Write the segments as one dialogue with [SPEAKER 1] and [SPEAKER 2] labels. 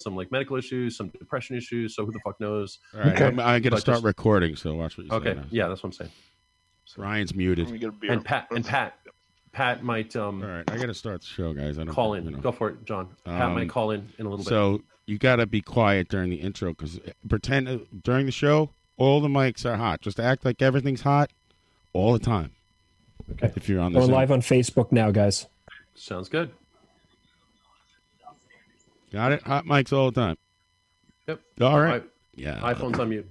[SPEAKER 1] some like medical issues, some depression issues. So who the fuck knows?
[SPEAKER 2] All right,
[SPEAKER 3] Okay.
[SPEAKER 2] I'm, I got to
[SPEAKER 1] But
[SPEAKER 2] start
[SPEAKER 1] just-
[SPEAKER 2] recording, so watch what you say.
[SPEAKER 1] Okay,
[SPEAKER 2] now.
[SPEAKER 1] yeah, that's what I'm saying.
[SPEAKER 2] Ryan's
[SPEAKER 3] Let
[SPEAKER 2] muted.
[SPEAKER 3] me get a beer.
[SPEAKER 1] And Pat and Pat, Pat might um
[SPEAKER 2] All right, I got to start the show, guys. I don't
[SPEAKER 1] call
[SPEAKER 2] you know.
[SPEAKER 1] in. Go for it, John. Pat
[SPEAKER 2] Um,
[SPEAKER 1] might call in in a little bit.
[SPEAKER 2] So you got to be quiet during the intro because pretend uh, during the show all the mics are hot. Just act like everything's hot all the time.
[SPEAKER 1] Okay.
[SPEAKER 2] If you're on
[SPEAKER 4] We're
[SPEAKER 2] this,
[SPEAKER 4] live on Facebook now, guys.
[SPEAKER 1] Sounds good.
[SPEAKER 2] got it. Hot mics all the time.
[SPEAKER 1] Yep.
[SPEAKER 2] All
[SPEAKER 1] I-
[SPEAKER 2] right. yeah.
[SPEAKER 1] iPhone's on mute.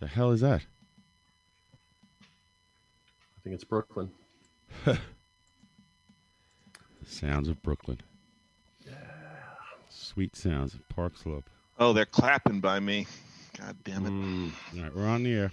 [SPEAKER 2] The hell is that?
[SPEAKER 1] I think it's Brooklyn.
[SPEAKER 2] The sounds of Brooklyn. Sweet sounds of Park Slope.
[SPEAKER 3] Oh, they're clapping by me. God damn it.
[SPEAKER 1] Mm.
[SPEAKER 2] All right, we're on the air.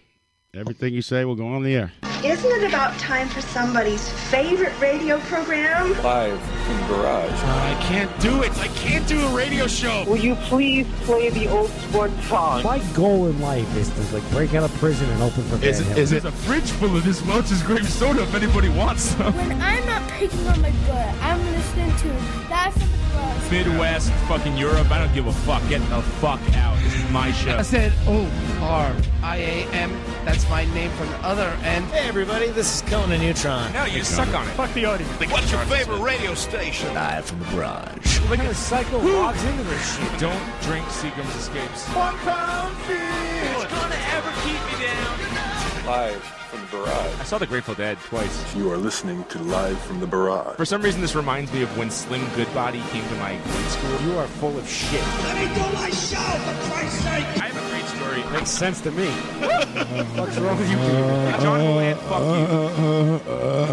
[SPEAKER 2] Everything you say will go on the air.
[SPEAKER 5] Isn't it about time for somebody's favorite radio program?
[SPEAKER 6] Live from the garage.
[SPEAKER 2] Uh, I can't do it. I can't do a radio show.
[SPEAKER 7] Will you please play the old sport song?
[SPEAKER 8] My goal in life is to like break out of prison and open for Van Halen.
[SPEAKER 2] it a fridge full of this Welch's grape soda if anybody wants some?
[SPEAKER 9] When I'm not picking on my butt, I'm listening to Live from the Garage.
[SPEAKER 10] Midwest, fucking Europe. I don't give a fuck. Get the fuck out. This is my show.
[SPEAKER 11] I said O R I A M. That's my name from the other end.
[SPEAKER 8] Hey everybody, this is Conan Neutron.
[SPEAKER 10] No, you suck on it. Fuck the audience.
[SPEAKER 6] What's your favorite radio station?
[SPEAKER 11] Live from the garage.
[SPEAKER 8] Look at the cycle logs into this shit.
[SPEAKER 10] Don't drink Seagram's Escapes.
[SPEAKER 6] It's gonna ever keep me down. Live from the
[SPEAKER 10] I
[SPEAKER 6] garage.
[SPEAKER 10] saw The Grateful Dead twice.
[SPEAKER 6] You are listening to Live from the Barrage.
[SPEAKER 10] For some reason, this reminds me of when Slim Goodbody came to my grade school.
[SPEAKER 8] You are full of shit.
[SPEAKER 6] Let me do my show, for Christ's sake!
[SPEAKER 10] I have a great story.
[SPEAKER 8] Makes sense to me. What's wrong with you people?
[SPEAKER 10] John Mulan, fuck you.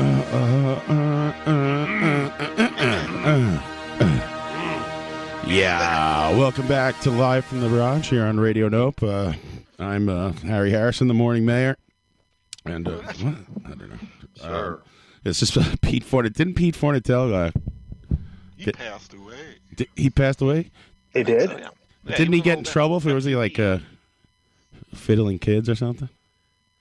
[SPEAKER 2] Yeah, welcome back to Live from the Garage here on Radio Nope. Uh, I'm uh, Harry Harrison, the morning mayor. And uh, what? I don't know. Um,
[SPEAKER 3] Sir.
[SPEAKER 2] It's just uh, Pete Forte. Didn't Pete Fortell, uh,
[SPEAKER 3] He passed away.
[SPEAKER 2] di- he passed away?
[SPEAKER 3] He did? Yeah.
[SPEAKER 2] Didn't he
[SPEAKER 3] was
[SPEAKER 2] get in
[SPEAKER 3] old-
[SPEAKER 2] trouble for, was he like uh, fiddling kids or something?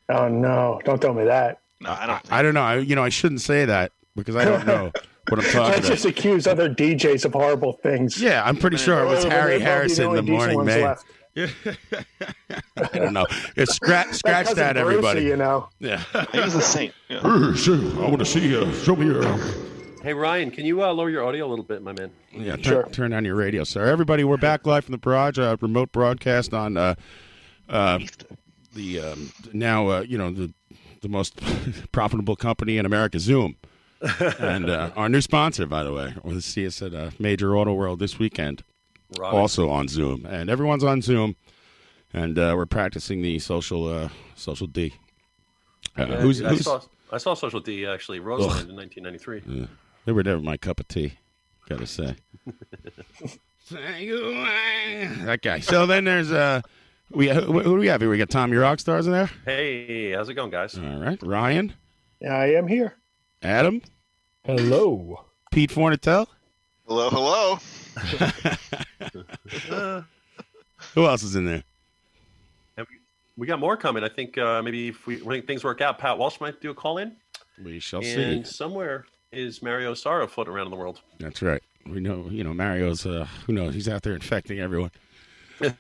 [SPEAKER 11] Oh no! Don't tell me that.
[SPEAKER 3] No, I don't think
[SPEAKER 2] I don't know. I, you know, I shouldn't say that because I don't know what I'm
[SPEAKER 11] I
[SPEAKER 2] talking about.
[SPEAKER 11] just accuse other DJs of horrible things.
[SPEAKER 2] Yeah, I'm pretty sure it was
[SPEAKER 11] Well,
[SPEAKER 2] Harry
[SPEAKER 11] they're probably
[SPEAKER 2] Harrison, the
[SPEAKER 11] only decent
[SPEAKER 2] morning
[SPEAKER 11] ones
[SPEAKER 2] man.
[SPEAKER 11] left.
[SPEAKER 2] I don't know. It's scratch,
[SPEAKER 11] Like
[SPEAKER 2] scratch
[SPEAKER 11] Cousin
[SPEAKER 2] that,
[SPEAKER 11] Brucey,
[SPEAKER 2] everybody.
[SPEAKER 11] You know,
[SPEAKER 2] Yeah.
[SPEAKER 3] he was a saint. Yeah.
[SPEAKER 2] I want to see you. Show me your.
[SPEAKER 1] Hey Ryan, can you uh, lower your audio a little bit, my man?
[SPEAKER 2] Yeah, turn,
[SPEAKER 11] Sure.
[SPEAKER 2] turn on your radio, sir. Everybody, we're back live from the barrage, uh, remote broadcast on uh, uh, the um, now uh, you know the the most profitable company in America, Zoom, and uh, our new sponsor, by the way, will see us at uh, Major Auto World this weekend.
[SPEAKER 1] Rob,
[SPEAKER 2] also on Zoom, and everyone's on Zoom, and uh, we're practicing the social uh, social D. Uh,
[SPEAKER 1] Yeah,
[SPEAKER 2] who's,
[SPEAKER 1] I,
[SPEAKER 2] who's-
[SPEAKER 1] saw, I saw Social D actually, Rosalind in 1993.
[SPEAKER 2] they were never my cup of tea, gotta say. that guy. So then there's uh, we who, who do we have here? We got Tommy Rockstars in there.
[SPEAKER 1] Hey, how's it going, guys?
[SPEAKER 2] All right, Ryan,
[SPEAKER 11] yeah, I am here.
[SPEAKER 2] Adam,
[SPEAKER 4] Hello.
[SPEAKER 2] Pete Fornatel.
[SPEAKER 3] Hello, hello.
[SPEAKER 2] Who else is in there?
[SPEAKER 1] Uh, We got more coming. I think uh, maybe if we when things work out, Pat Walsh might do a call in,
[SPEAKER 2] We shall see.
[SPEAKER 1] and somewhere is Mario Saro floating around in the world.
[SPEAKER 2] That's right. We know, you know, Mario's. Uh, who knows? He's out there infecting everyone. and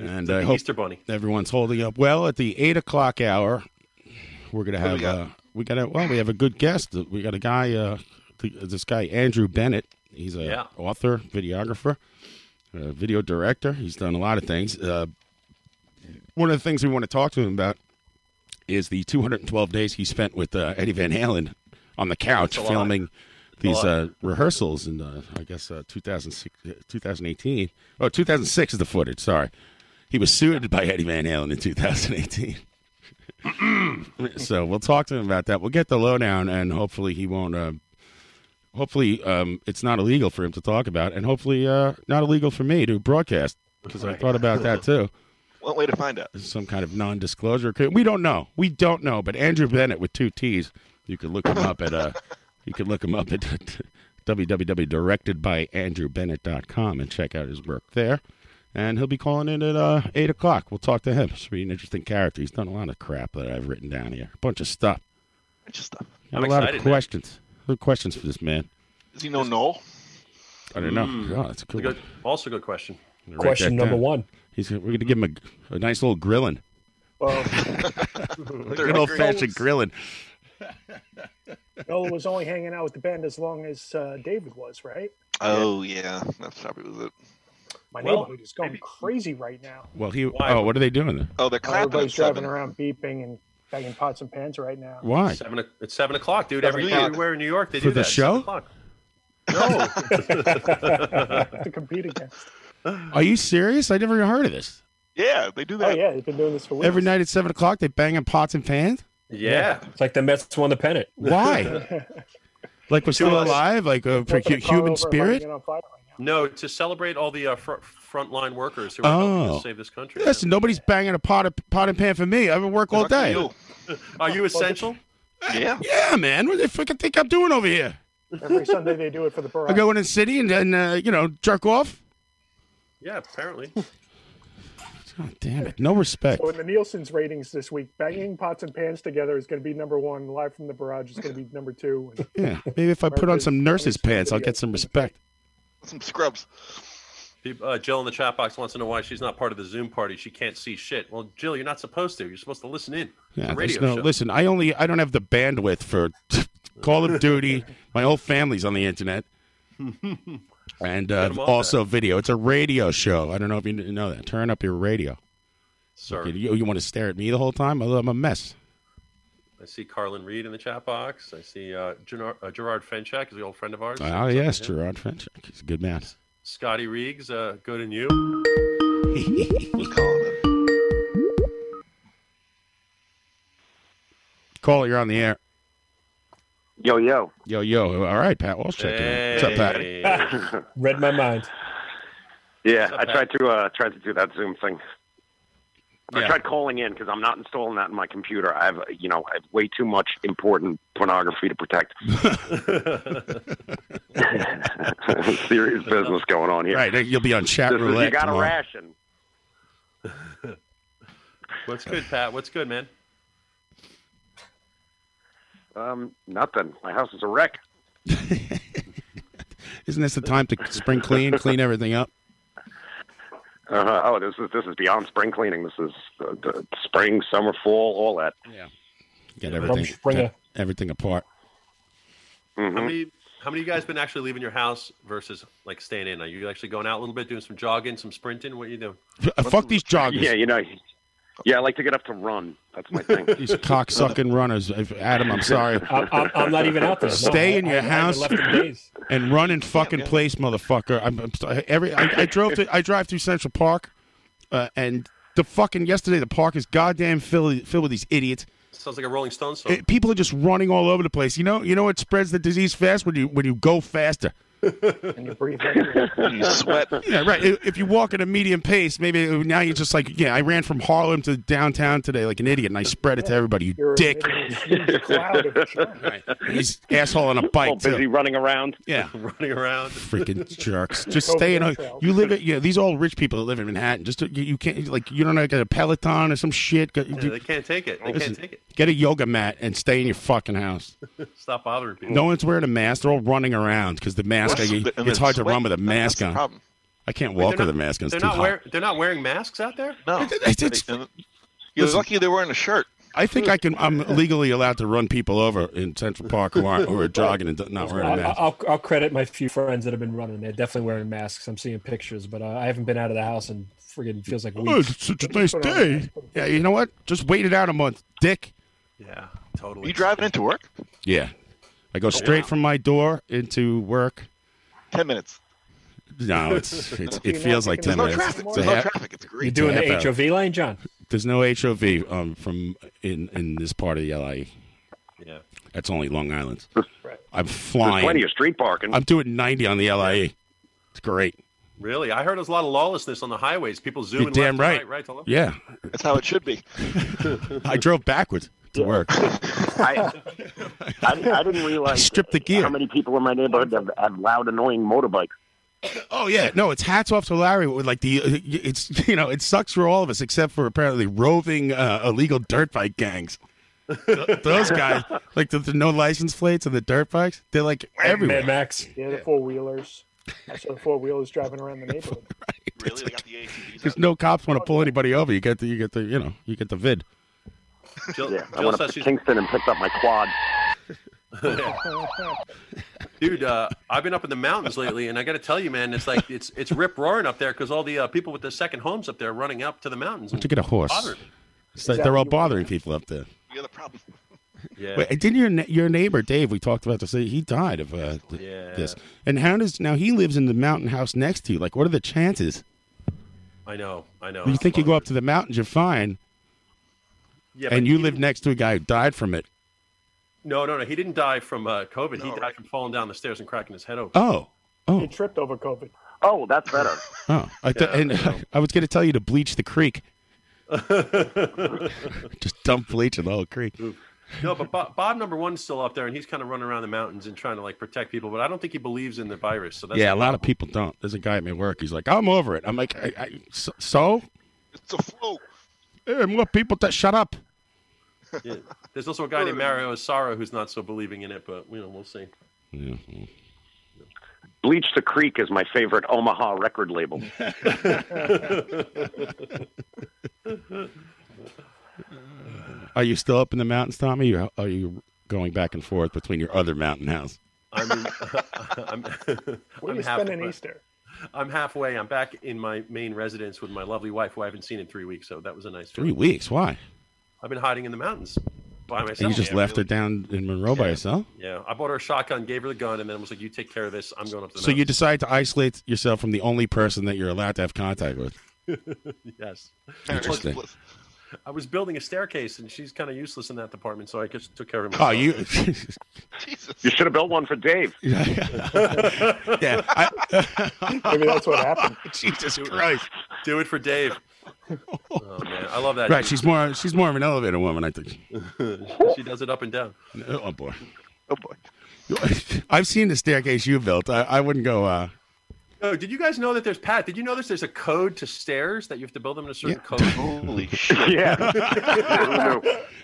[SPEAKER 2] I
[SPEAKER 1] the
[SPEAKER 2] hope
[SPEAKER 1] Easter Bunny.
[SPEAKER 2] everyone's holding up well at the eight o'clock hour. We're gonna have
[SPEAKER 3] we got?
[SPEAKER 2] uh, we got a well, we have a good guest. We got a guy, uh, th- this guy Andrew Bennett. He's a
[SPEAKER 1] Yeah.
[SPEAKER 2] author, videographer, uh video director. He's done a lot of things. Uh, one of the things we want to talk to him about is the 212 days he spent with uh, Eddie Van Halen on the couch
[SPEAKER 1] That's a lot.
[SPEAKER 2] filming these
[SPEAKER 1] lot.
[SPEAKER 2] uh, rehearsals in uh, I guess uh, 2006, uh, 2018. Oh, 2006 is the footage. Sorry, he was sued by Eddie Van Halen in 2018. so we'll talk to him about that. We'll get the lowdown, and hopefully he won't. Uh, hopefully um, it's not illegal for him to talk about, and hopefully uh, not illegal for me to broadcast because I thought about that too
[SPEAKER 3] One way to find out.
[SPEAKER 2] some kind of non-disclosure. agreement. We don't know. We don't know. But Andrew Bennett with two T's. You could look him up at uh, you could look him up at www.directedbyandrewbennett.com and check out his work there. and he'll be calling in at uh, eight o'clock. We'll talk to him. Should be an interesting character. He's done a lot of crap that I've written down here. A bunch of stuff.
[SPEAKER 3] Bunch of stuff.
[SPEAKER 2] Got
[SPEAKER 3] I'm
[SPEAKER 2] a lot
[SPEAKER 3] excited,
[SPEAKER 2] of
[SPEAKER 3] man.
[SPEAKER 2] questions. A lot of questions for this man.
[SPEAKER 3] Does he know Noel?
[SPEAKER 2] I don't know.
[SPEAKER 3] Mm.
[SPEAKER 2] Oh, that's a good. one.
[SPEAKER 1] also Hmm. good question.
[SPEAKER 2] I'm gonna write that down. He's we're gonna give him a, a nice little grilling. good old fashioned grilling.
[SPEAKER 12] Noel was only hanging out with the band as long as uh, David was, right?
[SPEAKER 3] Oh yeah, that's probably was it.
[SPEAKER 12] My
[SPEAKER 3] Well,
[SPEAKER 12] neighborhood is going crazy right now.
[SPEAKER 2] Well, he. Oh, what are they doing there?
[SPEAKER 3] Oh, they're
[SPEAKER 12] Everybody's driving around beeping and banging pots and pans right now.
[SPEAKER 2] Why?
[SPEAKER 1] Seven, o- it's seven o'clock, dude.
[SPEAKER 12] Seven
[SPEAKER 1] Every,
[SPEAKER 12] o'clock.
[SPEAKER 1] everywhere in New York, they
[SPEAKER 2] For
[SPEAKER 1] do
[SPEAKER 2] the
[SPEAKER 1] that.
[SPEAKER 2] show?
[SPEAKER 1] Seven o'clock. No.
[SPEAKER 12] to compete against.
[SPEAKER 2] Are you serious? I never even heard of this.
[SPEAKER 3] Yeah, they do that.
[SPEAKER 12] Oh yeah, they've been doing this for weeks.
[SPEAKER 2] Every night at seven o'clock, they banging pots and pans.
[SPEAKER 1] Yeah.
[SPEAKER 4] It's like the Mets won the pennant.
[SPEAKER 2] Why? Like we're still alive, like uh, for hu- human spirit.
[SPEAKER 1] no, to celebrate all the uh, fr- frontline workers who are helping
[SPEAKER 2] Oh.
[SPEAKER 1] to save this country.
[SPEAKER 2] Listen, nobody's banging a pot, of, pot and pan for me. I've been work all day.
[SPEAKER 1] Are you essential?
[SPEAKER 3] Yeah.
[SPEAKER 2] Yeah, man. What the fuck I think I'm doing over here?
[SPEAKER 12] Every Sunday they do it for the
[SPEAKER 2] I
[SPEAKER 12] barrage.
[SPEAKER 2] go in the city and then uh, you know jerk off.
[SPEAKER 1] Yeah, apparently.
[SPEAKER 2] God damn it! No respect.
[SPEAKER 12] So in the Nielsen's ratings this week, banging pots and pans together is going to be number one. Live from the barrage is going to be number two. And
[SPEAKER 2] Yeah, maybe if I put on some nurses' pants, I'll get some respect.
[SPEAKER 3] Some scrubs.
[SPEAKER 1] Uh, Jill in the chat box wants to know why she's not part of the Zoom party. She can't see shit. Well, Jill, you're not supposed to. You're supposed to listen in. It's
[SPEAKER 2] Yeah,
[SPEAKER 1] a
[SPEAKER 2] there's
[SPEAKER 1] radio
[SPEAKER 2] no
[SPEAKER 1] show.
[SPEAKER 2] listen. I only I don't have the bandwidth for Call of Duty. My whole family's on the internet, and uh,
[SPEAKER 1] 'em off
[SPEAKER 2] also video. It's a radio show. I don't know if you kn- know that. Turn up your radio.
[SPEAKER 1] Sorry.
[SPEAKER 2] You, you want to stare at me the whole time? I'm a mess.
[SPEAKER 1] I see Carlin Reed in the chat box. I see uh, Gerard, uh, Gerard Fenchak is the old friend of ours.
[SPEAKER 2] Oh yes, Gerard French. He's a good man.
[SPEAKER 1] Scotty Riggs, uh, good and you.
[SPEAKER 2] Call it. You're on the air.
[SPEAKER 13] Yo, yo.
[SPEAKER 2] Yo yo. All right, Pat Walsh. Checking in. What's up, Pat?
[SPEAKER 4] Read my mind.
[SPEAKER 13] Yeah, I tried to uh, tried to do that Zoom thing. I tried calling in because I'm not installing that in my computer. I have, uh, you know, I have way too much important pornography to protect. Serious business going on here.
[SPEAKER 2] Right, you'll be on chat
[SPEAKER 13] This is-
[SPEAKER 2] roulette
[SPEAKER 13] you got a
[SPEAKER 2] tomorrow.
[SPEAKER 13] ration.
[SPEAKER 1] What's good, Pat? What's good, man?
[SPEAKER 13] Um, nothing. My house is a wreck.
[SPEAKER 2] Isn't this the time to spring clean, clean everything up?
[SPEAKER 13] Uh, oh, this is this is beyond spring cleaning. This is uh, the spring, summer, fall, all that.
[SPEAKER 2] Yeah. Get
[SPEAKER 13] Yeah,
[SPEAKER 2] everything,
[SPEAKER 13] Rumspringer.
[SPEAKER 2] cut everything apart.
[SPEAKER 13] Mm-hmm.
[SPEAKER 1] How many how many of you guys been actually leaving your house versus like staying in? Are you actually going out a little bit, doing some jogging, some sprinting? What are you doing?
[SPEAKER 2] uh, Fuck these joggers.
[SPEAKER 13] Yeah, you know. Yeah, I like to get up to run. That's my thing.
[SPEAKER 2] These cocksucking runners. If- Adam, I'm sorry.
[SPEAKER 13] I'm- I'm- I'm not even out there. No,
[SPEAKER 2] Stay
[SPEAKER 13] I-
[SPEAKER 2] in
[SPEAKER 13] I-
[SPEAKER 2] your
[SPEAKER 13] I haven't
[SPEAKER 2] house
[SPEAKER 13] left in days.
[SPEAKER 2] and run in fucking place, motherfucker. I'm, I'm sorry. every. I, I drove. To, I drive through Central Park, uh, and the fucking yesterday the park is goddamn filled filled with these idiots.
[SPEAKER 1] Sounds like a Rolling Stones song.
[SPEAKER 2] It- people are just running all over the place. You know. You know what spreads the disease fast when you when you go faster.
[SPEAKER 12] and you breathe in.
[SPEAKER 3] you sweat.
[SPEAKER 2] Yeah, right. If if you walk at a medium pace, maybe uh, now you're just like, yeah, I ran from Harlem to downtown today like an idiot, and I spread it to everybody. You dick. He's asshole on a bike.
[SPEAKER 13] All busy
[SPEAKER 2] too.
[SPEAKER 13] running around.
[SPEAKER 2] Yeah,
[SPEAKER 1] running around.
[SPEAKER 2] Freaking jerks. Just stay in. A, you live at yeah. These old rich people that live in Manhattan. Just you, you can't like you don't know, get a Peloton or some shit. Go-
[SPEAKER 1] Yeah,
[SPEAKER 2] do-
[SPEAKER 1] they can't take it. They
[SPEAKER 2] listen,
[SPEAKER 1] can't take it.
[SPEAKER 2] Get a yoga mat and stay in your fucking house.
[SPEAKER 1] Stop bothering people.
[SPEAKER 2] No one's wearing a mask. They're all running around because the mask.
[SPEAKER 1] What's
[SPEAKER 2] I-
[SPEAKER 1] the- and
[SPEAKER 2] it's
[SPEAKER 1] the
[SPEAKER 2] hard to
[SPEAKER 1] sweat-
[SPEAKER 2] run with a mask on.
[SPEAKER 1] problem.
[SPEAKER 2] I can't
[SPEAKER 1] Wait,
[SPEAKER 2] walk
[SPEAKER 1] they're
[SPEAKER 2] with a
[SPEAKER 1] not-
[SPEAKER 2] mask on. It's
[SPEAKER 1] They're
[SPEAKER 2] too
[SPEAKER 1] not
[SPEAKER 2] hot.
[SPEAKER 1] wearing they're not wearing masks out there.
[SPEAKER 3] No, you're lucky they're wearing a shirt.
[SPEAKER 2] I think I can. I'm legally allowed to run people over in Central Park who aren't who are jogging and not wearing a
[SPEAKER 4] I'll,
[SPEAKER 2] mask.
[SPEAKER 4] I'll, I'll credit my few friends that have been running. They're definitely wearing masks. I'm seeing pictures, but uh, I haven't been out of the house in friggin' feels like
[SPEAKER 2] Oh,
[SPEAKER 4] weeks.
[SPEAKER 2] it's such a nice day. Yeah, you know what? Just wait it out a month, dick.
[SPEAKER 1] Yeah, totally.
[SPEAKER 3] you driving into work?
[SPEAKER 2] Yeah, I go straight from my door into work.
[SPEAKER 3] Ten minutes.
[SPEAKER 2] No, it's, it's it feels like
[SPEAKER 3] There's
[SPEAKER 2] ten
[SPEAKER 3] no
[SPEAKER 2] minutes.
[SPEAKER 3] traffic.
[SPEAKER 2] It's a
[SPEAKER 3] There's no
[SPEAKER 2] half-
[SPEAKER 3] traffic. It's great.
[SPEAKER 4] You're doing
[SPEAKER 2] it's a
[SPEAKER 4] the
[SPEAKER 2] half hour.
[SPEAKER 4] HOV lane, John.
[SPEAKER 2] There's no HOV um, from in in this part of the LA.
[SPEAKER 1] Yeah.
[SPEAKER 2] That's only Long Island. I'm flying.
[SPEAKER 13] There's plenty of street parking.
[SPEAKER 2] I'm doing 90 on the LIE. It's great.
[SPEAKER 1] Really, I heard there's a lot of lawlessness on the highways. People zooming
[SPEAKER 2] You're damn
[SPEAKER 1] left
[SPEAKER 2] right.
[SPEAKER 1] and right, right to left.
[SPEAKER 2] Yeah,
[SPEAKER 3] That's how it should be.
[SPEAKER 2] I drove backwards to work.
[SPEAKER 13] I, I, I didn't realize
[SPEAKER 2] Strip the gear.
[SPEAKER 13] how many people in my neighborhood have, have loud, annoying motorbikes.
[SPEAKER 2] Oh yeah, no, it's hats off to Larry with like the uh, it's you know it sucks for all of us except for apparently roving uh, illegal dirt bike gangs. Th- Those guys, like the, the no license plates and the dirt bikes, they're like everywhere.
[SPEAKER 4] Mad Max.
[SPEAKER 12] Yeah, the four wheelers. So the four wheelers driving around the neighborhood.
[SPEAKER 2] Really, they got the because no cops want to pull anybody over. You get the you get the you know you get the vid.
[SPEAKER 1] Jill,
[SPEAKER 13] yeah, I
[SPEAKER 1] Jill
[SPEAKER 13] went up
[SPEAKER 1] says
[SPEAKER 13] to
[SPEAKER 1] she's
[SPEAKER 13] Kingston and picked up my quad.
[SPEAKER 1] Dude, uh, I've been up in the mountains lately, and I got to tell you, man, it's like it's it's rip roaring up there because all the uh, people with the second homes up there are running up to the mountains.
[SPEAKER 2] To get a horse,
[SPEAKER 1] Bothered.
[SPEAKER 2] It's like they're all bothering people up there.
[SPEAKER 3] You got a problem.
[SPEAKER 1] Yeah.
[SPEAKER 2] Wait, didn't your ne- your neighbor Dave? We talked about this. He died of uh, th-
[SPEAKER 1] Oh, Yeah.
[SPEAKER 2] this. And how does now he lives in the mountain house next to you? Like, what are the chances?
[SPEAKER 1] I know, I know.
[SPEAKER 2] you think you go up to the mountains, you're fine,
[SPEAKER 1] Yeah,
[SPEAKER 2] and
[SPEAKER 1] but
[SPEAKER 2] you
[SPEAKER 1] he-
[SPEAKER 2] live next to a guy who died from it.
[SPEAKER 1] No, no, no. He didn't die from uh, COVID. he died from falling down the stairs and cracking his head open.
[SPEAKER 2] Oh, oh,
[SPEAKER 12] He tripped over COVID.
[SPEAKER 1] Oh, that's better.
[SPEAKER 2] oh! I th-
[SPEAKER 1] Yeah,
[SPEAKER 2] and I was going to tell you to bleach the creek. Just dump bleach in the whole creek.
[SPEAKER 1] no, but Bob, Bob number one's still up there, and he's kind of running around the mountains and trying to like protect people. But I don't think he believes in the virus. So that's
[SPEAKER 2] yeah, a lot of people don't. There's a guy at my work. He's like, I'm over it. I'm like, I, I, so, so?
[SPEAKER 3] It's a flu.
[SPEAKER 2] And what people that shut up?
[SPEAKER 1] Yeah. There's also a guy named Mario Osaro who's not so believing in it, but you know, we'll see.
[SPEAKER 2] Mm-hmm.
[SPEAKER 13] Bleach the Creek is my favorite Omaha record label.
[SPEAKER 2] Are you still up in the mountains, Tommy? Or are you going back and forth between your other mountain house?
[SPEAKER 1] I'm, I'm,
[SPEAKER 12] Where
[SPEAKER 1] I'm
[SPEAKER 12] you
[SPEAKER 1] half-
[SPEAKER 12] spending Easter?
[SPEAKER 1] I'm halfway. I'm back in my main residence with my lovely wife, who I haven't seen in three weeks. So that was a nice.
[SPEAKER 2] Three
[SPEAKER 1] feeling.
[SPEAKER 2] weeks? Why?
[SPEAKER 1] I've been hiding in the mountains by myself.
[SPEAKER 2] And you just left her down in Monroe by herself?
[SPEAKER 1] Yeah, I bought her a shotgun, gave her the gun, and then was like, "You take care of this. I'm going up to the
[SPEAKER 2] So you decide to isolate yourself from the only person that you're allowed to have contact with.
[SPEAKER 1] mountains." yes.
[SPEAKER 2] Interesting.
[SPEAKER 1] I was building a staircase, and she's kind of useless in that department, so I just took care of it.
[SPEAKER 2] Oh, you.
[SPEAKER 13] You should have built one for Dave.
[SPEAKER 2] yeah.
[SPEAKER 12] Maybe that's what happened.
[SPEAKER 2] Jesus Christ.
[SPEAKER 1] Do it for Dave. Oh man, I love that.
[SPEAKER 2] right. She's more. She's more of an elevator woman, I think.
[SPEAKER 1] she does it up and down.
[SPEAKER 2] Oh boy. Oh boy. I've seen the staircase you built. I, I wouldn't go. Uh,
[SPEAKER 1] Oh, did you guys know that there's Pat? Did you know this? There's a code to stairs that you have to build them in a certain code.
[SPEAKER 3] Holy shit!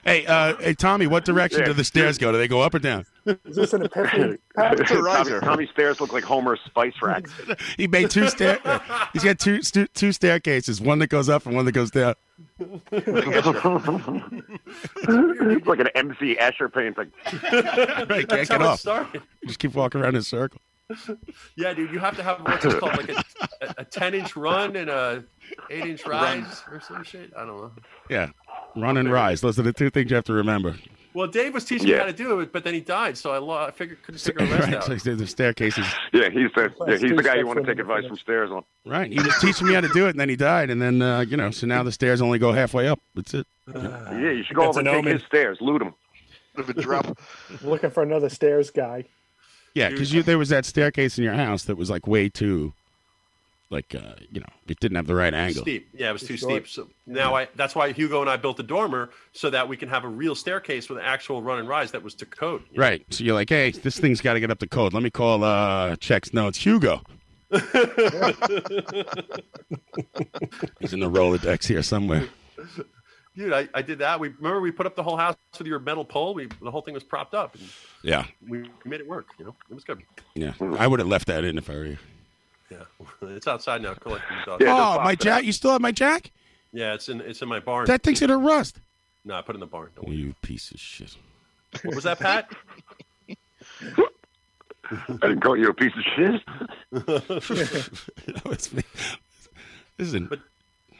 [SPEAKER 2] hey, uh, hey, Tommy. What direction do the stairs go? Do they go up or down?
[SPEAKER 12] Is this an epiphany?
[SPEAKER 13] Tommy, Tommy Stairs look like Homer's spice rack.
[SPEAKER 2] He made two stair. he's got two stu- two staircases. One that goes up and one that goes down.
[SPEAKER 13] it's like an MC Escher painting.
[SPEAKER 2] Right, can't
[SPEAKER 1] That's
[SPEAKER 2] get
[SPEAKER 1] how it
[SPEAKER 2] off.
[SPEAKER 1] started.
[SPEAKER 2] Just keep walking around in a circle.
[SPEAKER 1] Yeah, dude, you have to have what's it called, like a, a, a ten inch run and a eight inch
[SPEAKER 2] Run.
[SPEAKER 1] rise or some shit. I don't know.
[SPEAKER 2] Yeah, run and rise. Those are the two things you have to remember.
[SPEAKER 1] Well, Dave was teaching me
[SPEAKER 2] Yeah.
[SPEAKER 1] how to do it, but then he died, so I, lo- I figured couldn't figure the rest
[SPEAKER 2] Right,
[SPEAKER 1] out.
[SPEAKER 2] so the the staircases.
[SPEAKER 13] Yeah, he's the yeah, he's the guy you want to
[SPEAKER 1] Steps
[SPEAKER 13] take advice from Stairs on.
[SPEAKER 2] Right. He was teaching me how to do it, and then he died, and then uh, you know. So now the stairs only go halfway up. That's it.
[SPEAKER 13] yeah, you should go
[SPEAKER 2] That's
[SPEAKER 13] over and
[SPEAKER 2] an
[SPEAKER 13] take
[SPEAKER 2] omen.
[SPEAKER 13] his stairs, loot him.
[SPEAKER 12] Looking for another stairs guy.
[SPEAKER 2] Yeah, because you there was that staircase in your house that was like way too, like uh, you know, it didn't have the right angle.
[SPEAKER 1] Steep. Yeah, it was too
[SPEAKER 2] short.
[SPEAKER 1] steep. So now I that's why Hugo and I built a dormer so that we can have a real staircase with an actual run and rise that was to code.
[SPEAKER 2] Right. So you're like, hey, this thing's got to get up to code. Let me call uh checks. No, it's Hugo. He's in the Rolodex here somewhere.
[SPEAKER 1] Dude, I, I did that. We remember we put up the whole house with your metal pole. We the whole thing was propped up and
[SPEAKER 2] Yeah,
[SPEAKER 1] we made it work, you know. It was good.
[SPEAKER 2] yeah. I would have left that in if I were you.
[SPEAKER 1] Yeah. it's outside now collecting the dogs.
[SPEAKER 2] oh, my jack! You still have my jack?
[SPEAKER 1] Yeah, it's in it's in my barn.
[SPEAKER 2] That thing's gonna rust.
[SPEAKER 1] No, I put it in the barn.
[SPEAKER 2] You piece of shit.
[SPEAKER 1] What was that, Pat?
[SPEAKER 13] I didn't call you a piece of shit.
[SPEAKER 2] that was me. This is an-
[SPEAKER 1] But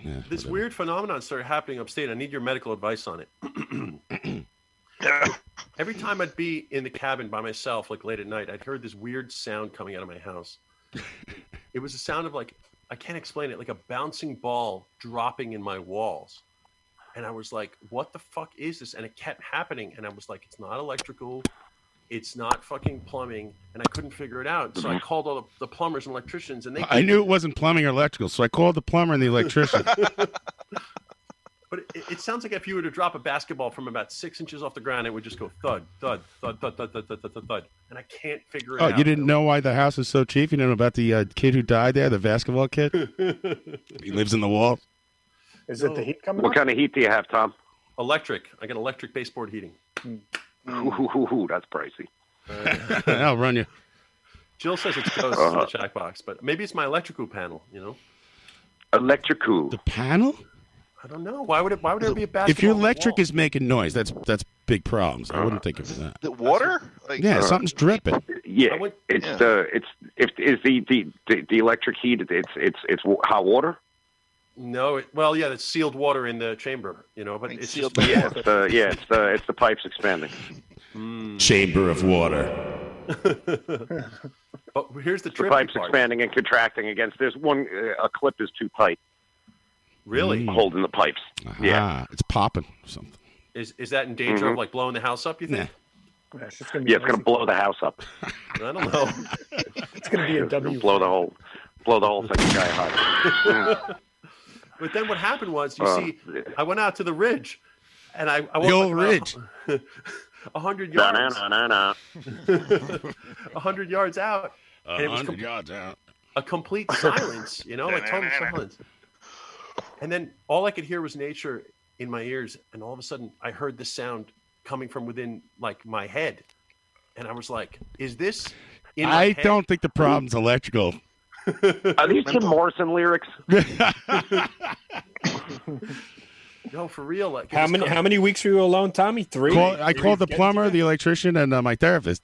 [SPEAKER 2] Yeah,
[SPEAKER 1] this
[SPEAKER 2] whatever.
[SPEAKER 1] weird phenomenon started happening upstate. I need your medical advice on it. Every time I'd be in the cabin by myself, like late at night, I'd heard this weird sound coming out of my house. it was a sound of like I can't explain it, like a bouncing ball dropping in my walls. And I was like, what the fuck is this? And it kept happening. And I was like, it's not electrical. It's not fucking plumbing. And I couldn't figure it out. So I
[SPEAKER 2] Mm-hmm.
[SPEAKER 1] called all the, the plumbers and electricians and they
[SPEAKER 2] I knew it wasn't plumbing or electrical, so I called the plumber and the electrician.
[SPEAKER 1] But it, it sounds like if you were to drop a basketball from about six inches off the ground, it would just go thud, thud, thud, thud, thud, thud, thud, thud, thud, thud. And I can't figure it
[SPEAKER 2] Oh,
[SPEAKER 1] out.
[SPEAKER 2] you didn't know why the house is so cheap? You didn't know about the uh, kid who died there, the basketball kid? he lives in the wall.
[SPEAKER 12] Is it the heat coming?
[SPEAKER 13] What kind of heat do you have, Tom?
[SPEAKER 1] Electric. I got electric baseboard heating.
[SPEAKER 13] Ooh, that's pricey. Uh-huh.
[SPEAKER 2] I'll run you.
[SPEAKER 1] Jill says it's ghosts in the chat box, but maybe it's my electrical panel. You know,
[SPEAKER 13] Electrical.
[SPEAKER 2] The panel?
[SPEAKER 1] I don't know. Why would it? Why would there be a basketball?
[SPEAKER 2] If your electric is making noise, that's that's big problems. I wouldn't think of that.
[SPEAKER 13] The water?
[SPEAKER 2] yeah, something's dripping.
[SPEAKER 13] Yeah, it's the it's if is the the, the the electric heat. It's it's it's hot water.
[SPEAKER 1] No, it, well, yeah, that's sealed water in the chamber. You know, but it's sealed. Just,
[SPEAKER 13] Yeah, it's the uh, yeah, it's the it's the pipes expanding.
[SPEAKER 2] Chamber of water.
[SPEAKER 1] but Oh, here's the
[SPEAKER 13] The
[SPEAKER 1] tricky
[SPEAKER 13] pipes
[SPEAKER 1] part.
[SPEAKER 13] expanding and contracting against. There's one uh, a clip is too tight.
[SPEAKER 1] Really?
[SPEAKER 13] holding the pipes.
[SPEAKER 2] Uh-huh. Yeah. Ah, it's popping or something.
[SPEAKER 1] Is is that in danger of
[SPEAKER 13] Mhm.
[SPEAKER 1] like blowing the house up? You think?
[SPEAKER 13] Yeah, it's gonna blow the house up.
[SPEAKER 1] I don't know.
[SPEAKER 13] It's
[SPEAKER 12] gonna be a
[SPEAKER 1] W.
[SPEAKER 13] Blow the whole, blow the whole thing sky high.
[SPEAKER 1] But then what happened was, you
[SPEAKER 13] Uh,
[SPEAKER 1] see, I went out to the ridge, and I, I
[SPEAKER 13] The
[SPEAKER 1] walked
[SPEAKER 13] old
[SPEAKER 1] like about a hundred yards,
[SPEAKER 13] Na-na-na-na-na.
[SPEAKER 1] a hundred yards out, and it was com-
[SPEAKER 2] yards out.
[SPEAKER 1] a complete silence. You know, like total silence. And then all I could hear was nature in my ears, and all of a sudden I heard the sound coming from within, like my head, and I was like, "Is this?" In my
[SPEAKER 2] I
[SPEAKER 1] head?
[SPEAKER 2] don't think the problem's electrical.
[SPEAKER 13] Are these Tim Morrison lyrics?
[SPEAKER 1] No, for real. Like it
[SPEAKER 4] How
[SPEAKER 1] was
[SPEAKER 4] many
[SPEAKER 1] com-
[SPEAKER 4] how many weeks were you alone, Tommy? Three.
[SPEAKER 2] Call- I
[SPEAKER 4] Three?
[SPEAKER 2] called the
[SPEAKER 4] Get-
[SPEAKER 2] plumber, the electrician, and uh, my therapist.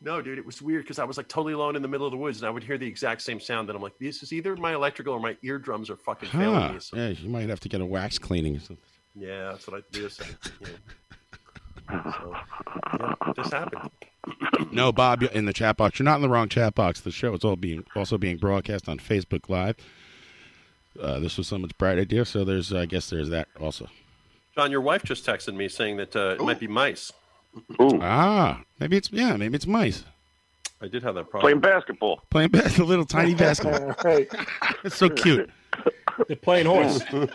[SPEAKER 1] No, dude, it was weird because I was like totally alone in the middle of the woods, and I would hear the exact same sound. And I'm like, "This is either my electrical or my eardrums are fucking failing
[SPEAKER 2] Huh.
[SPEAKER 1] me." So,
[SPEAKER 2] Ah, Yeah, you might have to get a wax cleaning or something.
[SPEAKER 1] yeah, that's what I do. So, yeah. So, yeah, this happened.
[SPEAKER 2] No, Bob, you're in the chat box. You're not in the wrong chat box. The show is all being also being broadcast on Facebook Live. Uh, this was someone's bright idea, so there's I guess there's that also.
[SPEAKER 1] John, your wife just texted me saying that uh, it might be mice.
[SPEAKER 2] Ah, maybe it's yeah, maybe it's mice
[SPEAKER 1] I did have that problem.
[SPEAKER 13] Playing basketball.
[SPEAKER 2] playing bas- a little tiny basketball. It's so cute.
[SPEAKER 4] They're playing horse.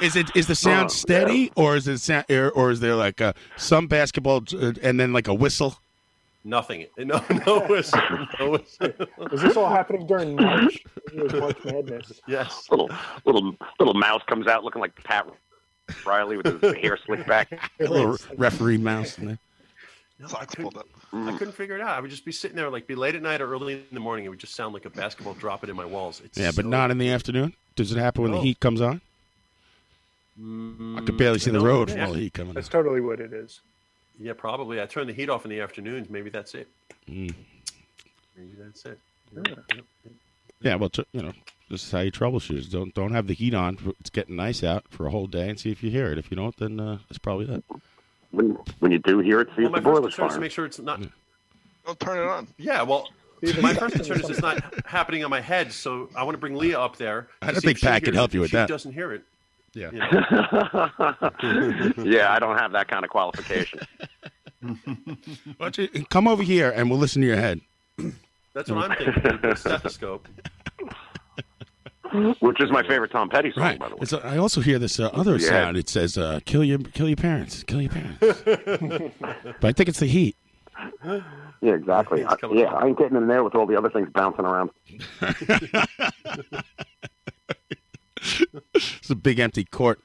[SPEAKER 2] Is it is the sound steady or is it sound, or, or is there like a, some basketball uh, and then like a whistle?
[SPEAKER 1] Nothing. No, no whistle. No whistle.
[SPEAKER 12] Is this all happening during March? It was March Madness.
[SPEAKER 1] Yes.
[SPEAKER 13] Little little little mouse comes out looking like Pat Riley with his hair slicked back.
[SPEAKER 2] A little referee mouse in there.
[SPEAKER 1] No, I, couldn't, I couldn't figure it out. I would just be sitting there, like, be late at night or early in the morning. It would just sound like a basketball dropping in my walls. It's
[SPEAKER 2] Yeah, but not in the afternoon. Does it happen when the heat comes on? I could barely see the road from all the heat coming.
[SPEAKER 12] That's totally what it is.
[SPEAKER 1] Mm, yeah, probably. I turn the heat off in the afternoons. Maybe that's it.
[SPEAKER 2] Mm.
[SPEAKER 1] Maybe that's it.
[SPEAKER 2] Yeah, well, tr- you know, this is how you troubleshoot. Don't don't have the heat on. It's getting nice out for a whole day, and see if you hear it. If you don't, then uh, that's probably it.
[SPEAKER 13] When when you do hear it, see
[SPEAKER 1] Well,
[SPEAKER 13] if
[SPEAKER 1] my
[SPEAKER 13] the
[SPEAKER 1] first
[SPEAKER 13] boiler's
[SPEAKER 1] concern is to
[SPEAKER 13] firing.
[SPEAKER 1] make sure it's not.
[SPEAKER 3] Don't turn it on.
[SPEAKER 1] Yeah, well, my first concern is it's not happening on my head. So I want to bring Leah up there.
[SPEAKER 2] I
[SPEAKER 1] to
[SPEAKER 2] don't
[SPEAKER 1] see if
[SPEAKER 2] think
[SPEAKER 1] she
[SPEAKER 2] Pat can
[SPEAKER 1] hears
[SPEAKER 2] help
[SPEAKER 1] it.
[SPEAKER 2] you
[SPEAKER 1] If
[SPEAKER 2] with
[SPEAKER 1] she
[SPEAKER 2] that.
[SPEAKER 1] doesn't hear it.
[SPEAKER 2] Yeah.
[SPEAKER 1] you know.
[SPEAKER 13] yeah, I don't have that kind of qualification.
[SPEAKER 2] Why don't you- Come over here, and we'll listen to your head.
[SPEAKER 1] That's what I'm thinking. dude, with a Stethoscope.
[SPEAKER 13] Which is my favorite Tom Petty song,
[SPEAKER 2] Right.
[SPEAKER 13] by the way.
[SPEAKER 2] It's, uh, I also hear this uh, other
[SPEAKER 13] Yeah.
[SPEAKER 2] sound. It says, uh, "Kill your, kill your parents, kill your parents." but I think it's the heat.
[SPEAKER 13] Yeah, exactly. I, yeah, I ain't getting in there with all the other things bouncing around.
[SPEAKER 2] It's a big empty court.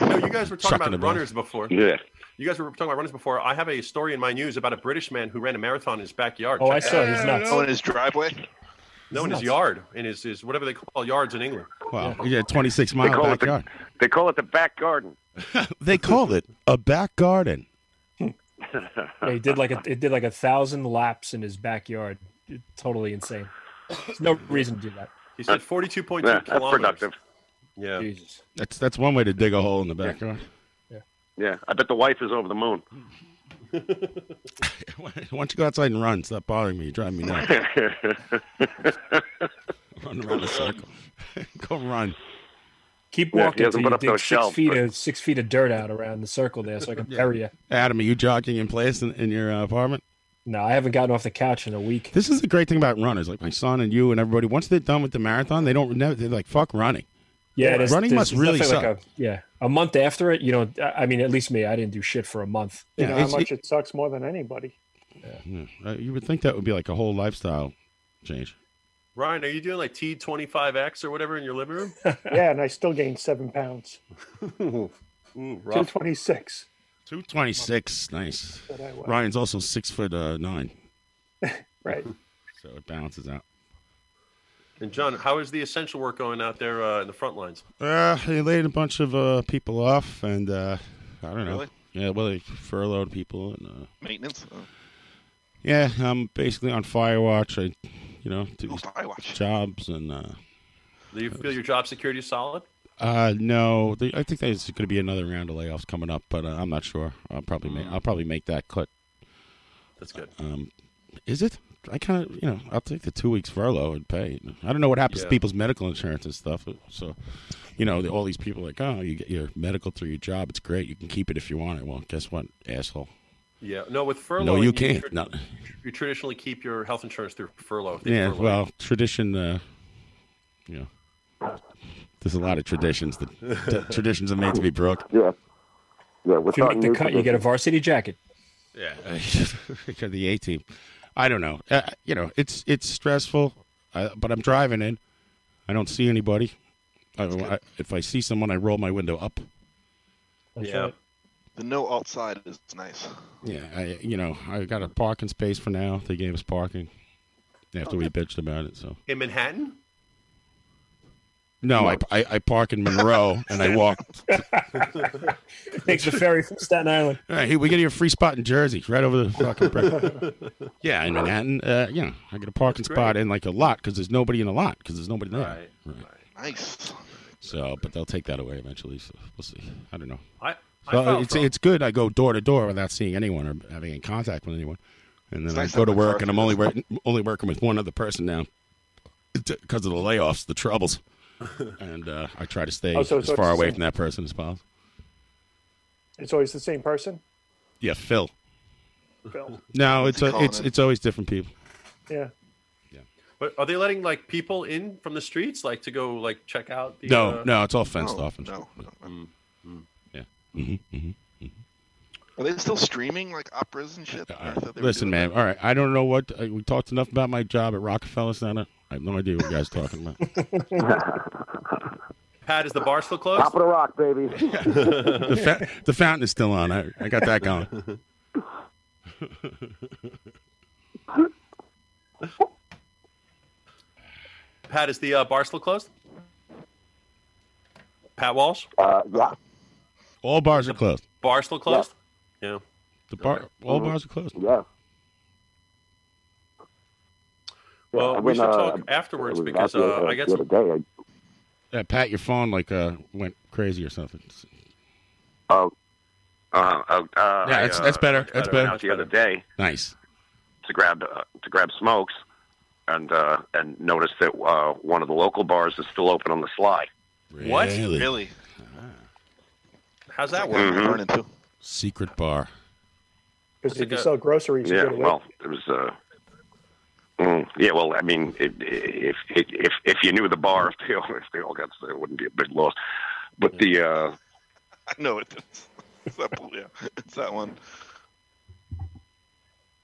[SPEAKER 1] No, you guys were talking
[SPEAKER 2] Sucking
[SPEAKER 1] about
[SPEAKER 2] the ball.
[SPEAKER 1] runners before.
[SPEAKER 13] Yeah.
[SPEAKER 1] You guys were talking about runners before. I have a story in my news about a British man who ran a marathon in his backyard.
[SPEAKER 4] Oh,
[SPEAKER 1] Check
[SPEAKER 4] I
[SPEAKER 1] it
[SPEAKER 4] saw
[SPEAKER 1] out.
[SPEAKER 4] it. He's nuts.
[SPEAKER 3] Oh, in his driveway.
[SPEAKER 1] No, in his yard, in his, his whatever they call yards in England.
[SPEAKER 2] Wow. Yeah, twenty-six
[SPEAKER 13] They
[SPEAKER 2] mile
[SPEAKER 13] call it
[SPEAKER 2] backyard.
[SPEAKER 13] the, they call it the back garden.
[SPEAKER 2] They called it a back garden.
[SPEAKER 4] Yeah, he did like a it did like a thousand laps in his backyard. It- totally insane. There's no reason to do that.
[SPEAKER 1] He said 42.2
[SPEAKER 13] Yeah, that's
[SPEAKER 1] kilometers.
[SPEAKER 13] productive.
[SPEAKER 1] Yeah.
[SPEAKER 2] That's that's one way to dig a hole in the backyard.
[SPEAKER 13] Yeah, I bet the wife is over the moon.
[SPEAKER 2] Why don't you go outside and run? Stop bothering me. You're driving me nuts. run around the circle. go run.
[SPEAKER 4] Keep
[SPEAKER 2] Yeah, if
[SPEAKER 4] walking
[SPEAKER 2] he hasn't
[SPEAKER 4] till you
[SPEAKER 2] put up
[SPEAKER 4] dig
[SPEAKER 2] those
[SPEAKER 4] six
[SPEAKER 2] shelves,
[SPEAKER 4] feet
[SPEAKER 2] but-
[SPEAKER 4] of six feet of dirt out around the circle there, so I can bury you.
[SPEAKER 2] Adam, are you jogging in place in, in your uh, apartment?
[SPEAKER 4] No, I haven't gotten off the couch in a week.
[SPEAKER 2] This is the great thing about runners, like my son and you and everybody. Once they're done with the marathon, they don't. Never, they're like, "Fuck running."
[SPEAKER 4] Yeah, there's-
[SPEAKER 2] running
[SPEAKER 4] there's-
[SPEAKER 2] must
[SPEAKER 4] there's
[SPEAKER 2] really
[SPEAKER 4] nothing
[SPEAKER 2] suck.
[SPEAKER 4] like a- yeah, a month after it, you know, I I mean, at least me, I didn't do shit for a month.
[SPEAKER 12] You know how much it sucks more than anybody.
[SPEAKER 2] Yeah. Uh, You would think that would be like a whole lifestyle change.
[SPEAKER 1] Ryan, are you doing like T25X or whatever in your living room?
[SPEAKER 12] yeah, and I still gained seven pounds.
[SPEAKER 1] Ooh, rough.
[SPEAKER 12] 226.
[SPEAKER 2] 226, nice.
[SPEAKER 12] But I was.
[SPEAKER 2] Ryan's also six foot uh, nine,
[SPEAKER 12] Right.
[SPEAKER 2] so it balances out.
[SPEAKER 1] And John, how is the essential work going out there uh, in the front lines?
[SPEAKER 2] Uh, they laid a bunch of uh, people off, and uh, I don't know.
[SPEAKER 1] Really?
[SPEAKER 2] Yeah, well, they furloughed people, and uh,
[SPEAKER 3] Maintenance. Oh.
[SPEAKER 2] yeah, I'm basically on fire watch. I, you know,
[SPEAKER 1] Oh,
[SPEAKER 2] do these jobs, and uh,
[SPEAKER 1] Do you feel your job security is solid?
[SPEAKER 2] uh, no, they, I think there's going to be another round of layoffs coming up, but uh, I'm not sure. I'll probably make I'll probably make that cut.
[SPEAKER 1] That's good.
[SPEAKER 2] Um, is it? I kind of, you know, I'll take the two weeks furlough and pay. I don't know what happens to
[SPEAKER 1] Yeah.
[SPEAKER 2] people's medical insurance and stuff. uh, So, you know, all these people are like, oh, you get your medical through your job. It's great. You can keep it if you want it. Well, guess what, asshole?
[SPEAKER 1] Yeah. No, with furlough.
[SPEAKER 2] no, you
[SPEAKER 1] can
[SPEAKER 2] can't. No.
[SPEAKER 1] You traditionally keep your health insurance through furlough. if they
[SPEAKER 2] Yeah,
[SPEAKER 1] furlough.
[SPEAKER 2] well, tradition, uh, you know, there's a lot of traditions that, that traditions are made to be broke.
[SPEAKER 13] Yeah. Yeah.
[SPEAKER 4] If you make the cut, you get a varsity jacket.
[SPEAKER 2] Yeah, the A team. I don't know. Uh, you know, it's it's stressful, uh, but I'm driving in. I don't see anybody. I, I, if I see someone, I roll my window up.
[SPEAKER 3] yeah. The no outside is nice.
[SPEAKER 2] Yeah, I you know I got a parking space for now. They gave us parking after we bitched about it. So
[SPEAKER 1] In Manhattan?
[SPEAKER 2] no, I, I I park in Monroe and I walk.
[SPEAKER 4] Takes the ferry from Staten Island.
[SPEAKER 2] All right, hey, we get you a free spot in Jersey, right over the fucking. brick. yeah, in Manhattan. Uh, yeah, I get a parking spot in like a lot because there's nobody in a lot because there's nobody there.
[SPEAKER 1] Right,
[SPEAKER 3] Nice.
[SPEAKER 2] So, but they'll take that away eventually. So we'll see. I don't know.
[SPEAKER 1] I, I
[SPEAKER 2] So
[SPEAKER 1] felt
[SPEAKER 2] it's
[SPEAKER 1] for-
[SPEAKER 2] it's good. I go door to door without seeing anyone or having any contact with anyone, and then
[SPEAKER 1] It's
[SPEAKER 2] I
[SPEAKER 1] nice
[SPEAKER 2] go to
[SPEAKER 1] having a
[SPEAKER 2] work, and I'm only
[SPEAKER 1] car.
[SPEAKER 2] working only working with one other person now because of the layoffs, the troubles, and uh, I try to stay
[SPEAKER 12] Oh, so
[SPEAKER 2] as
[SPEAKER 12] it's
[SPEAKER 2] far
[SPEAKER 12] the
[SPEAKER 2] away
[SPEAKER 12] same-
[SPEAKER 2] from that person as possible.
[SPEAKER 12] It's always the same person.
[SPEAKER 2] Yeah, Phil.
[SPEAKER 12] Phil.
[SPEAKER 2] No,
[SPEAKER 1] What's
[SPEAKER 2] it's
[SPEAKER 1] he
[SPEAKER 2] a,
[SPEAKER 1] calling
[SPEAKER 2] it's
[SPEAKER 1] him?
[SPEAKER 2] it's always different people.
[SPEAKER 12] Yeah.
[SPEAKER 1] But are they letting like people in from the streets, like to go like check out? The,
[SPEAKER 2] No,
[SPEAKER 1] uh,
[SPEAKER 2] no, it's all fenced off. And
[SPEAKER 3] No.
[SPEAKER 1] Mm, mm.
[SPEAKER 2] Yeah. hmm hmm
[SPEAKER 3] Are they still streaming like operas and shit? I thought they were
[SPEAKER 2] Listen,
[SPEAKER 3] doing
[SPEAKER 2] man. All right, I don't know what uh, we talked enough about my job at Rockefeller Center. I have no idea what you guys are talking about.
[SPEAKER 1] Pat, is the bar still closed?
[SPEAKER 13] Top of the rock, baby.
[SPEAKER 2] the, fa- the fountain is still on. I, I got that going.
[SPEAKER 1] Pat, is the uh, bar still closed? Pat Walsh,
[SPEAKER 13] Uh, yeah.
[SPEAKER 2] All bars are closed.
[SPEAKER 1] bar still closed? Yeah.
[SPEAKER 2] The bar, all bars are closed.
[SPEAKER 13] Yeah.
[SPEAKER 1] Well,
[SPEAKER 13] I
[SPEAKER 1] we
[SPEAKER 13] went,
[SPEAKER 1] should
[SPEAKER 13] uh,
[SPEAKER 1] talk afterwards
[SPEAKER 13] it was
[SPEAKER 1] because
[SPEAKER 13] out the-
[SPEAKER 1] uh, I got
[SPEAKER 13] the
[SPEAKER 1] some.
[SPEAKER 13] other day.
[SPEAKER 2] Uh, Pat, your phone like uh, went crazy or something.
[SPEAKER 13] Oh. Uh, uh, yeah,
[SPEAKER 2] that's- that's better. That's better.
[SPEAKER 13] Out the other day
[SPEAKER 2] Nice.
[SPEAKER 13] to grab uh, to grab smokes, and uh, and noticed that uh, one of the local bars is still open on the sly.
[SPEAKER 1] What?
[SPEAKER 2] Really?
[SPEAKER 3] Really?
[SPEAKER 1] How's
[SPEAKER 13] Mm-hmm.
[SPEAKER 1] that work?
[SPEAKER 3] Mhm.
[SPEAKER 2] Secret bar.
[SPEAKER 12] Because if
[SPEAKER 13] like
[SPEAKER 12] you
[SPEAKER 13] a-
[SPEAKER 12] sell groceries, you
[SPEAKER 13] Yeah,
[SPEAKER 12] get away.
[SPEAKER 13] well, it was. Uh, mm, yeah, well, I mean, it, if if if you knew the bar, if they all, if they all got, it wouldn't be a big loss. But the uh,
[SPEAKER 3] I know it. It's, it's that, yeah, it's that one.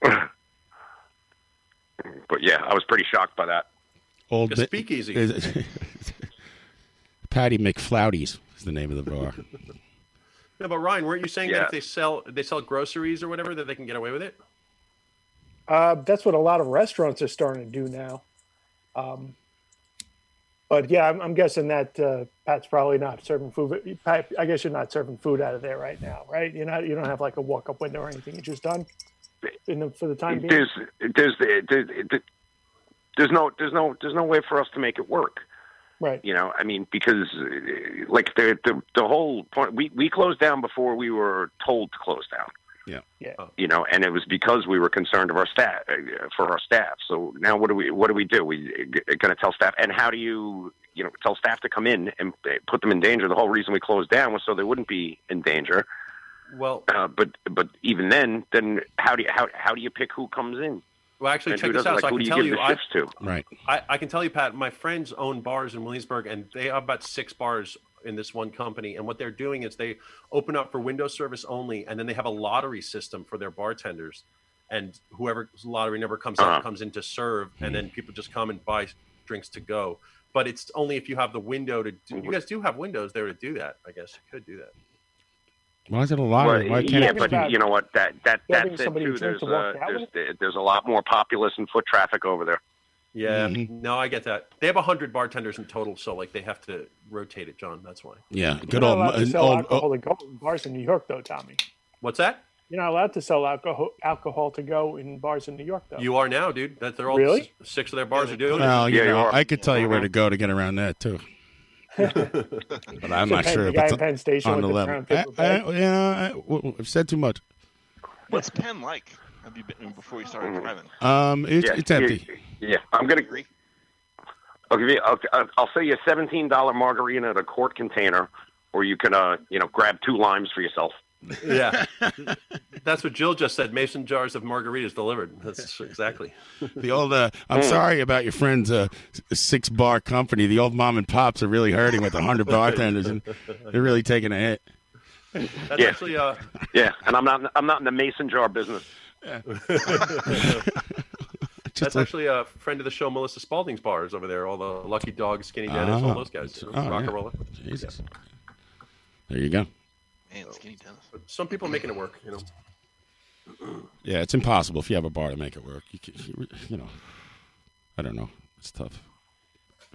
[SPEAKER 13] but yeah, I was pretty shocked by that.
[SPEAKER 2] Old
[SPEAKER 13] A
[SPEAKER 2] Bi-
[SPEAKER 13] speakeasy.
[SPEAKER 2] is- Patty McFlouties is the name of the bar.
[SPEAKER 1] No, but Ryan, weren't you saying
[SPEAKER 2] Yeah.
[SPEAKER 1] that if they sell they sell groceries or whatever that they can get away with it?
[SPEAKER 12] Uh, that's what a lot of restaurants are starting to do now. Um, but yeah, I'm, I'm guessing that uh, Pat's probably not serving food. Pat, I guess you're not serving food out of there right now, right? You're not. You don't have like a walk-up window or anything. You're just done. In the, for the time being,
[SPEAKER 13] There's there's there's there's no there's no there's no way for us to make it work.
[SPEAKER 12] right?
[SPEAKER 13] You know, I mean, because uh, like the the, the whole point we we closed down before we were told to close down.
[SPEAKER 2] Yeah.
[SPEAKER 12] Yeah.
[SPEAKER 13] you know, and it was because we were concerned of our staff uh, for our staff. So now, what do we what do we do? We going to tell staff, and how do you you know tell staff to come in and uh, put them in danger? The whole reason we closed down was so they wouldn't be in danger.
[SPEAKER 1] Well,
[SPEAKER 13] uh, but but even then, then how do you how how do you pick who comes in?
[SPEAKER 1] Well, actually,
[SPEAKER 13] And
[SPEAKER 1] check
[SPEAKER 13] who
[SPEAKER 1] this
[SPEAKER 13] doesn't-
[SPEAKER 1] out.
[SPEAKER 13] like,
[SPEAKER 1] so I
[SPEAKER 13] who
[SPEAKER 1] can
[SPEAKER 13] do you
[SPEAKER 1] tell
[SPEAKER 13] give
[SPEAKER 1] you,
[SPEAKER 13] the
[SPEAKER 1] I,
[SPEAKER 13] shifts to?
[SPEAKER 2] Right.
[SPEAKER 1] I, I can tell you, Pat, my friends own bars in Williamsburg, and they have about six bars in this one company. And what they're doing is they open up for window service only, and then they have a lottery system for their bartenders. And whoever lottery number comes
[SPEAKER 13] Uh-huh.
[SPEAKER 1] out comes in to serve, and
[SPEAKER 2] Hmm.
[SPEAKER 1] then people just come and buy drinks to go. But it's only if you have the window to do. You guys do have windows there to do that. I guess you could do that.
[SPEAKER 2] Why is it a lottery? Why can't
[SPEAKER 13] yeah,
[SPEAKER 2] it
[SPEAKER 13] but
[SPEAKER 2] be-
[SPEAKER 13] you know what? That that
[SPEAKER 1] Giving
[SPEAKER 13] that's it
[SPEAKER 1] somebody a
[SPEAKER 13] too.
[SPEAKER 1] chance
[SPEAKER 13] There's
[SPEAKER 1] to walk
[SPEAKER 13] a,
[SPEAKER 1] that
[SPEAKER 13] there's there's a lot more populace and foot traffic over there.
[SPEAKER 1] Yeah, no, I get that. They have hundred bartenders in total, so like they have to rotate it, John. That's why.
[SPEAKER 2] Yeah,
[SPEAKER 12] You're
[SPEAKER 2] good
[SPEAKER 12] not
[SPEAKER 2] old,
[SPEAKER 12] allowed to
[SPEAKER 2] an
[SPEAKER 12] sell
[SPEAKER 2] old,
[SPEAKER 12] alcohol to go in bars in New York, though, Tommy.
[SPEAKER 1] What's that?
[SPEAKER 12] You're not allowed to sell alcohol alcohol to go in bars in New York, though.
[SPEAKER 1] You are now, dude. That they're all
[SPEAKER 12] Really?
[SPEAKER 1] s- six of their bars are doing.
[SPEAKER 2] well,
[SPEAKER 1] it.
[SPEAKER 2] you know, I could tell you where to go to get around that too. but I'm not
[SPEAKER 12] Penn-
[SPEAKER 2] sure
[SPEAKER 12] the
[SPEAKER 2] if
[SPEAKER 12] guy
[SPEAKER 2] it's
[SPEAKER 12] in Penn Station
[SPEAKER 2] on
[SPEAKER 12] with
[SPEAKER 2] the
[SPEAKER 12] the
[SPEAKER 2] level.
[SPEAKER 12] brown
[SPEAKER 2] I,
[SPEAKER 12] paper
[SPEAKER 2] I,
[SPEAKER 12] bag.
[SPEAKER 2] yeah, I, w- w- I've said too much.
[SPEAKER 3] What's Penn like? Have you been before you started driving?
[SPEAKER 2] Um, it's,
[SPEAKER 13] Yeah,
[SPEAKER 2] it's empty.
[SPEAKER 13] Yeah, I'm gonna. I'll give you. I'll, I'll- I'll sell you a seventeen dollar margarita in a quart container, or you can, uh, you know, grab two limes for yourself.
[SPEAKER 1] yeah, that's what Jill just said. Mason jars of margaritas delivered. That's exactly.
[SPEAKER 2] The old, uh, I'm
[SPEAKER 1] Mm.
[SPEAKER 2] sorry about your friend's uh, six bar company. The old mom and pops are really hurting with a hundred bartenders, and they're really taking a hit.
[SPEAKER 1] That's
[SPEAKER 13] yeah.
[SPEAKER 1] actually. Uh,
[SPEAKER 13] yeah, and I'm not. I'm not in the mason jar business.
[SPEAKER 1] that's actually a friend of the show, Melissa Spalding's bars over there. All the Lucky Dog, Skinny Dennis,
[SPEAKER 2] Ah.
[SPEAKER 1] all those guys.
[SPEAKER 2] Oh, yeah.
[SPEAKER 1] Rock
[SPEAKER 2] Jesus. There you go.
[SPEAKER 1] Man, Skinny Dennis. Some people are making it work, you know.
[SPEAKER 2] Yeah, it's impossible if you have a bar to make it work. You, can, you, you know, I don't know. It's tough.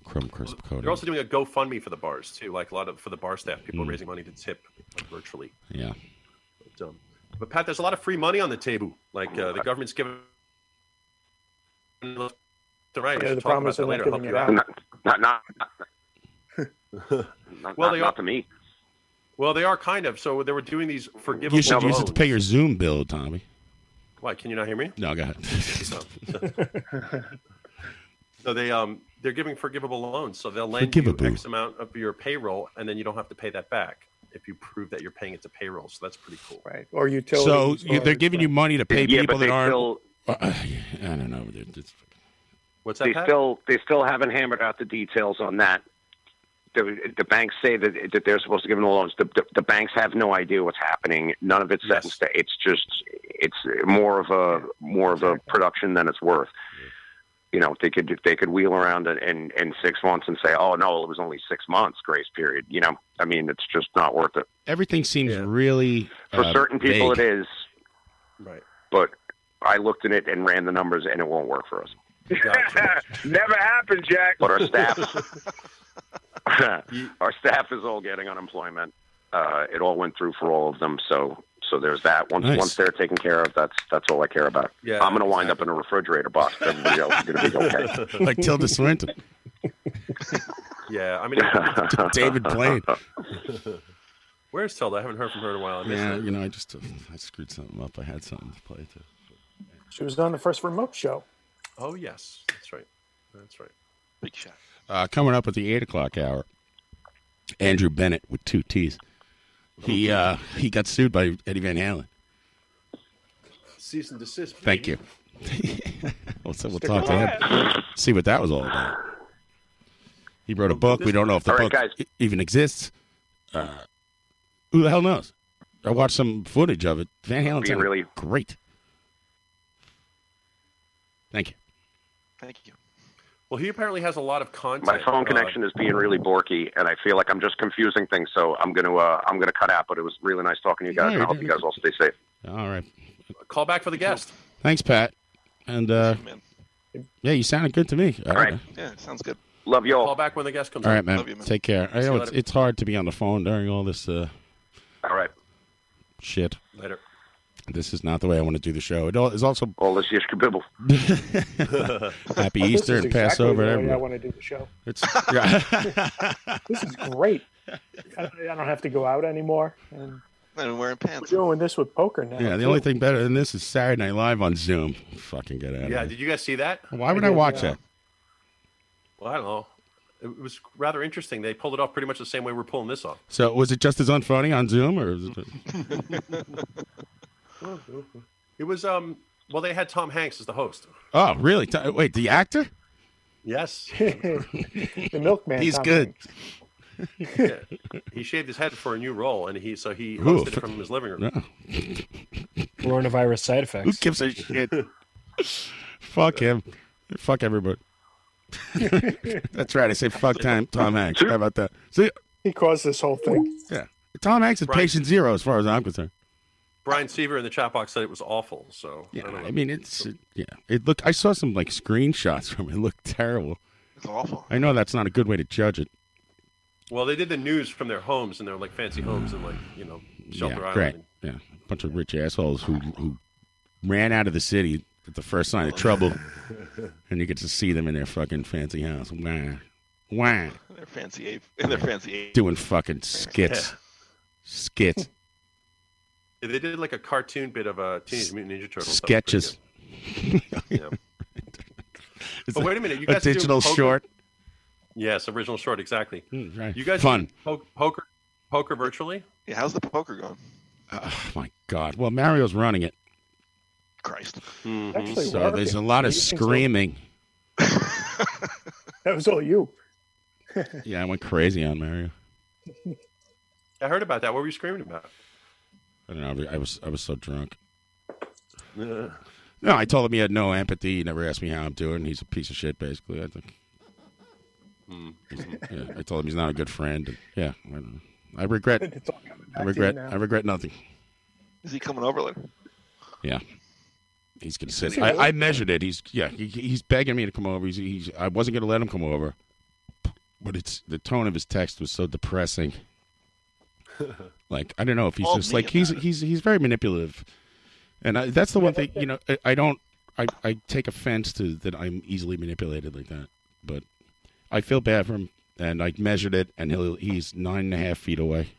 [SPEAKER 2] Crumb crisp
[SPEAKER 1] They're
[SPEAKER 2] coating.
[SPEAKER 1] also doing a GoFundMe for the bars too. Like a lot of for the bar staff, people
[SPEAKER 2] Mm.
[SPEAKER 1] are raising money to tip like, virtually.
[SPEAKER 2] Yeah.
[SPEAKER 1] But, um, but Pat, there's a lot of free money on the table. Like uh, the government's giving. The right.
[SPEAKER 12] Yeah,
[SPEAKER 1] Yeah,
[SPEAKER 12] the
[SPEAKER 1] talk
[SPEAKER 12] problem
[SPEAKER 1] about
[SPEAKER 12] is they're
[SPEAKER 1] that
[SPEAKER 12] not
[SPEAKER 1] later. I'll help
[SPEAKER 12] giving
[SPEAKER 1] you
[SPEAKER 12] it
[SPEAKER 1] out.
[SPEAKER 12] out.
[SPEAKER 13] Not not. not
[SPEAKER 1] Well,
[SPEAKER 13] not,
[SPEAKER 1] they
[SPEAKER 13] not
[SPEAKER 1] are-
[SPEAKER 13] to me.
[SPEAKER 1] Well, they are kind of. So they were doing these forgivable
[SPEAKER 2] You should, you
[SPEAKER 1] loans.
[SPEAKER 2] should pay your Zoom bill, Tommy.
[SPEAKER 1] Why can you not hear me?
[SPEAKER 2] No, go ahead.
[SPEAKER 1] so, so they um they're giving forgivable loans, so they'll lend you
[SPEAKER 2] Forgivable.
[SPEAKER 1] X amount of your payroll, and then you don't have to pay that back if you prove that you're paying it to payroll. So that's pretty cool,
[SPEAKER 12] right? Or
[SPEAKER 2] so you, they're giving you money to pay
[SPEAKER 13] Yeah,
[SPEAKER 2] people
[SPEAKER 13] but they
[SPEAKER 2] that aren't.
[SPEAKER 13] still-
[SPEAKER 2] Uh, I don't know. They're- it's-
[SPEAKER 1] What's
[SPEAKER 13] they still they still haven't hammered out the details on that. The, the banks say that, that they're supposed to give them the loans. The, the, the banks have no idea what's happening. None of it's set in stone. It's just it's more of a more of a production than it's worth. You know, they could they could wheel around in, in, in six months and say, "Oh no, it was only six months grace period." You know, I mean, it's just not worth it
[SPEAKER 2] Everything seems really
[SPEAKER 13] for
[SPEAKER 2] uh,
[SPEAKER 13] certain people.
[SPEAKER 2] vague.
[SPEAKER 13] It is
[SPEAKER 1] right?
[SPEAKER 13] But I looked at it and ran the numbers, and it won't work for us.
[SPEAKER 14] Never happened, Jack.
[SPEAKER 13] But our staff, our staff is all getting unemployment. Uh, it all went through for all of them. So, so there's that. Once
[SPEAKER 2] Nice.
[SPEAKER 13] once they're taken care of, that's that's all I care about.
[SPEAKER 1] Yeah,
[SPEAKER 13] I'm going to wind up in a refrigerator box. Everybody else is going to be okay.
[SPEAKER 2] like Tilda Swinton,
[SPEAKER 1] Yeah, I mean,
[SPEAKER 2] David Blaine.
[SPEAKER 1] where's Tilda? I haven't heard from her in a while. I miss
[SPEAKER 2] Yeah,
[SPEAKER 1] her.
[SPEAKER 2] you know, I just uh, I screwed something up. I had something to play to.
[SPEAKER 12] She was on the first remote show.
[SPEAKER 1] Oh yes, that's right. That's right.
[SPEAKER 3] Big shot.
[SPEAKER 2] Uh, coming up at the eight o'clock hour, Andrew Bennett with two T's. He uh, he got sued by Eddie Van Halen.
[SPEAKER 1] Cease and desist.
[SPEAKER 2] Thank you. we'll, so we'll talk to him. See what that was all about. He wrote a book. We don't know if the
[SPEAKER 13] All right,
[SPEAKER 2] book e- even exists. Uh, who the hell knows? I watched some footage of it. Van Halen
[SPEAKER 13] Be really-
[SPEAKER 2] great. Thank you.
[SPEAKER 3] Thank you.
[SPEAKER 1] Well, he apparently has a lot of content.
[SPEAKER 13] My phone
[SPEAKER 1] uh,
[SPEAKER 13] connection is being really borky, and I feel like I'm just confusing things. So I'm going to uh, I'm going to cut out. But it was really nice talking to you guys. and I hope you guys all stay safe.
[SPEAKER 2] All right.
[SPEAKER 1] Call back for the guest.
[SPEAKER 2] Thanks, Pat. And uh, yeah, you sounded good to me. I
[SPEAKER 13] All
[SPEAKER 2] don't
[SPEAKER 13] right.
[SPEAKER 2] know.
[SPEAKER 3] Yeah, sounds good.
[SPEAKER 13] Love you all.
[SPEAKER 1] Call back when the guest comes.
[SPEAKER 2] All
[SPEAKER 1] on.
[SPEAKER 2] right, man.
[SPEAKER 1] Love you,
[SPEAKER 2] Take care. I
[SPEAKER 1] See you
[SPEAKER 2] know it's,
[SPEAKER 1] later.
[SPEAKER 2] it's hard to be on the phone during all this uh,
[SPEAKER 13] All right.
[SPEAKER 2] shit.
[SPEAKER 1] Later.
[SPEAKER 2] This is not the way I want to do the show. It all is also
[SPEAKER 13] all this yish kabibble.
[SPEAKER 2] Happy
[SPEAKER 12] This
[SPEAKER 2] Easter
[SPEAKER 12] is
[SPEAKER 2] and
[SPEAKER 12] exactly
[SPEAKER 2] Passover
[SPEAKER 12] the
[SPEAKER 2] and everything.
[SPEAKER 12] way I want to do the show.
[SPEAKER 2] It's yeah.
[SPEAKER 12] this is great. I, I don't have to go out anymore. And
[SPEAKER 3] I'm wearing pants.
[SPEAKER 12] We're doing this with poker now.
[SPEAKER 2] Yeah, the
[SPEAKER 12] too.
[SPEAKER 2] only thing better than this is Saturday Night Live on Zoom. Fucking get out of
[SPEAKER 1] Yeah,
[SPEAKER 2] here.
[SPEAKER 1] did you guys see that?
[SPEAKER 2] Why would I, watch that?
[SPEAKER 1] uh, Well, I don't know. It was rather interesting. They pulled it off pretty much the same way we're pulling this off.
[SPEAKER 2] So was it just as unfunny on Zoom, or was it,
[SPEAKER 1] It was um Well, they had Tom Hanks as the host.
[SPEAKER 2] Oh, really? T- Wait, the actor?
[SPEAKER 1] Yes.
[SPEAKER 12] the milkman.
[SPEAKER 2] He's
[SPEAKER 12] Tom
[SPEAKER 2] good.
[SPEAKER 1] Yeah. He shaved his head for a new role, and he so he
[SPEAKER 4] Ooh,
[SPEAKER 1] hosted it from his living room.
[SPEAKER 4] Coronavirus side effects.
[SPEAKER 2] Who gives a shit? Fuck him. Fuck everybody. That's right. I say fuck time, Tom Hanks. How about that? See,
[SPEAKER 12] He caused this whole thing.
[SPEAKER 2] Yeah. Tom Hanks is
[SPEAKER 1] Right.
[SPEAKER 2] patient zero as far as I'm concerned.
[SPEAKER 1] Brian Seaver in the chat box said it was awful. So
[SPEAKER 2] Yeah, I mean it's it- yeah. It looked. I saw some like screenshots from it. It looked terrible.
[SPEAKER 1] It's awful.
[SPEAKER 2] I know that's not a good way to judge it.
[SPEAKER 1] Well, they did the news from their homes and their like fancy homes and like you know Shelter
[SPEAKER 2] yeah,
[SPEAKER 1] Island.
[SPEAKER 2] great. Yeah, a bunch of rich assholes who who ran out of the city at the first
[SPEAKER 1] Oh.
[SPEAKER 2] sign of trouble, and you get to see them in their fucking fancy house. Wah, wah,
[SPEAKER 3] They're fancy ape. And they're fancy ape.
[SPEAKER 2] doing fucking skits,
[SPEAKER 1] Yeah.
[SPEAKER 2] skits,
[SPEAKER 1] Yeah, They did like a cartoon bit of a uh, Teenage Mutant Ninja Turtles. That was pretty
[SPEAKER 2] sketches.
[SPEAKER 1] Yeah. But wait a minute, you
[SPEAKER 2] a
[SPEAKER 1] guys do
[SPEAKER 2] digital
[SPEAKER 1] poker?
[SPEAKER 2] short.
[SPEAKER 1] good. Yes, original short, exactly.
[SPEAKER 2] Hmm, right.
[SPEAKER 1] You guys
[SPEAKER 2] Fun.
[SPEAKER 1] po- poker, poker virtually.
[SPEAKER 3] Yeah, how's the poker going?
[SPEAKER 2] Oh my god! Well, Mario's running it,
[SPEAKER 3] Christ.
[SPEAKER 12] Actually,
[SPEAKER 2] so there's a lot of
[SPEAKER 12] Working.
[SPEAKER 2] screaming.
[SPEAKER 12] That was all you.
[SPEAKER 2] Yeah, I went crazy on Mario.
[SPEAKER 1] I heard about that. What were you screaming about?
[SPEAKER 2] I don't know. I was I was so drunk.
[SPEAKER 1] Uh,
[SPEAKER 2] No, I told him he had no empathy. He never asked me how I'm doing. He's a piece of shit, basically. I think.
[SPEAKER 1] Hmm.
[SPEAKER 2] Yeah, I told him he's not a good friend. And, yeah, I, don't know. I regret.
[SPEAKER 12] It's all coming back
[SPEAKER 2] I
[SPEAKER 12] to
[SPEAKER 2] regret.
[SPEAKER 12] you now.
[SPEAKER 2] I regret nothing.
[SPEAKER 3] Is he coming over later?
[SPEAKER 2] Yeah, he's gonna
[SPEAKER 3] Is
[SPEAKER 2] sit.
[SPEAKER 3] he
[SPEAKER 2] I,
[SPEAKER 3] really?
[SPEAKER 2] I measured it. He's yeah. He, he's begging me to come over. He's, he's. I wasn't gonna let him come over, but it's the tone of his text was so depressing. Like I don't know if he's
[SPEAKER 10] Call
[SPEAKER 2] just
[SPEAKER 10] me
[SPEAKER 2] like he's he's he's very manipulative, and I, that's the one thing you know. I, I don't. I I take offense to that. I'm easily manipulated like that, but I feel bad for him. And I measured it, and he'll he's nine and a half feet away.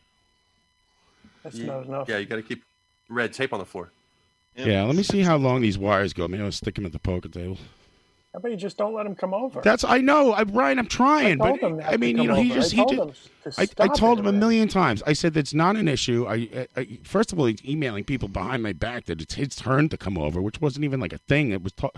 [SPEAKER 12] That's
[SPEAKER 1] you-
[SPEAKER 12] not enough.
[SPEAKER 1] Yeah, you got to keep red tape on the floor.
[SPEAKER 2] Yeah. let me see how long these wires go. Maybe I'll stick him at the poker table.
[SPEAKER 12] How about you just don't let him come over?
[SPEAKER 2] That's I know. I, Ryan, I'm trying,
[SPEAKER 12] I told
[SPEAKER 2] but
[SPEAKER 12] him not
[SPEAKER 2] I
[SPEAKER 12] to
[SPEAKER 2] mean, you
[SPEAKER 12] come
[SPEAKER 2] know, he
[SPEAKER 12] over. I
[SPEAKER 2] just he
[SPEAKER 12] told
[SPEAKER 2] did.
[SPEAKER 12] him to
[SPEAKER 2] I, I
[SPEAKER 12] stop
[SPEAKER 2] told
[SPEAKER 12] it
[SPEAKER 2] him a million times. I said that's not an issue. I, I, I first of all, he's emailing people behind my back that it's his turn to come over, which wasn't even like a thing. It was, ta-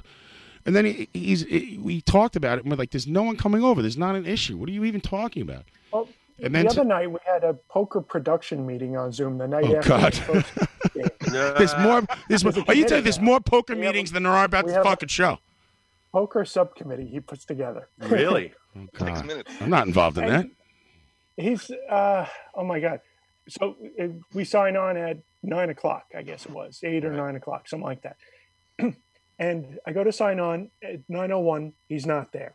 [SPEAKER 2] and then he, he's he, we talked about it. and We're like, there's no one coming over. There's not an issue. What are you even talking about?
[SPEAKER 12] Well,
[SPEAKER 2] And
[SPEAKER 12] the
[SPEAKER 2] then
[SPEAKER 12] other
[SPEAKER 2] to-
[SPEAKER 12] night we had a poker production meeting on Zoom the night
[SPEAKER 2] Oh,
[SPEAKER 12] after.
[SPEAKER 2] God.
[SPEAKER 12] the first-
[SPEAKER 2] there's more. There's more. Are you telling there's more poker meetings than there are about
[SPEAKER 12] we
[SPEAKER 2] the
[SPEAKER 12] have a-
[SPEAKER 2] fucking show?
[SPEAKER 12] poker subcommittee he puts together.
[SPEAKER 2] Oh, God. I'm not involved in that.
[SPEAKER 12] He's uh oh my god. So uh, we sign on at nine o'clock, I guess it was eight or nine o'clock, something like that. and I go to sign on at nine oh one. He's not there.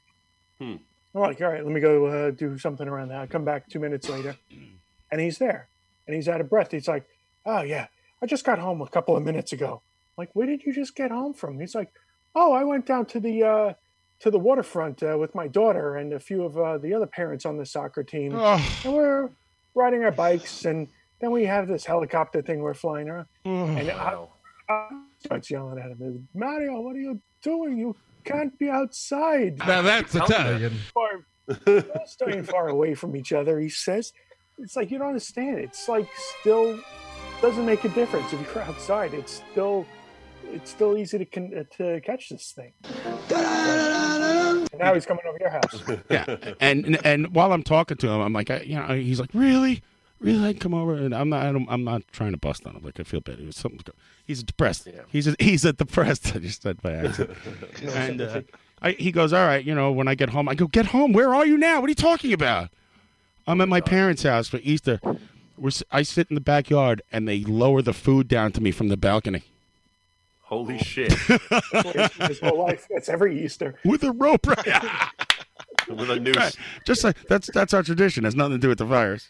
[SPEAKER 1] Hmm.
[SPEAKER 12] I'm like, all right, let me go uh, do something around that. I come back two minutes later, and he's there, and he's out of breath. He's like, oh yeah, I just got home a couple of minutes ago. I'm like, where did you just get home from? He's like, oh, I went down to the uh, to the waterfront uh, with my daughter and a few of uh, the other parents on the soccer team,
[SPEAKER 2] Oh.
[SPEAKER 12] and we're riding our bikes, and then we have this helicopter thing we're flying around, and I, I starts yelling at him, Mario, what are you doing? You can't be outside.
[SPEAKER 6] Now that's Tell him that. Italian.
[SPEAKER 12] Far, we're staying far away from each other, he says. It's like you don't understand. It's like still doesn't make a difference if you're outside. It's still it's still easy to con- uh, to catch this thing. And now he's coming over your house.
[SPEAKER 2] yeah. And, and and while I'm talking to him, I'm like, I, you know, he's like, really, really, I can come over, and I'm not, I don't, I'm not trying to bust on him. Like I feel bad. It was something. He's depressed. He's a, he's a depressed. I just said by accident. and uh, I, he goes, all right, you know, when I get home, I go, get home. Where are you now? What are you talking about? I'm at my parents' house for Easter. We're, s- I sit in the backyard, and they lower the food down to me from the balcony.
[SPEAKER 1] Holy shit!
[SPEAKER 12] his whole life. That's every Easter.
[SPEAKER 2] With a rope, right?
[SPEAKER 1] With a noose.
[SPEAKER 2] Right. Just like that's that's our tradition. It has nothing to do with the virus.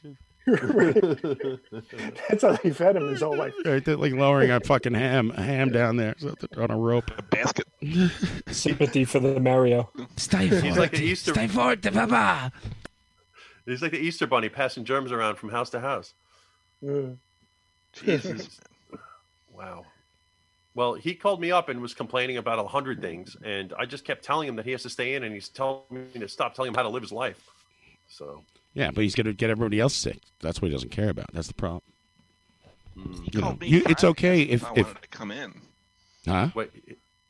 [SPEAKER 12] That's how they fed him his whole life.
[SPEAKER 2] Right, they're like lowering a fucking ham ham down there so they're on a rope. A
[SPEAKER 3] basket.
[SPEAKER 4] Sympathy for the Mario.
[SPEAKER 2] Stay
[SPEAKER 1] He's like the Easter.
[SPEAKER 4] Stay forward, Papa.
[SPEAKER 1] He's like the Easter bunny passing germs around from house to house. Jesus. wow. Well, he called me up and was complaining about a hundred things, and I just kept telling him that he has to stay in, and he's telling me to stop telling him how to live his life. So
[SPEAKER 2] Yeah, but he's gonna get everybody else sick. That's what he doesn't care about. That's the problem. You know,
[SPEAKER 3] Called Hmm. me
[SPEAKER 2] you- it's
[SPEAKER 3] Friday.
[SPEAKER 2] okay if
[SPEAKER 3] I
[SPEAKER 2] if
[SPEAKER 3] wanted to come in.
[SPEAKER 2] Huh?
[SPEAKER 1] Wait,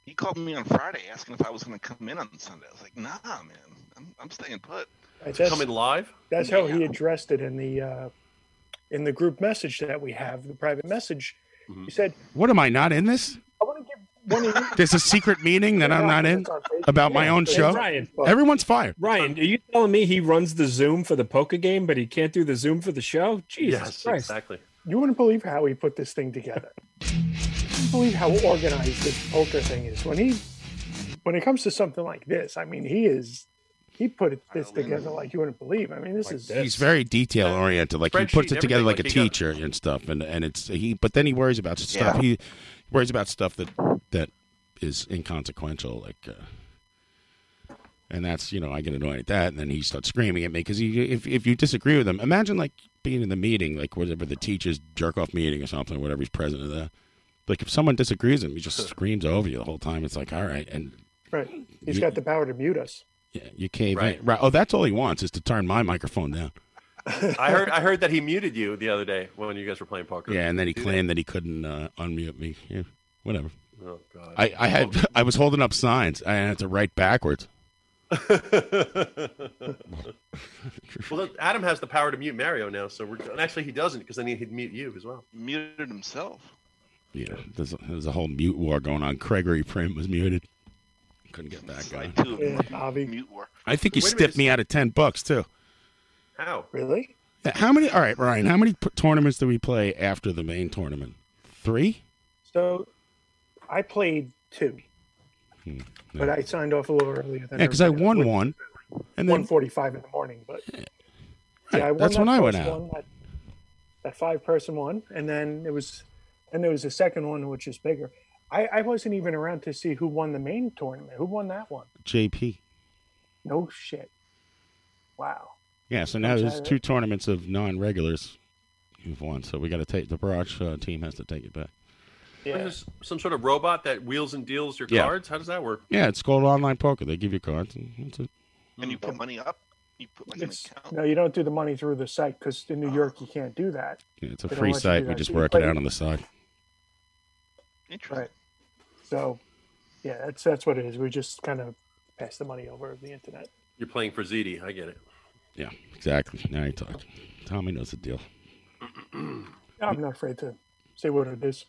[SPEAKER 3] He called me on Friday asking if I was going to come in on Sunday. I was like, Nah, man, I'm, I'm staying put.
[SPEAKER 12] That's-
[SPEAKER 1] live?
[SPEAKER 12] That's how he addressed it in the uh, in the group message that we have, the private message. He said,
[SPEAKER 2] What am I not in this?
[SPEAKER 12] "One of you
[SPEAKER 2] There's a secret meeting that I'm not in about my own show.
[SPEAKER 4] Ryan.
[SPEAKER 2] Everyone's fired.
[SPEAKER 4] Ryan, are you telling me he runs the Zoom for the poker game, but he can't do the Zoom for the show? Jesus Christ.
[SPEAKER 1] exactly.
[SPEAKER 12] You wouldn't believe how he put this thing together. you wouldn't believe how organized this poker thing is. When he, when it comes to something like this, I mean, he is, he put this together like you wouldn't believe. I mean, this is
[SPEAKER 2] He's very detail oriented. Like he puts
[SPEAKER 12] Spreadsheet,
[SPEAKER 2] it together
[SPEAKER 12] everything,
[SPEAKER 2] like a
[SPEAKER 12] like he got-
[SPEAKER 2] teacher and stuff. And and it's he, but then he worries about stuff.
[SPEAKER 12] Yeah.
[SPEAKER 2] He worries about stuff that that is inconsequential. Like, uh, and that's you know I get annoyed at that, and then he starts screaming at me because he if if you disagree with him, imagine like being in the meeting, like whatever the teacher's jerk off meeting or something, whatever he's president of the. Like if someone disagrees with him, he just screams over you the whole time. It's like all right, and
[SPEAKER 12] right. He's
[SPEAKER 2] You-
[SPEAKER 12] got the power to mute us.
[SPEAKER 2] you cave right. in. Right. Oh, that's all he wants is to turn my microphone down.
[SPEAKER 1] I heard I heard that he muted you the other day when you guys were playing poker.
[SPEAKER 2] Yeah, and then he claimed that he couldn't uh, unmute me. Yeah, whatever.
[SPEAKER 1] Oh, God.
[SPEAKER 2] I, I had I was holding up signs. I had to write backwards.
[SPEAKER 1] well, look, Adam has the power to mute Mario now, so we're and actually he doesn't because then he'd mute you as well.
[SPEAKER 3] Muted himself.
[SPEAKER 2] Yeah, there's, there's a whole mute war going on. Gregory Prim was muted. Couldn't get back on.
[SPEAKER 12] Yeah, Avi. Mute
[SPEAKER 3] war.
[SPEAKER 2] I think he
[SPEAKER 12] Wait a
[SPEAKER 2] stiffed me out of ten bucks too.
[SPEAKER 1] How?
[SPEAKER 12] Really?
[SPEAKER 2] How many? All right, Ryan. How many p- tournaments do we play after the main tournament? Three.
[SPEAKER 12] So, I played two,
[SPEAKER 2] Hmm,
[SPEAKER 12] but I signed off a little earlier than
[SPEAKER 2] Yeah, because I
[SPEAKER 12] everybody else.
[SPEAKER 2] won one. And then
[SPEAKER 12] one forty-five in the morning. But
[SPEAKER 2] Right,
[SPEAKER 12] I won
[SPEAKER 2] that's
[SPEAKER 12] that
[SPEAKER 2] when I went
[SPEAKER 12] first
[SPEAKER 2] out.
[SPEAKER 12] one, that, that five-person one, and then it was, and there was a second one which is bigger. I, I wasn't even around to see who won the main tournament. Who won that one?
[SPEAKER 2] JP.
[SPEAKER 12] No shit. Wow.
[SPEAKER 2] Yeah. So now
[SPEAKER 12] Okay.
[SPEAKER 2] there's two tournaments of non-regulars. You've won, so we got to take the barrage uh, team has to take it back.
[SPEAKER 1] What is this, some sort of robot that wheels and deals your
[SPEAKER 2] Yeah.
[SPEAKER 1] cards? How does that work?
[SPEAKER 2] Yeah, it's called online poker. They give you cards. And that's it.
[SPEAKER 3] And you put money up. You put like
[SPEAKER 12] It's- no, you don't do the money through the site because in
[SPEAKER 3] Ah.
[SPEAKER 12] New York you can't do that.
[SPEAKER 2] Yeah, it's a
[SPEAKER 12] They don't
[SPEAKER 2] free
[SPEAKER 12] let you
[SPEAKER 2] site.
[SPEAKER 12] do
[SPEAKER 2] We
[SPEAKER 12] that.
[SPEAKER 2] just
[SPEAKER 12] You
[SPEAKER 2] work
[SPEAKER 12] play-
[SPEAKER 2] it out on the side.
[SPEAKER 12] Right. So, yeah, that's that's what it is. We just kind of pass the money over the internet.
[SPEAKER 1] You're playing for ZD. I get it.
[SPEAKER 2] Yeah, exactly. Now you talk. Tommy knows the deal.
[SPEAKER 12] I'm not afraid to say what it is.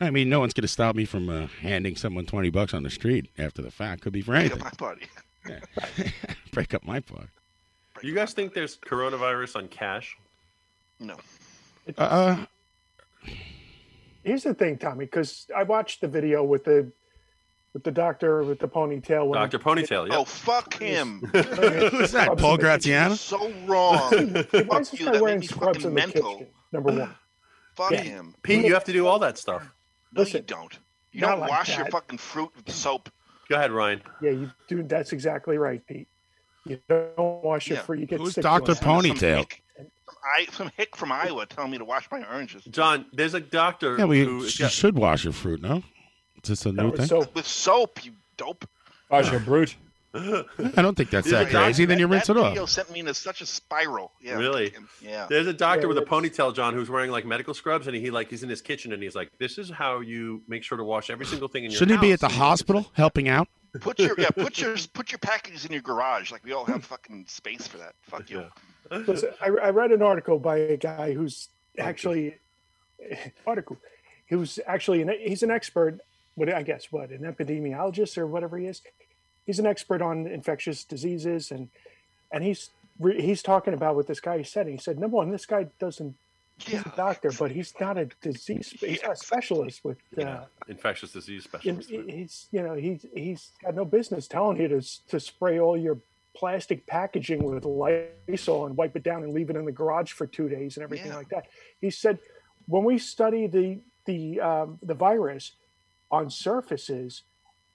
[SPEAKER 2] I mean, no one's going to stop me from uh, handing someone 20 bucks on the street after the fact. Could be for
[SPEAKER 3] Break up
[SPEAKER 2] anything.
[SPEAKER 3] my party.
[SPEAKER 2] Break up my part.
[SPEAKER 1] You guys think there's coronavirus on cash?
[SPEAKER 3] No.
[SPEAKER 2] Uh,
[SPEAKER 12] Here's the thing, Tommy, because I watched the video with the with the doctor with the ponytail. when-
[SPEAKER 1] Doctor Ponytail. Yeah.
[SPEAKER 3] Oh, fuck him.
[SPEAKER 12] Who's that, Paul Graziano?
[SPEAKER 3] So wrong.
[SPEAKER 12] Why is this guy wearing scrubs in the
[SPEAKER 3] mental.
[SPEAKER 12] kitchen? Number one.
[SPEAKER 3] Fuck
[SPEAKER 12] Yeah.
[SPEAKER 3] him.
[SPEAKER 1] Pete, you have to do all that stuff.
[SPEAKER 3] No, you don't. You
[SPEAKER 12] not
[SPEAKER 3] don't
[SPEAKER 12] like
[SPEAKER 3] wash your
[SPEAKER 12] that.
[SPEAKER 3] fucking fruit with soap.
[SPEAKER 1] Go ahead, Ryan.
[SPEAKER 12] Yeah, you do. That's exactly right, Pete. You don't wash your
[SPEAKER 3] Yeah.
[SPEAKER 12] fruit. You get
[SPEAKER 2] Who's
[SPEAKER 12] sick
[SPEAKER 2] Dr.
[SPEAKER 12] doing that.
[SPEAKER 2] Ponytail?
[SPEAKER 3] I some hick from Iowa telling me to wash my oranges
[SPEAKER 1] John, there's a doctor
[SPEAKER 2] Yeah, well, you,
[SPEAKER 1] who.
[SPEAKER 2] you should wash your fruit, no? Is this a new thing?
[SPEAKER 3] with soap. You dope.
[SPEAKER 4] Roger Brute.
[SPEAKER 2] I don't think that's that crazy. Then you rinse
[SPEAKER 3] that
[SPEAKER 2] it off.
[SPEAKER 3] video sent me into such a spiral. Yeah.
[SPEAKER 1] Really?
[SPEAKER 3] Yeah.
[SPEAKER 1] There's a doctor
[SPEAKER 3] Yeah,
[SPEAKER 1] with a
[SPEAKER 3] that's-
[SPEAKER 1] ponytail, John, who's wearing like medical scrubs, and he like he's in his kitchen, and he's like, "This is how you make sure to wash every single thing in your
[SPEAKER 2] Shouldn't he be
[SPEAKER 1] house."
[SPEAKER 2] at the hospital helping out?
[SPEAKER 3] Put your yeah. Put your put your packages in your garage. Like we all have fucking space for that. Fuck you.
[SPEAKER 12] Listen, I, I read an article by a guy who's actually article. He was actually an, he's an expert. What I guess what an epidemiologist or whatever he is. He's an expert on infectious diseases and and he's re- he's talking about what this guy said. And he said number one, this guy doesn't.
[SPEAKER 3] He's
[SPEAKER 12] a doctor, but he's not a disease. He's not a specialist with. Uh,
[SPEAKER 1] infectious disease
[SPEAKER 12] and
[SPEAKER 1] specialist.
[SPEAKER 12] he- he's you know he's he's got no business telling you to s- to spray all your plastic packaging with Lysol and wipe it down and leave it in the garage for two days and everything like that. He said when we study the the um, the virus on surfaces,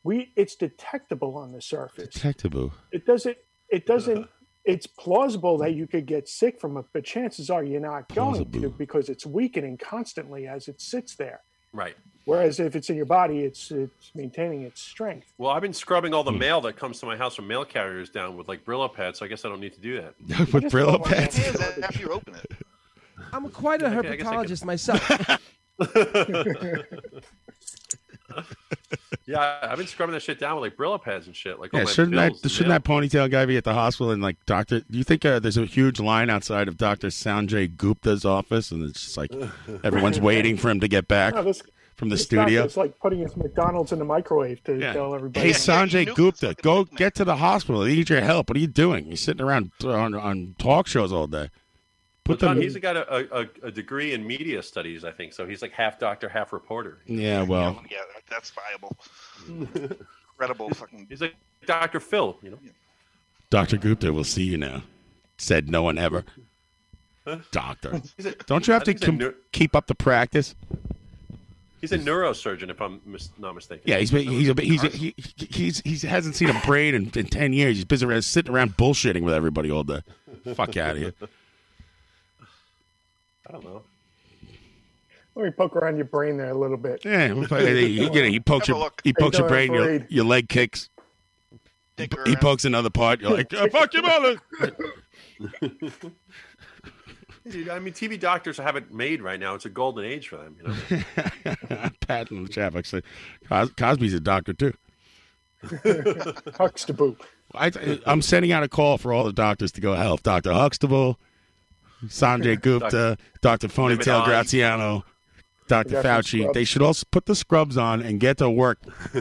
[SPEAKER 12] we it's detectable on the surface.
[SPEAKER 2] Detectable.
[SPEAKER 12] It doesn't. It doesn't. It's plausible that you could get sick from it, but chances are you're not going to because it's weakening constantly as it sits there.
[SPEAKER 1] Right.
[SPEAKER 12] Whereas if it's in your body, it's it's maintaining its strength.
[SPEAKER 1] Well, I've been scrubbing all the
[SPEAKER 2] Hmm.
[SPEAKER 1] mail that comes to my house from mail carriers down with like Brillo pads, so I guess I don't need to do that.
[SPEAKER 2] With Brillo pads.
[SPEAKER 3] after you open it.
[SPEAKER 11] I'm quite a
[SPEAKER 1] Okay, I guess I
[SPEAKER 11] herpetologist myself.
[SPEAKER 1] Yeah, I've been scrubbing that shit down with like Brillo pads and shit. Like, all
[SPEAKER 2] yeah,
[SPEAKER 1] my
[SPEAKER 2] shouldn't
[SPEAKER 1] bills
[SPEAKER 2] that
[SPEAKER 1] and
[SPEAKER 2] shouldn't that ponytail guy be at the hospital and like doctor? Do you think uh, there's a huge line outside of Doctor Sanjay Gupta's office and it's just like everyone's waiting for him to get back
[SPEAKER 12] No, this-
[SPEAKER 2] from the
[SPEAKER 12] this doctor
[SPEAKER 2] studio?
[SPEAKER 12] is like putting his McDonald's in the microwave to tell everybody.
[SPEAKER 2] Hey, Sanjay Gupta, go get to the hospital. They need your help. What are you doing? You're sitting around on, on talk shows all day. Put
[SPEAKER 1] Well,
[SPEAKER 2] them.
[SPEAKER 1] Tom, he's got a, a, a degree in media studies, I think. So he's like half doctor, half reporter.
[SPEAKER 2] yeah, well,
[SPEAKER 3] Oh, Yeah, that's viable. Incredible fucking.
[SPEAKER 1] He's like Dr. Phil, you know?
[SPEAKER 2] Doctor Gupta will see you now. Said no one ever.
[SPEAKER 1] Huh?
[SPEAKER 2] Doctor,
[SPEAKER 1] He's a-
[SPEAKER 2] don't you have
[SPEAKER 1] I
[SPEAKER 2] to
[SPEAKER 1] think he's a
[SPEAKER 2] com-
[SPEAKER 1] neu-
[SPEAKER 2] keep up the practice?
[SPEAKER 1] He's a neurosurgeon, if I'm mis- not mistaken.
[SPEAKER 2] Yeah, he's been, he's a, he's a, he, he- he's he hasn't seen a brain in, in ten years. He's busy around, sitting around bullshitting with everybody all day. Fuck out of here.
[SPEAKER 1] I don't know.
[SPEAKER 12] Let me poke around your brain there a little bit.
[SPEAKER 2] Yeah, we'll play- he, you know, he pokes your he pokes your brain, your, your leg kicks. He, he pokes another part. You're like, "Oh, fuck your mother.
[SPEAKER 1] Dude, I mean, TV doctors have it made right now. It's a golden age for them, you know?
[SPEAKER 2] "Oh, Pat in the chat actually. Cos- Cosby's a doctor too.
[SPEAKER 12] Huxtable.
[SPEAKER 2] I, I'm sending out a call for all the doctors to go help. Doctor Huxtable, Sanjay Gupta, Doctor Ponytail
[SPEAKER 1] Limonade.
[SPEAKER 2] Graziano, Doctor
[SPEAKER 1] We got some
[SPEAKER 2] Fauci. They should all s- put the scrubs on and get to work.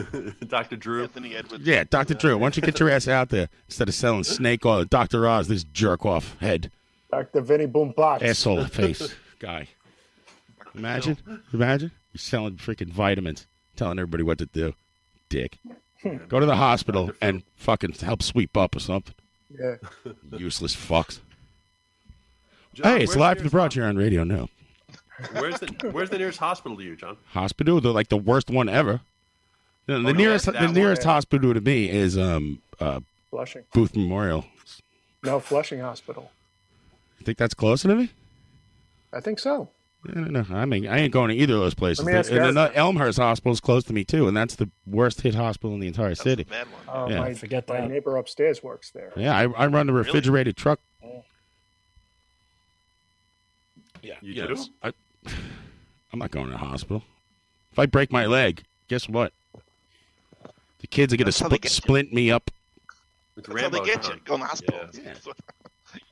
[SPEAKER 1] Dr. Drew. Anthony Edwards.
[SPEAKER 2] Yeah, Doctor Drew, why don't you get your ass out there instead of selling snake oil? Doctor Oz, this jerk off head,
[SPEAKER 12] Dr. Vinny Boom Box.
[SPEAKER 2] asshole face guy. Imagine, imagine you're selling freaking vitamins, telling everybody what to do, dick. Go to the hospital and fucking help sweep up or something.
[SPEAKER 12] Yeah.
[SPEAKER 2] Useless fucks.
[SPEAKER 1] John,
[SPEAKER 2] hey, it's
[SPEAKER 1] where's
[SPEAKER 2] live from the broad here on radio now.
[SPEAKER 1] Where's the Where's the nearest hospital to you, John?
[SPEAKER 2] Hospital, they're like the worst one ever. The, the nearest,
[SPEAKER 1] Oh, that
[SPEAKER 2] the
[SPEAKER 1] one,
[SPEAKER 2] nearest
[SPEAKER 1] yeah.
[SPEAKER 2] hospital to me is um uh
[SPEAKER 12] Flushing.
[SPEAKER 2] Booth Memorial.
[SPEAKER 12] No, Flushing Hospital.
[SPEAKER 2] You think that's closer to me?
[SPEAKER 12] I think so.
[SPEAKER 2] I don't know. I mean, I ain't going to either of those places.
[SPEAKER 12] Let me ask
[SPEAKER 2] and
[SPEAKER 12] Eric.
[SPEAKER 2] another- Elmhurst Hospital is close to me too, and that's the worst hit hospital in the entire city.
[SPEAKER 12] Uh,
[SPEAKER 2] yeah,
[SPEAKER 12] my, my neighbor upstairs works there.
[SPEAKER 2] yeah. I, I run the refrigerated truck. Yeah,
[SPEAKER 1] you
[SPEAKER 2] yeah,
[SPEAKER 1] do.
[SPEAKER 2] it's- I, I'm not going to the hospital. If I break my leg, guess what? The kids are gonna
[SPEAKER 3] That's how they
[SPEAKER 2] split,
[SPEAKER 3] get you.
[SPEAKER 2] splint me up.
[SPEAKER 3] That's
[SPEAKER 1] It's
[SPEAKER 3] how they
[SPEAKER 1] Rambo
[SPEAKER 3] get you.
[SPEAKER 1] time.
[SPEAKER 3] Go in the hospital.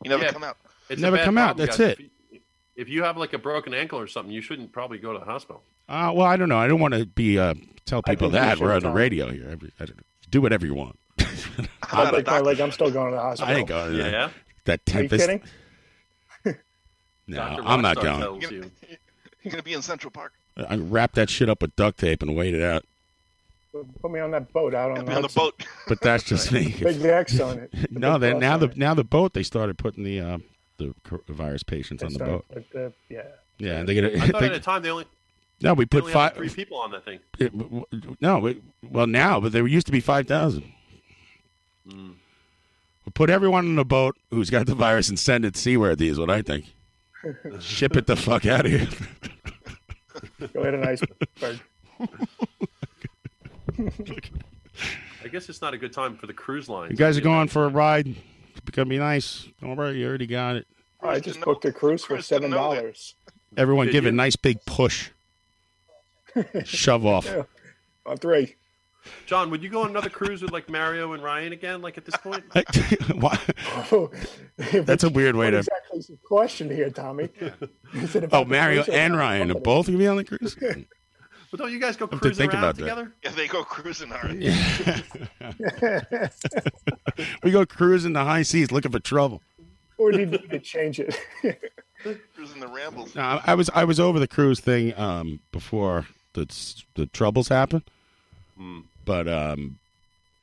[SPEAKER 3] You never come out.
[SPEAKER 1] It's a
[SPEAKER 2] Never
[SPEAKER 1] bad
[SPEAKER 2] come out,
[SPEAKER 1] problem,
[SPEAKER 2] that's
[SPEAKER 1] guys.
[SPEAKER 2] it.
[SPEAKER 1] If you, if you have like a broken ankle or something, you shouldn't probably go to the hospital.
[SPEAKER 2] Uh, well, I don't know. I don't want to be uh, tell people
[SPEAKER 1] think you
[SPEAKER 2] that
[SPEAKER 1] should
[SPEAKER 2] we're on the
[SPEAKER 1] tell.
[SPEAKER 2] radio here. Every, I don't know. Do whatever you want.
[SPEAKER 12] I break my leg. I'm still going to the hospital.
[SPEAKER 2] I ain't going. to that-
[SPEAKER 1] Yeah?
[SPEAKER 2] That
[SPEAKER 12] Are you
[SPEAKER 2] tempest.
[SPEAKER 12] kidding?
[SPEAKER 2] No, I'm not going.
[SPEAKER 1] you.
[SPEAKER 3] You're gonna be in Central Park.
[SPEAKER 2] I wrap that shit up with duct tape and wait it out.
[SPEAKER 12] Put me on that boat out on the,
[SPEAKER 3] on the
[SPEAKER 12] Hudson.
[SPEAKER 3] boat.
[SPEAKER 2] But that's just me.
[SPEAKER 12] Big X on it. The
[SPEAKER 2] no,
[SPEAKER 12] big
[SPEAKER 2] then
[SPEAKER 12] cross
[SPEAKER 2] now
[SPEAKER 12] on
[SPEAKER 2] the
[SPEAKER 12] it.
[SPEAKER 2] now the boat they started putting the uh, the coronavirus patients on
[SPEAKER 12] It's
[SPEAKER 2] the
[SPEAKER 12] not-
[SPEAKER 2] boat.
[SPEAKER 12] but, uh, yeah.
[SPEAKER 2] Yeah, they get
[SPEAKER 1] I thought
[SPEAKER 2] they-
[SPEAKER 1] at a time they only
[SPEAKER 2] No, we
[SPEAKER 1] they
[SPEAKER 2] put
[SPEAKER 1] only had
[SPEAKER 2] five-
[SPEAKER 1] three people on that thing.
[SPEAKER 2] it, w- w- no, it, well now, but there used to be five thousand.
[SPEAKER 1] Hmm.
[SPEAKER 2] We put everyone on a boat who's got the virus and send it seaworthy is what I think. Ship it the fuck out of here.
[SPEAKER 12] Go ahead and iceberg.
[SPEAKER 1] I guess it's not a good time for the cruise line.
[SPEAKER 2] You guys are going for a ride. It's gonna be nice. Don't worry, you already got it.
[SPEAKER 12] I just booked a cruise for seven dollars.
[SPEAKER 2] Everyone
[SPEAKER 12] Did
[SPEAKER 2] give it a
[SPEAKER 12] you?
[SPEAKER 2] nice big push. Shove off.
[SPEAKER 12] Yeah. On three.
[SPEAKER 1] John, would you go on another cruise with like Mario and Ryan again? Like at this point,
[SPEAKER 2] Why- That's a weird way
[SPEAKER 12] What
[SPEAKER 2] to.
[SPEAKER 12] exactly is the question here, Tommy? Is it about
[SPEAKER 2] Oh,
[SPEAKER 12] the
[SPEAKER 2] Mario
[SPEAKER 12] cruise or
[SPEAKER 2] and Ryan
[SPEAKER 12] about the
[SPEAKER 2] are
[SPEAKER 12] company?
[SPEAKER 2] both gonna be on the cruise.
[SPEAKER 1] but don't you guys go
[SPEAKER 2] have to
[SPEAKER 1] cruising
[SPEAKER 2] think
[SPEAKER 1] around
[SPEAKER 2] about that.
[SPEAKER 1] together?
[SPEAKER 3] Yeah, they go cruising hard.
[SPEAKER 2] we go cruising the high seas looking for trouble.
[SPEAKER 12] or do you need to change it?
[SPEAKER 3] cruising the rambles.
[SPEAKER 2] No, I, I was I was over the cruise thing um, before the the troubles happened,
[SPEAKER 12] Hmm.
[SPEAKER 2] but um,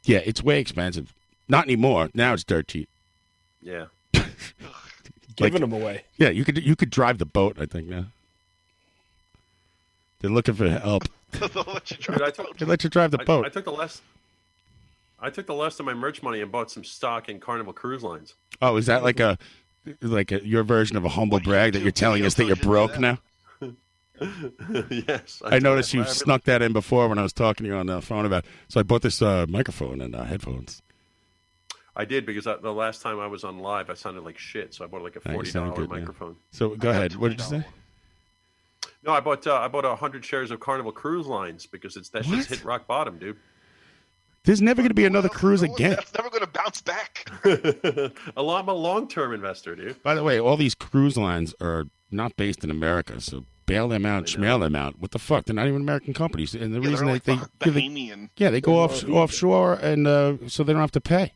[SPEAKER 2] yeah, it's way expensive. Not anymore. Now it's dirt cheap.
[SPEAKER 1] Yeah.
[SPEAKER 2] Like-
[SPEAKER 4] Giving them away.
[SPEAKER 2] Yeah, you could you could drive the boat. I think now they're looking for help.
[SPEAKER 1] Dude, I took-
[SPEAKER 2] They let you drive the
[SPEAKER 1] I-
[SPEAKER 2] boat.
[SPEAKER 1] I took the last. I took the last of my merch money and bought some stock in Carnival Cruise Lines.
[SPEAKER 2] Oh, is that like a like a, your version of a humble brag that you're telling us that you're broke now?
[SPEAKER 1] yes,
[SPEAKER 2] I noticed you snuck that in before when I was talking to you on the phone about. So I bought this uh, microphone and uh, headphones.
[SPEAKER 1] I did because I, the last time I was on live, I sounded like shit, so I bought like a
[SPEAKER 2] Now you
[SPEAKER 1] forty
[SPEAKER 2] sound
[SPEAKER 1] dollar
[SPEAKER 2] good now.
[SPEAKER 1] microphone.
[SPEAKER 2] So go ahead. What did you say?
[SPEAKER 1] No, I bought uh, I bought a hundred shares of Carnival Cruise Lines because it's that shit's hit rock bottom, dude.
[SPEAKER 2] There's never going to be another cruise again.
[SPEAKER 1] never going to bounce back. a lot, I'm a long term investor, dude.
[SPEAKER 2] By the way, all these cruise lines are not based in America, so bail them out, schmail them out. What the fuck? They're not even American companies, and the reason they, they, yeah, they yeah they go off offshore and uh, so they don't have to pay.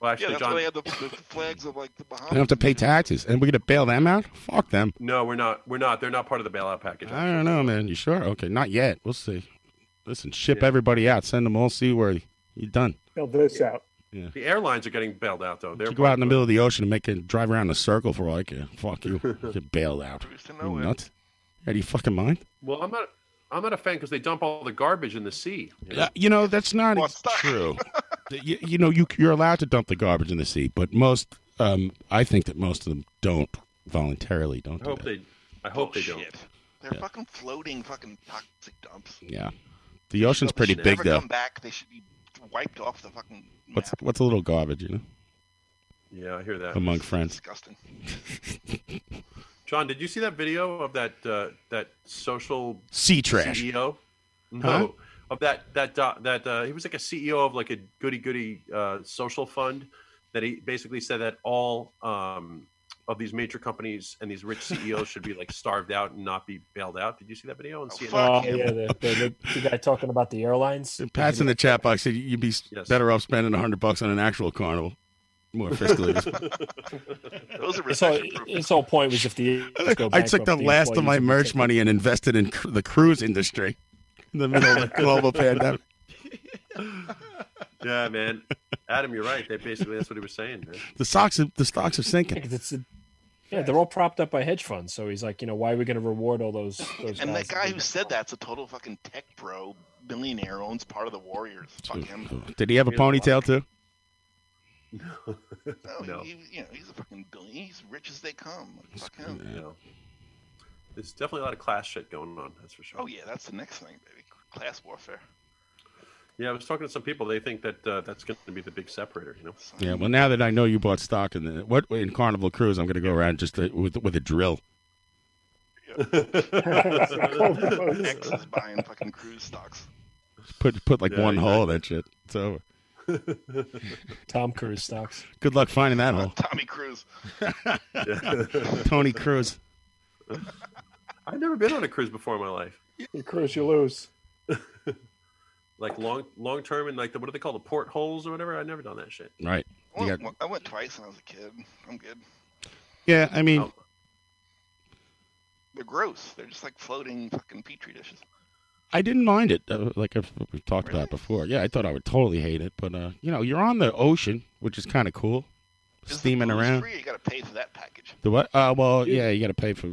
[SPEAKER 1] Well, actually,
[SPEAKER 3] yeah, that's
[SPEAKER 1] John.
[SPEAKER 3] why they have the, the flags of like the Bahamas.
[SPEAKER 2] They don't have to pay taxes, and we're going to bail them out. Fuck them.
[SPEAKER 1] No, we're not. We're not. They're not part of the bailout package.
[SPEAKER 2] I don't know, man. You sure? Okay, not yet. We'll see. Listen, ship everybody out. Send them all seaworthy. You're done.
[SPEAKER 12] Fill this out.
[SPEAKER 2] Yeah.
[SPEAKER 1] The airlines are getting bailed out though. They're
[SPEAKER 2] You go out in the middle of the ocean and make it drive around in a circle for all I care. Fuck you. Get bailed out. You nuts? Out of your fucking mind?
[SPEAKER 1] well, I'm not. I'm not a fan because they dump all the garbage in the sea.
[SPEAKER 2] Uh, you know that's not true. you, you know you you're allowed to dump the garbage in the sea, but most um, I think that most of them don't voluntarily don't.
[SPEAKER 1] I
[SPEAKER 2] Do
[SPEAKER 1] hope they. I hope they don't.
[SPEAKER 3] They're fucking floating, fucking toxic dumps.
[SPEAKER 2] Yeah, the ocean's pretty
[SPEAKER 3] They should
[SPEAKER 2] big
[SPEAKER 3] never
[SPEAKER 2] though.
[SPEAKER 3] Come back. They should be wiped off the fucking.
[SPEAKER 2] What's what's a little garbage, you know?
[SPEAKER 1] Yeah, I hear that.
[SPEAKER 2] Among friends.
[SPEAKER 3] Disgusting.
[SPEAKER 1] John, did you see that video of that uh, that social
[SPEAKER 2] Sea trash.
[SPEAKER 1] CEO? No,
[SPEAKER 2] Huh?
[SPEAKER 1] of that that doc- that uh, he was like a CEO of like a goody goody uh, social fund that he basically said that all um, of these major companies and these rich CEOs should be like starved out and not be bailed out. Did you see that video? And see
[SPEAKER 4] Oh, yeah, the, the, the, the guy talking about the airlines.
[SPEAKER 2] Pat's in the chat box said you'd be s-
[SPEAKER 4] Yes.
[SPEAKER 2] better off spending a hundred bucks on an actual carnival, more fiscally.
[SPEAKER 3] Those are
[SPEAKER 4] His whole, his whole point was if the go
[SPEAKER 2] I took
[SPEAKER 4] bankrupt,
[SPEAKER 2] the last of my
[SPEAKER 4] employees-
[SPEAKER 2] merch money and invested in cr- the cruise industry in the middle of the global pandemic.
[SPEAKER 1] yeah, man, Adam, you're right. That basically that's what he was saying. Man.
[SPEAKER 2] The stocks, the stocks are
[SPEAKER 4] Yeah,
[SPEAKER 2] sinking.
[SPEAKER 4] 'cause it's a- yeah, they're all propped up by hedge funds. So he's like, you know, why are we going to reward all those? those
[SPEAKER 3] And that
[SPEAKER 4] guys?
[SPEAKER 3] guy who said that's a total fucking tech bro, billionaire, owns part of the Warriors. Fuck him.
[SPEAKER 2] Mm. Oh. Did he have a ponytail too?
[SPEAKER 3] No,
[SPEAKER 1] No.
[SPEAKER 3] He, you know, he's a fucking billionaire. He's rich as they come. Like, fuck him.
[SPEAKER 1] No. There's definitely a lot of class shit going on. That's for sure.
[SPEAKER 3] Oh yeah, that's the next thing, baby. Class warfare.
[SPEAKER 1] Yeah, I was talking to some people. They think that uh, that's going to be the big separator. You know.
[SPEAKER 2] Yeah. Well, now that I know you bought stock in the what in Carnival Cruise, I'm going to go around just uh with with a drill.
[SPEAKER 3] X is buying fucking cruise stocks.
[SPEAKER 2] Put put like
[SPEAKER 3] Yeah,
[SPEAKER 2] one hole in that shit. It's over.
[SPEAKER 4] Tom Cruise stocks.
[SPEAKER 2] Good luck finding that hole.
[SPEAKER 3] Tommy Cruise.
[SPEAKER 2] Tony Cruz.
[SPEAKER 1] I've never been on a cruise before in my life.
[SPEAKER 12] You cruise, you lose.
[SPEAKER 1] Like long, long term, and like the what do they call the portholes or whatever? I've never done that shit.
[SPEAKER 2] Right.
[SPEAKER 3] I
[SPEAKER 2] You
[SPEAKER 3] went,
[SPEAKER 2] got-
[SPEAKER 3] I went twice when I was a kid. I'm good.
[SPEAKER 2] yeah. I mean,
[SPEAKER 3] They're gross. They're just like floating fucking petri dishes.
[SPEAKER 2] I didn't mind it. Uh, like I've, we've talked about before. Yeah, I thought I would totally hate it, but uh, you know, you're on the ocean, which is kind of cool. Steaming
[SPEAKER 3] It's
[SPEAKER 2] around.
[SPEAKER 3] free. You got to pay for that package.
[SPEAKER 2] The what? Uh, well, yeah, you got to pay for.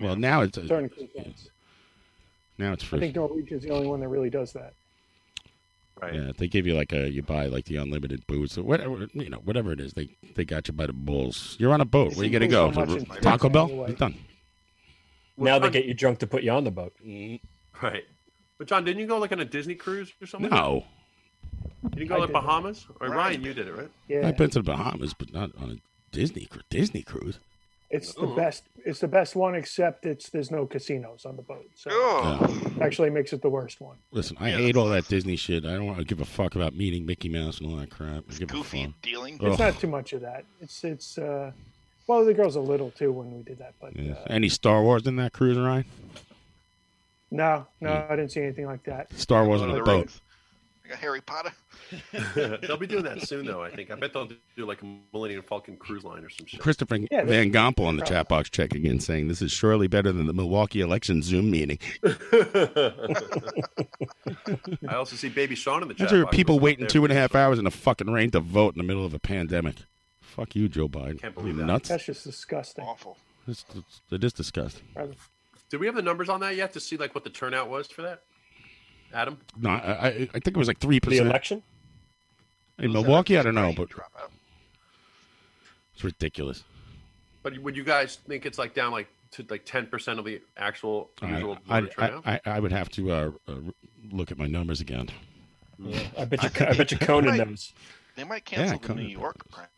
[SPEAKER 2] Well, now it's uh,
[SPEAKER 12] Certain cruise
[SPEAKER 2] now it's
[SPEAKER 12] I
[SPEAKER 2] free.
[SPEAKER 12] think Norwegian's the only one that really does that.
[SPEAKER 2] Yeah, they give you like a you buy like the unlimited booze or whatever you know whatever it is they they got you by the bulls. You're on a boat. Where you gonna go? Taco Bell. You're done.
[SPEAKER 4] Now they get you drunk to put you on the boat.
[SPEAKER 12] Mm.
[SPEAKER 1] Right. But John, didn't you go like on a Disney cruise or something?
[SPEAKER 2] No,
[SPEAKER 1] You didn't go
[SPEAKER 12] I
[SPEAKER 1] like
[SPEAKER 12] did.
[SPEAKER 1] Bahamas or
[SPEAKER 12] Right.
[SPEAKER 1] Ryan? You did it, right?
[SPEAKER 12] Yeah,
[SPEAKER 2] I've been to the Bahamas, but not on a Disney cru- Disney cruise.
[SPEAKER 12] it's the
[SPEAKER 3] Oh.
[SPEAKER 12] best. It's the best one, except it's there's no casinos on the boat, so
[SPEAKER 3] Oh,
[SPEAKER 12] it actually makes it the worst one.
[SPEAKER 2] Listen, I hate all that Disney shit. I don't want to give a fuck about meeting Mickey Mouse and all that crap. I give a fuck.
[SPEAKER 3] dealing.
[SPEAKER 12] It's not too much of that. It's it's. uh Well, the girls a little too when we did that, but uh,
[SPEAKER 2] Yeah. Any Star Wars in that cruise, Ryan?
[SPEAKER 12] no, no, I didn't see anything like that.
[SPEAKER 2] Star Wars on a boat.
[SPEAKER 3] I got Harry Potter.
[SPEAKER 1] they'll be doing that soon, though. I think. I bet they'll do like a Millennium Falcon cruise line or some shit.
[SPEAKER 2] Christopher Van Gompel in the chat box checking in saying this is surely better than the Milwaukee election Zoom meeting.
[SPEAKER 1] I also see Baby Sean in the chat.
[SPEAKER 2] Imagine
[SPEAKER 1] box.
[SPEAKER 2] people
[SPEAKER 1] What's up
[SPEAKER 2] waiting
[SPEAKER 1] there?
[SPEAKER 2] two and a half hours in the fucking rain to vote in the middle of a pandemic. Fuck you, Joe Biden.
[SPEAKER 1] Can't
[SPEAKER 2] you
[SPEAKER 1] believe that.
[SPEAKER 2] nuts.
[SPEAKER 12] That's just disgusting.
[SPEAKER 3] Awful.
[SPEAKER 2] It's, it's, it is disgusting.
[SPEAKER 1] Did we have the numbers on that yet to see like what the turnout was for that? Adam.
[SPEAKER 2] No, I, I, I think it was like three
[SPEAKER 4] The
[SPEAKER 2] percent.
[SPEAKER 4] election.
[SPEAKER 2] in Milwaukee. I don't know, but it's ridiculous.
[SPEAKER 1] But would you guys think it's like down like to like ten percent of the actual
[SPEAKER 2] I,
[SPEAKER 1] usual
[SPEAKER 2] I,
[SPEAKER 1] voter
[SPEAKER 2] I,
[SPEAKER 1] turnout?
[SPEAKER 2] I, I would have to uh, uh, look at my numbers again.
[SPEAKER 1] Hmm.
[SPEAKER 4] I bet you. I bet you Conan knows.
[SPEAKER 3] They might
[SPEAKER 2] Yeah,
[SPEAKER 3] cancel the
[SPEAKER 2] Conan
[SPEAKER 3] New York primary.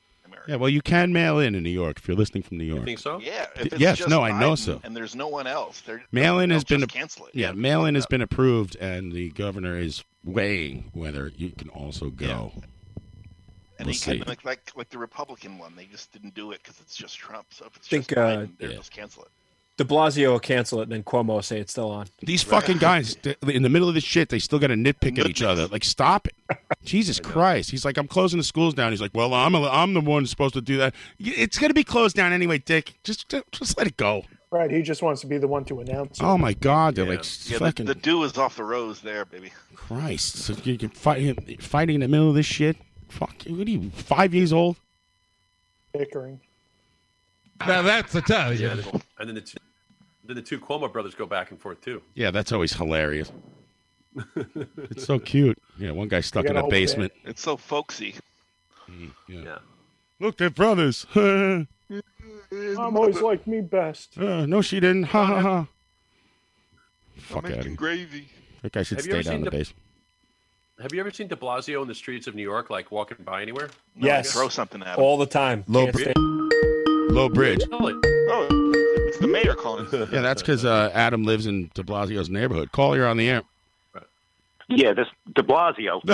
[SPEAKER 2] Yeah, well, you can mail in in New York if you're listening from New York.
[SPEAKER 1] think so?
[SPEAKER 3] Yeah. If it's
[SPEAKER 2] yes,
[SPEAKER 3] just
[SPEAKER 2] no, I know
[SPEAKER 3] Biden
[SPEAKER 2] so.
[SPEAKER 3] And there's no one else. They're,
[SPEAKER 2] Mail in
[SPEAKER 3] they'll
[SPEAKER 2] has been
[SPEAKER 3] just
[SPEAKER 2] a-
[SPEAKER 3] cancel it.
[SPEAKER 2] Yeah, mail in has been approved, and the governor is weighing whether you can also go.
[SPEAKER 3] And they
[SPEAKER 2] We'll
[SPEAKER 3] kind
[SPEAKER 2] see.
[SPEAKER 3] of like, like like the Republican one, they just didn't do it because it's just Trump. So if it's
[SPEAKER 4] Think,
[SPEAKER 3] just
[SPEAKER 4] uh,
[SPEAKER 3] Biden, they're
[SPEAKER 4] yeah.
[SPEAKER 3] just cancel it.
[SPEAKER 4] De Blasio will cancel it, and then Cuomo will say it's still on.
[SPEAKER 2] These fucking guys th- in the middle of this shit, they still got to nitpick at each other. Like, stop it! Jesus Christ! He's like, I'm closing the schools down. He's like, Well, I'm a, I'm the one supposed to do that. Y- It's gonna be closed down anyway, Dick. Just just let it go.
[SPEAKER 12] Right, he just wants to be the one to announce. it.
[SPEAKER 2] Oh my God! They're like
[SPEAKER 3] Yeah, the,
[SPEAKER 2] fucking
[SPEAKER 3] the dew is off the rose there, baby.
[SPEAKER 2] Christ! So you can fight him fighting in the middle of this shit. Fuck! What are you? Five years old?
[SPEAKER 12] bickering.
[SPEAKER 10] Now that's the time.
[SPEAKER 1] Yeah. And then the two, then the two Cuomo brothers go back and forth too.
[SPEAKER 2] Yeah, that's always hilarious. it's so cute. Yeah, one guy stuck in a basement. Mm,
[SPEAKER 3] It's so folksy.
[SPEAKER 2] Yeah.
[SPEAKER 12] Look,
[SPEAKER 2] they're brothers. uh,
[SPEAKER 12] Mom always liked me best.
[SPEAKER 2] no, she didn't. Ha ha ha. Fuck out
[SPEAKER 3] Gravy.
[SPEAKER 2] That guy should
[SPEAKER 1] Have you
[SPEAKER 2] stay
[SPEAKER 1] ever
[SPEAKER 2] down
[SPEAKER 1] seen
[SPEAKER 2] in the
[SPEAKER 1] the-
[SPEAKER 2] basement.
[SPEAKER 1] Have you ever seen De Blasio in the streets of New York, like walking by anywhere?
[SPEAKER 4] yes,
[SPEAKER 1] Throw something at him.
[SPEAKER 4] all the time.
[SPEAKER 2] Low,
[SPEAKER 4] Can't
[SPEAKER 2] bri-
[SPEAKER 4] stand-
[SPEAKER 2] low bridge.
[SPEAKER 3] Oh, it's the mayor calling.
[SPEAKER 2] Yeah, that's because uh, Adam lives in De Blasio's neighborhood. Call you're on the air.
[SPEAKER 13] Yeah, this De Blasio.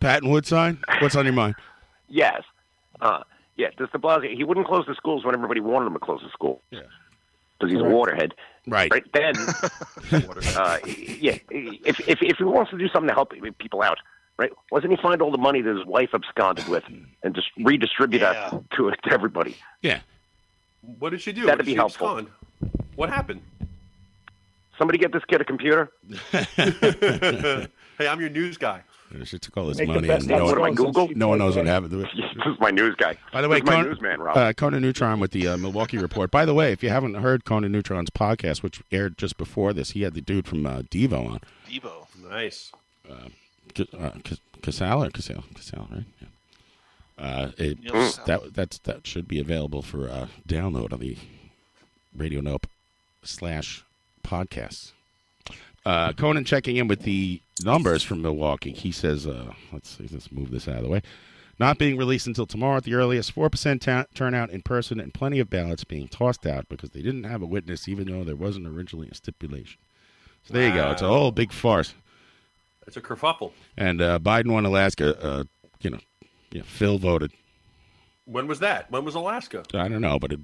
[SPEAKER 2] Pat and Woodsign, what's on your mind?
[SPEAKER 13] yes. Uh, yeah, this De Blasio. He wouldn't close the schools when everybody wanted him to close the school.
[SPEAKER 2] Yeah.
[SPEAKER 13] Because he's a waterhead.
[SPEAKER 2] Right.
[SPEAKER 13] Right then, uh, yeah, if, if, if he wants to do something to help people out, right, why doesn't he find all the money that his wife absconded with and just redistribute that to, to everybody?
[SPEAKER 2] Yeah.
[SPEAKER 1] What did she do?
[SPEAKER 13] That'd
[SPEAKER 1] What did
[SPEAKER 13] be
[SPEAKER 1] she
[SPEAKER 13] helpful.
[SPEAKER 1] abscond? What happened?
[SPEAKER 13] Somebody get this kid a computer.
[SPEAKER 1] hey, I'm your news guy.
[SPEAKER 2] Yeah, She took all his
[SPEAKER 1] Make the
[SPEAKER 2] money
[SPEAKER 1] best
[SPEAKER 2] and
[SPEAKER 1] out
[SPEAKER 2] no one,
[SPEAKER 1] of it. What am I, Google?
[SPEAKER 2] no one knows what happened to it.
[SPEAKER 13] this is my news guy.
[SPEAKER 2] By the way,
[SPEAKER 13] this is my
[SPEAKER 2] Con-
[SPEAKER 13] newsman, Rob.
[SPEAKER 2] uh, Conan Neutron with the uh, Milwaukee Report. By the way, if you haven't heard Conan Neutron's podcast, which aired just before this, he had the dude from uh, Devo on.
[SPEAKER 3] Debo.
[SPEAKER 1] Nice.
[SPEAKER 2] C- uh, Cas- Casala, Casala, Casala, right? Yeah. Uh, it,
[SPEAKER 1] Yes.
[SPEAKER 2] that that's that should be available for uh, download on the Radio Nope slash podcasts. Uh, Conan checking in with the numbers from Milwaukee. He says, uh, let's see, let's move this out of the way. Not being released until tomorrow at the earliest. Four percent turnout in person, and plenty of ballots being tossed out because they didn't have a witness, even though there wasn't originally a stipulation. So there you go. It's a whole big farce.
[SPEAKER 1] It's a kerfuffle.
[SPEAKER 2] And uh, Biden won Alaska. Uh, you know, yeah, Phil voted.
[SPEAKER 1] When was that? When was Alaska?
[SPEAKER 2] I don't know, but it,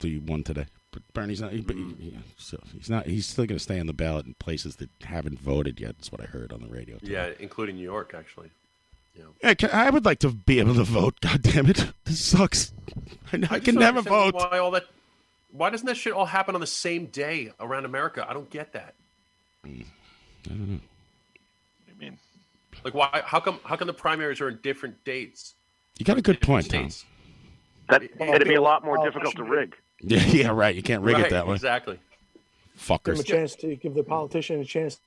[SPEAKER 2] he won today. But Bernie's not. he- But
[SPEAKER 1] Mm.
[SPEAKER 2] he, yeah, so he's not. He's still going to stay on the ballot in places that haven't voted yet. Is what I heard on the radio.
[SPEAKER 1] Yeah, including New York, actually.
[SPEAKER 2] Yeah, can, I would like to be able to vote. God damn it, this sucks. I, know, I
[SPEAKER 1] just
[SPEAKER 2] can
[SPEAKER 1] don't
[SPEAKER 2] never
[SPEAKER 1] understand
[SPEAKER 2] vote.
[SPEAKER 1] Why all that? Why doesn't that shit all happen on the same day around America? I don't get that.
[SPEAKER 2] I don't know.
[SPEAKER 1] Like, why? How come? How come the primaries are in different dates?
[SPEAKER 2] You got a good point, Tom.
[SPEAKER 13] That, it'd be a lot
[SPEAKER 2] Oh,
[SPEAKER 13] more difficult to rig.
[SPEAKER 2] Yeah, yeah, right. You can't rig
[SPEAKER 1] right,
[SPEAKER 2] it that way.
[SPEAKER 1] Exactly.
[SPEAKER 12] Give him a
[SPEAKER 2] Fuckers.
[SPEAKER 12] chance to give the politician a chance.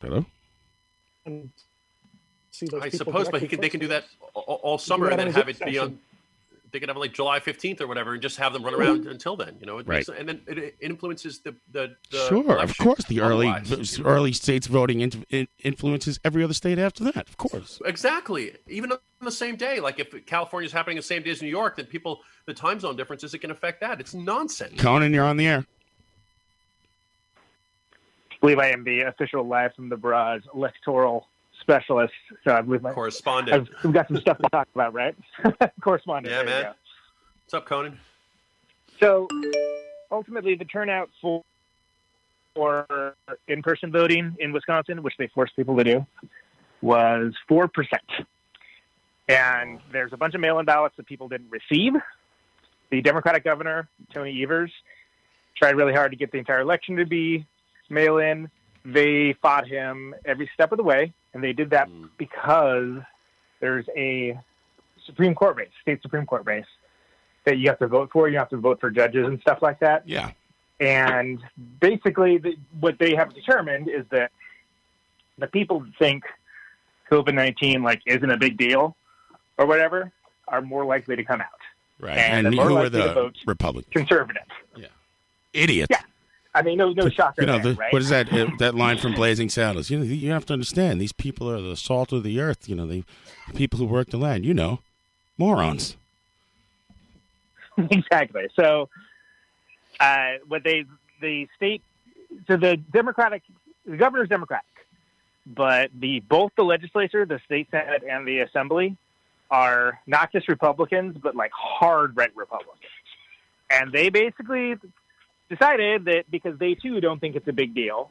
[SPEAKER 2] Hello.
[SPEAKER 12] And see those
[SPEAKER 1] I
[SPEAKER 12] people
[SPEAKER 1] suppose,
[SPEAKER 12] directly
[SPEAKER 1] but he can, they can do that all, all
[SPEAKER 12] do
[SPEAKER 1] summer
[SPEAKER 12] that
[SPEAKER 1] and
[SPEAKER 12] on
[SPEAKER 1] then
[SPEAKER 12] his
[SPEAKER 1] have
[SPEAKER 12] work
[SPEAKER 1] it be on.
[SPEAKER 12] session.
[SPEAKER 1] They could have like July fifteenth or whatever, and just have them run around until then. You know, it
[SPEAKER 2] Right.
[SPEAKER 1] makes- and then it it influences the the, the
[SPEAKER 2] Sure, of
[SPEAKER 1] election.
[SPEAKER 2] course. The early
[SPEAKER 1] Otherwise-
[SPEAKER 2] early states voting in, in- influences every other state after that. Of course.
[SPEAKER 1] Exactly. Even on the same day, like if California's happening the same day as New York, then people the time zone differences it can affect that. It's nonsense.
[SPEAKER 2] Conan, you're on the air.
[SPEAKER 15] believe I am the official live from the barrage electoral specialist. So I believe my
[SPEAKER 1] Correspondent.
[SPEAKER 15] I've- we've got some stuff to talk about, right? Correspondent.
[SPEAKER 1] Yeah,
[SPEAKER 15] there you
[SPEAKER 1] man. What's up, Conan?
[SPEAKER 15] go. So ultimately, the turnout for for in-person voting in Wisconsin, which they forced people to do, was four percent. And there's a bunch of mail-in ballots that people didn't receive. The Democratic governor Tony Evers tried really hard to get the entire election to be mail in. They fought him every step of the way, and they did that because there's a Supreme Court race, state Supreme Court race, that you have to vote for. You have to vote for judges and stuff like that.
[SPEAKER 2] Yeah.
[SPEAKER 15] And basically, the, what they have determined is that the people that think COVID nineteen like isn't a big deal or whatever are more likely to come out.
[SPEAKER 2] Right.
[SPEAKER 15] And
[SPEAKER 2] And,
[SPEAKER 15] the more
[SPEAKER 2] who are
[SPEAKER 15] likely to
[SPEAKER 2] the
[SPEAKER 15] vote-
[SPEAKER 2] Republicans?
[SPEAKER 15] Conservative.
[SPEAKER 2] Idiots.
[SPEAKER 16] I mean, no, no shocker.
[SPEAKER 2] You know,
[SPEAKER 16] there,
[SPEAKER 2] the,
[SPEAKER 16] right?
[SPEAKER 2] what is that? uh, That line from Blazing Saddles. You know, you have to understand these people are the salt of the earth. You know, the people who work the land. You know, morons.
[SPEAKER 15] exactly. So, uh, what they the state, so the Democratic, the governor's Democratic, but the both the legislature, the state senate, and the assembly are not just Republicans, but like hard right Republicans, and they basically decided that because they too don't think it's a big deal,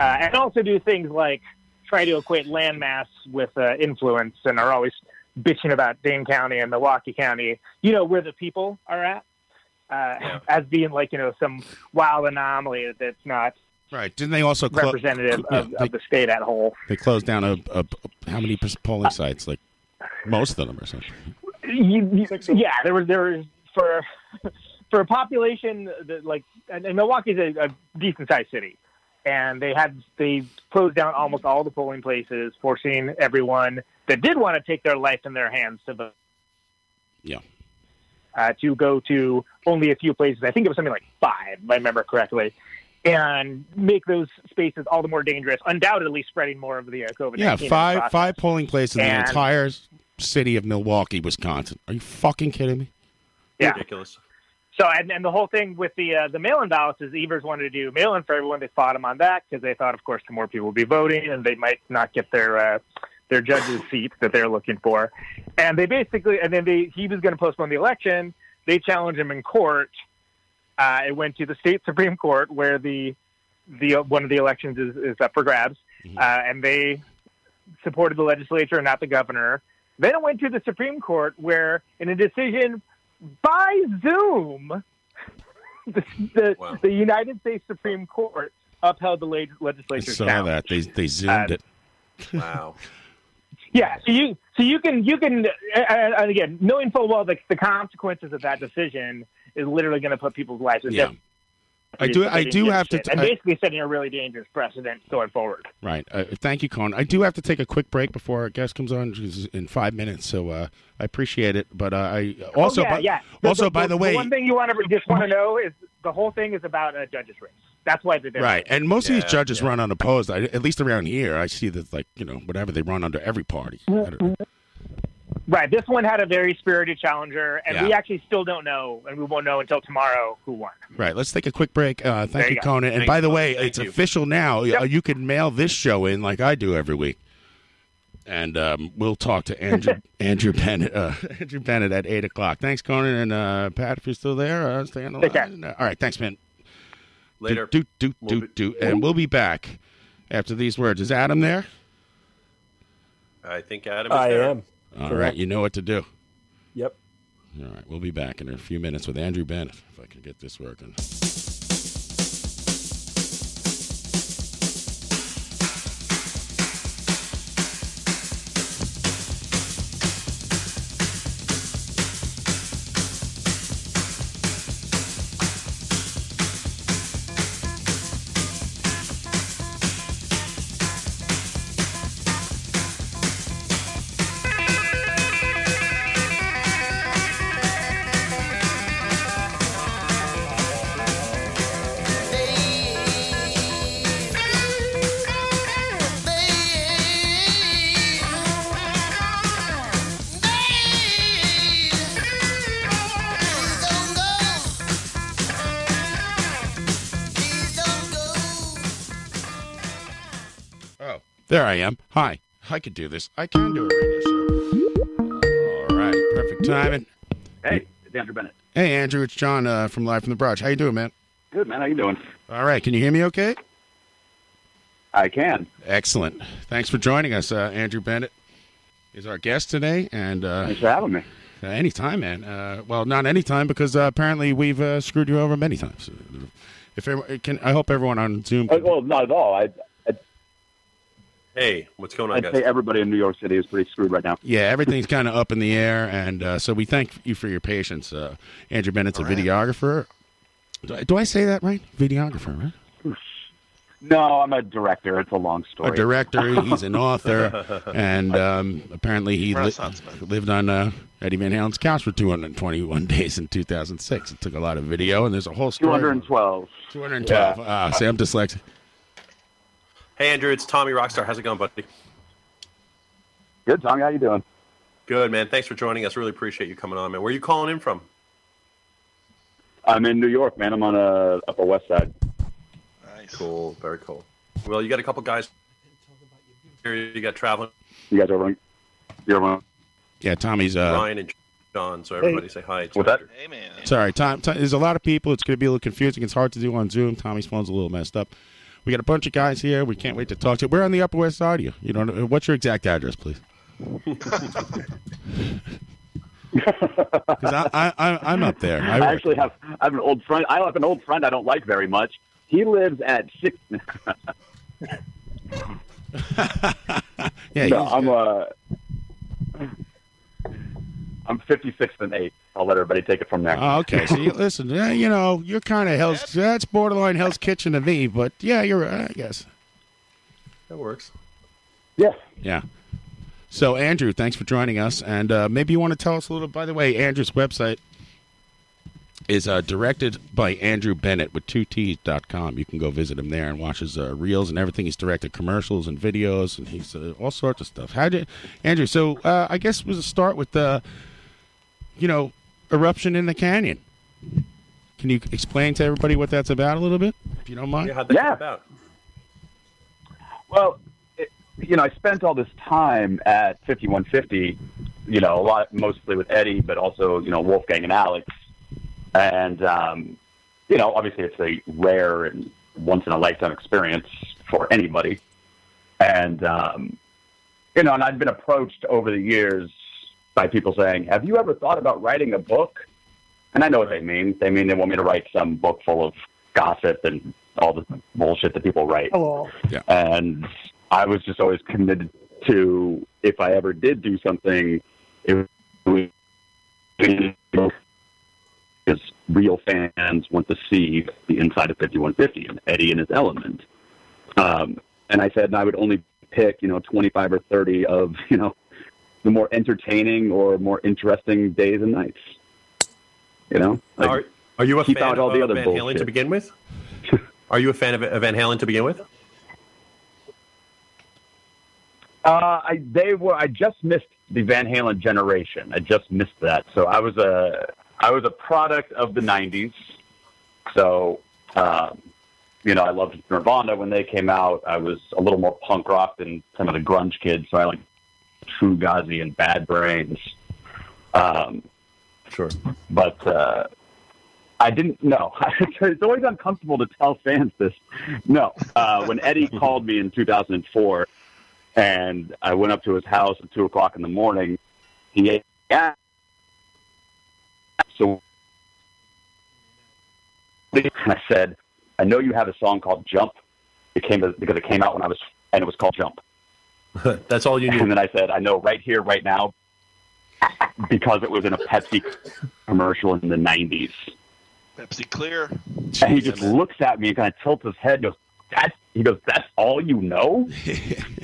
[SPEAKER 15] uh, and also do things like try to equate land mass with uh, influence, and are always bitching about Dane County and Milwaukee County, you know, where the people are at, uh, as being like, you know, some wild anomaly that's not
[SPEAKER 2] right. Didn't they also clo-
[SPEAKER 15] representative
[SPEAKER 2] yeah,
[SPEAKER 15] of,
[SPEAKER 2] they-
[SPEAKER 15] of the state at whole?
[SPEAKER 2] They closed down a, a, a- how many pers- polling sites? Like most of them or something.
[SPEAKER 15] You- you- yeah, there was there was for for a population that like and, and Milwaukee's a, a decent sized city, and they had they closed down almost all the polling places, forcing everyone that did want to take their life in their hands to vote.
[SPEAKER 2] Yeah.
[SPEAKER 15] uh, to go to only a few places. I think it was something like five, if I remember correctly, and make those spaces all the more dangerous, undoubtedly spreading more of the uh, COVID.
[SPEAKER 2] Yeah, five
[SPEAKER 15] process.
[SPEAKER 2] five polling places in
[SPEAKER 15] And-
[SPEAKER 2] the entire city of Milwaukee, Wisconsin. Are you fucking kidding me?
[SPEAKER 15] Yeah.
[SPEAKER 1] Ridiculous.
[SPEAKER 15] So and, and the whole thing with the uh, the mail in ballots is Evers wanted to do mail in for everyone. They fought him on that because they thought, of course, the more people would be voting, and they might not get their uh, their judge's seat that they're looking for. And they basically and then they he was going to postpone the election. They challenged him in court. Uh, it went to the state supreme court where the the uh, one of the elections is, is up for grabs, uh, and they supported the legislature and not the governor. Then it went to the Supreme Court, where in a decision by Zoom, the, the, the United States Supreme Court uh, upheld the leg-
[SPEAKER 2] I
[SPEAKER 15] legislature's
[SPEAKER 2] saw
[SPEAKER 15] challenge. Uh,
[SPEAKER 2] that they they zoomed it.
[SPEAKER 1] Wow.
[SPEAKER 15] Yeah, so you so you can you can and- and and again knowing full well the, the consequences of that decision is literally going to put people's lives in
[SPEAKER 2] Yeah.
[SPEAKER 15] jeopardy.
[SPEAKER 2] I do- I
[SPEAKER 15] They
[SPEAKER 2] do
[SPEAKER 15] give a
[SPEAKER 2] have to-
[SPEAKER 15] shit. and
[SPEAKER 2] I-
[SPEAKER 15] basically setting a really dangerous precedent going forward.
[SPEAKER 2] Right. Uh, thank you, Cohen. I do have to take a quick break before our guest comes on she's in five minutes, so uh, I appreciate it. But uh, I also,
[SPEAKER 15] oh, yeah,
[SPEAKER 2] by,
[SPEAKER 15] yeah.
[SPEAKER 2] also by the way,
[SPEAKER 15] one thing you want to just want to know is the whole thing is about a judge's race. That's why they're there.
[SPEAKER 2] right, and most of these judges run unopposed. I, at least around here, I see that like you know whatever they run under every party.
[SPEAKER 15] Mm-hmm.
[SPEAKER 2] I don't know.
[SPEAKER 15] Right. This one had a very spirited challenger, and we
[SPEAKER 2] Yeah.
[SPEAKER 15] actually still don't know, and we won't know until tomorrow who won.
[SPEAKER 2] Right. Let's take a quick break. Uh,
[SPEAKER 15] There
[SPEAKER 2] thank
[SPEAKER 15] you
[SPEAKER 2] you,
[SPEAKER 15] go.
[SPEAKER 2] Conan. And
[SPEAKER 15] Thank
[SPEAKER 2] by the
[SPEAKER 15] you.
[SPEAKER 2] way,
[SPEAKER 15] Thank
[SPEAKER 2] it's
[SPEAKER 15] you.
[SPEAKER 2] official now. Uh, You can mail this show in like I do every week. And um, we'll talk to Andrew Andrew Bennett uh, Andrew Bennett at eight o'clock. Thanks, Conan and uh, Pat. If you're still there, uh, stay on the
[SPEAKER 1] Take
[SPEAKER 2] line. All right, thanks, man.
[SPEAKER 1] Later.
[SPEAKER 2] Do do do do, do. and we'll be back after these words. Is Adam there?
[SPEAKER 1] I think Adam is
[SPEAKER 4] I
[SPEAKER 1] there.
[SPEAKER 4] am.
[SPEAKER 2] All right,
[SPEAKER 4] Correct.
[SPEAKER 2] you know what to do.
[SPEAKER 4] Yep.
[SPEAKER 2] All right, we'll be back in a few minutes with Andrew Bennett if I can get this working. There I am. Hi. I could do this. I can do a radio show. All right. Perfect timing.
[SPEAKER 17] Hey, it's Andrew Bennett.
[SPEAKER 2] Hey, Andrew. It's John uh, from Live from the Barrage. How you doing, man?
[SPEAKER 17] Good man, how you doing?
[SPEAKER 2] All right. Can you hear me okay?
[SPEAKER 17] I can.
[SPEAKER 2] Excellent. Thanks for joining us. Uh, Andrew Bennett is our guest today. And uh,
[SPEAKER 17] Thanks for having me.
[SPEAKER 2] Uh, anytime, man. Uh, well, not anytime because uh, apparently we've uh, screwed you over many times. If everyone, can, I hope everyone on Zoom.
[SPEAKER 17] Uh, well, not at all. I,
[SPEAKER 1] Hey, what's going on,
[SPEAKER 17] I'd
[SPEAKER 1] guys?
[SPEAKER 17] say everybody in New York City is pretty screwed right now.
[SPEAKER 2] Yeah, everything's kind of up in the air, and uh, so we thank you for your patience. Uh, Andrew Bennett's a videographer. Do I, do I say that right? Videographer, right?
[SPEAKER 17] No, I'm a director. It's a long story.
[SPEAKER 2] a director. He's an author, and um, apparently he li- lived on uh, Eddie Van Halen's couch for 221 days in 2006. It took a lot of video, and there's a whole story.
[SPEAKER 17] 212.
[SPEAKER 1] uh,
[SPEAKER 2] 212. Ah, see, I'm dyslexic.
[SPEAKER 1] Hey, Andrew, it's Tommy Rockstar. How's it going, buddy?
[SPEAKER 17] Good, Tommy. How you doing?
[SPEAKER 1] Good, man. Thanks for joining us. Really appreciate you coming on, man. Where are you calling in from?
[SPEAKER 17] I'm in New York, man. I'm on a Upper West Side.
[SPEAKER 1] Cool. Very cool. Well, you got a couple guys here. You got traveling
[SPEAKER 17] You guys over? You over?
[SPEAKER 2] Yeah, Tommy's. Uh,
[SPEAKER 1] Ryan and John. So everybody say hi. What's
[SPEAKER 17] that?
[SPEAKER 1] Hey, man.
[SPEAKER 2] Sorry, Tom, Tom- There's a lot of people. It's going to be a little confusing. It's hard to do on Zoom. Tommy's phone's a little messed up. We got a bunch of guys here. We can't wait to talk to you. We're on the Upper West Side. here. You know, what's your exact address, please? Because I, I, I, I'm up there.
[SPEAKER 17] I,
[SPEAKER 2] I,
[SPEAKER 17] actually have I have an old friend. I have an old friend I don't like very much. He lives at six.
[SPEAKER 2] yeah,
[SPEAKER 17] no, I'm uh, I'm 56th and 8th. I'll let everybody take it from there.
[SPEAKER 2] Oh, okay. So you, listen, yeah, you know, you're kind of Hell's. That's borderline Hell's Kitchen to me, but yeah, you're. I guess.
[SPEAKER 1] That works.
[SPEAKER 17] Yeah.
[SPEAKER 2] Yeah. So Andrew, thanks for joining us, and uh, maybe you want to tell us a little. By the way, Andrew's website is uh, directed by Andrew Bennett with two T's dot com. You can go visit him there and watch his uh, reels and everything. He's directed commercials and videos, and he's uh, all sorts of stuff. How did Andrew? So uh, I guess we'll start with the, you know, eruption in the canyon. Can you explain to everybody what that's about a little bit, if you don't mind?
[SPEAKER 1] Yeah, how'd
[SPEAKER 17] that come Yeah.
[SPEAKER 1] about?
[SPEAKER 17] Well, it, you know, I spent all this time at 5150, you know, a lot, mostly with Eddie, but also, you know, Wolfgang and Alex. And, um, you know, obviously it's a rare and once in a lifetime experience for anybody. And, um, you know, and I've been approached over the years by people saying, Have you ever thought about writing a book? And I know what they mean. They mean they want me to write some book full of gossip and all the bullshit that people write.
[SPEAKER 12] Hello.
[SPEAKER 17] And I was just always committed to if I ever did do something, it would be because real fans want to see the inside of 5150 and Eddie and his element. Um, and I said, and I would only pick, you know, 25 or 30 of, you know, the more entertaining or more interesting days and nights. You know? Like,
[SPEAKER 1] are, are you a
[SPEAKER 17] keep
[SPEAKER 1] fan
[SPEAKER 17] out all
[SPEAKER 1] of
[SPEAKER 17] the other
[SPEAKER 1] Van Halen
[SPEAKER 17] bullshit.
[SPEAKER 1] to begin with? Are you a fan of, of Van Halen to begin with?
[SPEAKER 17] Uh, I they were. I just missed the Van Halen generation. I just missed that. So I was a I was a product of the '90s. So um, you know, I loved Nirvana when they came out. I was a little more punk rock than some of the grunge kids. So I like True Gazi and Bad Brains. Um,
[SPEAKER 1] sure,
[SPEAKER 17] but. Uh, I didn't know. it's always uncomfortable to tell fans this. No, uh, when Eddie called me in 2004, and I went up to his house at two o'clock in the morning. He asked, so and I said, "I know you have a song called Jump. It came because it came out when I was, and it was called Jump."
[SPEAKER 1] That's all you need.
[SPEAKER 17] And then I said, "I know right here, right now," because it was in a Pepsi commercial in the '90s.
[SPEAKER 3] Pepsi Clear.
[SPEAKER 17] And he just looks at me and kind of tilts his head. And goes, "That's." He goes, "That's all you know?"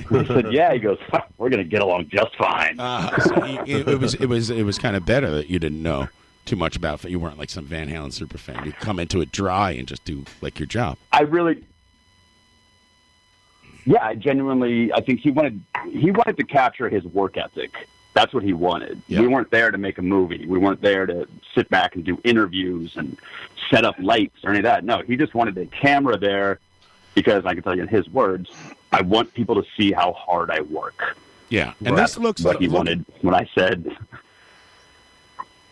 [SPEAKER 17] I said, "Yeah." He goes, "We're gonna get along just fine."
[SPEAKER 2] Uh, so it, it- it was it was it was kind of better that you didn't know too much about. You weren't like some Van Halen super fan. You come into it dry and just do like your job.
[SPEAKER 17] I really, yeah, I genuinely, I think he wanted he wanted to capture his work ethic. That's what he wanted. We weren't there to make a movie. We weren't there to sit back and do interviews and set up lights or any of that. No, he just wanted a camera there because I can tell you in his words, I want people to see how hard I work.
[SPEAKER 2] Yeah, and this looks
[SPEAKER 17] what
[SPEAKER 2] like
[SPEAKER 17] he wanted when I said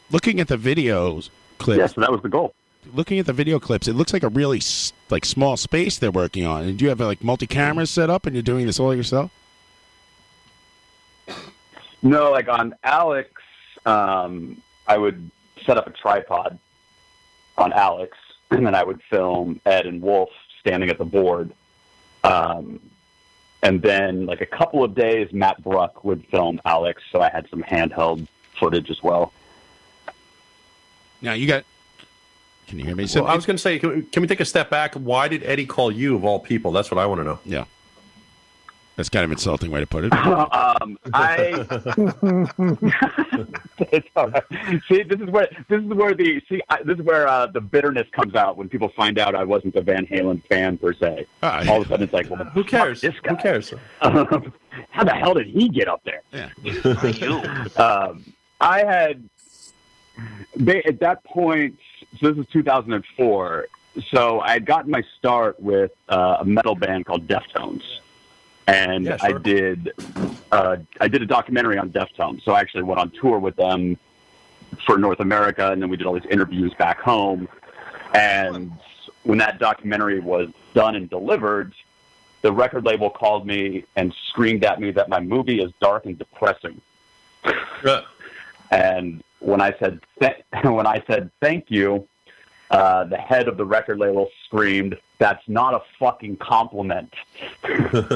[SPEAKER 2] looking at the videos clips.
[SPEAKER 17] Yes, that was the goal.
[SPEAKER 2] Looking at the video clips, it looks like a really s- like small space they're working on. And do you have like multi cameras
[SPEAKER 17] Mm-hmm.
[SPEAKER 2] set up, and you're doing this all yourself?
[SPEAKER 17] No, like on Alex, um, I would set up a tripod on Alex, and then I would film Ed and Wolf standing at the board. Um, and then, like a couple of days, Matt Bruck would film Alex, so I had some handheld footage as well.
[SPEAKER 2] Now you got Can you hear me?
[SPEAKER 1] Well, I was going to say, can we, can we take a step back? Why did Eddie call you of all people? That's what I want to know.
[SPEAKER 2] Yeah, that's kind of insulting way to put it.
[SPEAKER 17] um, I. it's all right. See, this is where this is where the see I, this is where uh, the bitterness comes out when people find out I wasn't the Van Halen fan per se. All of a sudden, it's like, well, Ah, who cares? This guy. Who cares? how the hell did he get up there? um, I had they, at that point. So this is 2004. So I had gotten my start with uh, a metal band called Deftones, and
[SPEAKER 16] Yeah, sure.
[SPEAKER 17] I did uh, I did a documentary on Deftones. So I actually went on tour with them for North America, and then we did all these interviews back home. And when that documentary was done and delivered, the record label called me and screamed at me that my movie is dark and depressing. And when I said th- when I said thank you, uh, the head of the record label screamed, "That's not a fucking compliment."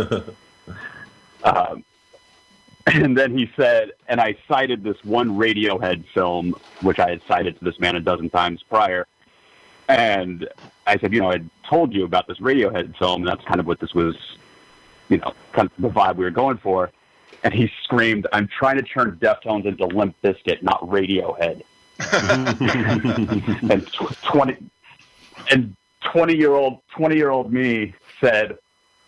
[SPEAKER 17] um, and then he said, and I cited this one Radiohead film, which I had cited to this man a dozen times prior. And I said, you know, I told you about this Radiohead film. And that's kind of what this was, you know, kind of the vibe we were going for. And he screamed, I'm trying to turn Deftones into Limp Bizkit, not Radiohead. and tw- 20 and 20 year old 20 year old me said,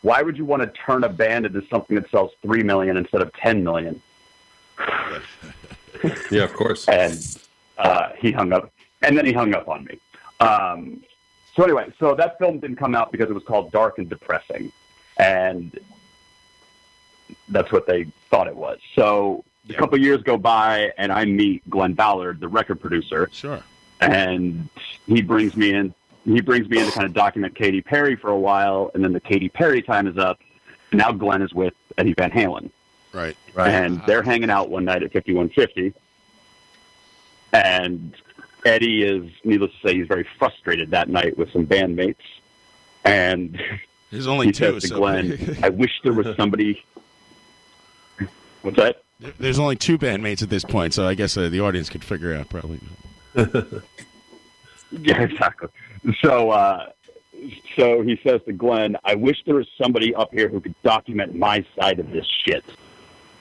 [SPEAKER 17] why would you want to turn a band into something that sells 3 million instead of 10 million?
[SPEAKER 1] yeah, of course.
[SPEAKER 17] And uh, he hung up, and then he hung up on me. Um, so anyway, so that film didn't come out because it was called Dark and Depressing, and that's what they thought it was. So a couple years go by, and I meet Glenn Ballard, the record producer.
[SPEAKER 2] Sure.
[SPEAKER 17] And he brings me in. He brings me in to kind of document Katy Perry for a while, and then the Katy Perry time is up. And now Glenn is with Eddie Van Halen.
[SPEAKER 2] Right. Ah.
[SPEAKER 17] And they're hanging out one night at 5150. And Eddie is, needless to say, he's very frustrated that night with some bandmates. And
[SPEAKER 2] There's only
[SPEAKER 17] he
[SPEAKER 2] two,
[SPEAKER 17] says to
[SPEAKER 2] so-
[SPEAKER 17] Glenn, I wish there was somebody. What's that?
[SPEAKER 2] There's only two bandmates at this point, so I guess uh, the audience could figure out probably.
[SPEAKER 17] Yeah, exactly. So, uh, so he says to Glenn, I wish there was somebody up here who could document my side of this shit.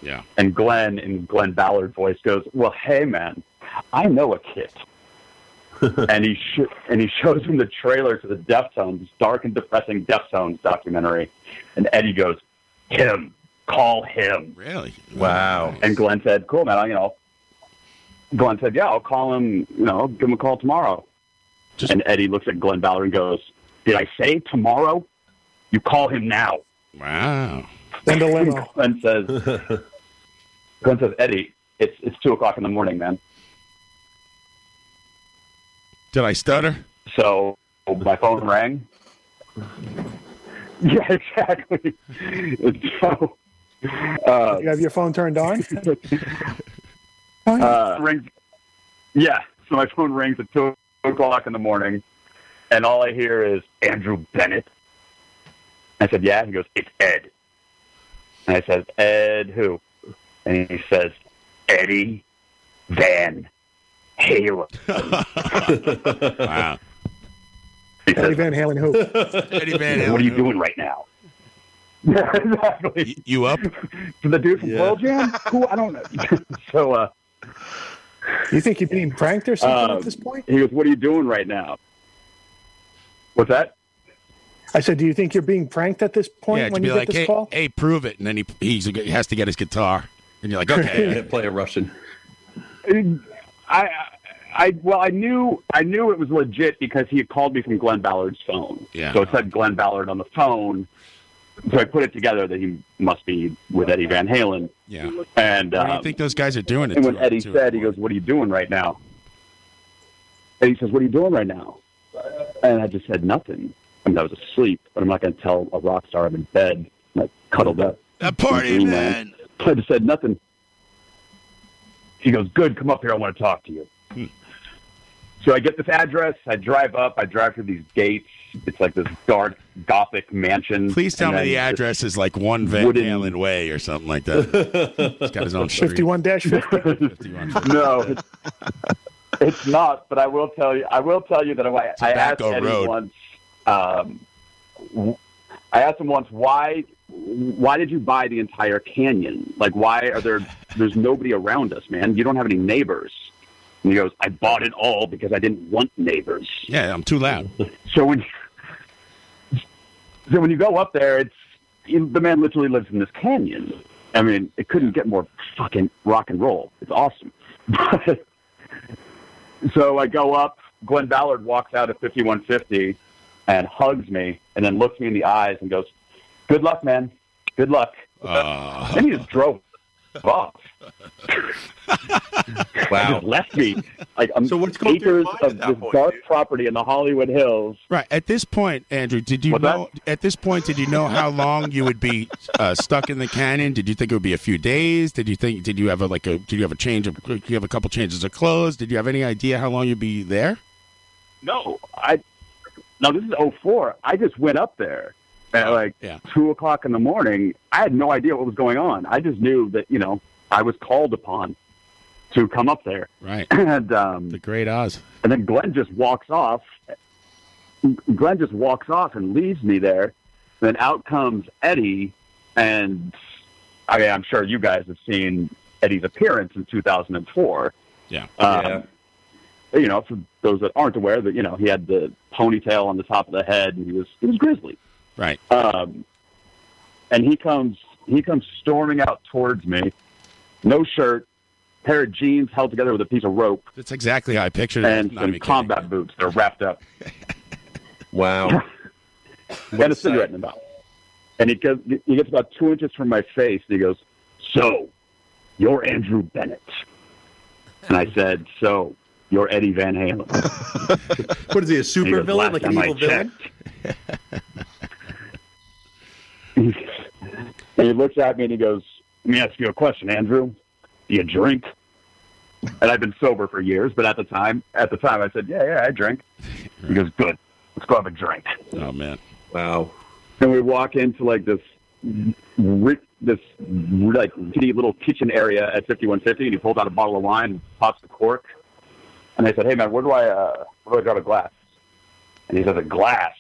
[SPEAKER 2] Yeah.
[SPEAKER 17] And Glenn, in Glenn Ballard voice, goes, "Well, hey, man, I know a kid." and he sh- and he shows him the trailer to the Deftones, dark and depressing Deftones documentary, and Eddie goes, "Him, call him."
[SPEAKER 2] Really?
[SPEAKER 17] Wow. And Glenn said, "Cool, man. I, you know." Glenn said, "Yeah, I'll call him. You know, give him a call tomorrow." and Eddie looks at Glenn Ballard and goes, "Did I say tomorrow? You call him now."
[SPEAKER 2] Wow.
[SPEAKER 17] Send a limo. Glenn says, Glenn says, Eddie, it's, it's 2 o'clock in the morning, man.
[SPEAKER 2] Did I stutter?
[SPEAKER 17] So my phone rang. Yeah, exactly. so, uh,
[SPEAKER 12] You have your phone turned on?
[SPEAKER 17] uh, rings, yeah, so my phone rings at 2 o'clock in the morning, and all I hear is Andrew Bennett. I said, yeah. He goes, it's Ed. And I said, Ed who? And he says, Eddie Van Halen.
[SPEAKER 2] wow.
[SPEAKER 12] Eddie Van Halen who?
[SPEAKER 2] Eddie Van
[SPEAKER 17] What are you doing right now? Yeah, exactly.
[SPEAKER 2] You up?
[SPEAKER 17] For the dude from Pearl Jam? Cool. I don't know. so, uh,
[SPEAKER 12] You think you're being pranked or something
[SPEAKER 2] Um,
[SPEAKER 17] uh,
[SPEAKER 12] at this point?
[SPEAKER 17] he goes, "What are you doing right now?" What's that?
[SPEAKER 12] I said, do you think you're being pranked at this point
[SPEAKER 2] yeah, to
[SPEAKER 12] when
[SPEAKER 2] be
[SPEAKER 12] you get
[SPEAKER 2] like,
[SPEAKER 12] this
[SPEAKER 2] hey,
[SPEAKER 12] call?
[SPEAKER 2] hey, prove it, and then he he's, he has to get his guitar, and you're like, okay,
[SPEAKER 1] play a Russian.
[SPEAKER 17] I, I, I- well, I knew, I knew it was legit because he had called me from Glenn Ballard's phone.
[SPEAKER 2] Yeah.
[SPEAKER 17] So it said Glenn Ballard on the phone. So I put it together that he must be with Eddie Van Halen.
[SPEAKER 2] Yeah.
[SPEAKER 17] And
[SPEAKER 2] What do
[SPEAKER 17] um,
[SPEAKER 2] you think those guys are doing? It
[SPEAKER 17] And when
[SPEAKER 2] to-
[SPEAKER 17] Eddie
[SPEAKER 2] to-
[SPEAKER 17] said, he goes, "What are you doing right now?" And he says, "What are you doing right now?" And I just said nothing. I mean, I was asleep, but I'm not going to tell a rock star I'm in bed, like cuddled up.
[SPEAKER 2] A party
[SPEAKER 17] man. So I just said nothing. He goes, "Good, come up here. I want to talk to you."
[SPEAKER 2] Hmm.
[SPEAKER 17] So I get this address. I drive up. I drive through these gates. It's like this dark gothic mansion.
[SPEAKER 2] Please tell
[SPEAKER 17] And
[SPEAKER 2] me
[SPEAKER 17] then
[SPEAKER 2] the
[SPEAKER 17] this-
[SPEAKER 2] address is like one Van Halen way or something like that. He's got his own street.
[SPEAKER 12] 51 50.
[SPEAKER 17] no. It's not, but I will tell you. I will tell you that I, I asked
[SPEAKER 2] Tobacco
[SPEAKER 17] Eddie
[SPEAKER 2] Road.
[SPEAKER 17] once. Um, w- I asked him once why. Why did you buy the entire canyon? Like, why are there? There's nobody around us, man. You don't have any neighbors. And he goes, "I bought it all because I didn't want neighbors."
[SPEAKER 2] Yeah, I'm too loud.
[SPEAKER 17] So when so when you go up there, it's you, the man literally lives in this canyon. I mean, it couldn't get more fucking rock and roll. It's awesome. so I go up. Glenn Ballard walks out at 5150 and hugs me, and then looks me in the eyes and goes, "Good luck, man. Good luck." And he just drove off. wow. Just left me like um, so what's
[SPEAKER 2] going through your
[SPEAKER 17] acres
[SPEAKER 2] mind at
[SPEAKER 17] of
[SPEAKER 2] that
[SPEAKER 17] this
[SPEAKER 2] point,
[SPEAKER 17] dark property in the Hollywood Hills.
[SPEAKER 2] Right at this point, Andrew, did you know? At this point, did you know how long you would be uh, stuck in the canyon? Did you think it would be a few days? Did you think? Did you have a like a? Did you have a change of? Did you have a couple changes of clothes? Did you have any idea how long you'd be there?
[SPEAKER 17] No, I. No, this is '04. I just went up there at like two o'clock in the morning. I had no idea what was going on. I just knew that you know I was called upon to come up there.
[SPEAKER 2] Right.
[SPEAKER 17] And um, the
[SPEAKER 2] Great Oz.
[SPEAKER 17] and then Glenn just walks off. Glenn just walks off and leaves me there. Then out comes Eddie, and I mean, I'm sure you guys have seen Eddie's appearance in 2004.
[SPEAKER 2] Yeah.
[SPEAKER 17] Um, You know, for those that aren't aware, that you know he had the ponytail on the top of the head, and he was he was grizzly.
[SPEAKER 2] Right.
[SPEAKER 17] Um, and he comes he comes storming out towards me, no shirt, pair of jeans held together with a piece of rope,
[SPEAKER 2] That's exactly how I pictured it.
[SPEAKER 17] and
[SPEAKER 2] Not
[SPEAKER 17] some
[SPEAKER 2] even
[SPEAKER 17] combat boots. They're wrapped up.
[SPEAKER 1] wow.
[SPEAKER 17] and a cigarette in the mouth. And he gets, he gets about two inches from my face, and he goes, "So, you're Andrew Bennett." And I said, "So, you're Eddie Van Halen."
[SPEAKER 1] What is he, a
[SPEAKER 17] And he
[SPEAKER 1] super
[SPEAKER 17] goes,
[SPEAKER 1] villain?
[SPEAKER 17] "Last
[SPEAKER 1] Like an
[SPEAKER 17] time I
[SPEAKER 1] evil villain?
[SPEAKER 17] And he looks at me and he goes, Let me ask you a question, Andrew. Do you drink? And I've been sober for years, but at the time at the time I said, Yeah, yeah, I drink. He goes, Good. Let's go have a drink.
[SPEAKER 2] Oh man.
[SPEAKER 1] Wow.
[SPEAKER 17] And we walk into like this ri- this like kitty little kitchen area at 5150, and he pulls out a bottle of wine, pops the cork, and I said, "Hey man, where do I uh, where do I grab a glass?" And he says, "A glass."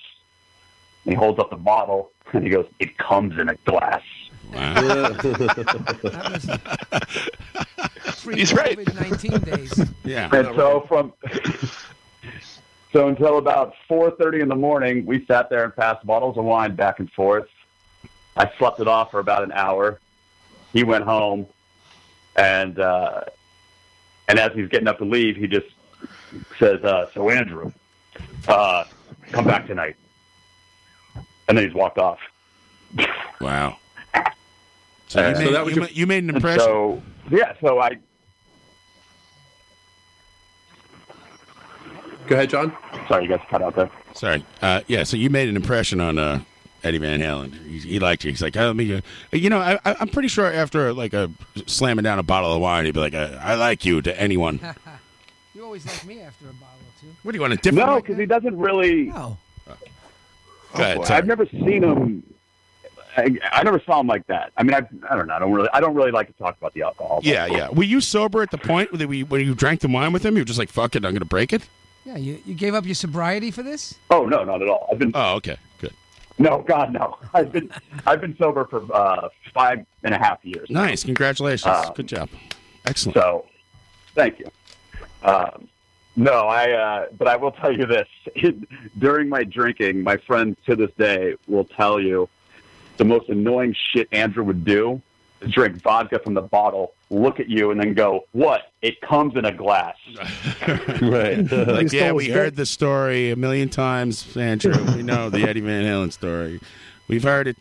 [SPEAKER 17] And he holds up the bottle, and he goes, "It comes in a glass."
[SPEAKER 11] He's right. COVID-19 days.
[SPEAKER 2] Yeah.
[SPEAKER 17] And so from so until about four thirty in the morning, we sat there and passed bottles of wine back and forth. I slept it off for about an hour. He went home, and uh, and as he's getting up to leave, he just says, uh, "So Andrew, uh, come back tonight." And then he's walked off.
[SPEAKER 2] Wow. So you
[SPEAKER 17] Uh,
[SPEAKER 2] made- you ma- you made an
[SPEAKER 17] and
[SPEAKER 2] impression.
[SPEAKER 17] So yeah, so I
[SPEAKER 1] Go ahead, John.
[SPEAKER 17] Sorry, you guys cut out there.
[SPEAKER 2] Sorry. Uh, yeah. So you made an impression on uh, Eddie Van Halen. He, he liked you. He's like, "Oh, let me. uh," You know, I, I- I'm pretty sure after like a slamming down a bottle of wine, he'd be like, "I, I like you" to anyone.
[SPEAKER 11] you always like me after a bottle or two.
[SPEAKER 2] What do you want? A different? Oh.
[SPEAKER 17] No, because he doesn't really. Oh,
[SPEAKER 11] No.
[SPEAKER 2] Go ahead, sorry.
[SPEAKER 17] I've never seen him. I, I never saw him like that. I mean, I, I don't know. I don't really. I don't really like to talk about the alcohol.
[SPEAKER 2] Yeah, yeah. Were you sober at the point that we when you drank the wine with him? You were just like, "Fuck it, I'm gonna break it."
[SPEAKER 11] Yeah, you, you gave up your sobriety for this?
[SPEAKER 17] Oh no, not at all. I've been.
[SPEAKER 2] Oh, okay, good.
[SPEAKER 17] No, God, no. I've been. I've been sober for uh, five and a half years.
[SPEAKER 2] Nice. Congratulations.
[SPEAKER 17] Um,
[SPEAKER 2] good job. Excellent.
[SPEAKER 17] So, thank you. Um, no, I. Uh, but I will tell you this: during my drinking, my friends to this day will tell you the most annoying shit Andrew would do is drink vodka from the bottle, look at you, and then go, "What? It comes in a glass."
[SPEAKER 2] right. like,
[SPEAKER 17] Just
[SPEAKER 2] yeah,
[SPEAKER 17] always
[SPEAKER 2] we heard the story a million times, Andrew. We know the Eddie Van Halen story. We've heard it,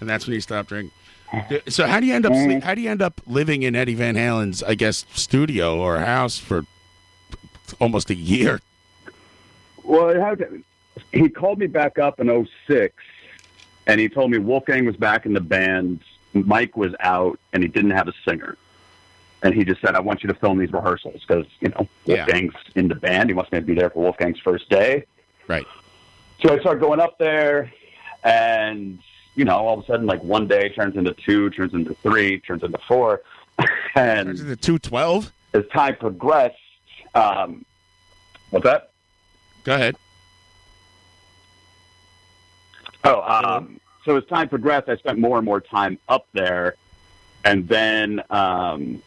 [SPEAKER 2] and that's when you stop drinking. So how do you end up?
[SPEAKER 17] Mm.
[SPEAKER 2] Sleep, how do you end up living in Eddie Van Halen's, I guess, studio or house for almost a year?
[SPEAKER 17] Well, it had, he called me back up in 06, and he told me Wolfgang was back in the band, Mike was out, and he didn't have a singer. And he just said, I want you to film these rehearsals because, you know,
[SPEAKER 2] Yeah.
[SPEAKER 17] Wolfgang's in the band. He wants me to be there for Wolfgang's first day.
[SPEAKER 2] Right.
[SPEAKER 17] So I started going up there, and, you know, all of a sudden, like one day turns into two, turns into three, turns into four. and
[SPEAKER 2] Turns into 212?
[SPEAKER 17] As time progressed, um, What's that?
[SPEAKER 2] Go ahead.
[SPEAKER 17] Oh, um, so as time progressed, I spent more and more time up there, and then um,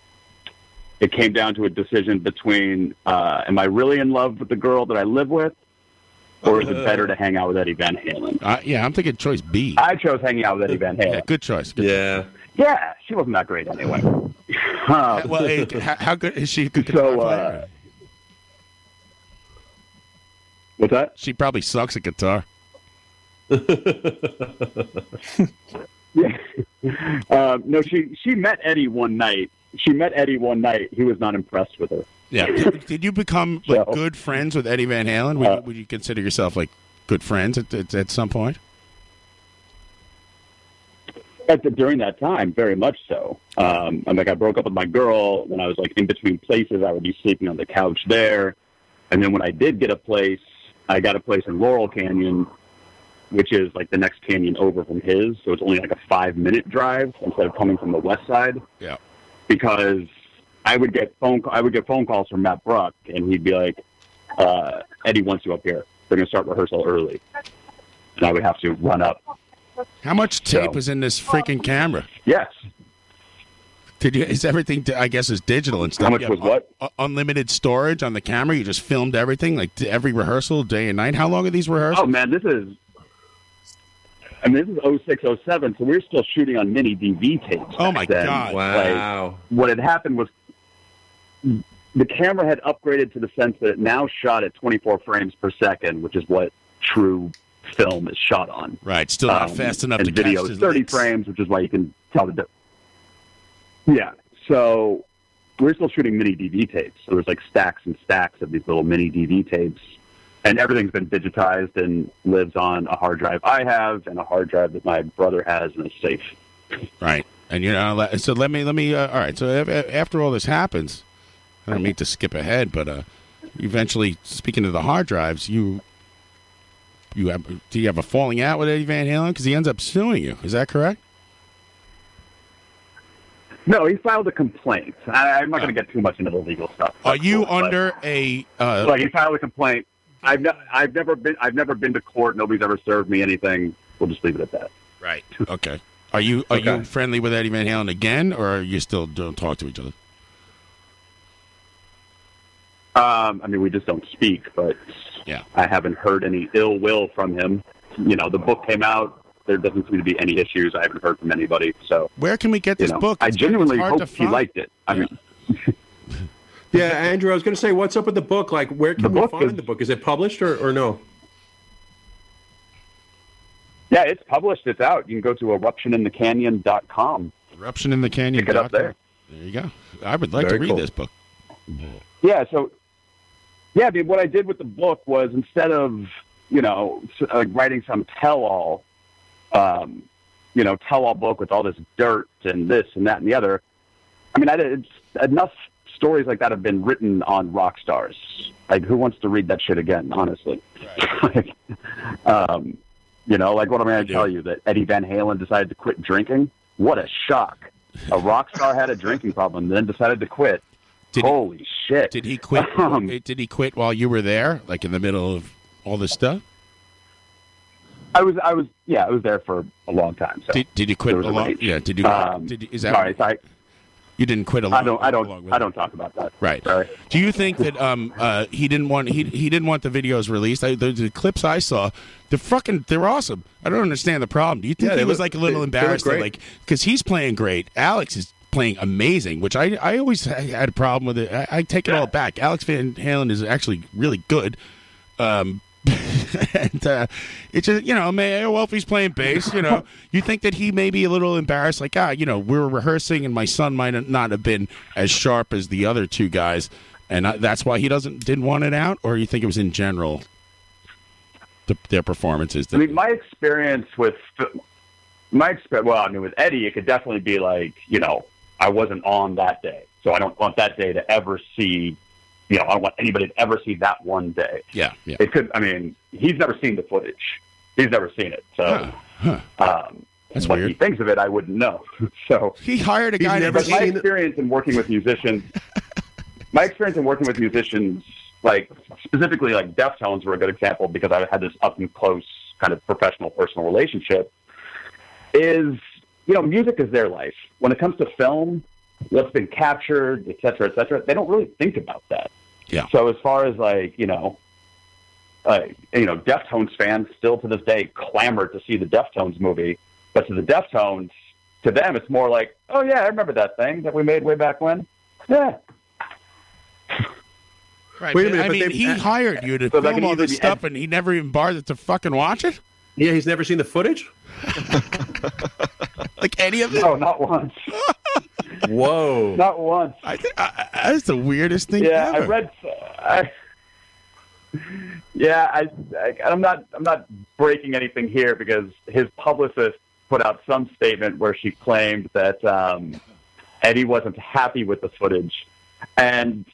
[SPEAKER 17] it came down to a decision between: uh, Am I really in love with the girl that I live with, or is it better to hang out with Eddie Van Halen?
[SPEAKER 2] Uh, yeah, I'm thinking choice B.
[SPEAKER 17] I chose hanging out with Eddie Van Halen.
[SPEAKER 2] Yeah, good choice. Good yeah.
[SPEAKER 17] Yeah, she wasn't that great anyway. Um,
[SPEAKER 2] Well, hey, how, how good is she? a Good guitar
[SPEAKER 17] so,
[SPEAKER 2] player?
[SPEAKER 17] uh, what's that?
[SPEAKER 2] She probably sucks at guitar.
[SPEAKER 17] um, no, she she met Eddie one night. She met Eddie one night. He was not impressed with her.
[SPEAKER 2] Yeah. Did, did you become like good friends with Eddie Van Halen?
[SPEAKER 17] uh,
[SPEAKER 2] Would, you would you consider yourself like good friends at, at, at some point?
[SPEAKER 17] At the, during that time, very much so. Um, I'm like I broke up with my girl when I was like in between places. I would be sleeping on the couch there, and then when I did get a place, I got a place in Laurel Canyon, which is like the next canyon over from his. So it's only like a five minute drive instead of coming from the west side.
[SPEAKER 2] Yeah.
[SPEAKER 17] because I would get phone I would get phone calls from Matt Brock, and he'd be like, uh, "Eddie wants you up here. They're going to start rehearsal early," and I would have to run up.
[SPEAKER 2] How much tape is in this freaking camera?
[SPEAKER 17] Yes.
[SPEAKER 2] Did you? Is everything? di- I guess is digital and stuff.
[SPEAKER 17] How much
[SPEAKER 2] You
[SPEAKER 17] was
[SPEAKER 2] have un-
[SPEAKER 17] what?
[SPEAKER 2] un- unlimited storage on the camera. You just filmed everything, like d- every rehearsal, day and night. How long are these rehearsals?
[SPEAKER 17] Oh man, this is. I mean, this is 06, 07, so we were still shooting on mini DV tapes.
[SPEAKER 2] Oh my
[SPEAKER 17] then.
[SPEAKER 2] God.
[SPEAKER 17] Like,
[SPEAKER 2] Wow.
[SPEAKER 17] what had happened was the camera had upgraded to the sense that it now shot at 24 frames per second, which is what true film is shot on.
[SPEAKER 2] Right, still not
[SPEAKER 17] Um,
[SPEAKER 2] fast enough
[SPEAKER 17] and
[SPEAKER 2] to
[SPEAKER 17] video
[SPEAKER 2] catch
[SPEAKER 17] is
[SPEAKER 2] the
[SPEAKER 17] 30
[SPEAKER 2] leaks.
[SPEAKER 17] frames, which is why you can tell the difference. Yeah, so we're still shooting mini DV tapes. So there's like stacks and stacks of these little mini DV tapes, and everything's been digitized and lives on a hard drive I have and a hard drive that my brother has and is safe.
[SPEAKER 2] Right, and you're not. Allowed, so let me let me. Uh, all right. So af- af- after all this happens, I don't mean to skip ahead, but uh, eventually, speaking of the hard drives, you you have do you have a falling out with Eddie Van Halen because he ends up suing you? Is that correct?
[SPEAKER 17] No, he filed a complaint. I, I'm not
[SPEAKER 2] Oh.
[SPEAKER 17] going to get too much into the legal stuff.
[SPEAKER 2] Are you under a? Uh,
[SPEAKER 17] like he filed a complaint. I've no, I've never been I've never been to court. Nobody's ever served me anything. We'll just leave it at that.
[SPEAKER 2] Right. Okay. Are you are you friendly with Eddie Van Halen again, or are you still don't talk to each other?
[SPEAKER 17] Um, I mean, we just don't speak, but
[SPEAKER 2] yeah,
[SPEAKER 17] I haven't heard any ill will from him. You know, the book came out. There doesn't seem to be any issues. I haven't heard from anybody. So
[SPEAKER 2] Where can we get
[SPEAKER 17] you
[SPEAKER 2] this
[SPEAKER 17] know,
[SPEAKER 2] book?
[SPEAKER 17] I
[SPEAKER 2] It's very-
[SPEAKER 17] genuinely
[SPEAKER 2] it's hard
[SPEAKER 17] hope
[SPEAKER 2] to
[SPEAKER 17] he
[SPEAKER 2] find.
[SPEAKER 17] liked it. I mean,
[SPEAKER 1] Yeah, Andrew, I was going to say, what's up with the book? Like, where can we find the book? Is it published or, or no?
[SPEAKER 17] yeah, it's published. It's out. You can go to eruptioninthecanyon.com.
[SPEAKER 2] Eruption in the Canyon.
[SPEAKER 17] Pick it up there.
[SPEAKER 2] There you go. I would like
[SPEAKER 17] Very
[SPEAKER 2] to read
[SPEAKER 17] cool.
[SPEAKER 2] this book.
[SPEAKER 17] Yeah, so yeah, I mean, what I did with the book was instead of you know s- uh, writing some tell-all, um, you know, tell-all book with all this dirt and this and that and the other. I mean, I did, it's- enough stories like that have been written on rock stars. Like, who wants to read that shit again? Honestly, like, um, you know, like what am I going to tell you that Eddie Van Halen decided to quit drinking? What a shock! A rock star had a drinking problem, and then decided to quit. Holy shit! Um,
[SPEAKER 2] Did he quit?
[SPEAKER 1] Um,
[SPEAKER 2] eh, Did he quit while you were there, like in the middle of all this stuff?
[SPEAKER 17] I was, I was, yeah, I was there for a long time. So
[SPEAKER 2] Did, did you quit
[SPEAKER 17] There was a
[SPEAKER 2] alone?
[SPEAKER 17] rage.
[SPEAKER 2] Yeah. Did you?
[SPEAKER 17] Um,
[SPEAKER 2] did you- is that?
[SPEAKER 17] sorry, sorry.
[SPEAKER 2] You didn't quit along.
[SPEAKER 17] I don't, I
[SPEAKER 2] along
[SPEAKER 17] don't,
[SPEAKER 2] with
[SPEAKER 17] I
[SPEAKER 2] him.
[SPEAKER 17] don't talk about that.
[SPEAKER 2] Right. Do you think that um uh he didn't want he he didn't want the videos released? I, the, the clips I saw, the fucking they're awesome. I don't understand the problem. Do you think
[SPEAKER 1] Yeah, they
[SPEAKER 2] he was
[SPEAKER 1] look-
[SPEAKER 2] like a little
[SPEAKER 1] they- they look
[SPEAKER 2] embarrassed that
[SPEAKER 1] great.
[SPEAKER 2] like because he's playing great, Alex is playing amazing, which I I always ha- had a problem with it. I, I take it all back. Alex Van Halen is actually really good. Um. and uh, it's just you know, man. oh, Well, if he's playing bass, you know, you think that he may be a little embarrassed, like ah, you know, we were rehearsing, and my son might not have been as sharp as the other two guys, and I, that's why he doesn't didn't want it out. Or you think it was in general, the, their performances.
[SPEAKER 17] I
[SPEAKER 2] That,
[SPEAKER 17] mean, my experience with my experience. Well, I mean, with Eddie, it could definitely be like, you know, I wasn't on that day, so I don't want that day to ever see. You know, I don't want anybody to ever see that one day.
[SPEAKER 2] yeah, yeah.
[SPEAKER 17] It could. I mean, he's never seen the footage. He's never seen it. So, um,
[SPEAKER 2] That's
[SPEAKER 17] what he thinks of it, I wouldn't know. so
[SPEAKER 2] he hired a
[SPEAKER 1] guy to
[SPEAKER 17] But my
[SPEAKER 1] design-
[SPEAKER 17] experience in working with musicians, my experience in working with musicians like specifically like Deftones were a good example because I had this up and close kind of professional personal relationship. Is you know, music is their life. When it comes to film, what's been captured, et cetera, et cetera, they don't really think about that.
[SPEAKER 2] Yeah.
[SPEAKER 17] So as far as like you know, uh, you know, Deftones fans still to this day clamor to see the Deftones movie, but to the Deftones, to them, it's more like, oh yeah, I remember that thing that we made way back when. Yeah.
[SPEAKER 11] Right.
[SPEAKER 2] Wait a
[SPEAKER 11] but
[SPEAKER 2] minute,
[SPEAKER 11] I
[SPEAKER 2] but
[SPEAKER 11] mean,
[SPEAKER 2] they, he hired you to
[SPEAKER 11] So that
[SPEAKER 2] film
[SPEAKER 11] can
[SPEAKER 2] all
[SPEAKER 11] either
[SPEAKER 2] this
[SPEAKER 11] be-
[SPEAKER 2] stuff, and he never even bothered to fucking watch it.
[SPEAKER 1] Yeah, he's never seen the footage.
[SPEAKER 2] like any of it?
[SPEAKER 17] No, not once.
[SPEAKER 1] Whoa!
[SPEAKER 17] Not once.
[SPEAKER 2] Oh. I, thi- I, I, that's the weirdest thing.
[SPEAKER 17] yeah,
[SPEAKER 2] ever.
[SPEAKER 17] I read. I, yeah, I, I, I'm not. I'm not breaking anything here because his publicist put out some statement where she claimed that um, Eddie wasn't happy with the footage, and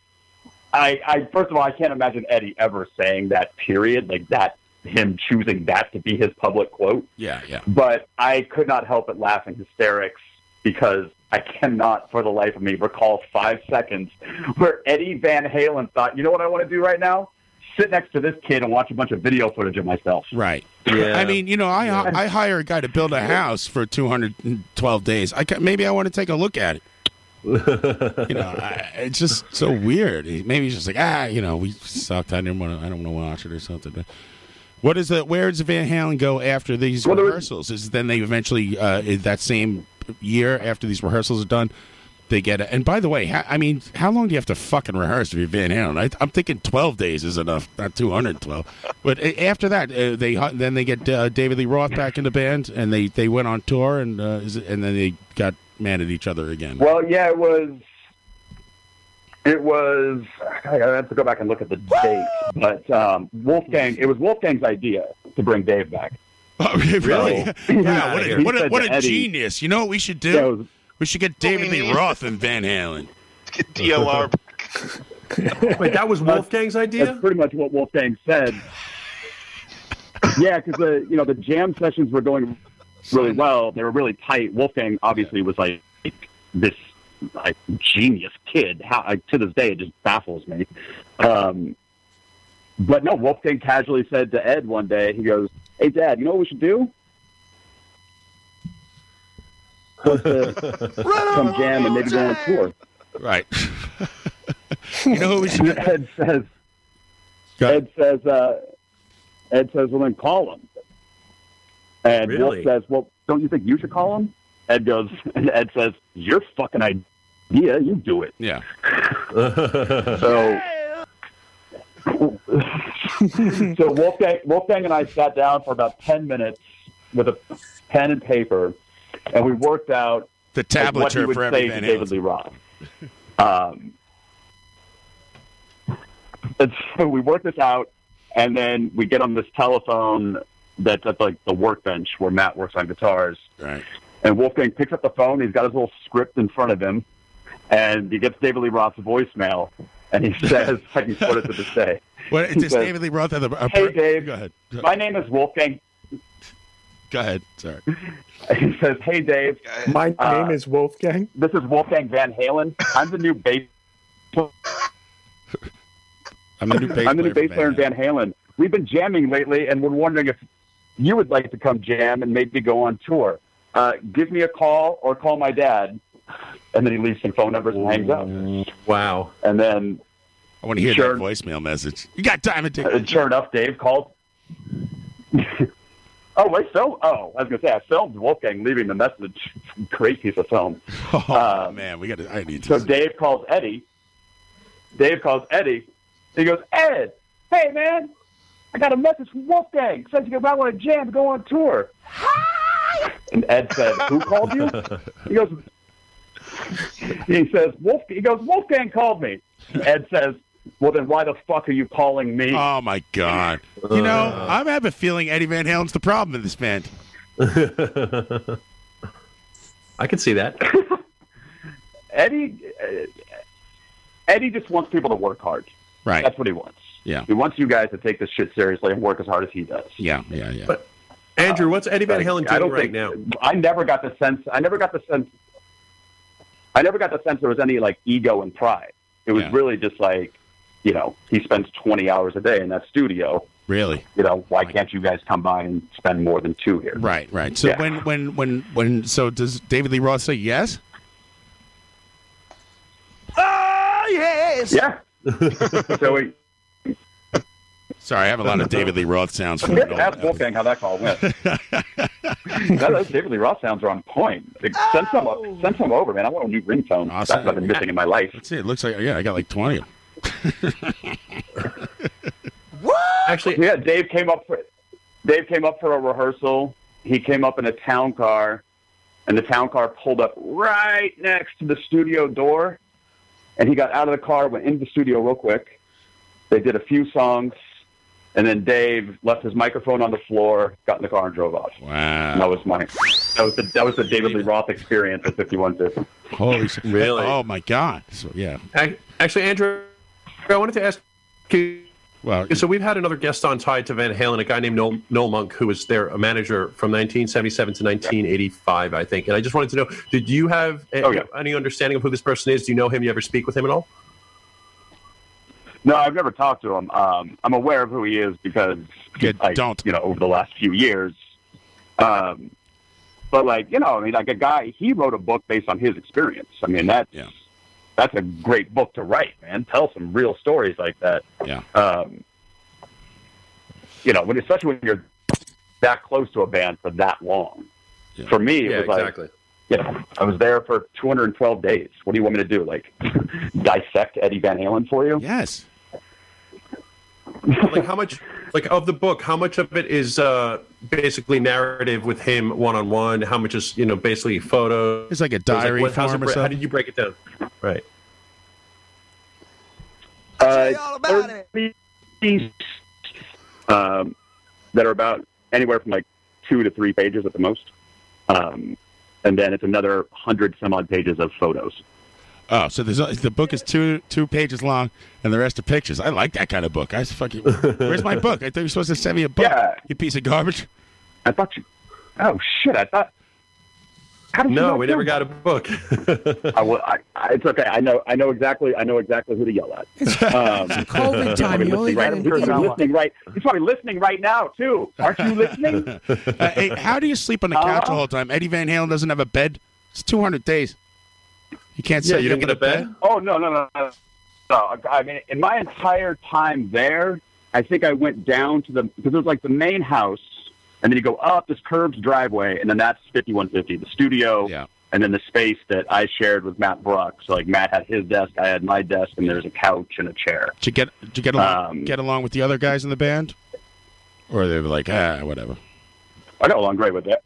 [SPEAKER 17] I, I first of all, I can't imagine Eddie ever saying that. Period. Like that, him choosing that to be his public quote.
[SPEAKER 2] Yeah, yeah.
[SPEAKER 17] But I could not help but laughing hysterics because I cannot, for the life of me, recall five seconds where Eddie Van Halen thought, "You know what I want to do right now? Sit next to this kid and watch a bunch of video footage of myself."
[SPEAKER 2] Right. I mean, you know, I I hire a guy to build a house for 212 days. I ca- maybe I want to take a look at it. you know, I, it's just so weird. He- Maybe he's just like, ah, you know, we sucked. I didn't want to. I don't want to watch it or something. But what is the? Where does Van Halen go after these rehearsals? Is then they eventually uh, in that same year after these rehearsals are done, they get. A, and by the way, how, I mean, how long do you have to fucking rehearse if you're Van Halen? I, I'm thinking 12 days is enough, not 212. But a- after that, uh, they hu- then they get uh, David Lee Roth back in the band, and they they went on tour, and uh, is it- and then they got mad at each other again.
[SPEAKER 17] Well, yeah, it was. It was. I have to go back and look at the date, but um, Wolfgang. It was Wolfgang's idea to bring Dave back.
[SPEAKER 1] Oh,
[SPEAKER 2] really? Wow, what a, what a, what a
[SPEAKER 17] Eddie,
[SPEAKER 2] genius. You know what we should do? we should get David Lee Roth and Van Halen.
[SPEAKER 3] Get
[SPEAKER 1] DLR
[SPEAKER 17] Wait,
[SPEAKER 1] that was Wolfgang's idea?
[SPEAKER 17] That's pretty much what Wolfgang said. yeah, because the you know the jam sessions were going really well. They were really tight. Wolfgang obviously was like this like genius kid. How I, to this day it just baffles me. Um, but no, Wolfgang casually said to Ed one day, he goes, "Hey, Dad, you know what we should do? Let's uh, come jam and maybe go on tour."
[SPEAKER 2] Right. you know who we should
[SPEAKER 17] Ed says Ed says uh, Ed says, Well then call him. And Wolf
[SPEAKER 1] Really?
[SPEAKER 17] says, Well, don't you think you should call him? Ed goes and Ed says, Your fucking idea, you do it.
[SPEAKER 2] Yeah.
[SPEAKER 17] so so Wolfgang, Wolfgang and I sat down for about ten minutes with a pen and paper, and we worked out
[SPEAKER 2] the
[SPEAKER 17] like, what he
[SPEAKER 2] tablature
[SPEAKER 17] would
[SPEAKER 2] for every
[SPEAKER 17] say to
[SPEAKER 2] Van
[SPEAKER 17] David
[SPEAKER 2] Halen.
[SPEAKER 17] Lee Roth. Um, and so we work this out, and then we get on this telephone that's at like the workbench where Matt works on guitars.
[SPEAKER 2] Right.
[SPEAKER 17] And Wolfgang picks up the phone. He's got his little script in front of him, and he gets David Lee Roth's voicemail, and he says, "I can put it to this day."
[SPEAKER 2] What,
[SPEAKER 17] He
[SPEAKER 2] does
[SPEAKER 17] says,
[SPEAKER 2] David Lee Roth have a, a
[SPEAKER 17] Hey, Dave.
[SPEAKER 2] Go ahead.
[SPEAKER 17] My name is Wolfgang.
[SPEAKER 2] Go ahead. Sorry.
[SPEAKER 17] He says, "Hey, Dave.
[SPEAKER 12] My name
[SPEAKER 17] uh,
[SPEAKER 12] is Wolfgang.
[SPEAKER 17] This is Wolfgang Van Halen. I'm the new bass.
[SPEAKER 2] I'm the new bass
[SPEAKER 17] I'm the new
[SPEAKER 2] player
[SPEAKER 17] bass
[SPEAKER 2] for
[SPEAKER 17] player in Van Halen. We've been jamming lately, and we're wondering if you would like to come jam and maybe go on tour. Uh, give me a call or call my dad. And then he leaves some phone numbers and hangs up.
[SPEAKER 1] Wow.
[SPEAKER 17] And then
[SPEAKER 2] I want to hear
[SPEAKER 17] Sure.
[SPEAKER 2] that voicemail message. You got time to take
[SPEAKER 17] Uh, sure enough, Dave called. oh wait, so oh, I was gonna say I filmed Wolfgang leaving the message. Great piece of film.
[SPEAKER 2] Oh man, we got. to I need
[SPEAKER 17] to. So Dave calls Eddie. Dave calls Eddie. He goes, Ed, hey man, I got a message from Wolfgang. Says you might want to jam, go on tour. And Ed said, "Who called you?" He goes. He says, "Wolf." He goes, "Wolfgang called me." Ed says, "Well, then why the fuck are you calling me?"
[SPEAKER 2] Oh my god! You
[SPEAKER 17] Uh.
[SPEAKER 2] know, I have a feeling Eddie Van Halen's the problem in this band.
[SPEAKER 1] I can see that.
[SPEAKER 17] Eddie, uh, Eddie just wants people to work hard.
[SPEAKER 2] Right.
[SPEAKER 17] That's what he wants.
[SPEAKER 2] Yeah.
[SPEAKER 17] He wants you guys to take this shit seriously and work as hard as he does.
[SPEAKER 2] Yeah. Yeah. Yeah.
[SPEAKER 1] But Andrew, what's Eddie Van Halen
[SPEAKER 17] I
[SPEAKER 1] doing
[SPEAKER 17] don't
[SPEAKER 1] right
[SPEAKER 17] think,
[SPEAKER 1] now?
[SPEAKER 17] I never got the sense. I never got the sense. I never got the sense there was any like ego and pride. It was really just like you know, he spends 20 hours a day in that studio.
[SPEAKER 2] Really?
[SPEAKER 17] You know, why can't you guys come by and spend more than two here?
[SPEAKER 2] Right, right. So
[SPEAKER 17] Yeah.
[SPEAKER 2] when, when, when, when, so does David Lee Roth say yes?
[SPEAKER 6] Oh, yes.
[SPEAKER 17] Yeah. so we,
[SPEAKER 2] Sorry, I have a lot of David Lee Roth sounds for me.
[SPEAKER 17] ask Wolfgang how that call went. that, those David Lee Roth sounds are on point. Like, Send some, o- send some over, man. I want a new ringtone. That's what I've been missing in my life.
[SPEAKER 2] That's it. Looks like yeah, I got like twenty. Of them.
[SPEAKER 1] Actually,
[SPEAKER 17] yeah, Dave came up for Dave came up for a rehearsal. He came up in a town car, and the town car pulled up right next to the studio door. And he got out of the car, went into the studio real quick. They did a few songs, and then Dave left his microphone on the floor, got in the car, and drove off.
[SPEAKER 2] Wow, and
[SPEAKER 17] that was my that was the that was the David Lee Roth experience at fifty one fifty.
[SPEAKER 2] Holy shit!
[SPEAKER 1] Really?
[SPEAKER 2] Oh my god! So, yeah.
[SPEAKER 1] Ac- Actually, Andrew, I wanted to ask you.
[SPEAKER 2] Well,
[SPEAKER 1] so we've had another guest on tied to Van Halen, a guy named Noel, Noel Monk, who was their manager from 1977 to 1985, I think. And I just wanted to know, did you have a-
[SPEAKER 17] Oh,
[SPEAKER 1] any understanding of who this person is? Do you know him? You ever speak with him at all?
[SPEAKER 17] No, I've never talked to him. Um, I'm aware of who he is because I don't. You know, over the last few years. Um, but like you know, I mean, like a guy, he wrote a book based on his experience. I mean, that's that's a great book to write, man. Tell some real stories like that.
[SPEAKER 2] Yeah.
[SPEAKER 17] Um, you know, when especially when you're that close to a band for that long. For me, it
[SPEAKER 1] Yeah,
[SPEAKER 17] was like
[SPEAKER 1] exactly.
[SPEAKER 17] you know, I was there for 212 days. What do you want me to do? Like, dissect Eddie Van Halen for you?
[SPEAKER 2] Yes.
[SPEAKER 1] like how much like of the book how much of it is uh basically narrative with him one-on-one how much is you know basically photos
[SPEAKER 2] It's like a diary
[SPEAKER 1] what- how's it
[SPEAKER 2] form or
[SPEAKER 1] bre- how
[SPEAKER 2] something?
[SPEAKER 1] did you break it down right
[SPEAKER 17] Uh, um, that are about anywhere from like two to three pages at the most. Um, and then it's another hundred some odd pages of photos.
[SPEAKER 2] Oh, so there's the book is two two pages long, and the rest are pictures. I like that kind of book. I was fucking. Where's my book? I thought you were supposed to send me a book. Yeah. You piece of garbage.
[SPEAKER 17] I thought you. Oh shit! I thought. How did you
[SPEAKER 1] no
[SPEAKER 17] not
[SPEAKER 1] we
[SPEAKER 17] do
[SPEAKER 1] never
[SPEAKER 17] that?
[SPEAKER 1] got a book
[SPEAKER 17] I will, I, I, it's okay. I know. I know exactly. I know exactly who to yell at. Um,
[SPEAKER 6] COVID time.
[SPEAKER 17] He's
[SPEAKER 6] You
[SPEAKER 17] probably
[SPEAKER 6] only
[SPEAKER 17] listening right,
[SPEAKER 6] get
[SPEAKER 17] he's probably
[SPEAKER 6] invited.
[SPEAKER 17] listening right. He's probably listening right now too. Aren't you listening?
[SPEAKER 2] Uh, hey, how do you sleep on the
[SPEAKER 17] Uh-huh.
[SPEAKER 2] couch the whole time? Eddie Van Halen doesn't have a bed. It's 200 days. You can't say
[SPEAKER 17] Oh no, no, no, no, no. I mean, in my entire time there, I think I went down to the because it was like the main house, and then you go up this curved driveway, and then that's fifty one fifty, the studio, yeah. and then the space that I shared with Matt Brock. So like Matt had his desk, I had my desk, and there's a couch and a chair.
[SPEAKER 2] Did you get did you get along,
[SPEAKER 17] Um,
[SPEAKER 2] get along with the other guys in the band, or they were like ah whatever.
[SPEAKER 17] I got along great with that.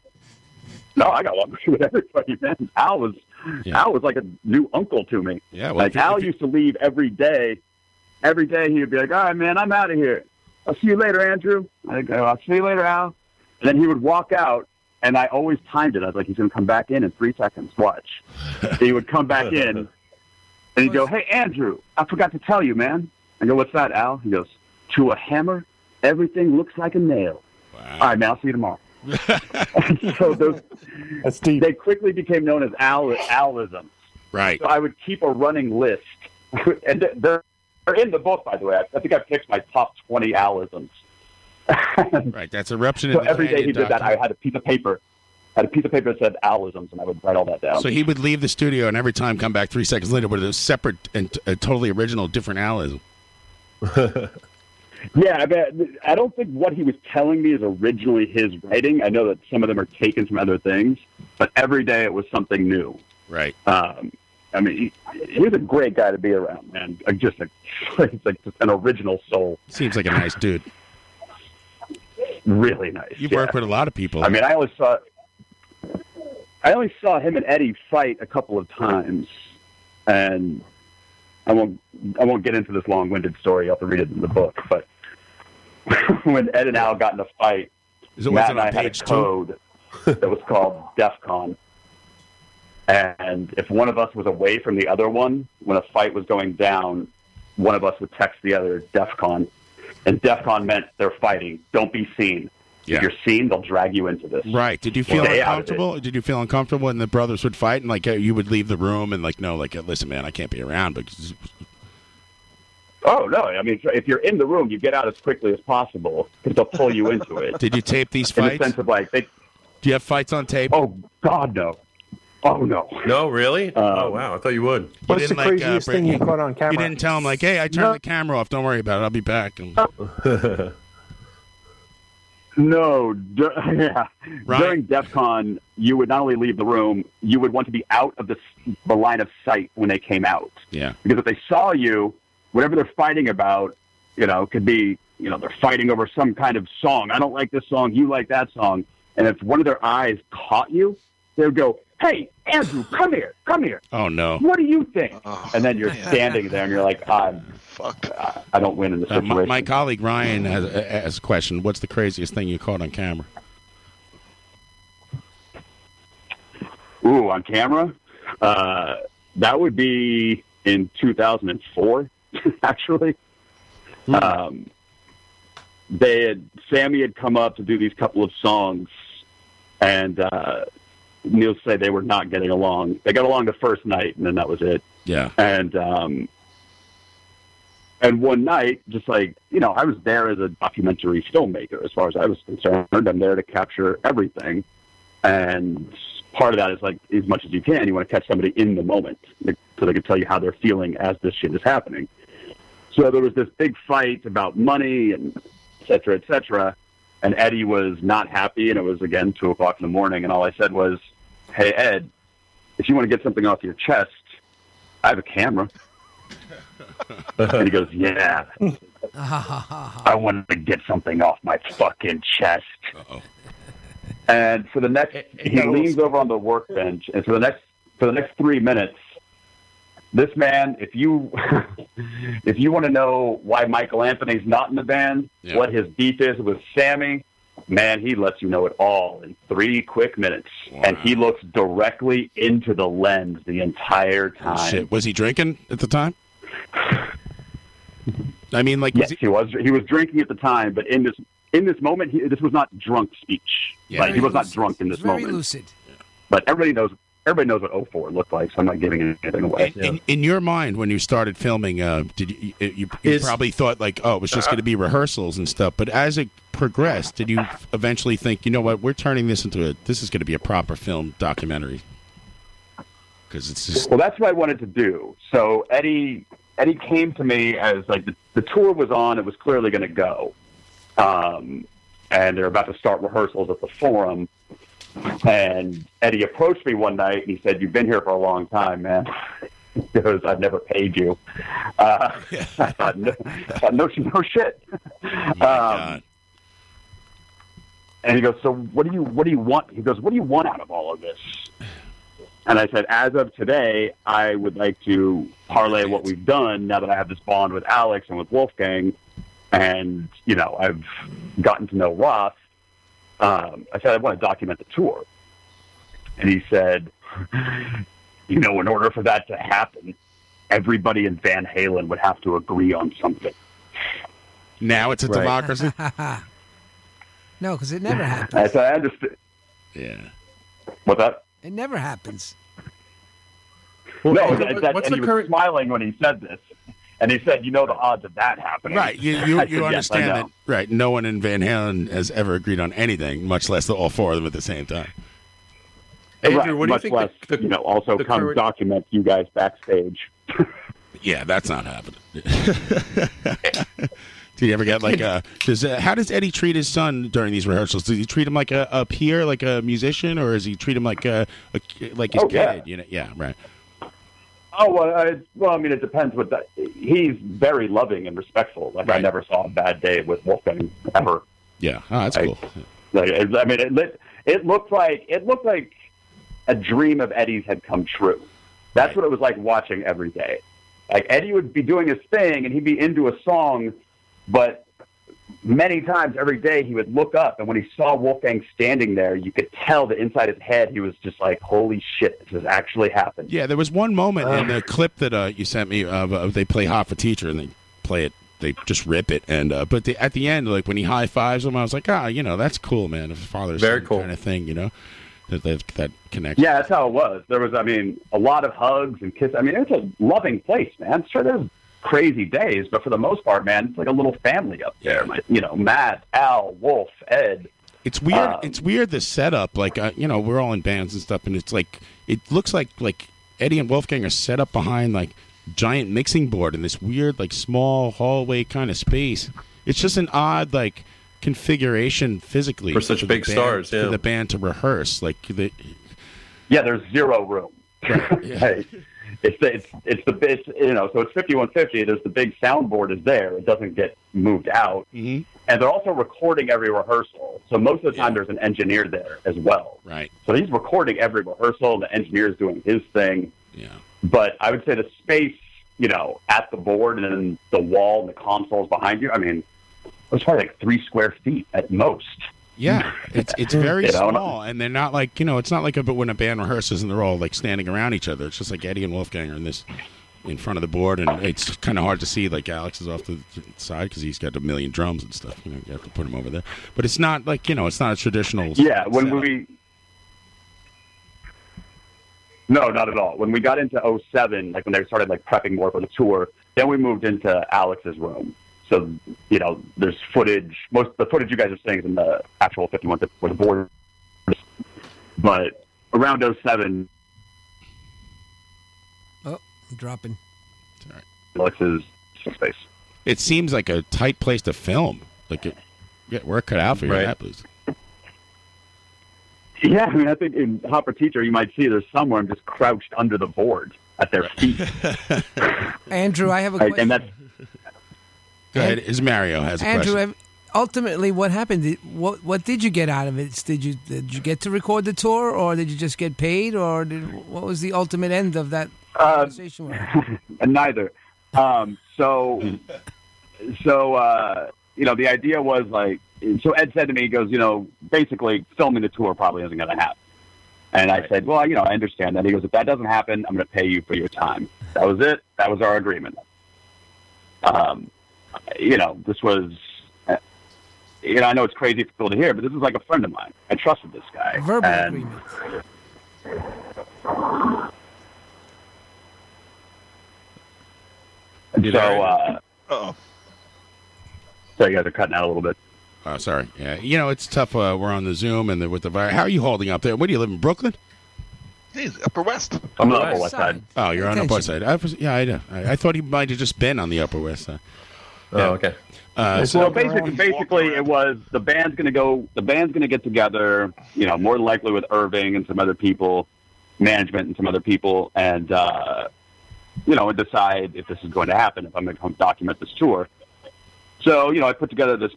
[SPEAKER 17] No, I got along great with everybody. Man, Al was Al was like a new uncle to me.
[SPEAKER 2] Yeah,
[SPEAKER 17] like Al used to leave every day. Every day he would be like, "All right, man, I'm out of here. I'll see you later, Andrew." I go, "I'll see you later, Al." And then he would walk out, and I always timed it. I was like, "He's going to come back in in three seconds. Watch." he would come back in, and he'd go, Hey, Andrew, I forgot to tell you, man. I go, What's that, Al? He goes, To a hammer, everything looks like a nail. All right, man, I'll see you tomorrow. so those, they quickly became known as Al, Alisms.
[SPEAKER 2] Right.
[SPEAKER 17] So I would keep a running list. and they're, they're in the book, by the way. I, I think I picked my top 20 Alisms.
[SPEAKER 2] Right, that's eruption.
[SPEAKER 17] So
[SPEAKER 2] in the
[SPEAKER 17] every day he
[SPEAKER 2] Canyon
[SPEAKER 17] did that, I
[SPEAKER 2] Document.
[SPEAKER 17] had a piece of paper. I had a piece of paper that said Alisms, and I would write all that down.
[SPEAKER 2] So he would leave the studio and every time come back three seconds later with a separate and t- a totally original different Alism.
[SPEAKER 17] Yeah, I bet. I don't think what he was telling me is originally his writing. I know that some of them are taken from other things, but every day it was something new.
[SPEAKER 2] Right.
[SPEAKER 17] Um, I mean, he, he was a great guy to be around, man. Like, Just a, he's like just an original soul.
[SPEAKER 2] Seems like a nice dude.
[SPEAKER 17] Really nice.
[SPEAKER 2] You've
[SPEAKER 17] yeah.
[SPEAKER 2] worked with a lot of people.
[SPEAKER 17] I mean, I only saw. I only saw him and Eddie fight a couple of times, and I won't. I won't get into this long-winded story. You'll have to read it in the book. But when Ed and Al got in a fight,
[SPEAKER 2] Is it- was
[SPEAKER 17] Matt
[SPEAKER 2] it
[SPEAKER 17] and
[SPEAKER 2] on
[SPEAKER 17] I had a
[SPEAKER 2] page two?
[SPEAKER 17] code that was called DEFCON, and if one of us was away from the other one when a fight was going down, one of us would text the other DEFCON, and DEFCON meant they're fighting. Don't be seen.
[SPEAKER 2] Yeah.
[SPEAKER 17] If you're seen, they'll drag you into this.
[SPEAKER 2] Right. Did you feel
[SPEAKER 17] Stay out of it.
[SPEAKER 2] uncomfortable? Did you feel uncomfortable and the brothers would fight and like uh, you would leave the room and like no, like uh, listen man, I can't be around because
[SPEAKER 17] Oh no! I mean, if you're in the room, you get out as quickly as possible because they'll pull you into it.
[SPEAKER 2] Did you tape these
[SPEAKER 17] in
[SPEAKER 2] fights?
[SPEAKER 17] the sense of like, they,
[SPEAKER 2] do you have fights on tape?
[SPEAKER 17] Oh God, no! Oh no! Um,
[SPEAKER 1] No, really? oh wow, I thought you would.
[SPEAKER 2] What's the craziest thing uh, you
[SPEAKER 12] caught on camera?
[SPEAKER 2] You didn't tell him like, hey, I turned the camera off. Don't worry about it. I'll be back. And-
[SPEAKER 17] No, dur- yeah.
[SPEAKER 2] Right.
[SPEAKER 17] During DEF CON, you would not only leave the room, you would want to be out of the, s- the line of sight when they came out.
[SPEAKER 2] yeah.
[SPEAKER 17] Because if they saw you, whatever they're fighting about, you know, could be, you know, they're fighting over some kind of song. I don't like this song. You like that song. And if one of their eyes caught you, they would go, hey, Andrew, come here. Come here.
[SPEAKER 2] Oh no.
[SPEAKER 17] What do you think? and then you're standing there and you're like, I'm, I, I don't win in this
[SPEAKER 2] Uh,
[SPEAKER 17] situation.
[SPEAKER 2] my, my colleague Ryan has, uh, has a question. What's the craziest thing you caught on camera?
[SPEAKER 17] Ooh, on camera? Uh, that would be in 2004, actually. Um, they had Sammy had come up to do these couple of songs, and uh, Neil said they were not getting along. They got along the first night, and then that was it.
[SPEAKER 2] Yeah.
[SPEAKER 17] And um, and one night, just like you know, I was there as a documentary filmmaker, as far as I was concerned. I'm there to capture everything, and part of that is like as much as you can. You want to catch somebody in the moment, like, so they can tell you how they're feeling as this shit is happening. So there was this big fight about money and et cetera, et cetera. And Eddie was not happy, and it was again two o'clock in the morning. And all I said was, "Hey Ed, if you want to get something off your chest, I have a camera." and he goes, "Yeah,
[SPEAKER 16] uh-huh.
[SPEAKER 17] I want to get something off my fucking chest." And for the next, he leans over on the workbench, and for the next for the next three minutes, this man, if you if you want to know why Michael Anthony's not in the band, what his beef is with Sammy, man, he lets you know it all in three quick minutes, and he looks directly into the lens the entire time.
[SPEAKER 2] Shit. Was he drinking at the time? I mean, like,
[SPEAKER 17] yes, he-, was. He was drinking at the time, but in this in this moment, he, this was not drunk speech.
[SPEAKER 2] Yeah.
[SPEAKER 17] Like, he
[SPEAKER 2] Very
[SPEAKER 17] was not
[SPEAKER 2] lucid.
[SPEAKER 17] drunk in this
[SPEAKER 2] Very
[SPEAKER 17] moment.
[SPEAKER 2] lucid.
[SPEAKER 17] But everybody knows everybody knows what 04 looked like, so I'm not giving anything away.
[SPEAKER 2] In, in your mind, when you started filming, uh, did you, you, you, you
[SPEAKER 17] Is-
[SPEAKER 2] probably thought like, "Oh, it was just going to be rehearsals and stuff." But as it progressed, did you eventually think, "You know what? We're turning this into a. This is going to be a proper film documentary." Because it's just
[SPEAKER 17] Well, that's what I wanted to do. So Eddie Eddie came to me as like the, the tour was on; it was clearly going to go, um, and they're about to start rehearsals at the Forum. And Eddie approached me one night and he said, "You've been here for a long time, man." He goes, "I've never paid you." Uh, I thought, no, I thought, no, no shit. um, And he goes, "So what do you what do you want?" He goes, "What do you want out of all of this?" And I said, as of today, I would like to parlay what we've done now that I have this bond with Alex and with Wolfgang, and you know I've gotten to know Roth. Um, I said I want to document the tour, and he said, you know, in order for that to happen, everybody in Van Halen would have to agree on something.
[SPEAKER 2] Now it's a democracy.
[SPEAKER 16] no, because it never happens.
[SPEAKER 17] I said I understand.
[SPEAKER 2] Yeah.
[SPEAKER 17] What's that?
[SPEAKER 16] It never happens.
[SPEAKER 17] no,
[SPEAKER 16] what-
[SPEAKER 17] that, that,
[SPEAKER 16] what's
[SPEAKER 17] and
[SPEAKER 16] the
[SPEAKER 17] he was smiling when he said this. And he said, "You know the odds of that happening,
[SPEAKER 2] Right, you
[SPEAKER 17] I
[SPEAKER 2] you,
[SPEAKER 17] said,
[SPEAKER 2] you
[SPEAKER 17] "Yes, I
[SPEAKER 2] understand
[SPEAKER 17] know."
[SPEAKER 2] that, right? No one in Van Halen has ever agreed on anything, much less the, all four of them at the same time.
[SPEAKER 17] Andrew,
[SPEAKER 2] what do you
[SPEAKER 17] much
[SPEAKER 2] think
[SPEAKER 17] less,
[SPEAKER 2] the-
[SPEAKER 17] you know, also
[SPEAKER 2] the
[SPEAKER 17] come
[SPEAKER 2] current-
[SPEAKER 17] document you guys backstage.
[SPEAKER 2] Yeah, that's not happening. Do you ever get like a? Does uh, how does Eddie treat his son during these rehearsals? Does he treat him like a, a peer, like a musician, or does he treat him like a, a ki- like his
[SPEAKER 17] Oh,
[SPEAKER 2] kid?
[SPEAKER 17] yeah.
[SPEAKER 2] You know, yeah, right.
[SPEAKER 17] Oh well, I, well, I mean, it depends. What that, he's very loving and respectful. Like I never saw a bad day with Wolfgang ever.
[SPEAKER 2] Yeah, oh, that's cool.
[SPEAKER 17] Like it, I mean, it lit, it looked like it looked like a dream of Eddie's had come true. That's what it was like watching every day. Like Eddie would be doing his thing, and he'd be into a song, but many times every day he would look up, and when he saw Wolfgang standing there, you could tell that inside his head he was just like, "Holy shit, this has actually happened."
[SPEAKER 2] Yeah, there was one moment in the clip that uh, you sent me of uh, they play "Hot for Teacher" and they play it, they just rip it, and uh, but the, at the end, like when he high fives him, I was like, ah, you know, that's cool, man. If father's very cool kind of thing, you know, that that, that connection.
[SPEAKER 17] Yeah, that's how it was. There was, I mean, a lot of hugs and kisses. I mean, it was a loving place, man. Sure, there's crazy days, but for the most part, man, it's like a little family up there. My- You know, Matt, Al, Wolf, Ed.
[SPEAKER 2] It's weird.
[SPEAKER 17] Um,
[SPEAKER 2] it's weird the setup. Like uh, you know, we're all in bands and stuff, and it's like it looks like like Eddie and Wolfgang are set up behind like giant mixing board in this weird like small hallway kind of space. It's just an odd like configuration physically
[SPEAKER 1] For such
[SPEAKER 2] the
[SPEAKER 1] big
[SPEAKER 2] band-
[SPEAKER 1] stars, yeah.
[SPEAKER 2] For the band to rehearse, like the,
[SPEAKER 17] Yeah, there's zero room. Right. It's the, it's it's the it's, you know so it's fifty one fifty. There's the big soundboard is there. It doesn't get moved out,
[SPEAKER 2] mm-hmm.
[SPEAKER 17] and they're also recording every rehearsal. So most of the time, there's an engineer there as well.
[SPEAKER 2] Right.
[SPEAKER 17] So he's recording every rehearsal. The engineer's doing his thing.
[SPEAKER 2] Yeah.
[SPEAKER 17] But I would say the space, you know, at the board and then the wall and the consoles behind you. I mean, it was probably like three square feet at most.
[SPEAKER 2] Yeah, it's it's very
[SPEAKER 17] You know, and-
[SPEAKER 2] small, and they're not like you know, it's not like a, but when a band rehearses and they're all like standing around each other. It's just like Eddie and Wolfgang are in this in front of the board, and it's kind of hard to see. Like Alex is off to the side because he's got a million drums and stuff. You know, you have to put him over there, but it's not like you know, it's not a traditional.
[SPEAKER 17] Yeah, when
[SPEAKER 2] setup.
[SPEAKER 17] we No, not at all. When we got into '07, like when they started like prepping more for the tour, then we moved into Alex's room. So, you know, there's footage. Most the footage you guys are seeing is in the actual 51 with the board. But around '07,
[SPEAKER 16] Oh, I'm dropping.
[SPEAKER 17] Alex's space.
[SPEAKER 2] it seems like a tight place to film. Like it, yeah, we're cut out for you, in that place.
[SPEAKER 17] Yeah, I mean, I think in Hopper Teacher, you might see there's somewhere I'm just crouched under the board at their feet.
[SPEAKER 16] Andrew, I have a
[SPEAKER 17] Right, and
[SPEAKER 16] question.
[SPEAKER 17] that's
[SPEAKER 2] Go ahead, is Mario has a
[SPEAKER 16] Andrew,
[SPEAKER 2] question.
[SPEAKER 16] have- ultimately, what happened? Did- What what did you get out of it? Did you did you get to record the tour, or did you just get paid, or did, what was the ultimate end of that conversation? with him?
[SPEAKER 17] Um, and neither. Um, so, so uh, you know, the idea was like, so Ed said to me, he goes, you know, basically filming the tour probably isn't going to happen. And I said, well, you know, I understand that. He goes, if that doesn't happen, I'm going to pay you for your time. That was it. That was our agreement. Um, you know, this was, uh, you know, I know it's crazy for people to hear, but this is like a friend of mine. I trusted this guy.
[SPEAKER 16] Verbal
[SPEAKER 17] And-
[SPEAKER 16] agreement.
[SPEAKER 17] so, uh, oh, so you guys are cutting out a little bit.
[SPEAKER 2] Oh, sorry. Yeah, you know it's tough. Uh, we're on the Zoom and the, with the virus. How are you holding up there? Where do you live in Brooklyn?
[SPEAKER 3] Jeez, Upper West.
[SPEAKER 17] I'm on the Upper West Side.
[SPEAKER 2] Oh, you're on the
[SPEAKER 17] Attention.
[SPEAKER 2] Upper West Side. I was, yeah, I, know. I, I thought he might have just been on the Upper West Side.
[SPEAKER 1] Oh, okay.
[SPEAKER 2] Uh,
[SPEAKER 17] so well, basically, basically, it was the band's going to go. The band's going to get together. You know, more than likely with Irving and some other people, management and some other people, and uh, you know, and decide if this is going to happen. If I'm going to come document this tour. So you know, I put together this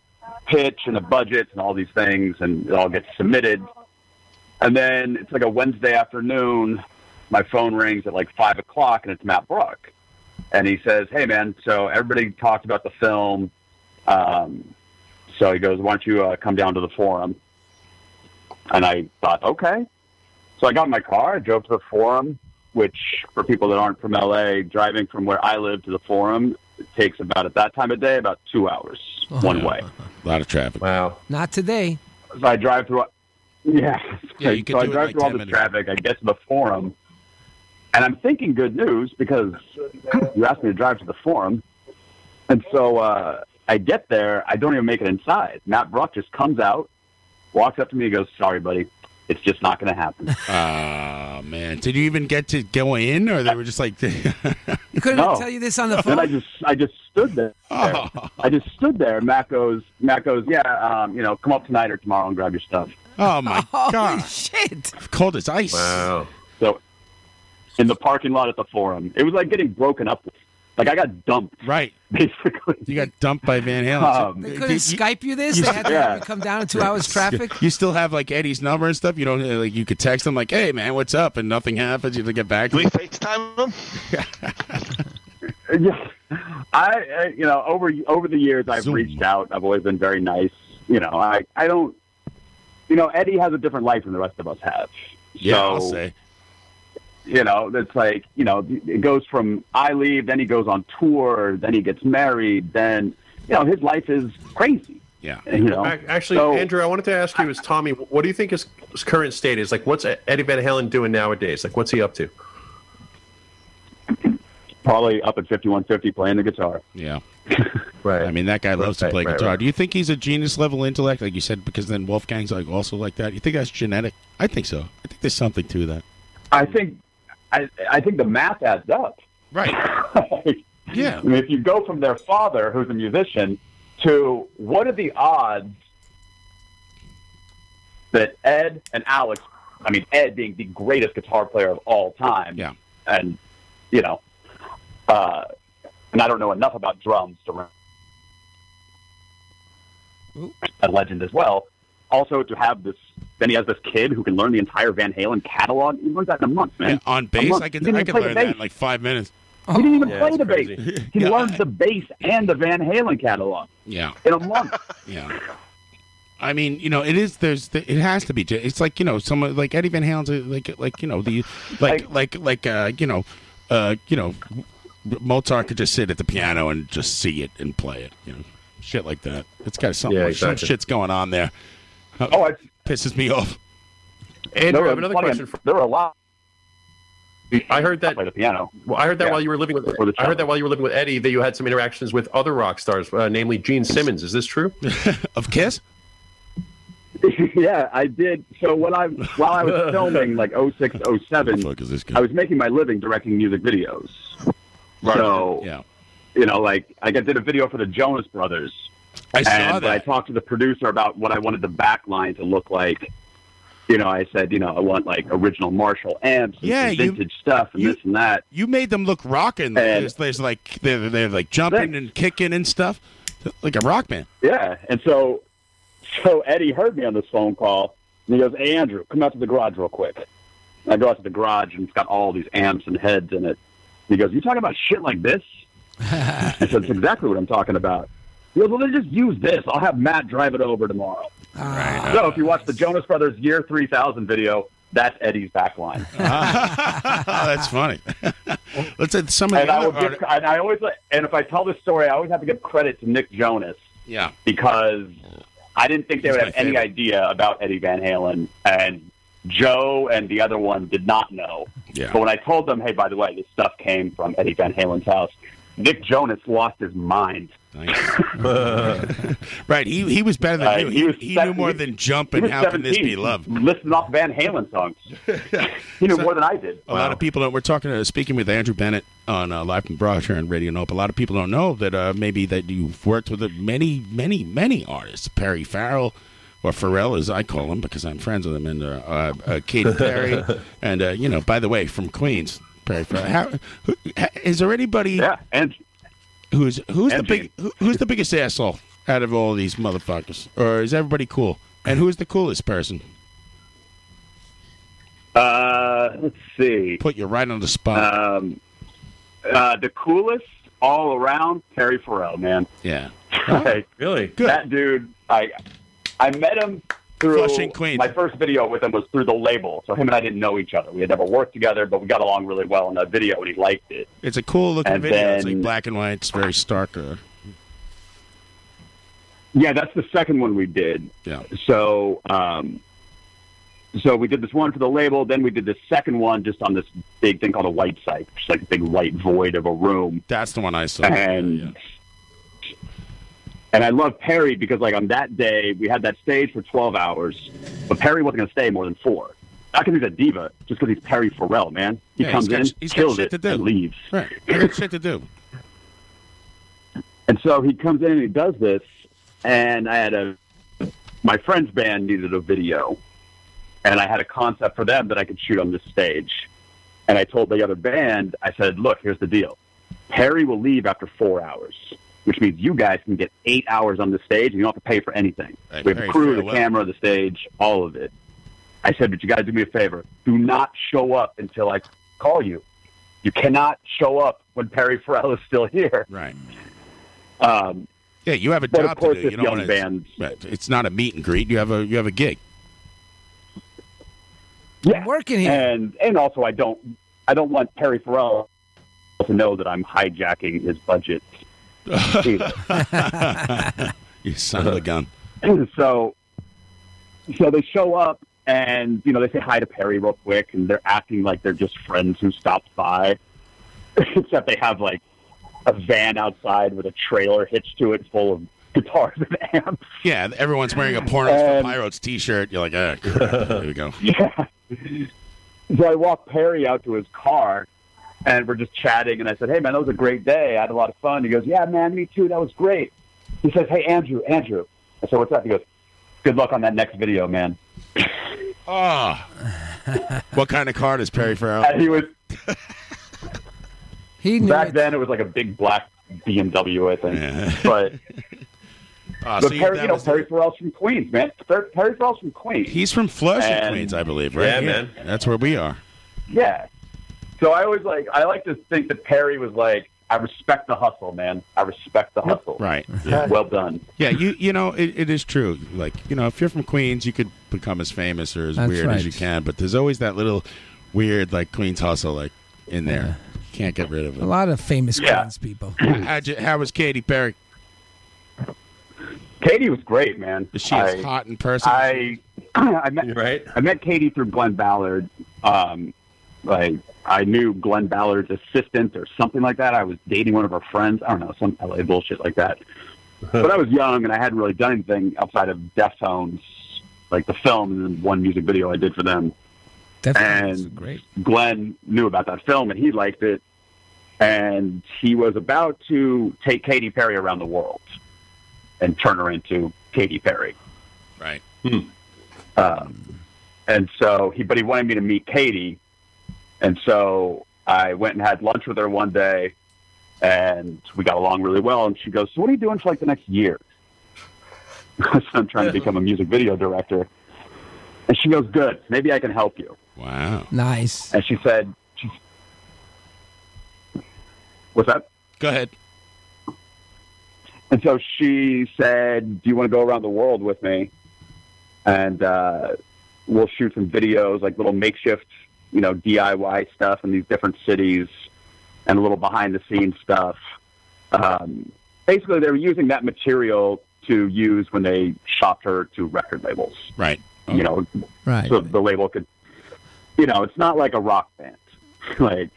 [SPEAKER 17] pitch and a budget and all these things, and it all gets submitted. And then it's like a Wednesday afternoon. My phone rings at like five o'clock, and it's Matt Brock, and he says, "Hey, man, so everybody talked about the film." Um, so he goes, "Why don't you uh, come down to the forum?" And I thought, okay. So I got in my car, I drove to the forum, which for people that aren't from LA, driving from where I live to the forum it takes about at that time of day about two hours one way.
[SPEAKER 2] A lot of traffic.
[SPEAKER 1] Wow.
[SPEAKER 16] Not today.
[SPEAKER 17] So I drive through. Yeah.
[SPEAKER 2] Yeah, you could
[SPEAKER 17] so I
[SPEAKER 2] do it in,
[SPEAKER 17] drive
[SPEAKER 2] like,
[SPEAKER 17] through all
[SPEAKER 2] 10
[SPEAKER 17] the
[SPEAKER 2] minutes.
[SPEAKER 17] traffic. I get to the forum, and I'm thinking good news because you asked me to drive to the forum, and so uh, I get there. I don't even make it inside. Matt Brock just comes out, walks up to me, and goes, "Sorry, buddy, it's just not going to happen."
[SPEAKER 2] Oh man, did you even get to go in, or they were just like, oh,
[SPEAKER 16] You couldn't
[SPEAKER 17] No.
[SPEAKER 16] tell you this on the
[SPEAKER 17] Then I
[SPEAKER 16] phone.
[SPEAKER 17] just I just stood there. I just stood there. Matt goes, Matt goes, yeah, um, you know, come up tonight or tomorrow and grab your stuff.
[SPEAKER 2] "Oh my
[SPEAKER 16] Holy
[SPEAKER 2] god,
[SPEAKER 16] shit!"
[SPEAKER 2] cold as ice."
[SPEAKER 17] So in the parking lot at the forum, it was like getting broken up with. Like I got dumped.
[SPEAKER 2] Right.
[SPEAKER 17] Basically.
[SPEAKER 2] You got dumped by Van Halen.
[SPEAKER 17] Um,
[SPEAKER 16] They couldn't Skype you
[SPEAKER 2] Um,
[SPEAKER 16] this.
[SPEAKER 2] you-
[SPEAKER 16] They had to
[SPEAKER 2] yeah.
[SPEAKER 16] have you come down in two hours traffic.
[SPEAKER 2] You still have like Eddie's number and stuff. You don't uh, like you could text him like, "Hey man, what's up?" and nothing happens. You have to get back. to
[SPEAKER 3] We FaceTime them.
[SPEAKER 17] Yeah. I, uh, you know, over over the years, I've reached out. I've always been very nice. You know, I I don't. You know, Eddie has a different life than the rest of us have.
[SPEAKER 2] Yeah,
[SPEAKER 17] so,
[SPEAKER 2] I'll say.
[SPEAKER 17] You know, that's like you know, it goes from I leave, then he goes on tour, then he gets married, then you know, his life is crazy.
[SPEAKER 2] Yeah.
[SPEAKER 17] You know,
[SPEAKER 1] Ac- Actually,
[SPEAKER 17] So-
[SPEAKER 1] Andrew, I wanted to ask you is Tommy, what do you think his his current state is? Like, what's Eddie Van Halen doing nowadays? Like, what's he up to?
[SPEAKER 17] probably up at 5150 playing the guitar.
[SPEAKER 2] Yeah.
[SPEAKER 18] Right.
[SPEAKER 2] I mean, that guy loves to
[SPEAKER 17] Right,
[SPEAKER 2] play
[SPEAKER 17] right,
[SPEAKER 2] guitar.
[SPEAKER 17] right.
[SPEAKER 2] Do you think he's a genius level intellect, like you said? Because then Wolfgang's like also like that. You think that's genetic? I think so. I think there's something to that.
[SPEAKER 17] I think I, I think the math adds up.
[SPEAKER 2] Right. yeah.
[SPEAKER 17] I mean, if you go from their father, who's a musician, to what are the odds that Ed and Alex, I mean, Ed being the greatest guitar player of all time,
[SPEAKER 2] yeah,
[SPEAKER 17] and you know, uh, and I don't know enough about drums to run a legend as well. Also, to have this, then he has this kid who can learn the entire Van Halen catalog. He learns that in a month, man.
[SPEAKER 2] Yeah, on
[SPEAKER 17] A
[SPEAKER 2] bass,
[SPEAKER 17] month.
[SPEAKER 2] I
[SPEAKER 17] He
[SPEAKER 2] can
[SPEAKER 17] didn't
[SPEAKER 2] I
[SPEAKER 17] even
[SPEAKER 2] can
[SPEAKER 17] play the
[SPEAKER 2] learn that
[SPEAKER 17] bass.
[SPEAKER 2] in like five minutes.
[SPEAKER 17] He didn't even
[SPEAKER 2] Yeah,
[SPEAKER 17] play
[SPEAKER 2] it's
[SPEAKER 17] the
[SPEAKER 2] crazy.
[SPEAKER 17] bass. He learned the bass and the Van Halen catalog
[SPEAKER 2] Yeah.
[SPEAKER 17] in a month.
[SPEAKER 2] Yeah. I mean, you know, it is. There's. It has to be. It's like you know, someone like Eddie Van Halen's uh, like like you know the like like like uh you know, uh you know, Mozart could just sit at the piano and just see it and play it. You know, shit like that. It's got something.
[SPEAKER 18] Yeah,
[SPEAKER 2] some
[SPEAKER 18] exactly.
[SPEAKER 2] shit's going on there. Oh,
[SPEAKER 17] it
[SPEAKER 2] pisses me off.
[SPEAKER 1] Andrew, I have another question. For,
[SPEAKER 17] there are a lot.
[SPEAKER 1] I heard that
[SPEAKER 17] play the piano.
[SPEAKER 1] Well, I heard that
[SPEAKER 17] Yeah.
[SPEAKER 1] while you were living with
[SPEAKER 17] Or the
[SPEAKER 1] I heard that while you were living with Eddie that you had some interactions with other rock stars, uh, namely Gene Simmons. Is this true?
[SPEAKER 2] of Kiss?
[SPEAKER 17] yeah, I did. So when I while I was filming like 06, 07, I was making my living directing music videos. So
[SPEAKER 2] yeah,
[SPEAKER 17] you know, like I did a video for the Jonas Brothers.
[SPEAKER 2] I saw
[SPEAKER 17] and
[SPEAKER 2] that.
[SPEAKER 17] I talked to the producer about what I wanted the back line to look like. You know, I said, you know, I want like original Marshall amps, and
[SPEAKER 2] Yeah,
[SPEAKER 17] some
[SPEAKER 2] you-
[SPEAKER 17] vintage stuff, and this and that.
[SPEAKER 2] You made them look rocking. There's, there's like they're they're like jumping and kicking and stuff, like a rock band.
[SPEAKER 17] Yeah, and so so Eddie heard me on this phone call, and he goes, "Hey Andrew, come out to the garage real quick." And I go out to the garage, and it's got all these amps and heads in it. He goes, "You talking about shit like this?" I said, "That's exactly what I'm talking about." He goes, "Well, then just use this. I'll have Matt drive it over tomorrow."
[SPEAKER 16] Ah.
[SPEAKER 17] so if you watch the Jonas Brothers Year 3000 video, that's Eddie's backline.
[SPEAKER 2] Oh That's funny. Let's say some of the
[SPEAKER 17] and I
[SPEAKER 2] other
[SPEAKER 17] will give,
[SPEAKER 2] arti-
[SPEAKER 17] and I always let- and if I tell this story, I always have to give credit to Nick Jonas
[SPEAKER 2] yeah.
[SPEAKER 17] because I didn't think they
[SPEAKER 2] He's
[SPEAKER 17] would
[SPEAKER 2] my
[SPEAKER 17] have any
[SPEAKER 2] favorite.
[SPEAKER 17] idea about Eddie Van Halen, and Joe and the other one did not know.
[SPEAKER 2] Yeah.
[SPEAKER 17] But when I told them, hey, by the way, this stuff came from Eddie Van Halen's house, Nick Jonas lost his mind.
[SPEAKER 2] right, he he was better than
[SPEAKER 17] Uh,
[SPEAKER 2] you.
[SPEAKER 17] he
[SPEAKER 2] He,
[SPEAKER 17] was
[SPEAKER 2] he,
[SPEAKER 17] sev-
[SPEAKER 2] knew more
[SPEAKER 17] he-
[SPEAKER 2] than jump
[SPEAKER 17] he
[SPEAKER 2] and
[SPEAKER 17] was
[SPEAKER 2] how can this be
[SPEAKER 17] 17,
[SPEAKER 2] love.
[SPEAKER 17] Listening off Van Halen songs. he knew more than I did.
[SPEAKER 2] A lot of people don't. We're talking, uh, speaking with Andrew Bennett on uh, Live from Broad here on Radio Nope. A lot of people don't know that uh, maybe that you've worked with uh, many, many, many artists. Perry Farrell, or Pharrell as I call him because I'm friends with him, and uh, uh, uh, Katy Perry, and uh, you know, by the way, from Queens, Perry Farrell. How, who, ha- is there anybody?
[SPEAKER 17] Yeah, and
[SPEAKER 2] who's who's
[SPEAKER 17] and
[SPEAKER 2] the big who, who's the biggest asshole out of all these motherfuckers, or is everybody cool? And who's the coolest person?
[SPEAKER 17] Uh, let's see.
[SPEAKER 2] Put you right on the spot.
[SPEAKER 17] Um, uh, the coolest all around, Terry Farrell, man.
[SPEAKER 2] yeah.
[SPEAKER 17] Like,
[SPEAKER 1] really?
[SPEAKER 2] Good.
[SPEAKER 17] That dude, I I met him through
[SPEAKER 2] Flushing, Queens.
[SPEAKER 17] my first video with him was through the label. So him and I didn't know each other. We had never worked together, but we got along really well in that video and he liked it.
[SPEAKER 2] It's a cool looking
[SPEAKER 17] And
[SPEAKER 2] video. it's
[SPEAKER 17] then-
[SPEAKER 2] like black and white. It's very stark. Uh,
[SPEAKER 17] Yeah, that's the second one we did.
[SPEAKER 2] Yeah.
[SPEAKER 17] So um so we did this one for the label, then we did the second one just on this big thing called a white site, just like a big white void of a room.
[SPEAKER 2] that's the one I saw.
[SPEAKER 17] and and I love Perry because like on that day we had that stage for twelve hours, but Perry wasn't going to stay more than four. Not because he's a diva, just because he's Perry Farrell, man. He
[SPEAKER 2] Yeah, he's
[SPEAKER 17] comes
[SPEAKER 2] got-
[SPEAKER 17] in,
[SPEAKER 2] he's got
[SPEAKER 17] kills
[SPEAKER 2] shit
[SPEAKER 17] it,
[SPEAKER 2] to do.
[SPEAKER 17] and leaves.
[SPEAKER 2] Right. I got shit to do.
[SPEAKER 17] And so he comes in and he does this, and I had a my friend's band needed a video, and I had a concept for them that I could shoot on this stage. And I told the other band, I said, "Look, here's the deal. Perry will leave after four hours, which means you guys can get eight hours on the stage, and you don't have to pay for anything.
[SPEAKER 2] Right,
[SPEAKER 17] we have
[SPEAKER 2] Perry,
[SPEAKER 17] the crew, the
[SPEAKER 2] farewell.
[SPEAKER 17] camera, the stage, all of it." I said, "But you got to do me a favor. Do not show up until I call you. You cannot show up when Perry Farrell is still here."
[SPEAKER 2] Right.
[SPEAKER 17] Um,
[SPEAKER 2] Yeah, you have a
[SPEAKER 17] But of
[SPEAKER 2] job
[SPEAKER 17] course
[SPEAKER 2] to do.
[SPEAKER 17] this
[SPEAKER 2] You don't
[SPEAKER 17] young
[SPEAKER 2] wanna,
[SPEAKER 17] band-
[SPEAKER 2] Right. It's not a meet and greet. You have a you have a gig.
[SPEAKER 17] yeah,
[SPEAKER 16] working here,
[SPEAKER 17] and and also I don't I don't want Perry Farrell to know that I'm hijacking his budget. either.
[SPEAKER 2] you son of a gun.
[SPEAKER 17] so so they show up and you know they say hi to Perry real quick and they're acting like they're just friends who stopped by. except they have like a van outside with a trailer hitched to it full of guitars and amps.
[SPEAKER 2] Yeah, everyone's wearing a Pornos for Pyrotes T-shirt. You're like, ah, crap. there we go.
[SPEAKER 17] Yeah. So I walked Perry out to his car, and we're just chatting. And I said, "Hey, man, that was a great day. I had a lot of fun." He goes, "Yeah, man, me too. That was great." He says, "Hey, Andrew, Andrew." I said, "What's up?" He goes, "Good luck on that next video, man."
[SPEAKER 2] Ah, what kind of car does Perry Farrell?
[SPEAKER 17] And he was
[SPEAKER 16] he
[SPEAKER 17] back then it was like a big black BMW, I think. But
[SPEAKER 2] Ah,
[SPEAKER 17] but
[SPEAKER 2] so you-
[SPEAKER 17] Perry,
[SPEAKER 2] that
[SPEAKER 17] you know,
[SPEAKER 2] was
[SPEAKER 17] Perry Farrell's from Queens, man. Per- Perry Farrell's from Queens.
[SPEAKER 2] He's from Flushing,
[SPEAKER 17] And-
[SPEAKER 2] Queens, I believe, right?
[SPEAKER 17] Yeah,
[SPEAKER 2] here.
[SPEAKER 17] man.
[SPEAKER 2] That's where we are.
[SPEAKER 17] Yeah. So I always like I like to think that Perry was like, I respect the hustle, man. I respect the hustle.
[SPEAKER 2] Right.
[SPEAKER 17] Well done.
[SPEAKER 2] Yeah, you you know it, it is true. Like you know, if you're from Queens, you could become as famous or as
[SPEAKER 17] That's
[SPEAKER 2] weird
[SPEAKER 17] right.
[SPEAKER 2] as you can. But there's always that little weird like Queens hustle like in there. Can't get rid of it.
[SPEAKER 16] A lot of famous
[SPEAKER 2] Yeah.
[SPEAKER 16] Queens people.
[SPEAKER 2] How'd you- how was Katy Perry?
[SPEAKER 17] Katie was great, man.
[SPEAKER 2] She is hot in person.
[SPEAKER 17] I I met
[SPEAKER 1] right.
[SPEAKER 17] I met Katie through Glenn Ballard. Um, like I knew Glenn Ballard's assistant or something like that. I was dating one of her friends. I don't know some LA bullshit like that. but I was young and I hadn't really done anything outside of Deftones, like the film and then one music video I did for them. and
[SPEAKER 16] great.
[SPEAKER 17] Glenn knew about that film and he liked it. And he was about to take Katy Perry around the world and turn her into Katy Perry.
[SPEAKER 2] Right.
[SPEAKER 17] Um, and so he, but he wanted me to meet Katie. And so I went and had lunch with her one day and we got along really well. And she goes, So what are you doing for like the next year? I said, I'm trying to become a music video director. And she goes, Good. Maybe I can help you.
[SPEAKER 2] Wow.
[SPEAKER 16] Nice.
[SPEAKER 17] And she said, she- What's that?
[SPEAKER 2] Go ahead.
[SPEAKER 17] And so she said, Do you want to go around the world with me? And uh, we'll shoot some videos, like little makeshift, you know, DIY stuff in these different cities and a little behind the scenes stuff. Um, basically, they were using that material to use when they shopped her to record labels.
[SPEAKER 2] Right.
[SPEAKER 17] You know,
[SPEAKER 16] Right.
[SPEAKER 17] so the label could, you know, it's not like a rock band. like,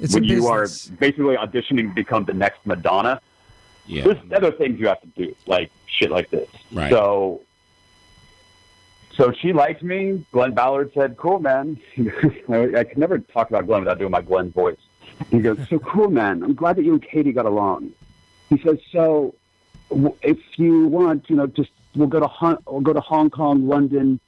[SPEAKER 16] It's
[SPEAKER 17] when
[SPEAKER 16] a
[SPEAKER 17] you are
[SPEAKER 16] business.
[SPEAKER 17] basically auditioning to become the next Madonna.
[SPEAKER 2] Yeah.
[SPEAKER 17] There's other things you have to do, like shit like this.
[SPEAKER 2] Right.
[SPEAKER 17] So, so she liked me. Glenn Ballard said, "Cool, man." I, I could never talk about Glenn without doing my Glenn voice. He goes, "So cool, man. I'm glad that you and Katie got along." He says, "So, w- if you want, you know, just we'll go to Hon- we'll go to Hong Kong, London,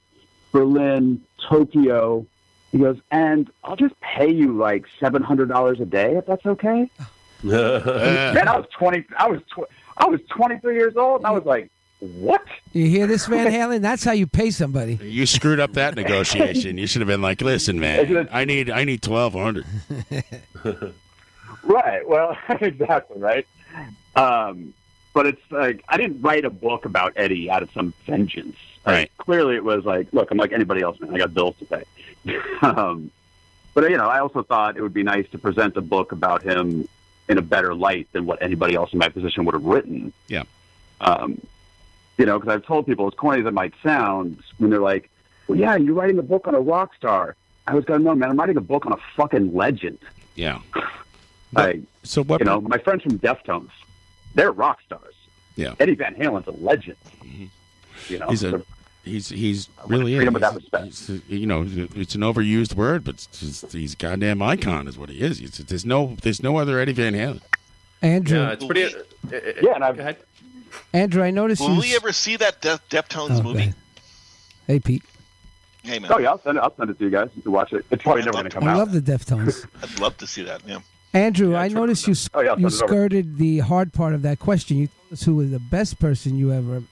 [SPEAKER 17] Berlin, Tokyo." He goes, "And I'll just pay you like seven hundred dollars a day if that's okay."
[SPEAKER 2] Uh.
[SPEAKER 17] Man, I was twenty. I was tw- I was twenty three years old, and I was like, "What?"
[SPEAKER 16] You hear this, Van Halen? That's how you pay somebody.
[SPEAKER 2] Uh, You screwed up that negotiation. You should have been like, "Listen, man, I need I need twelve hundred.
[SPEAKER 17] Right. Well, exactly. Right. Um, but it's like I didn't write a book about Eddie out of some vengeance. Like,
[SPEAKER 2] Right.
[SPEAKER 17] Clearly, it was like, look, I'm like anybody else, man. I got bills to pay. um, but you know, I also thought it would be nice to present a book about him in a better light than what anybody else in my position would have written.
[SPEAKER 2] Yeah.
[SPEAKER 17] Um, you know, because I've told people, as corny as it might sound, when they're like, well, yeah, you're writing a book on a rock star. I was going, no, man, I'm writing a book on a fucking legend.
[SPEAKER 2] Yeah.
[SPEAKER 17] Like,
[SPEAKER 2] so what?
[SPEAKER 17] You know, my friends from Deftones, they're rock stars.
[SPEAKER 2] Yeah. Mm-hmm.
[SPEAKER 17] Eddie Van Halen's a legend. You know,
[SPEAKER 2] He's a
[SPEAKER 17] they're-
[SPEAKER 2] he's he's really
[SPEAKER 17] treat him
[SPEAKER 2] is.
[SPEAKER 17] with that
[SPEAKER 2] He's- he's, you know it's an overused word, but it's just- he's a goddamn icon is what he is. It's, there's no there's no other Eddie Van Halen.
[SPEAKER 16] Andrew,
[SPEAKER 2] Yeah,
[SPEAKER 1] it's pretty.
[SPEAKER 17] yeah, and I've,
[SPEAKER 16] Andrew, I noticed
[SPEAKER 3] Will
[SPEAKER 16] you.
[SPEAKER 3] we ever see that De- Deftones
[SPEAKER 16] Oh,
[SPEAKER 3] movie?
[SPEAKER 16] God. Hey, Pete.
[SPEAKER 3] Hey, man.
[SPEAKER 17] oh yeah, I'll send it. I'll send it to you guys. You can watch it. It's probably never going to come
[SPEAKER 16] I
[SPEAKER 17] out.
[SPEAKER 16] love the Deftones.
[SPEAKER 3] I'd love to see that. Yeah.
[SPEAKER 16] Andrew, I noticed you
[SPEAKER 17] Oh, yeah, I'll
[SPEAKER 16] you
[SPEAKER 17] send it over.
[SPEAKER 16] skirted the hard part of that question. You told us who was the best person you ever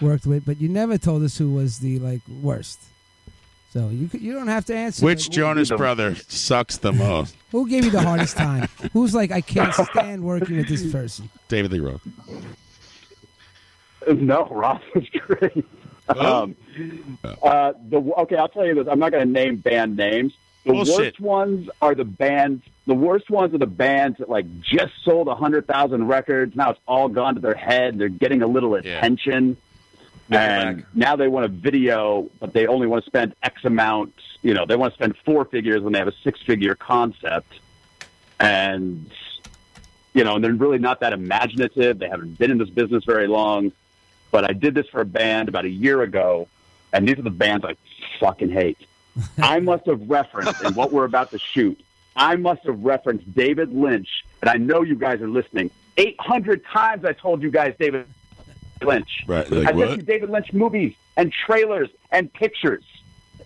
[SPEAKER 16] worked with, but you never told us who was the like worst. So you could, you don't have to answer.
[SPEAKER 2] Which
[SPEAKER 16] but
[SPEAKER 2] Jonas brother sucks the most?
[SPEAKER 16] Who gave you the hardest time? Who's like I can't stand working with this person?
[SPEAKER 2] David Lee Roth.
[SPEAKER 17] No, Ross was great. Um, uh, the, okay, I'll tell you this. I'm not going to name band names. The
[SPEAKER 2] Bullshit.
[SPEAKER 17] worst ones are the bands. The worst ones are the bands that like just sold hundred thousand records. Now it's all gone to their head. They're getting a little attention, and now they want a video, but they only want to spend X amount. You know, they want to spend four figures when they have a six-figure concept. and you know, they're really not that imaginative. They haven't been in this business very long. But I did this for a band about a year ago, and these are the bands I fucking hate. I must have referenced in what we're about to shoot. I must have referenced David Lynch, and I know you guys are listening. Eight hundred times I told you guys David Lynch.
[SPEAKER 2] Right.
[SPEAKER 17] I
[SPEAKER 2] Like,
[SPEAKER 17] sent
[SPEAKER 2] what?
[SPEAKER 17] you David Lynch movies and trailers and pictures.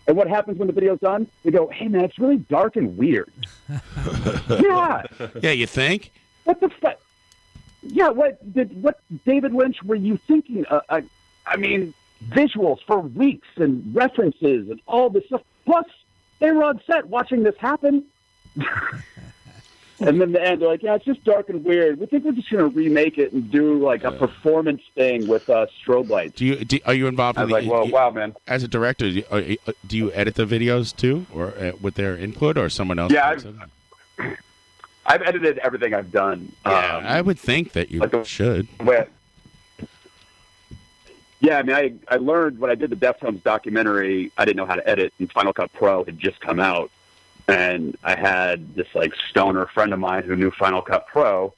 [SPEAKER 17] And what happens when the video's done? They go, "Hey man, it's really dark and weird." yeah.
[SPEAKER 2] Yeah, you think?
[SPEAKER 17] What the fuck? Yeah, what did what David Lynch were you thinking? Uh, I, I mean, visuals for weeks and references and all this stuff. Plus, they were on set watching this happen. and then the end, they're like, "Yeah, it's just dark and weird. We think we're just going to remake it and do like a performance thing with uh, strobe lights."
[SPEAKER 2] Do you do, are you involved?
[SPEAKER 17] I
[SPEAKER 2] in
[SPEAKER 17] was like,
[SPEAKER 2] the,
[SPEAKER 17] "Well,
[SPEAKER 2] you-
[SPEAKER 17] wow, man."
[SPEAKER 2] As a director, do you, are you- uh, do you edit the videos too, or uh, with their input, or someone else?
[SPEAKER 17] Yeah,
[SPEAKER 2] makes it?
[SPEAKER 17] I've, I've edited everything I've done.
[SPEAKER 2] Yeah, I would think that you should.
[SPEAKER 17] Well, yeah, I mean, I, I learned when I did the Deftones documentary, I didn't know how to edit, and Final Cut Pro had just come out. And I had this, like, stoner friend of mine who knew Final Cut Pro.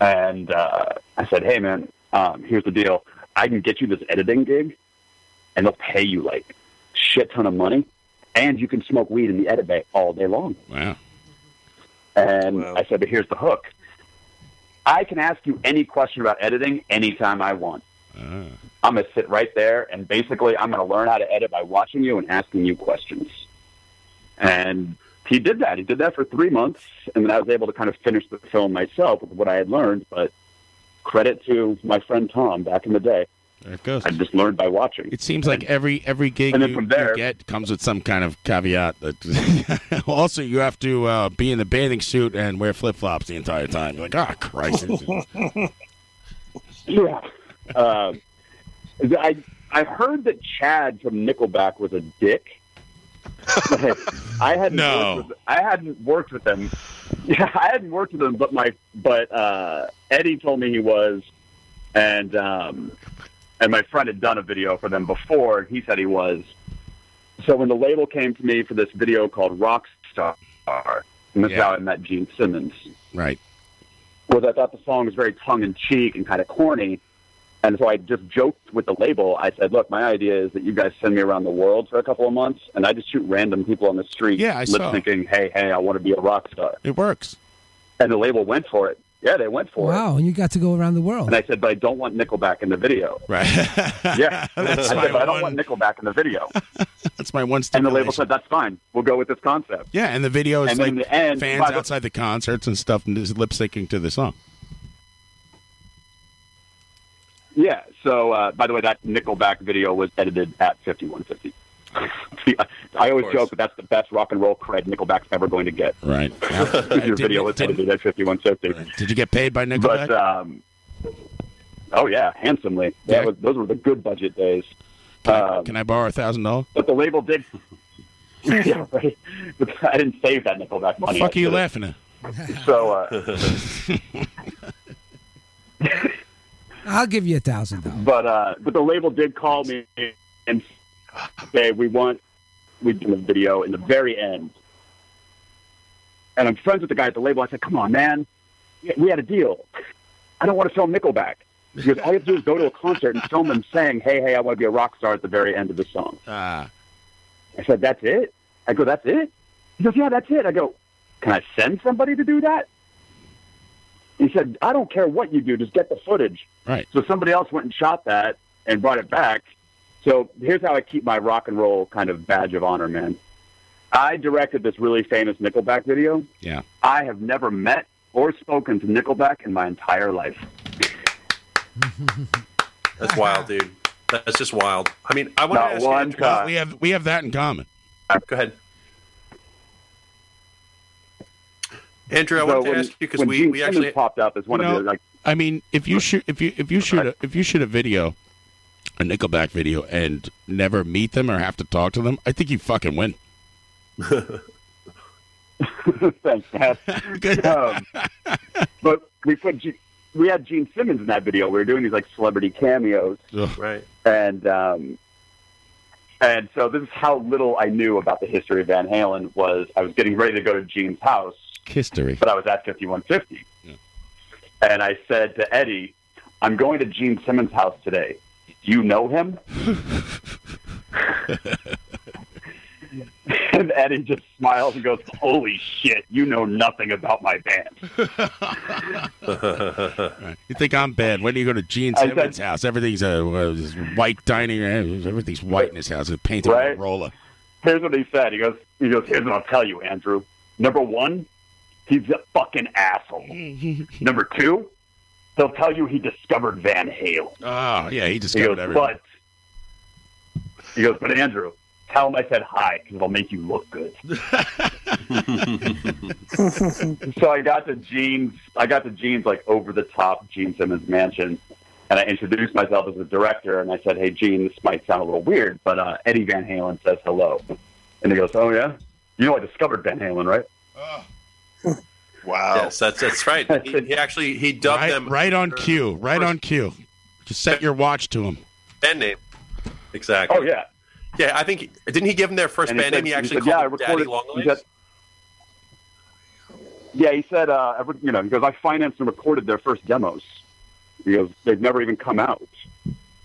[SPEAKER 17] And uh, I said, hey, man, um, here's the deal. I can get you this editing gig, and they'll pay you, like, shit ton of money. And you can smoke weed in the edit bay all day long.
[SPEAKER 2] Wow.
[SPEAKER 17] And I said, but here's the hook. I can ask you any question about editing anytime I want.
[SPEAKER 2] Uh-huh.
[SPEAKER 17] I'm going to sit right there and basically I'm going to learn how to edit by watching you and asking you questions. And he did that. He did that for three months. And then I was able to kind of finish the film myself with what I had learned. But credit to my friend Tom back in the day.
[SPEAKER 2] There it goes.
[SPEAKER 17] I just learned by watching.
[SPEAKER 2] It seems like every every gig
[SPEAKER 17] And then
[SPEAKER 2] you,
[SPEAKER 17] from
[SPEAKER 2] you
[SPEAKER 17] there-
[SPEAKER 2] get comes with some kind of caveat. That also, you have to uh, be in the bathing suit and wear flip flops the entire time. You're like, ah, Christ.
[SPEAKER 17] yeah. Uh, I I heard that Chad from Nickelback was a dick. But I hadn't
[SPEAKER 2] No.
[SPEAKER 17] worked with, I hadn't worked with him. Yeah, I hadn't worked with him, but my but uh, Eddie told me he was, and um, and my friend had done a video for them before. and He said he was. So when the label came to me for this video called Rockstar, and that's
[SPEAKER 2] Yeah.
[SPEAKER 17] how I met Gene Simmons
[SPEAKER 2] right.
[SPEAKER 17] was I thought the song was very tongue in cheek and kind of corny. And so I just joked with the label. I said, "Look, my idea is that you guys send me around the world for a couple of months, and I just shoot random people on the street,
[SPEAKER 2] Yeah, I
[SPEAKER 17] lip
[SPEAKER 2] saw.
[SPEAKER 17] syncing, hey, hey, I want to be a rock star."
[SPEAKER 2] It works.
[SPEAKER 17] And the label went for it. Yeah, they went for it.
[SPEAKER 16] Wow, and you got to go around the world.
[SPEAKER 17] And I said, "But I don't want Nickelback in the video."
[SPEAKER 2] Right.
[SPEAKER 17] yeah.
[SPEAKER 2] That's
[SPEAKER 17] I
[SPEAKER 2] my
[SPEAKER 17] said, "But I don't want Nickelback in the video."
[SPEAKER 2] That's my one.
[SPEAKER 17] and the
[SPEAKER 2] stipulation.
[SPEAKER 17] label said, "That's fine. We'll go with this concept."
[SPEAKER 2] Yeah, and the video is
[SPEAKER 17] And
[SPEAKER 2] like
[SPEAKER 17] in the end,
[SPEAKER 2] fans
[SPEAKER 17] by the-
[SPEAKER 2] outside the concerts and stuff, and just lip syncing to the song.
[SPEAKER 17] Yeah. So, uh, by the way, that Nickelback video was edited at 5150. I always
[SPEAKER 2] course.
[SPEAKER 17] joke that that's the best rock and roll cred Nickelback's ever going to get.
[SPEAKER 2] Right. uh,
[SPEAKER 17] Your video was edited at 5150.
[SPEAKER 2] Did you get paid by Nickelback?
[SPEAKER 17] But, um, oh, yeah, handsomely. That
[SPEAKER 2] Yeah.
[SPEAKER 17] was, those were the good budget days. Um, Ah.
[SPEAKER 2] Can I borrow a thousand dollars?
[SPEAKER 17] but the label did. yeah, right. But I didn't save that
[SPEAKER 2] What
[SPEAKER 17] Nickelback
[SPEAKER 2] the
[SPEAKER 17] money.
[SPEAKER 2] fuck are you
[SPEAKER 17] I
[SPEAKER 2] laughing at?
[SPEAKER 17] should've. So, uh,
[SPEAKER 16] I'll give you a thousand dollars.
[SPEAKER 17] but uh, but the label did call me and say we want we do a video in the very end. And I'm friends with the guy at the label. I said, "Come on, man, we- we had a deal. I don't want to film Nickelback." He goes, "All you have to do is go to a concert and film them saying, hey, hey, I want to be a rock star' at the very end of the song."
[SPEAKER 2] Ah.
[SPEAKER 17] I said, "That's it." I go, "That's it." He goes, "Yeah, that's it." I go, "Can I send somebody to do that?" He said, "I don't care what you do, just get the footage."
[SPEAKER 2] Right.
[SPEAKER 17] So somebody else went and shot that and brought it back. So here's how I keep my rock and roll kind of badge of honor, man. I directed this really famous Nickelback video.
[SPEAKER 2] Yeah.
[SPEAKER 17] I have never met or spoken to Nickelback in my entire life.
[SPEAKER 1] That's wild, dude. That's just wild. I mean, I want
[SPEAKER 17] Not
[SPEAKER 1] to ask
[SPEAKER 17] one
[SPEAKER 1] you,
[SPEAKER 17] time.
[SPEAKER 2] We have we have that in common.
[SPEAKER 1] Go ahead. Andrew, I wanted to
[SPEAKER 17] when,
[SPEAKER 1] ask you because
[SPEAKER 17] when
[SPEAKER 1] we,
[SPEAKER 17] Gene
[SPEAKER 1] we
[SPEAKER 17] Simmons
[SPEAKER 1] actually
[SPEAKER 17] popped up as one
[SPEAKER 2] You
[SPEAKER 17] of the
[SPEAKER 2] know,
[SPEAKER 17] like
[SPEAKER 2] I mean, if you shoot if you if you shoot a, if you shoot a video, a Nickelback video, and never meet them or have to talk to them, I think you fucking win.
[SPEAKER 17] Thanks, Pat. um, but we put G- we had Gene Simmons in that video. We were doing these like celebrity cameos,
[SPEAKER 1] right?
[SPEAKER 17] And um, and so this is how little I knew about the history of Van Halen. Was I was getting ready to go to Gene's house
[SPEAKER 2] history.
[SPEAKER 17] but I was at 5150. And I said to Eddie, I'm going to Gene Simmons' house today. Do you know him? and Eddie just smiles and goes, Holy shit, you know nothing about my band.
[SPEAKER 2] You think I'm bad? When do you go to Gene
[SPEAKER 17] I said-
[SPEAKER 2] Simmons' house? Everything's a uh, white dining. room. Everything's white in his house. It's painted
[SPEAKER 17] Right?
[SPEAKER 2] roller.
[SPEAKER 17] Here's what he said. He goes, he goes, Here's what I'll tell you, Andrew. Number one, he's a fucking
[SPEAKER 2] Hmm.
[SPEAKER 17] asshole. Number two, he'll tell you he discovered Van Halen.
[SPEAKER 2] Oh, yeah, he discovered
[SPEAKER 17] goes,
[SPEAKER 2] everything.
[SPEAKER 17] But he goes, but Andrew, tell him I said hi because it'll make you look good. so I got to Gene's. I got to Gene's like over the top Gene Simmons mansion, and I introduced myself as the director, and I said, "Hey, Gene, this might sound a little weird, but uh, Eddie Van Halen says hello," and he goes, "Oh yeah, you know I discovered Van Halen, right?"
[SPEAKER 1] Wow. Yes, that's that's right. He, he actually he dubbed
[SPEAKER 2] Right,
[SPEAKER 1] them
[SPEAKER 2] right on cue. Right on cue. Just set your watch to him.
[SPEAKER 1] band name. Exactly. Oh
[SPEAKER 17] yeah.
[SPEAKER 1] Yeah, I think didn't he give him their first
[SPEAKER 17] And he
[SPEAKER 1] band
[SPEAKER 17] said-
[SPEAKER 1] name? He
[SPEAKER 17] he
[SPEAKER 1] actually
[SPEAKER 17] said,
[SPEAKER 1] called
[SPEAKER 17] "Yeah, I
[SPEAKER 1] them Daddy
[SPEAKER 17] recorded-
[SPEAKER 1] Long
[SPEAKER 17] he
[SPEAKER 1] Legs.
[SPEAKER 17] said- Yeah, he said, uh, I would- you know, he goes, I financed and recorded their first demos. He goes, they've never even come out.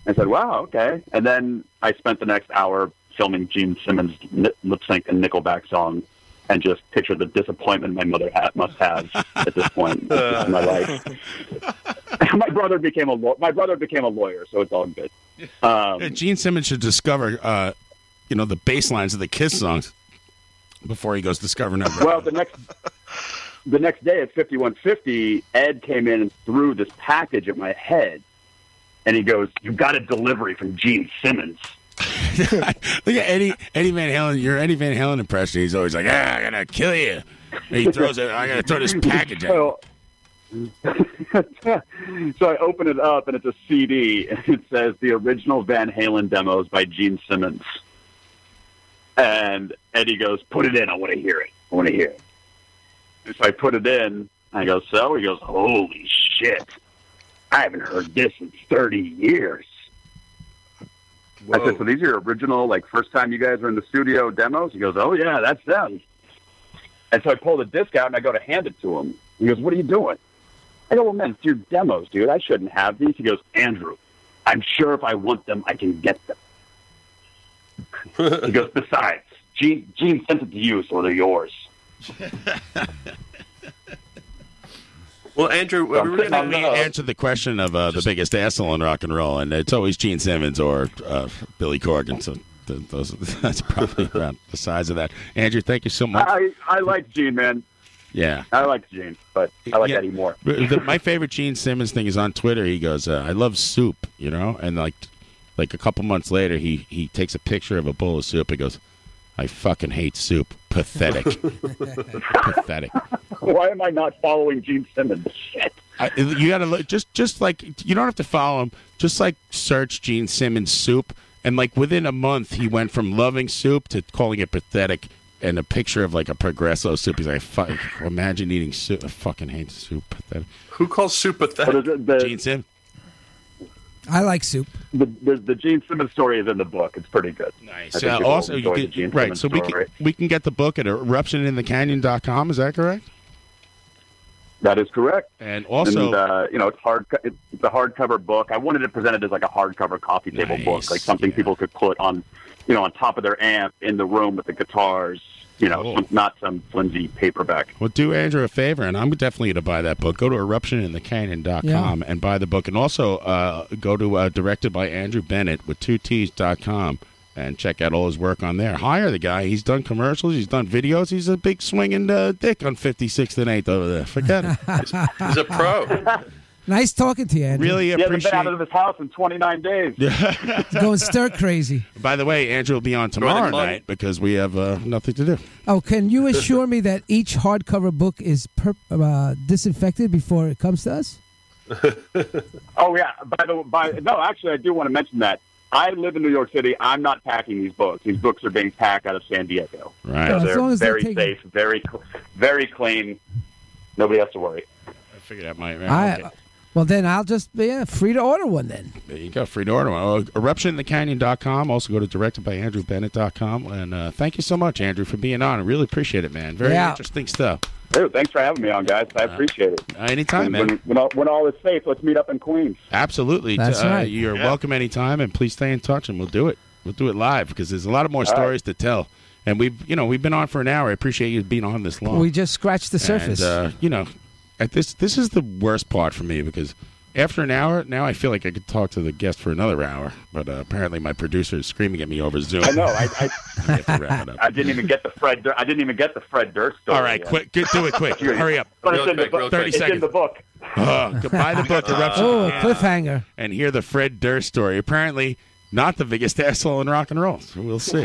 [SPEAKER 17] I said, wow, okay. And then I spent the next hour filming Gene Simmons' ni- lip sync and Nickelback song and just picture the disappointment my mother ha must have at this point in
[SPEAKER 2] Uh.
[SPEAKER 17] my life. my brother became a law- my brother became a lawyer, so it's all good. Um,
[SPEAKER 2] Yeah, Gene Simmons should discover, uh, you know, the bass lines of the Kiss songs before he goes discovering everything.
[SPEAKER 17] Well, the next the next day at fifty one fifty, Ed came in and threw this package at my head, and he goes, "You got a delivery from Gene Simmons."
[SPEAKER 2] Look at Eddie Eddie Van Halen. Your Eddie Van Halen impression. He's always like, "Yeah, I'm gonna kill you." And he throws it. I'm gonna throw this package at. you."
[SPEAKER 17] So, so I open it up, and it's a CD, and it says the original Van Halen demos by Gene Simmons. And Eddie goes, "Put it in. I want to hear it. I want to hear it." And so I put it in. I go, "So?" He goes, "Holy shit! I haven't heard this in thirty years." I said, "So these are your original, like first time you guys were in the studio demos?" He goes, "Oh yeah, that's them." And so I pull the disc out and I go to hand it to him. He goes, "What are you doing?" I go, "Well, man, it's your demos, dude. I shouldn't have these." He goes, "Andrew, I'm sure if I want them, I can get them." he goes, "Besides, Gene, Gene sent it to you, so they're yours."
[SPEAKER 1] Well, Andrew, uh,
[SPEAKER 17] So I'm
[SPEAKER 1] we were
[SPEAKER 17] sitting
[SPEAKER 1] gonna
[SPEAKER 17] on
[SPEAKER 1] be-
[SPEAKER 17] the-
[SPEAKER 2] Answer the question of uh, the biggest asshole in rock and roll, and it's always Gene Simmons or uh, Billy Corgan. So th- those, that's probably around the size of that. Andrew, thank you so much.
[SPEAKER 17] I, I like Gene, man.
[SPEAKER 2] Yeah.
[SPEAKER 17] I like Gene, but I like
[SPEAKER 2] Yeah.
[SPEAKER 17] Eddie more.
[SPEAKER 2] The- my favorite Gene Simmons thing is on Twitter. He goes, uh, "I love soup," you know, and like, like a couple months later, he he takes a picture of a bowl of soup. and goes, "I fucking hate soup. Pathetic, pathetic."
[SPEAKER 17] Why am I not following Gene Simmons? Shit.
[SPEAKER 2] I, you gotta look, just just like you don't have to follow him. Just like search Gene Simmons soup, and like within a month, he went from loving soup to calling it pathetic. And a picture of like a Progresso soup. He's like, "Fuck! Imagine eating soup. I fucking hate soup." Pathetic.
[SPEAKER 1] Who calls soup pathetic?
[SPEAKER 2] Gene Simmons.
[SPEAKER 16] I like soup.
[SPEAKER 17] The, the, the Gene Simmons story is in the book. It's pretty good.
[SPEAKER 2] Nice.
[SPEAKER 17] I think
[SPEAKER 2] So
[SPEAKER 17] you'll
[SPEAKER 2] also, you
[SPEAKER 17] enjoy the
[SPEAKER 2] could-
[SPEAKER 17] Gene
[SPEAKER 2] right.
[SPEAKER 17] Simmons
[SPEAKER 2] So we can,
[SPEAKER 17] story.
[SPEAKER 2] we can get the book at eruptioninthecanyon.com. Is that correct?
[SPEAKER 17] That is correct.
[SPEAKER 2] And also-
[SPEAKER 17] And, uh, you know, it's hard. It's a hardcover book. I wanted it presented as like a hardcover coffee table book, like something people could put on, you know, on top of their amp in the room with the guitars. You know,
[SPEAKER 2] Oh.
[SPEAKER 17] some, not some flimsy paperback.
[SPEAKER 2] Well, do Andrew a favor, and I'm definitely going to buy that book. Go to eruptioninthecanyon.com and buy the book. And also uh, go to uh, directed by Andrew Bennett with two T's dot com and check out all his work on there. Hire the guy. He's done commercials, he's done videos. He's a big swinging uh, dick on 56th and 8th over there. Forget it.
[SPEAKER 1] He's a pro.
[SPEAKER 16] Nice talking to you, Andrew.
[SPEAKER 2] Really
[SPEAKER 17] He hasn't been
[SPEAKER 2] appreciate
[SPEAKER 17] out of his house in 29 days.
[SPEAKER 16] It's going stir crazy.
[SPEAKER 2] By the way, Andrew will be on
[SPEAKER 17] the
[SPEAKER 2] tomorrow
[SPEAKER 17] money.
[SPEAKER 2] night because we have uh, nothing to do.
[SPEAKER 16] Oh, can you assure me that each hardcover book is per- uh, disinfected before it comes to us?
[SPEAKER 17] Oh yeah. By the by, no, actually, I do want to mention that I live in New York City. I'm not packing these books. These books are being packed out of San Diego.
[SPEAKER 2] Right.
[SPEAKER 17] So
[SPEAKER 2] As
[SPEAKER 17] they're
[SPEAKER 2] long as they're
[SPEAKER 17] very
[SPEAKER 2] taken-
[SPEAKER 17] safe, very cl- very clean. Nobody has to worry.
[SPEAKER 2] I figured that might.
[SPEAKER 16] I, well, then I'll just yeah, free to order one then.
[SPEAKER 2] There you go. Free to order. Uh, eruptioninthecanyon.com. Also go to directed by Andrew Bennett.com. And uh, thank you so much, Andrew, for being on. I really appreciate it, man. Very
[SPEAKER 16] Yeah.
[SPEAKER 2] interesting stuff.
[SPEAKER 17] Dude, thanks for having me on, guys. I appreciate it.
[SPEAKER 2] Uh, anytime,
[SPEAKER 17] when,
[SPEAKER 2] man.
[SPEAKER 17] When, when all, when all is safe, let's meet up in Queens.
[SPEAKER 2] Absolutely.
[SPEAKER 17] That's
[SPEAKER 2] Uh,
[SPEAKER 17] right.
[SPEAKER 2] You're
[SPEAKER 17] Yeah.
[SPEAKER 2] welcome anytime, and please stay in touch, and we'll do it. We'll do it live because there's a lot of more
[SPEAKER 16] All right.
[SPEAKER 2] stories to tell. And we've, you know, we've been on for an hour. I appreciate you being on this long.
[SPEAKER 16] We just scratched the surface.
[SPEAKER 2] And, uh, you know, at this this is the worst part for me because after an hour, now I feel like I could talk to the guest for another hour. But uh, apparently, my producer is screaming at me over Zoom.
[SPEAKER 17] I know. I, I,
[SPEAKER 2] to wrap it up.
[SPEAKER 17] I didn't even get the Fred. Dur- I didn't even get the Fred Durst story.
[SPEAKER 2] All right,
[SPEAKER 17] yet.
[SPEAKER 2] quick, get- do it quick. Hurry up.
[SPEAKER 17] But
[SPEAKER 2] Real
[SPEAKER 17] it's in
[SPEAKER 2] quick,
[SPEAKER 17] the
[SPEAKER 2] real
[SPEAKER 17] book.
[SPEAKER 2] quick.
[SPEAKER 17] It's in the book.
[SPEAKER 2] Uh, goodbye the book, Eruption.
[SPEAKER 16] Oh, a
[SPEAKER 2] Yeah.
[SPEAKER 16] cliffhanger.
[SPEAKER 2] and hear the Fred Durst story. Apparently, not the biggest asshole in rock and roll. So we'll see.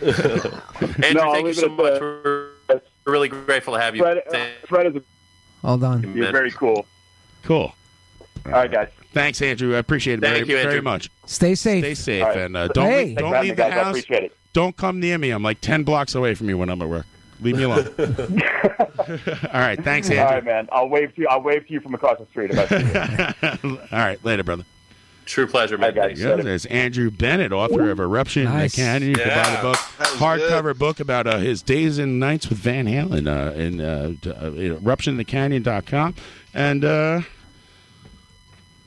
[SPEAKER 4] Andrew,
[SPEAKER 17] No, I'll
[SPEAKER 4] thank you
[SPEAKER 17] leave it
[SPEAKER 4] so
[SPEAKER 17] at
[SPEAKER 4] much.
[SPEAKER 17] that.
[SPEAKER 4] We're we're really grateful to have you.
[SPEAKER 17] Fred, uh, Fred is
[SPEAKER 16] Hold on.
[SPEAKER 17] you're very cool.
[SPEAKER 2] cool.
[SPEAKER 17] All right, guys.
[SPEAKER 2] Thanks, Andrew. I appreciate it
[SPEAKER 17] Thank
[SPEAKER 2] very,
[SPEAKER 17] you,
[SPEAKER 2] very
[SPEAKER 17] Andrew.
[SPEAKER 2] much.
[SPEAKER 16] Stay safe.
[SPEAKER 2] Stay safe
[SPEAKER 17] All right.
[SPEAKER 2] and uh, don't
[SPEAKER 17] Hey.
[SPEAKER 2] leave,
[SPEAKER 17] Thanks for
[SPEAKER 2] don't
[SPEAKER 17] having
[SPEAKER 2] leave
[SPEAKER 17] me,
[SPEAKER 2] the
[SPEAKER 17] guys. I
[SPEAKER 2] house.
[SPEAKER 17] appreciate it.
[SPEAKER 2] Don't come near me. I'm like ten blocks away from you when I'm at work. Leave me alone. All right, thanks,
[SPEAKER 17] All right,
[SPEAKER 2] Andrew.
[SPEAKER 17] man. I'll wave to you. I'll wave to you from across the street. If I see you.
[SPEAKER 2] All right, later, brother.
[SPEAKER 4] True pleasure, man. Thanks.
[SPEAKER 2] Yeah, there's Andrew Bennett, author of Eruption
[SPEAKER 4] Nice.
[SPEAKER 2] in the Canyon. You can buy
[SPEAKER 4] Yeah,
[SPEAKER 2] the book,
[SPEAKER 4] that was
[SPEAKER 2] hardcover book about uh, his days and nights with Van Halen uh, in uh, d- uh, eruptioninthecanyon.com. And uh,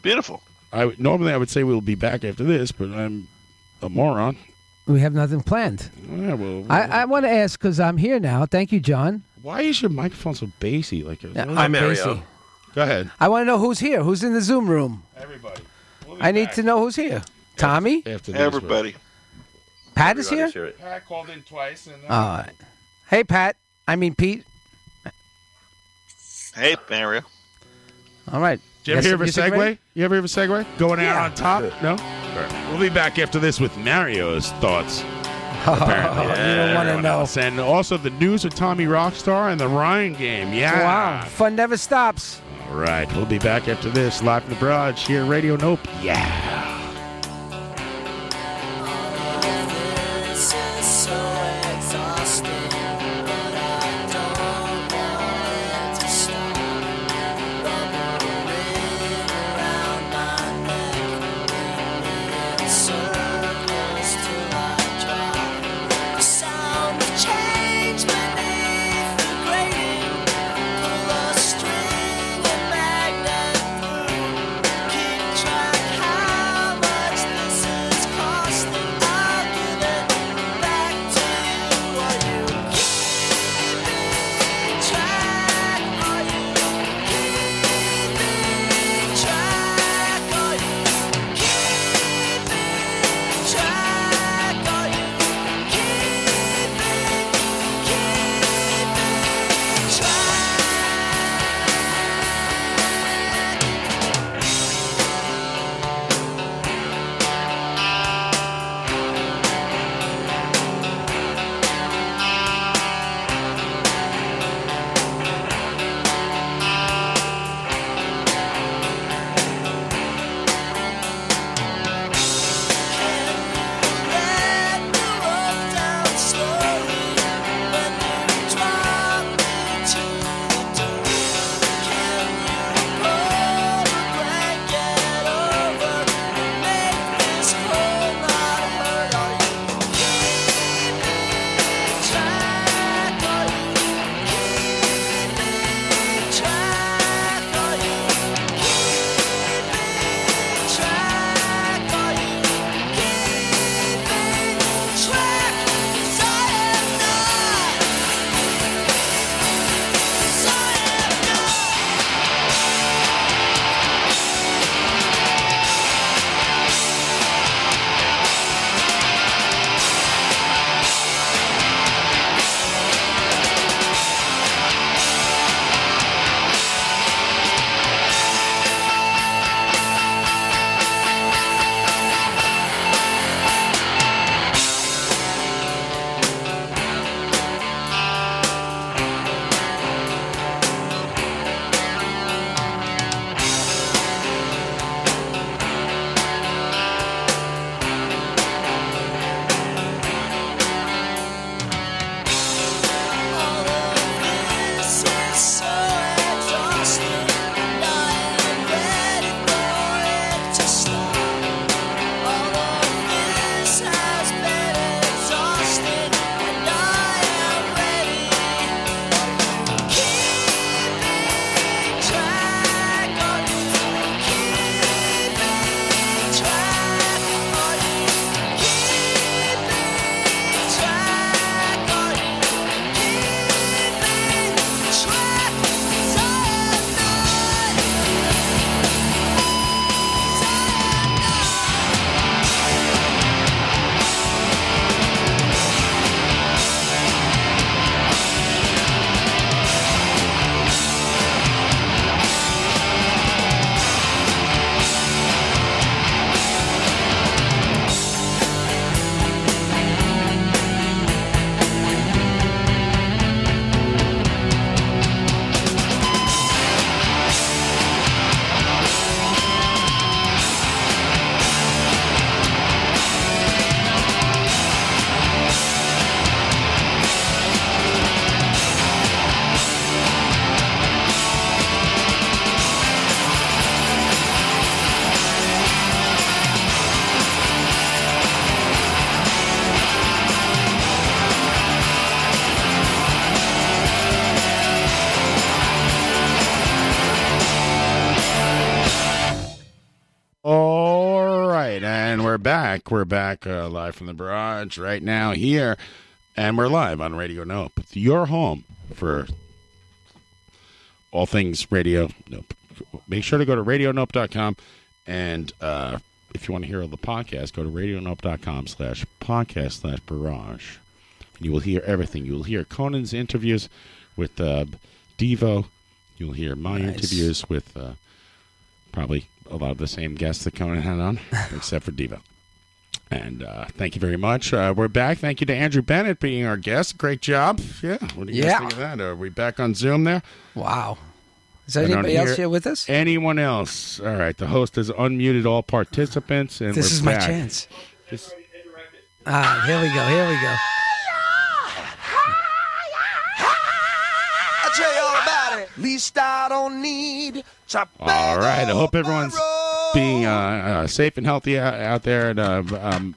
[SPEAKER 12] Beautiful.
[SPEAKER 2] I would- normally I would say we'll be back after this, but I'm a moron.
[SPEAKER 16] We have nothing planned.
[SPEAKER 2] Yeah, well,
[SPEAKER 16] I, I want to ask because I'm here now. Thank you, John.
[SPEAKER 2] why is your microphone so bassy? Like,
[SPEAKER 16] Yeah, Hi, I'm Mario. bassy.
[SPEAKER 2] Go ahead.
[SPEAKER 16] I want to know who's here. Who's in the Zoom room?
[SPEAKER 2] Everybody.
[SPEAKER 16] I need to know who's here. Tommy?
[SPEAKER 2] After
[SPEAKER 12] these, Everybody.
[SPEAKER 16] Pat is here? Oh.
[SPEAKER 2] Pat called in twice. And, uh,
[SPEAKER 16] All right. Hey, Pat. I mean, Pete.
[SPEAKER 12] Hey, Mario.
[SPEAKER 16] All right.
[SPEAKER 2] Did you ever
[SPEAKER 16] Got
[SPEAKER 2] hear of a
[SPEAKER 16] some
[SPEAKER 2] segue?
[SPEAKER 16] music ready?
[SPEAKER 2] You ever hear of a segue? Going out
[SPEAKER 16] Yeah.
[SPEAKER 2] on top? No? We'll be back after this with Mario's thoughts.
[SPEAKER 16] Apparently. you don't want to
[SPEAKER 2] everyone
[SPEAKER 16] know.
[SPEAKER 2] else. And also the news with Tommy Rockstar and the Ryan game. Yeah.
[SPEAKER 16] Wow. Fun never stops.
[SPEAKER 2] All right. We'll be back after this. Live from the Barrage here, at Radio Nope. Yeah.
[SPEAKER 3] This is so exhausting, but I don't want to stop. The ring around my neck in circles till I drop. The sound of change beneath the grating. Pull a string, a magnet through. Keep track how
[SPEAKER 2] back. We're back uh, live from the barrage right now here, and we're live on Radio Nope, your home for all things radio. Nope. Make sure to go to radionope.com, and uh, if you want to hear all the podcast, go to radionope.com slash podcast slash barrage. And you will hear everything. You will hear Conan's interviews with uh, Devo. You'll hear my
[SPEAKER 18] Nice.
[SPEAKER 2] interviews with uh, probably a lot of the same guests that Conan had on, except for Devo. And uh, thank you very much. Uh, we're back. Thank you to Andrew Bennett being our guest. Great job. Yeah. What do you
[SPEAKER 16] Yeah.
[SPEAKER 2] guys think of that? Are we back on Zoom there?
[SPEAKER 16] Wow. Is
[SPEAKER 2] I
[SPEAKER 16] there
[SPEAKER 2] don't
[SPEAKER 16] anybody else
[SPEAKER 2] hear
[SPEAKER 16] here with us?
[SPEAKER 2] Anyone else? All right. The host has unmuted all participants, and
[SPEAKER 16] This
[SPEAKER 2] we're
[SPEAKER 16] is my
[SPEAKER 2] back.
[SPEAKER 16] chance.
[SPEAKER 2] This-
[SPEAKER 16] Ah, here we go. Here we go.
[SPEAKER 6] I tell you all about it. Least I don't need to
[SPEAKER 2] all right. I hope everyone's being uh, uh, safe and healthy out, out there, and uh, um,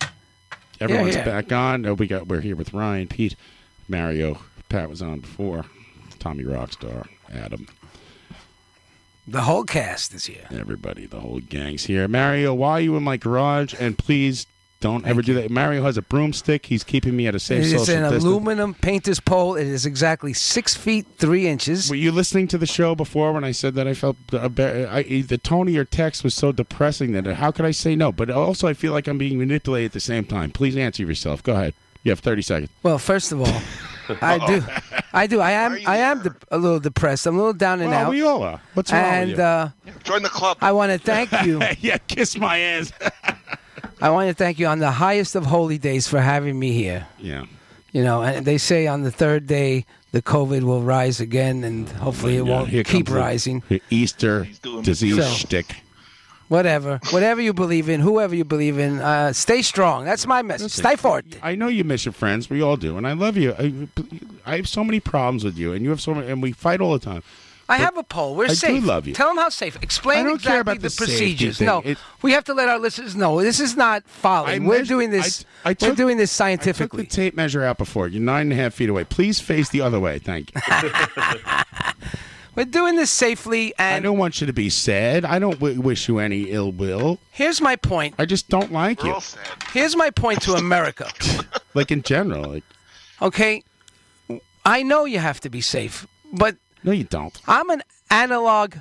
[SPEAKER 2] everyone's
[SPEAKER 6] yeah.
[SPEAKER 2] back on. Uh, we got we're here with Ryan, Pete, Mario. Pat was on before. Tommy Rockstar, Adam.
[SPEAKER 16] The whole cast is here.
[SPEAKER 2] Everybody, the whole gang's here. Mario, why are you in my garage? And please don't ever do that. Mario has a broomstick. He's keeping me at a safe
[SPEAKER 16] It is
[SPEAKER 2] social
[SPEAKER 16] an
[SPEAKER 2] distance.
[SPEAKER 16] aluminum painter's pole. It is exactly six feet three inches.
[SPEAKER 2] Were you listening to the show before when I said that I felt uh, ba- I, the tone of your text was so depressing that uh, how could I say no? But also, I feel like I'm being manipulated at the same time. Please answer yourself. Go ahead. You have 30 seconds.
[SPEAKER 16] Well, first of all, I do, I do. I am, I am de- a little depressed. I'm a little down and
[SPEAKER 2] Well,
[SPEAKER 16] out.
[SPEAKER 2] we all are. What's wrong with
[SPEAKER 16] and,
[SPEAKER 2] you?
[SPEAKER 16] Uh,
[SPEAKER 3] Join the club.
[SPEAKER 16] I want to thank you.
[SPEAKER 2] yeah, kiss my ass.
[SPEAKER 16] I want to thank you on the highest of holy days for having me here.
[SPEAKER 2] Yeah.
[SPEAKER 16] You know, and they say on the third day the COVID will rise again, and hopefully it
[SPEAKER 2] Yeah,
[SPEAKER 16] won't
[SPEAKER 2] here
[SPEAKER 16] keep
[SPEAKER 2] comes the-
[SPEAKER 16] rising.
[SPEAKER 2] the Easter disease
[SPEAKER 16] So-
[SPEAKER 2] shtick.
[SPEAKER 16] Whatever, whatever you believe in, whoever you believe in, uh, stay strong. That's my message. Stay forward.
[SPEAKER 2] I know you miss your friends. We all do, and I love you. I, I have so many problems with you, and you have so many, and we fight all the time.
[SPEAKER 16] I have a poll. We're
[SPEAKER 2] I do
[SPEAKER 16] safe.
[SPEAKER 2] love you.
[SPEAKER 16] Tell them how safe. Explain
[SPEAKER 2] I don't
[SPEAKER 16] exactly
[SPEAKER 2] care about the safety
[SPEAKER 16] procedures.
[SPEAKER 2] thing.
[SPEAKER 16] No,
[SPEAKER 2] It-
[SPEAKER 16] we have to let our listeners know this is not following. We're
[SPEAKER 2] meas-
[SPEAKER 16] doing this.
[SPEAKER 2] I
[SPEAKER 16] we're
[SPEAKER 2] took-
[SPEAKER 16] doing this
[SPEAKER 2] I
[SPEAKER 16] scientifically.
[SPEAKER 2] took the tape measure out before. You're nine and a half feet away. Please face the other way. Thank you.
[SPEAKER 16] we're doing this safely.
[SPEAKER 2] I
[SPEAKER 16] And
[SPEAKER 2] don't want you to be sad. I don't w- wish you any ill will.
[SPEAKER 16] here's my point.
[SPEAKER 2] I just don't like you.
[SPEAKER 16] Here's my point to America.
[SPEAKER 2] Like in general. Like,
[SPEAKER 16] Okay, I know you have to be safe, but
[SPEAKER 2] no, you don't.
[SPEAKER 16] I'm an analog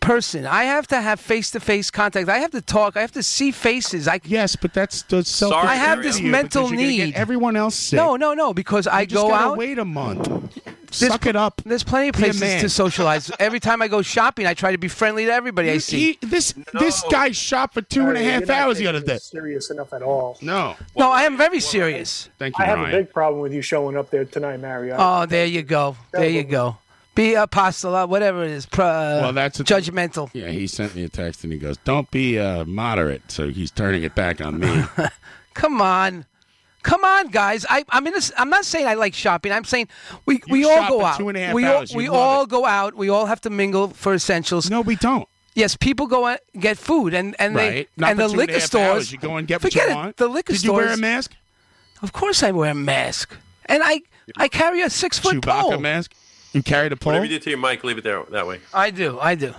[SPEAKER 16] person. I have to have face-to-face contact. I have to talk. I have to see faces. I
[SPEAKER 2] yes, but that's that's so.
[SPEAKER 16] I have this
[SPEAKER 2] You,
[SPEAKER 16] mental
[SPEAKER 2] because you're gonna get
[SPEAKER 16] need.
[SPEAKER 2] everyone else sick.
[SPEAKER 16] No, no, no. Because I
[SPEAKER 2] You just
[SPEAKER 16] go
[SPEAKER 2] gotta
[SPEAKER 16] out.
[SPEAKER 2] Wait a month.
[SPEAKER 16] There's
[SPEAKER 2] Suck
[SPEAKER 16] pl-
[SPEAKER 2] it up.
[SPEAKER 16] There's plenty of
[SPEAKER 2] Be a
[SPEAKER 16] places
[SPEAKER 2] man.
[SPEAKER 16] to socialize. Every time I go shopping, I try to be friendly to everybody I
[SPEAKER 2] You-
[SPEAKER 16] see.
[SPEAKER 2] he- this this guy shot for two and a
[SPEAKER 12] Mario,
[SPEAKER 2] half
[SPEAKER 12] you're not
[SPEAKER 2] hours the
[SPEAKER 12] taking
[SPEAKER 2] other day.
[SPEAKER 12] this Serious enough at all?
[SPEAKER 2] No.
[SPEAKER 16] no, I am very serious.
[SPEAKER 2] Thank
[SPEAKER 12] I have a big problem with you showing up there tonight, Mario.
[SPEAKER 16] Oh, there you go. There you go. Be apostola, whatever it is. uh, Pro,
[SPEAKER 2] Well, that's a-
[SPEAKER 16] judgmental.
[SPEAKER 2] Yeah, he sent me a text and he goes, "Don't be uh, moderate." So he's turning it back on me.
[SPEAKER 16] Come on. Come on, guys! I, I'm in. A, I'm not saying I like shopping. I'm saying we, we all
[SPEAKER 2] shop
[SPEAKER 16] go
[SPEAKER 2] for
[SPEAKER 16] out.
[SPEAKER 2] two and a half
[SPEAKER 16] we all,
[SPEAKER 2] hours. You
[SPEAKER 16] we
[SPEAKER 2] love
[SPEAKER 16] all go out. We all have to mingle for essentials.
[SPEAKER 2] No, we don't.
[SPEAKER 16] Yes, people go out, get food and and
[SPEAKER 2] Right.
[SPEAKER 16] they
[SPEAKER 2] Not
[SPEAKER 16] and
[SPEAKER 2] for
[SPEAKER 16] the
[SPEAKER 2] two and a
[SPEAKER 16] liquor
[SPEAKER 2] half
[SPEAKER 16] stores.
[SPEAKER 2] hours. You go and get what you
[SPEAKER 16] forget it.
[SPEAKER 2] want.
[SPEAKER 16] The liquor
[SPEAKER 2] Did you
[SPEAKER 16] stores.
[SPEAKER 2] wear a mask?
[SPEAKER 16] Of course, I wear a mask, and I I carry a six foot pole.
[SPEAKER 2] mask. You carried a pole.
[SPEAKER 1] Whatever you did to your mic, leave it there that way.
[SPEAKER 16] I do. I do.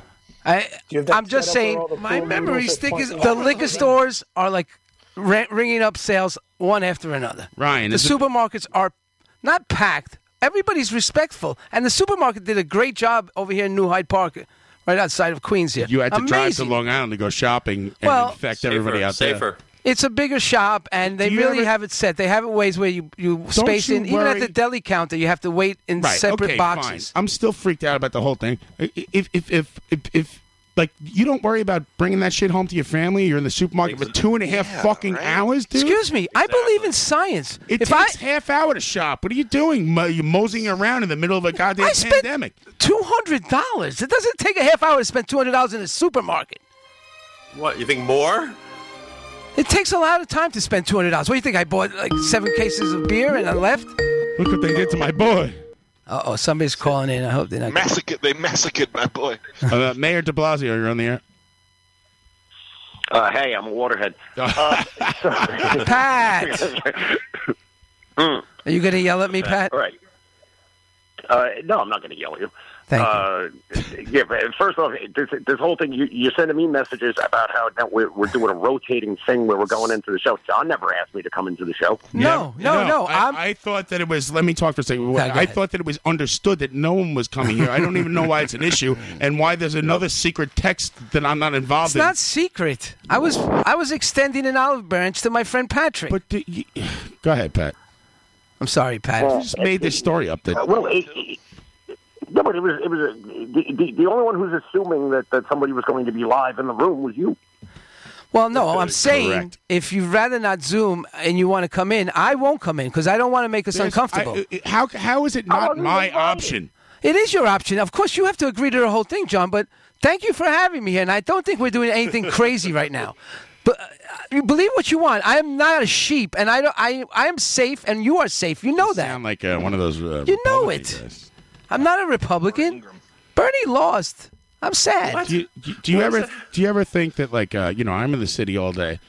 [SPEAKER 16] I I'm just
[SPEAKER 12] set up where
[SPEAKER 16] saying
[SPEAKER 12] all the
[SPEAKER 16] my
[SPEAKER 12] pool
[SPEAKER 16] memory
[SPEAKER 12] noodles are
[SPEAKER 16] stick is
[SPEAKER 12] pointing
[SPEAKER 16] the
[SPEAKER 12] up?
[SPEAKER 16] liquor stores are like ra- ringing up sales one after another.
[SPEAKER 2] Ryan,
[SPEAKER 16] the
[SPEAKER 2] is it-
[SPEAKER 16] supermarkets are not packed. Everybody's respectful, and the supermarket did a great job over here in New Hyde Park, right outside of Queens here.
[SPEAKER 2] You had to drive to
[SPEAKER 16] Amazing.
[SPEAKER 2] Long Island to go shopping and
[SPEAKER 16] Well-
[SPEAKER 2] infect everybody out
[SPEAKER 1] safer.
[SPEAKER 16] It's a bigger shop, and they
[SPEAKER 2] you
[SPEAKER 16] really
[SPEAKER 2] ever-
[SPEAKER 16] have it set. They have it ways where you, you space
[SPEAKER 2] you
[SPEAKER 16] in. Even at
[SPEAKER 2] worry-
[SPEAKER 16] the deli counter, you have to wait in
[SPEAKER 2] there. Right.
[SPEAKER 16] separate
[SPEAKER 2] okay,
[SPEAKER 16] boxes.
[SPEAKER 2] Fine. I'm still freaked out about the whole thing. I- I- If if if if, if like you don't worry about bringing that shit home to your family. You're in the supermarket for two and a half fucking hours, dude.
[SPEAKER 16] Excuse me, I believe in science.
[SPEAKER 2] It
[SPEAKER 16] if
[SPEAKER 2] takes
[SPEAKER 16] I,
[SPEAKER 2] half hour to shop. What are you doing? Mo- You're moseying around in the middle of a goddamn
[SPEAKER 16] I spent
[SPEAKER 2] pandemic.
[SPEAKER 16] two hundred dollars. It doesn't take a half hour to spend two hundred dollars in a supermarket.
[SPEAKER 1] What, you think more?
[SPEAKER 16] It takes a lot of time to spend two hundred dollars. What do you think? I bought like seven cases of beer and I left.
[SPEAKER 2] Look what they did to my boy.
[SPEAKER 16] Uh oh, somebody's calling in. I hope they're not.
[SPEAKER 3] Massacred. They massacred my boy.
[SPEAKER 2] Uh, Mayor De Blasio, you're on the air.
[SPEAKER 13] Uh, hey, I'm a waterhead. Uh,
[SPEAKER 16] Pat,
[SPEAKER 13] Mm. Hmm.
[SPEAKER 16] are you going to yell at me, Pat?
[SPEAKER 13] All right. Uh, no, I'm not going to yell at you.
[SPEAKER 16] Thank
[SPEAKER 13] uh, yeah, but first off, this, this whole thing, you, you're sending me messages about how now we're, we're doing a rotating thing where we're going into the show. John never asked me to come into the show.
[SPEAKER 2] No, no, no. I, I thought that it was. Let me talk for a second.
[SPEAKER 13] go
[SPEAKER 2] I
[SPEAKER 13] ahead.
[SPEAKER 2] thought that it was understood that no one was coming here. I don't even know why it's an issue and why there's another secret text that I'm not involved
[SPEAKER 16] It's
[SPEAKER 2] in.
[SPEAKER 16] not secret. I was I was extending an olive branch to my friend Patrick. But
[SPEAKER 2] Go ahead, Pat.
[SPEAKER 16] I'm sorry, Pat.
[SPEAKER 13] Well,
[SPEAKER 2] you just made this story up. That
[SPEAKER 13] Uh, well, it, it, no, but it was it was a, the, the the only one who's assuming that, that somebody was going to be live in the room was you.
[SPEAKER 16] Well, no, I'm saying if you'd rather not Zoom and you want to come in, I won't come in because I don't want to make us
[SPEAKER 2] There's-
[SPEAKER 16] uncomfortable.
[SPEAKER 2] I- I- how how is it not my option?
[SPEAKER 16] It is your option. Of course, you have to agree to the whole thing, John. But thank you for having me here, and I don't think we're doing anything crazy right now. But uh, you believe what you want. I am not a sheep, and I don't, I I am safe, and you are safe. You know that.
[SPEAKER 2] I'm like uh, one of those. Uh,
[SPEAKER 16] You know it. I'm not a Republican. Bernie lost. I'm sad.
[SPEAKER 2] Do you, do you ever do you ever think that like uh, you know I'm in the city all day,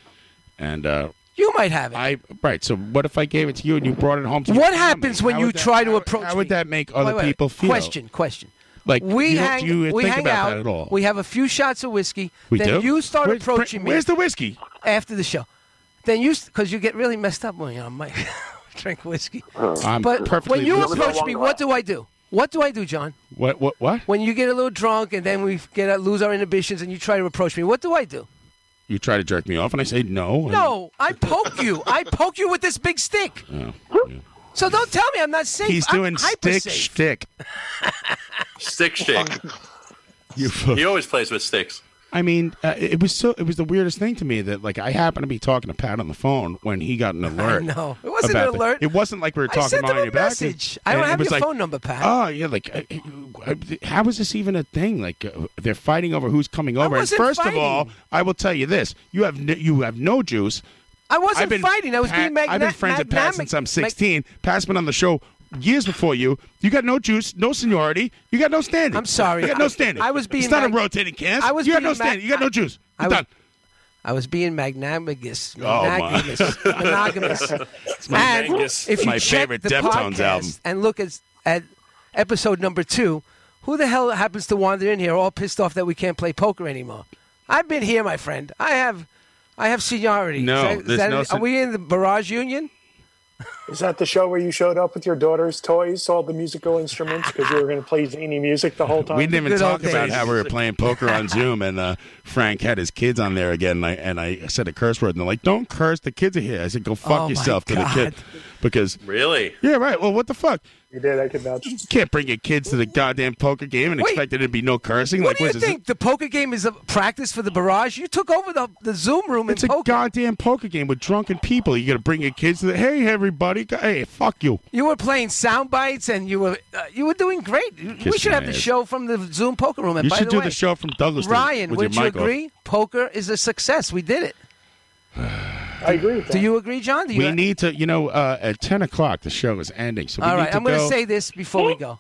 [SPEAKER 2] and uh,
[SPEAKER 16] you might have it.
[SPEAKER 2] I right. So what if I gave it to you and you brought it home to
[SPEAKER 16] What
[SPEAKER 2] your
[SPEAKER 16] happens
[SPEAKER 2] family?
[SPEAKER 16] when
[SPEAKER 2] How
[SPEAKER 16] you
[SPEAKER 2] would that-
[SPEAKER 16] try to approach?
[SPEAKER 2] How would
[SPEAKER 16] me?
[SPEAKER 2] that make other
[SPEAKER 16] Wait, wait, wait.
[SPEAKER 2] people feel?
[SPEAKER 16] Question. Question.
[SPEAKER 2] Like
[SPEAKER 16] We
[SPEAKER 2] you,
[SPEAKER 16] hang.
[SPEAKER 2] do you
[SPEAKER 16] we
[SPEAKER 2] think
[SPEAKER 16] hang
[SPEAKER 2] about
[SPEAKER 16] out.
[SPEAKER 2] that at all?
[SPEAKER 16] We have a few shots of whiskey.
[SPEAKER 2] We do?
[SPEAKER 16] then you start
[SPEAKER 2] Where's-
[SPEAKER 16] approaching me.
[SPEAKER 2] where's the whiskey?
[SPEAKER 16] After the show, then you because you get really messed up when you're on mic. Drink whiskey.
[SPEAKER 2] I'm
[SPEAKER 16] but
[SPEAKER 2] perfectly
[SPEAKER 16] when you
[SPEAKER 2] reasonable.
[SPEAKER 16] approach me, what do I do? What do I do, John?
[SPEAKER 2] What what what?
[SPEAKER 16] When you get a little drunk and then we get uh, lose our inhibitions and you try to approach me, what do I do?
[SPEAKER 2] You try to jerk me off, and I say no. and-
[SPEAKER 16] No, I poke you. I poke you with this big stick.
[SPEAKER 2] Oh.
[SPEAKER 16] So don't tell me I'm not safe.
[SPEAKER 2] He's
[SPEAKER 16] I'm
[SPEAKER 2] doing
[SPEAKER 16] hyper
[SPEAKER 2] stick
[SPEAKER 16] safe.
[SPEAKER 2] shtick.
[SPEAKER 1] Stick shake.
[SPEAKER 2] You
[SPEAKER 1] he always plays with sticks.
[SPEAKER 2] I mean, uh, it was so. It was the weirdest thing to me that like I happened to be talking to Pat on the phone when he got an alert.
[SPEAKER 16] know. It wasn't
[SPEAKER 2] about
[SPEAKER 16] an
[SPEAKER 2] the-
[SPEAKER 16] alert.
[SPEAKER 2] it wasn't like we were
[SPEAKER 16] I
[SPEAKER 2] talking
[SPEAKER 16] sent him
[SPEAKER 2] behind
[SPEAKER 16] a
[SPEAKER 2] your back.
[SPEAKER 16] message. I don't
[SPEAKER 2] it
[SPEAKER 16] have
[SPEAKER 2] was
[SPEAKER 16] your phone number, Pat.
[SPEAKER 2] Oh yeah, like I, I- how is this even a thing? Like uh, they're fighting over who's coming over.
[SPEAKER 16] wasn't
[SPEAKER 2] and first
[SPEAKER 16] fighting.
[SPEAKER 2] of all, I will tell you this: you have no, you have no juice.
[SPEAKER 16] I wasn't
[SPEAKER 2] I've been
[SPEAKER 16] fighting. I was
[SPEAKER 2] Pat-
[SPEAKER 16] being magna-
[SPEAKER 2] I've been friends with Pat
[SPEAKER 16] magnanimous-
[SPEAKER 2] since I'm
[SPEAKER 16] mag-
[SPEAKER 2] 16. Pat's been on the show years before you. You got no juice, no seniority. You got no standing. I'm
[SPEAKER 16] sorry.
[SPEAKER 2] You got no
[SPEAKER 16] I-
[SPEAKER 2] standing.
[SPEAKER 16] I was being
[SPEAKER 2] It's not
[SPEAKER 16] mag-
[SPEAKER 2] a rotating cast.
[SPEAKER 16] I was
[SPEAKER 2] You got
[SPEAKER 16] being
[SPEAKER 2] no
[SPEAKER 16] mag-
[SPEAKER 2] standing. You got no juice.
[SPEAKER 16] I
[SPEAKER 2] You're
[SPEAKER 16] was-
[SPEAKER 2] done. Oh,
[SPEAKER 16] I was being magnanimous.
[SPEAKER 2] my.
[SPEAKER 16] Magnanimous. monogamous.
[SPEAKER 2] It's my
[SPEAKER 16] and
[SPEAKER 2] Mangus.
[SPEAKER 16] if you
[SPEAKER 2] My
[SPEAKER 16] check
[SPEAKER 2] favorite
[SPEAKER 16] the
[SPEAKER 2] Deftones
[SPEAKER 16] podcast
[SPEAKER 2] album.
[SPEAKER 16] and look at, at episode number two, who the hell happens to wander in here all pissed off that we can't play poker anymore? I've been here, my friend. I have, I have seniority.
[SPEAKER 2] No,
[SPEAKER 16] Is that- is
[SPEAKER 2] there's
[SPEAKER 16] that-
[SPEAKER 2] no sen-
[SPEAKER 16] are we in the barrage union?
[SPEAKER 12] Is that the show where you showed up with your daughter's toys, all the musical instruments, because you were going to play zany music the whole time?
[SPEAKER 2] We didn't even talk about how we were playing poker on Zoom, and uh, Frank had his kids on there again, and I, and I said a curse word, and they're like, "Don't curse, the kids are here." I said, "Go fuck
[SPEAKER 1] Oh, my
[SPEAKER 2] yourself to the
[SPEAKER 1] God.
[SPEAKER 2] kid," because
[SPEAKER 1] Really?
[SPEAKER 2] yeah, right. Well, what the fuck?
[SPEAKER 12] You did. I could vouch.
[SPEAKER 2] You can't bring your kids to the goddamn poker game and
[SPEAKER 16] Wait.
[SPEAKER 2] expect there to be no cursing.
[SPEAKER 16] What
[SPEAKER 2] like,
[SPEAKER 16] do you
[SPEAKER 2] is
[SPEAKER 16] think? The poker game is a practice for the barrage? You took over the, the Zoom room
[SPEAKER 2] It's
[SPEAKER 16] in
[SPEAKER 2] a
[SPEAKER 16] poker.
[SPEAKER 2] goddamn poker game with drunken people. You got to bring your kids to the. Hey, everybody! go- Hey, fuck you.
[SPEAKER 16] You were playing sound bites, and you were uh, you were doing great. You- we
[SPEAKER 2] Kiss
[SPEAKER 16] should
[SPEAKER 2] my
[SPEAKER 16] have the
[SPEAKER 2] ass.
[SPEAKER 16] show from the Zoom poker room. And
[SPEAKER 2] You
[SPEAKER 16] by
[SPEAKER 2] should
[SPEAKER 16] the
[SPEAKER 2] do
[SPEAKER 16] way,
[SPEAKER 2] the show from Douglas
[SPEAKER 16] Ryan,
[SPEAKER 2] with your
[SPEAKER 16] would you
[SPEAKER 2] mic off.
[SPEAKER 16] agree? Poker is a success. We did it.
[SPEAKER 12] I agree with
[SPEAKER 16] Do you agree, John? Do you
[SPEAKER 2] We need to, you know, uh, at ten o'clock the show is ending, so we
[SPEAKER 16] all
[SPEAKER 2] need
[SPEAKER 16] right,
[SPEAKER 2] to
[SPEAKER 16] I'm going
[SPEAKER 2] go.
[SPEAKER 16] to say this before we go.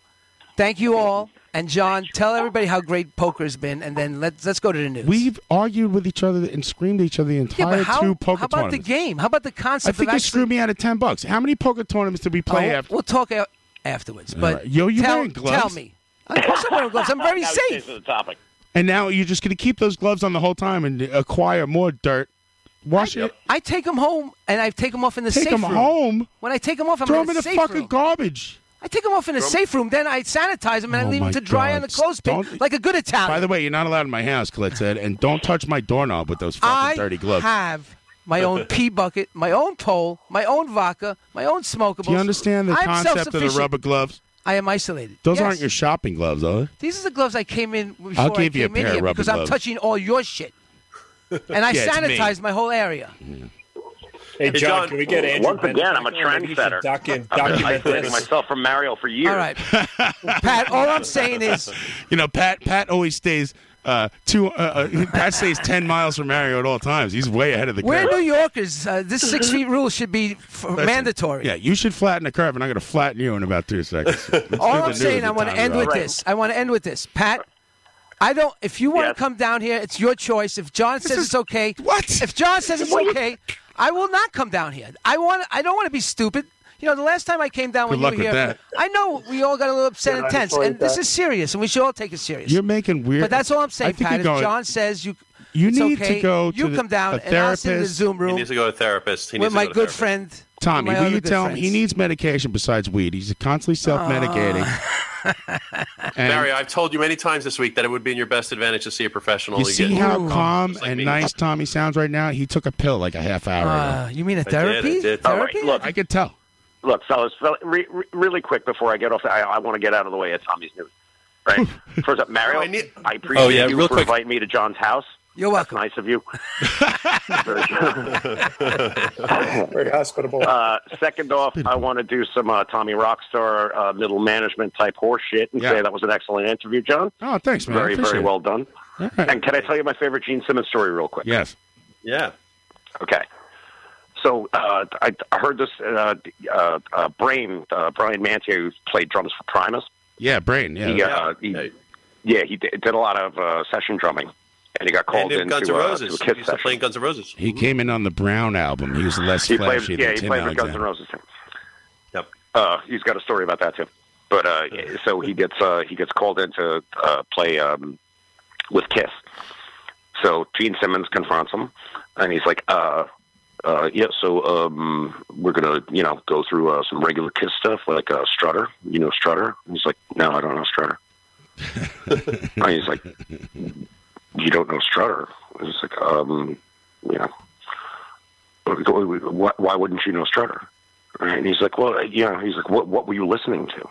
[SPEAKER 16] Thank you all, and John, tell everybody how great poker has been, and then let's let's go to the news.
[SPEAKER 2] We've argued with each other and screamed at each other the
[SPEAKER 16] yeah,
[SPEAKER 2] entire
[SPEAKER 16] but how,
[SPEAKER 2] two poker
[SPEAKER 16] how about the
[SPEAKER 2] tournaments.
[SPEAKER 16] game? How about the
[SPEAKER 2] I
[SPEAKER 16] concept?
[SPEAKER 2] think
[SPEAKER 16] of
[SPEAKER 2] you
[SPEAKER 16] actually-
[SPEAKER 2] screwed me out of ten bucks. How many poker tournaments did we play
[SPEAKER 16] Oh,
[SPEAKER 2] after?
[SPEAKER 16] We'll talk a- afterwards.
[SPEAKER 2] All
[SPEAKER 16] But
[SPEAKER 2] right. Yo, you
[SPEAKER 16] tell,
[SPEAKER 2] wearing gloves?
[SPEAKER 16] Tell me. Of course I'm wearing gloves. I'm very
[SPEAKER 13] Now he
[SPEAKER 16] safe.
[SPEAKER 13] changes the topic.
[SPEAKER 2] And now you're just going to keep those gloves on the whole time and acquire more dirt. Wash it.
[SPEAKER 16] I take them home and I take them off in the
[SPEAKER 2] Take
[SPEAKER 16] safe
[SPEAKER 2] 'em
[SPEAKER 16] room.
[SPEAKER 2] home?
[SPEAKER 16] When I take them off, I'm
[SPEAKER 2] Throw
[SPEAKER 16] in
[SPEAKER 2] 'em
[SPEAKER 16] the,
[SPEAKER 2] in the
[SPEAKER 16] safe
[SPEAKER 2] fucking
[SPEAKER 16] room.
[SPEAKER 2] garbage.
[SPEAKER 16] I take them off in a safe room. Then I sanitize them and I
[SPEAKER 2] Oh
[SPEAKER 16] leave
[SPEAKER 2] my
[SPEAKER 16] them to dry on
[SPEAKER 2] God,
[SPEAKER 16] the clothespin
[SPEAKER 2] don't-
[SPEAKER 16] like a good Italian.
[SPEAKER 2] By the way, you're not allowed in my house, Colette said, and don't touch my doorknob with those fucking
[SPEAKER 16] I
[SPEAKER 2] dirty gloves.
[SPEAKER 16] have my own pee bucket, my own pole, my own vodka, my own smokables.
[SPEAKER 2] Do you understand the
[SPEAKER 16] I'm
[SPEAKER 2] concept of the
[SPEAKER 16] self-sufficient.
[SPEAKER 2] rubber gloves?
[SPEAKER 16] I am isolated.
[SPEAKER 2] Those
[SPEAKER 16] Yes.
[SPEAKER 2] aren't your shopping gloves, are they?
[SPEAKER 16] These are the gloves I came in. Before
[SPEAKER 2] I'll
[SPEAKER 16] I
[SPEAKER 2] give you a
[SPEAKER 16] came
[SPEAKER 2] pair
[SPEAKER 16] in
[SPEAKER 2] of
[SPEAKER 16] here
[SPEAKER 2] rubber
[SPEAKER 16] because I'm
[SPEAKER 2] gloves.
[SPEAKER 16] touching all your shit, and
[SPEAKER 2] Yeah,
[SPEAKER 16] I
[SPEAKER 2] it's me.
[SPEAKER 16] sanitized my whole area.
[SPEAKER 4] Hey,
[SPEAKER 13] Hey,
[SPEAKER 4] John,
[SPEAKER 13] John,
[SPEAKER 4] can we get Andrew
[SPEAKER 13] Once
[SPEAKER 4] Bennett
[SPEAKER 13] again,
[SPEAKER 4] back
[SPEAKER 13] I'm a
[SPEAKER 4] on? Maybe you should
[SPEAKER 13] trendsetter.
[SPEAKER 4] docu-
[SPEAKER 13] I've been
[SPEAKER 4] document
[SPEAKER 13] isolating
[SPEAKER 4] this.
[SPEAKER 13] myself from Mario for years.
[SPEAKER 16] All right, Pat. All I'm saying is,
[SPEAKER 2] You know, Pat. Pat always stays uh, two. Uh, uh, Pat stays ten miles from Mario at all times. He's way ahead of the
[SPEAKER 16] we're
[SPEAKER 2] curve.
[SPEAKER 16] New Yorkers. Uh, this six feet rule should be f-
[SPEAKER 2] Listen,
[SPEAKER 16] mandatory.
[SPEAKER 2] Yeah, you should flatten the curve, and I'm going to flatten you in about two seconds. Let's do
[SPEAKER 16] All
[SPEAKER 2] the
[SPEAKER 16] I'm
[SPEAKER 2] news
[SPEAKER 16] saying,
[SPEAKER 2] at
[SPEAKER 16] I want to
[SPEAKER 2] time,
[SPEAKER 16] end with
[SPEAKER 2] Rob.
[SPEAKER 16] this. I want to end with this, Pat. I don't. If you want to come down here, it's your choice. If John says it's okay, what? If John says it's okay, I will not come down here. I want. I don't want to be stupid. You know, the last time I came down
[SPEAKER 2] Good
[SPEAKER 16] when you
[SPEAKER 2] luck
[SPEAKER 16] were
[SPEAKER 2] with
[SPEAKER 16] here,
[SPEAKER 2] that.
[SPEAKER 16] I know we all got a little upset
[SPEAKER 2] Yeah,
[SPEAKER 16] and
[SPEAKER 2] I
[SPEAKER 16] tense,
[SPEAKER 2] enjoyed
[SPEAKER 16] and this
[SPEAKER 2] that.
[SPEAKER 16] is serious, and we should all take it serious.
[SPEAKER 2] You're making weird.
[SPEAKER 16] But that's all I'm saying,
[SPEAKER 2] I think you're
[SPEAKER 16] Pat. If
[SPEAKER 2] going-
[SPEAKER 16] John says you,
[SPEAKER 2] You
[SPEAKER 16] it's
[SPEAKER 2] need to
[SPEAKER 16] okay,
[SPEAKER 2] go
[SPEAKER 16] You
[SPEAKER 2] to the-
[SPEAKER 16] come down,
[SPEAKER 2] a
[SPEAKER 16] and I'll sit in the
[SPEAKER 2] therapist.
[SPEAKER 16] Zoom
[SPEAKER 1] He
[SPEAKER 16] room
[SPEAKER 1] needs to go to a therapist. He
[SPEAKER 16] with
[SPEAKER 1] needs
[SPEAKER 16] my
[SPEAKER 1] to go to
[SPEAKER 16] good
[SPEAKER 1] therapist.
[SPEAKER 16] friend.
[SPEAKER 2] Tommy,
[SPEAKER 16] my
[SPEAKER 2] will
[SPEAKER 16] other
[SPEAKER 2] you
[SPEAKER 16] good
[SPEAKER 2] tell him
[SPEAKER 16] friends.
[SPEAKER 2] he needs medication besides weed? He's constantly self-medicating. And-
[SPEAKER 1] Uh. Barry, I've told you many times this week that it would be in your best advantage to see a professional.
[SPEAKER 2] you see
[SPEAKER 1] get-
[SPEAKER 2] how calm
[SPEAKER 1] Just like
[SPEAKER 2] and
[SPEAKER 1] me.
[SPEAKER 2] nice Tommy sounds right now? He took a pill like a half hour
[SPEAKER 16] Uh,
[SPEAKER 2] ago.
[SPEAKER 16] you mean a
[SPEAKER 1] I did, I
[SPEAKER 16] therapy?
[SPEAKER 1] did.
[SPEAKER 13] All right, look,
[SPEAKER 2] I could tell.
[SPEAKER 13] look, fellas, fell- re- re- really quick before I get off, the, I, I want to get out of the way of Tommy's news. Right? First up, Mario, I, appreciate
[SPEAKER 16] Oh, yeah,
[SPEAKER 13] you
[SPEAKER 16] real
[SPEAKER 13] for
[SPEAKER 16] quick.
[SPEAKER 13] inviting me to John's house.
[SPEAKER 16] You're welcome.
[SPEAKER 13] Nice of you.
[SPEAKER 12] Very hospitable.
[SPEAKER 13] Uh, second off, I want to do some uh, Tommy Rockstar uh, middle management type horse shit and
[SPEAKER 2] Yeah.
[SPEAKER 13] say that was an excellent interview, John.
[SPEAKER 2] Oh, thanks, man. I
[SPEAKER 13] Very, very
[SPEAKER 2] appreciate it.
[SPEAKER 13] well done. And can I tell you my favorite Gene Simmons story real quick?
[SPEAKER 2] Yes.
[SPEAKER 1] Yeah.
[SPEAKER 13] Okay. So uh, I, I heard this uh, uh, uh, Brain, uh, Brian Mantia, who played drums for Primus.
[SPEAKER 2] Yeah, brain. Yeah.
[SPEAKER 13] He, uh, he, yeah, he did, did a lot of uh, session drumming, and he got
[SPEAKER 1] And
[SPEAKER 13] called
[SPEAKER 1] in
[SPEAKER 13] into
[SPEAKER 1] Guns N'
[SPEAKER 13] uh,
[SPEAKER 1] Roses.
[SPEAKER 13] to a
[SPEAKER 1] He
[SPEAKER 13] Kiss
[SPEAKER 1] used to
[SPEAKER 13] session.
[SPEAKER 1] play in Guns N' Roses.
[SPEAKER 2] He came in on the Brown album. He was less
[SPEAKER 13] He
[SPEAKER 2] flashy than
[SPEAKER 13] played, yeah, he
[SPEAKER 2] Tim
[SPEAKER 13] played with Guns N'
[SPEAKER 2] Alexander.
[SPEAKER 13] Roses.
[SPEAKER 1] Yep.
[SPEAKER 13] Uh, he's got a story about that too. But uh, so he gets uh, he gets called in to uh, play um, with Kiss. So Gene Simmons confronts him, and he's like, uh, uh, "Yeah, so um, we're gonna you know go through uh, some regular Kiss stuff like uh, Strutter, you know Strutter." And he's like, "No, I don't know Strutter." and he's like, "You don't know Strutter?" And he's like, um, "You know, why, why wouldn't you know Strutter?" Right? And he's like, well, yeah. He's like, what, what were you listening to?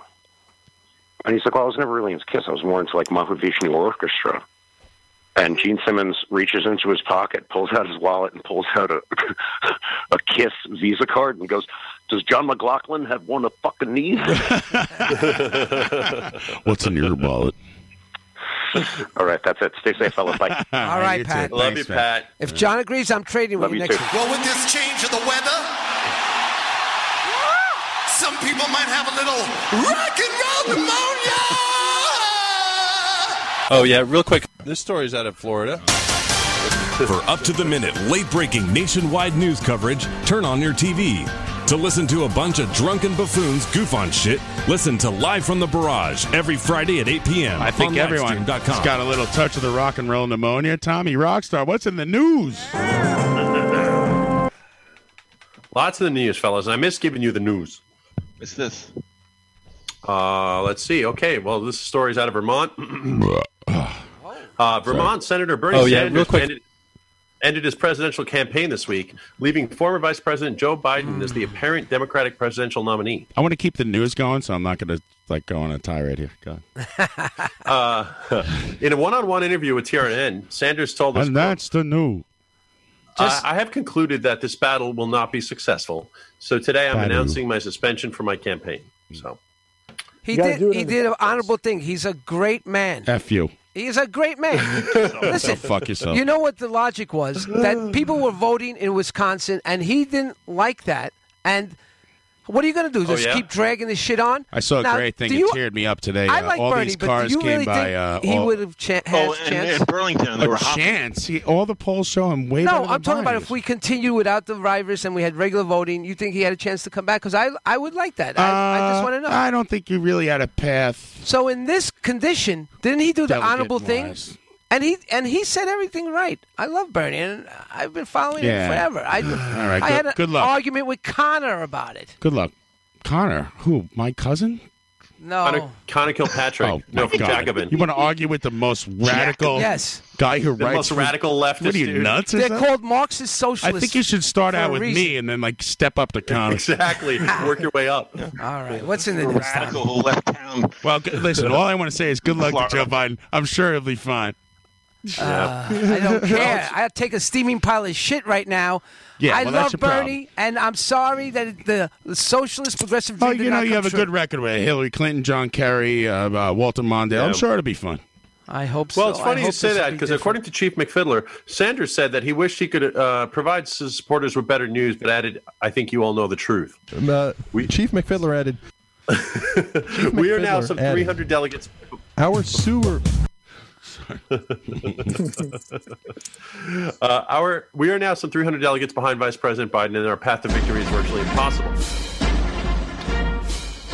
[SPEAKER 13] And he's like, well, I was never really into Kiss. I was more into like Mahavishnu Orchestra. And Gene Simmons reaches into his pocket, pulls out his wallet, and pulls out a, a Kiss Visa card and goes, does John McLaughlin have one of fucking these?
[SPEAKER 2] What's in your wallet?
[SPEAKER 13] All right, that's it. Stay safe, fellas. Bye.
[SPEAKER 16] All right, Pat. If John agrees, I'm trading
[SPEAKER 13] Love
[SPEAKER 16] with you
[SPEAKER 13] you
[SPEAKER 16] next
[SPEAKER 13] too.
[SPEAKER 16] week.
[SPEAKER 18] Well, with this change of the weather, some people might have a little rock and roll pneumonia.
[SPEAKER 19] Oh, yeah, real quick. This story's out of Florida.
[SPEAKER 10] For up to the minute, late breaking nationwide news coverage, turn on your TV. To listen to a bunch of drunken buffoons goof on shit, listen to Live from the Barrage every Friday at 8 p.m.
[SPEAKER 2] I think
[SPEAKER 10] on
[SPEAKER 2] everyone
[SPEAKER 10] livestream.com.
[SPEAKER 2] has got a little touch of the rock and roll pneumonia. Tommy Rockstar, what's in the news?
[SPEAKER 1] Lots of the news, fellas. And I miss giving you the news.
[SPEAKER 3] What's this?
[SPEAKER 1] Uh, let's see. Okay, well, this story's out of Vermont. uh, Vermont Senator Bernie
[SPEAKER 19] Oh, yeah,
[SPEAKER 1] Sanders
[SPEAKER 19] real quick.
[SPEAKER 1] ended, ended his presidential campaign this week, leaving former Vice President Joe Biden as the apparent Democratic presidential nominee.
[SPEAKER 2] I want to keep the news going, so I'm not going to like go on a tirade here. God.
[SPEAKER 1] Uh, in a one-on-one interview with TRN, Sanders told us,
[SPEAKER 2] And that's the news.
[SPEAKER 1] I, "I have concluded that this battle will not be successful. So today, I'm
[SPEAKER 2] Battle.
[SPEAKER 1] announcing my suspension from my campaign."
[SPEAKER 2] Mm.
[SPEAKER 1] So.
[SPEAKER 16] He
[SPEAKER 1] You gotta
[SPEAKER 16] did.
[SPEAKER 1] do it
[SPEAKER 16] He
[SPEAKER 1] in the
[SPEAKER 16] did an honorable thing. He's a great man.
[SPEAKER 2] F you.
[SPEAKER 16] He is a great man. Listen,
[SPEAKER 2] Go fuck yourself.
[SPEAKER 16] You know what the logic was? That people were voting in Wisconsin, and he didn't like that. And what are you going to do?
[SPEAKER 2] Oh,
[SPEAKER 16] Just
[SPEAKER 2] yeah?
[SPEAKER 16] keep dragging this shit on?
[SPEAKER 2] I saw a
[SPEAKER 16] Now,
[SPEAKER 2] great thing.
[SPEAKER 16] do
[SPEAKER 2] It
[SPEAKER 16] you-
[SPEAKER 2] teared me up today.
[SPEAKER 16] I
[SPEAKER 2] Uh,
[SPEAKER 16] like
[SPEAKER 2] all
[SPEAKER 16] Bernie,
[SPEAKER 2] these
[SPEAKER 16] but do
[SPEAKER 2] cars
[SPEAKER 16] you
[SPEAKER 2] came
[SPEAKER 16] really
[SPEAKER 2] by.
[SPEAKER 16] think
[SPEAKER 2] uh,
[SPEAKER 16] he
[SPEAKER 2] all-
[SPEAKER 16] would have cha- has chance?
[SPEAKER 3] Burlington,
[SPEAKER 2] a chance. See, all the polls show him way. better
[SPEAKER 16] No,
[SPEAKER 2] than
[SPEAKER 16] I'm talking about
[SPEAKER 2] Bernie's.
[SPEAKER 16] if we continue without the rivers and we had regular voting. You think he had a chance to come back? Because I, I would like that. I, I just want to know.
[SPEAKER 2] Uh, I don't think you really had a path.
[SPEAKER 16] So in this condition, didn't he do the
[SPEAKER 2] Delicate
[SPEAKER 16] honorable thing?
[SPEAKER 2] wise.
[SPEAKER 16] And he and he said everything right. I love Bernie, and I've been following
[SPEAKER 2] Yeah.
[SPEAKER 16] him forever. I,
[SPEAKER 2] All right,
[SPEAKER 16] I
[SPEAKER 2] good-
[SPEAKER 16] had an
[SPEAKER 2] good luck.
[SPEAKER 16] argument with Connor about it.
[SPEAKER 2] Good luck, Connor. Who? My cousin?
[SPEAKER 16] No,
[SPEAKER 1] Connor, Connor Kilpatrick.
[SPEAKER 2] Oh,
[SPEAKER 1] no,
[SPEAKER 2] my
[SPEAKER 1] from
[SPEAKER 2] God.
[SPEAKER 1] Jacobin.
[SPEAKER 2] You want to argue with the most radical?
[SPEAKER 16] Yes.
[SPEAKER 2] Guy who
[SPEAKER 1] The
[SPEAKER 2] writes
[SPEAKER 1] most
[SPEAKER 2] for-
[SPEAKER 1] radical leftist,
[SPEAKER 2] What are you
[SPEAKER 1] dude.
[SPEAKER 2] nuts? or
[SPEAKER 16] they're
[SPEAKER 2] something?
[SPEAKER 16] called Marxist
[SPEAKER 2] I
[SPEAKER 16] socialists.
[SPEAKER 2] think you should start
[SPEAKER 16] for
[SPEAKER 2] out
[SPEAKER 16] a
[SPEAKER 2] with
[SPEAKER 16] reason.
[SPEAKER 2] me and then like step up to Connor.
[SPEAKER 1] Exactly. Work your way up.
[SPEAKER 16] All right. What's in the news? Tom?
[SPEAKER 2] Well, g- listen. All I want to say is good luck to Joe Biden. I'm sure he'll be fine.
[SPEAKER 16] Uh, I don't care. I'll take a steaming pile of shit right now.
[SPEAKER 2] Yeah,
[SPEAKER 16] I
[SPEAKER 2] well, that's
[SPEAKER 16] love
[SPEAKER 2] your problem.
[SPEAKER 16] Bernie, and I'm sorry that the the socialist progressive dream
[SPEAKER 2] Oh,
[SPEAKER 16] did
[SPEAKER 2] you know,
[SPEAKER 16] not
[SPEAKER 2] you
[SPEAKER 16] come
[SPEAKER 2] have a
[SPEAKER 16] true.
[SPEAKER 2] good record with Hillary Clinton, John Kerry, uh, uh, Walter Mondale.
[SPEAKER 1] Yeah.
[SPEAKER 2] I'm sure it'll be fun.
[SPEAKER 16] I hope
[SPEAKER 1] Well,
[SPEAKER 16] so.
[SPEAKER 1] it's
[SPEAKER 16] I
[SPEAKER 1] funny you
[SPEAKER 16] hope
[SPEAKER 1] say
[SPEAKER 16] this will
[SPEAKER 1] that
[SPEAKER 16] be
[SPEAKER 1] because
[SPEAKER 16] different.
[SPEAKER 1] according to Chief McFiddler, Sanders said that he wished he could uh, provide his supporters with better news, but added, "I think you all know the truth."
[SPEAKER 20] Uh, Chief McFiddler added,
[SPEAKER 1] we are now
[SPEAKER 20] McFiddler
[SPEAKER 1] some
[SPEAKER 20] added.
[SPEAKER 1] 300 delegates.
[SPEAKER 20] "Our sewer
[SPEAKER 1] Uh, our we are now some 300 delegates behind Vice President Biden, and our path to victory is virtually impossible.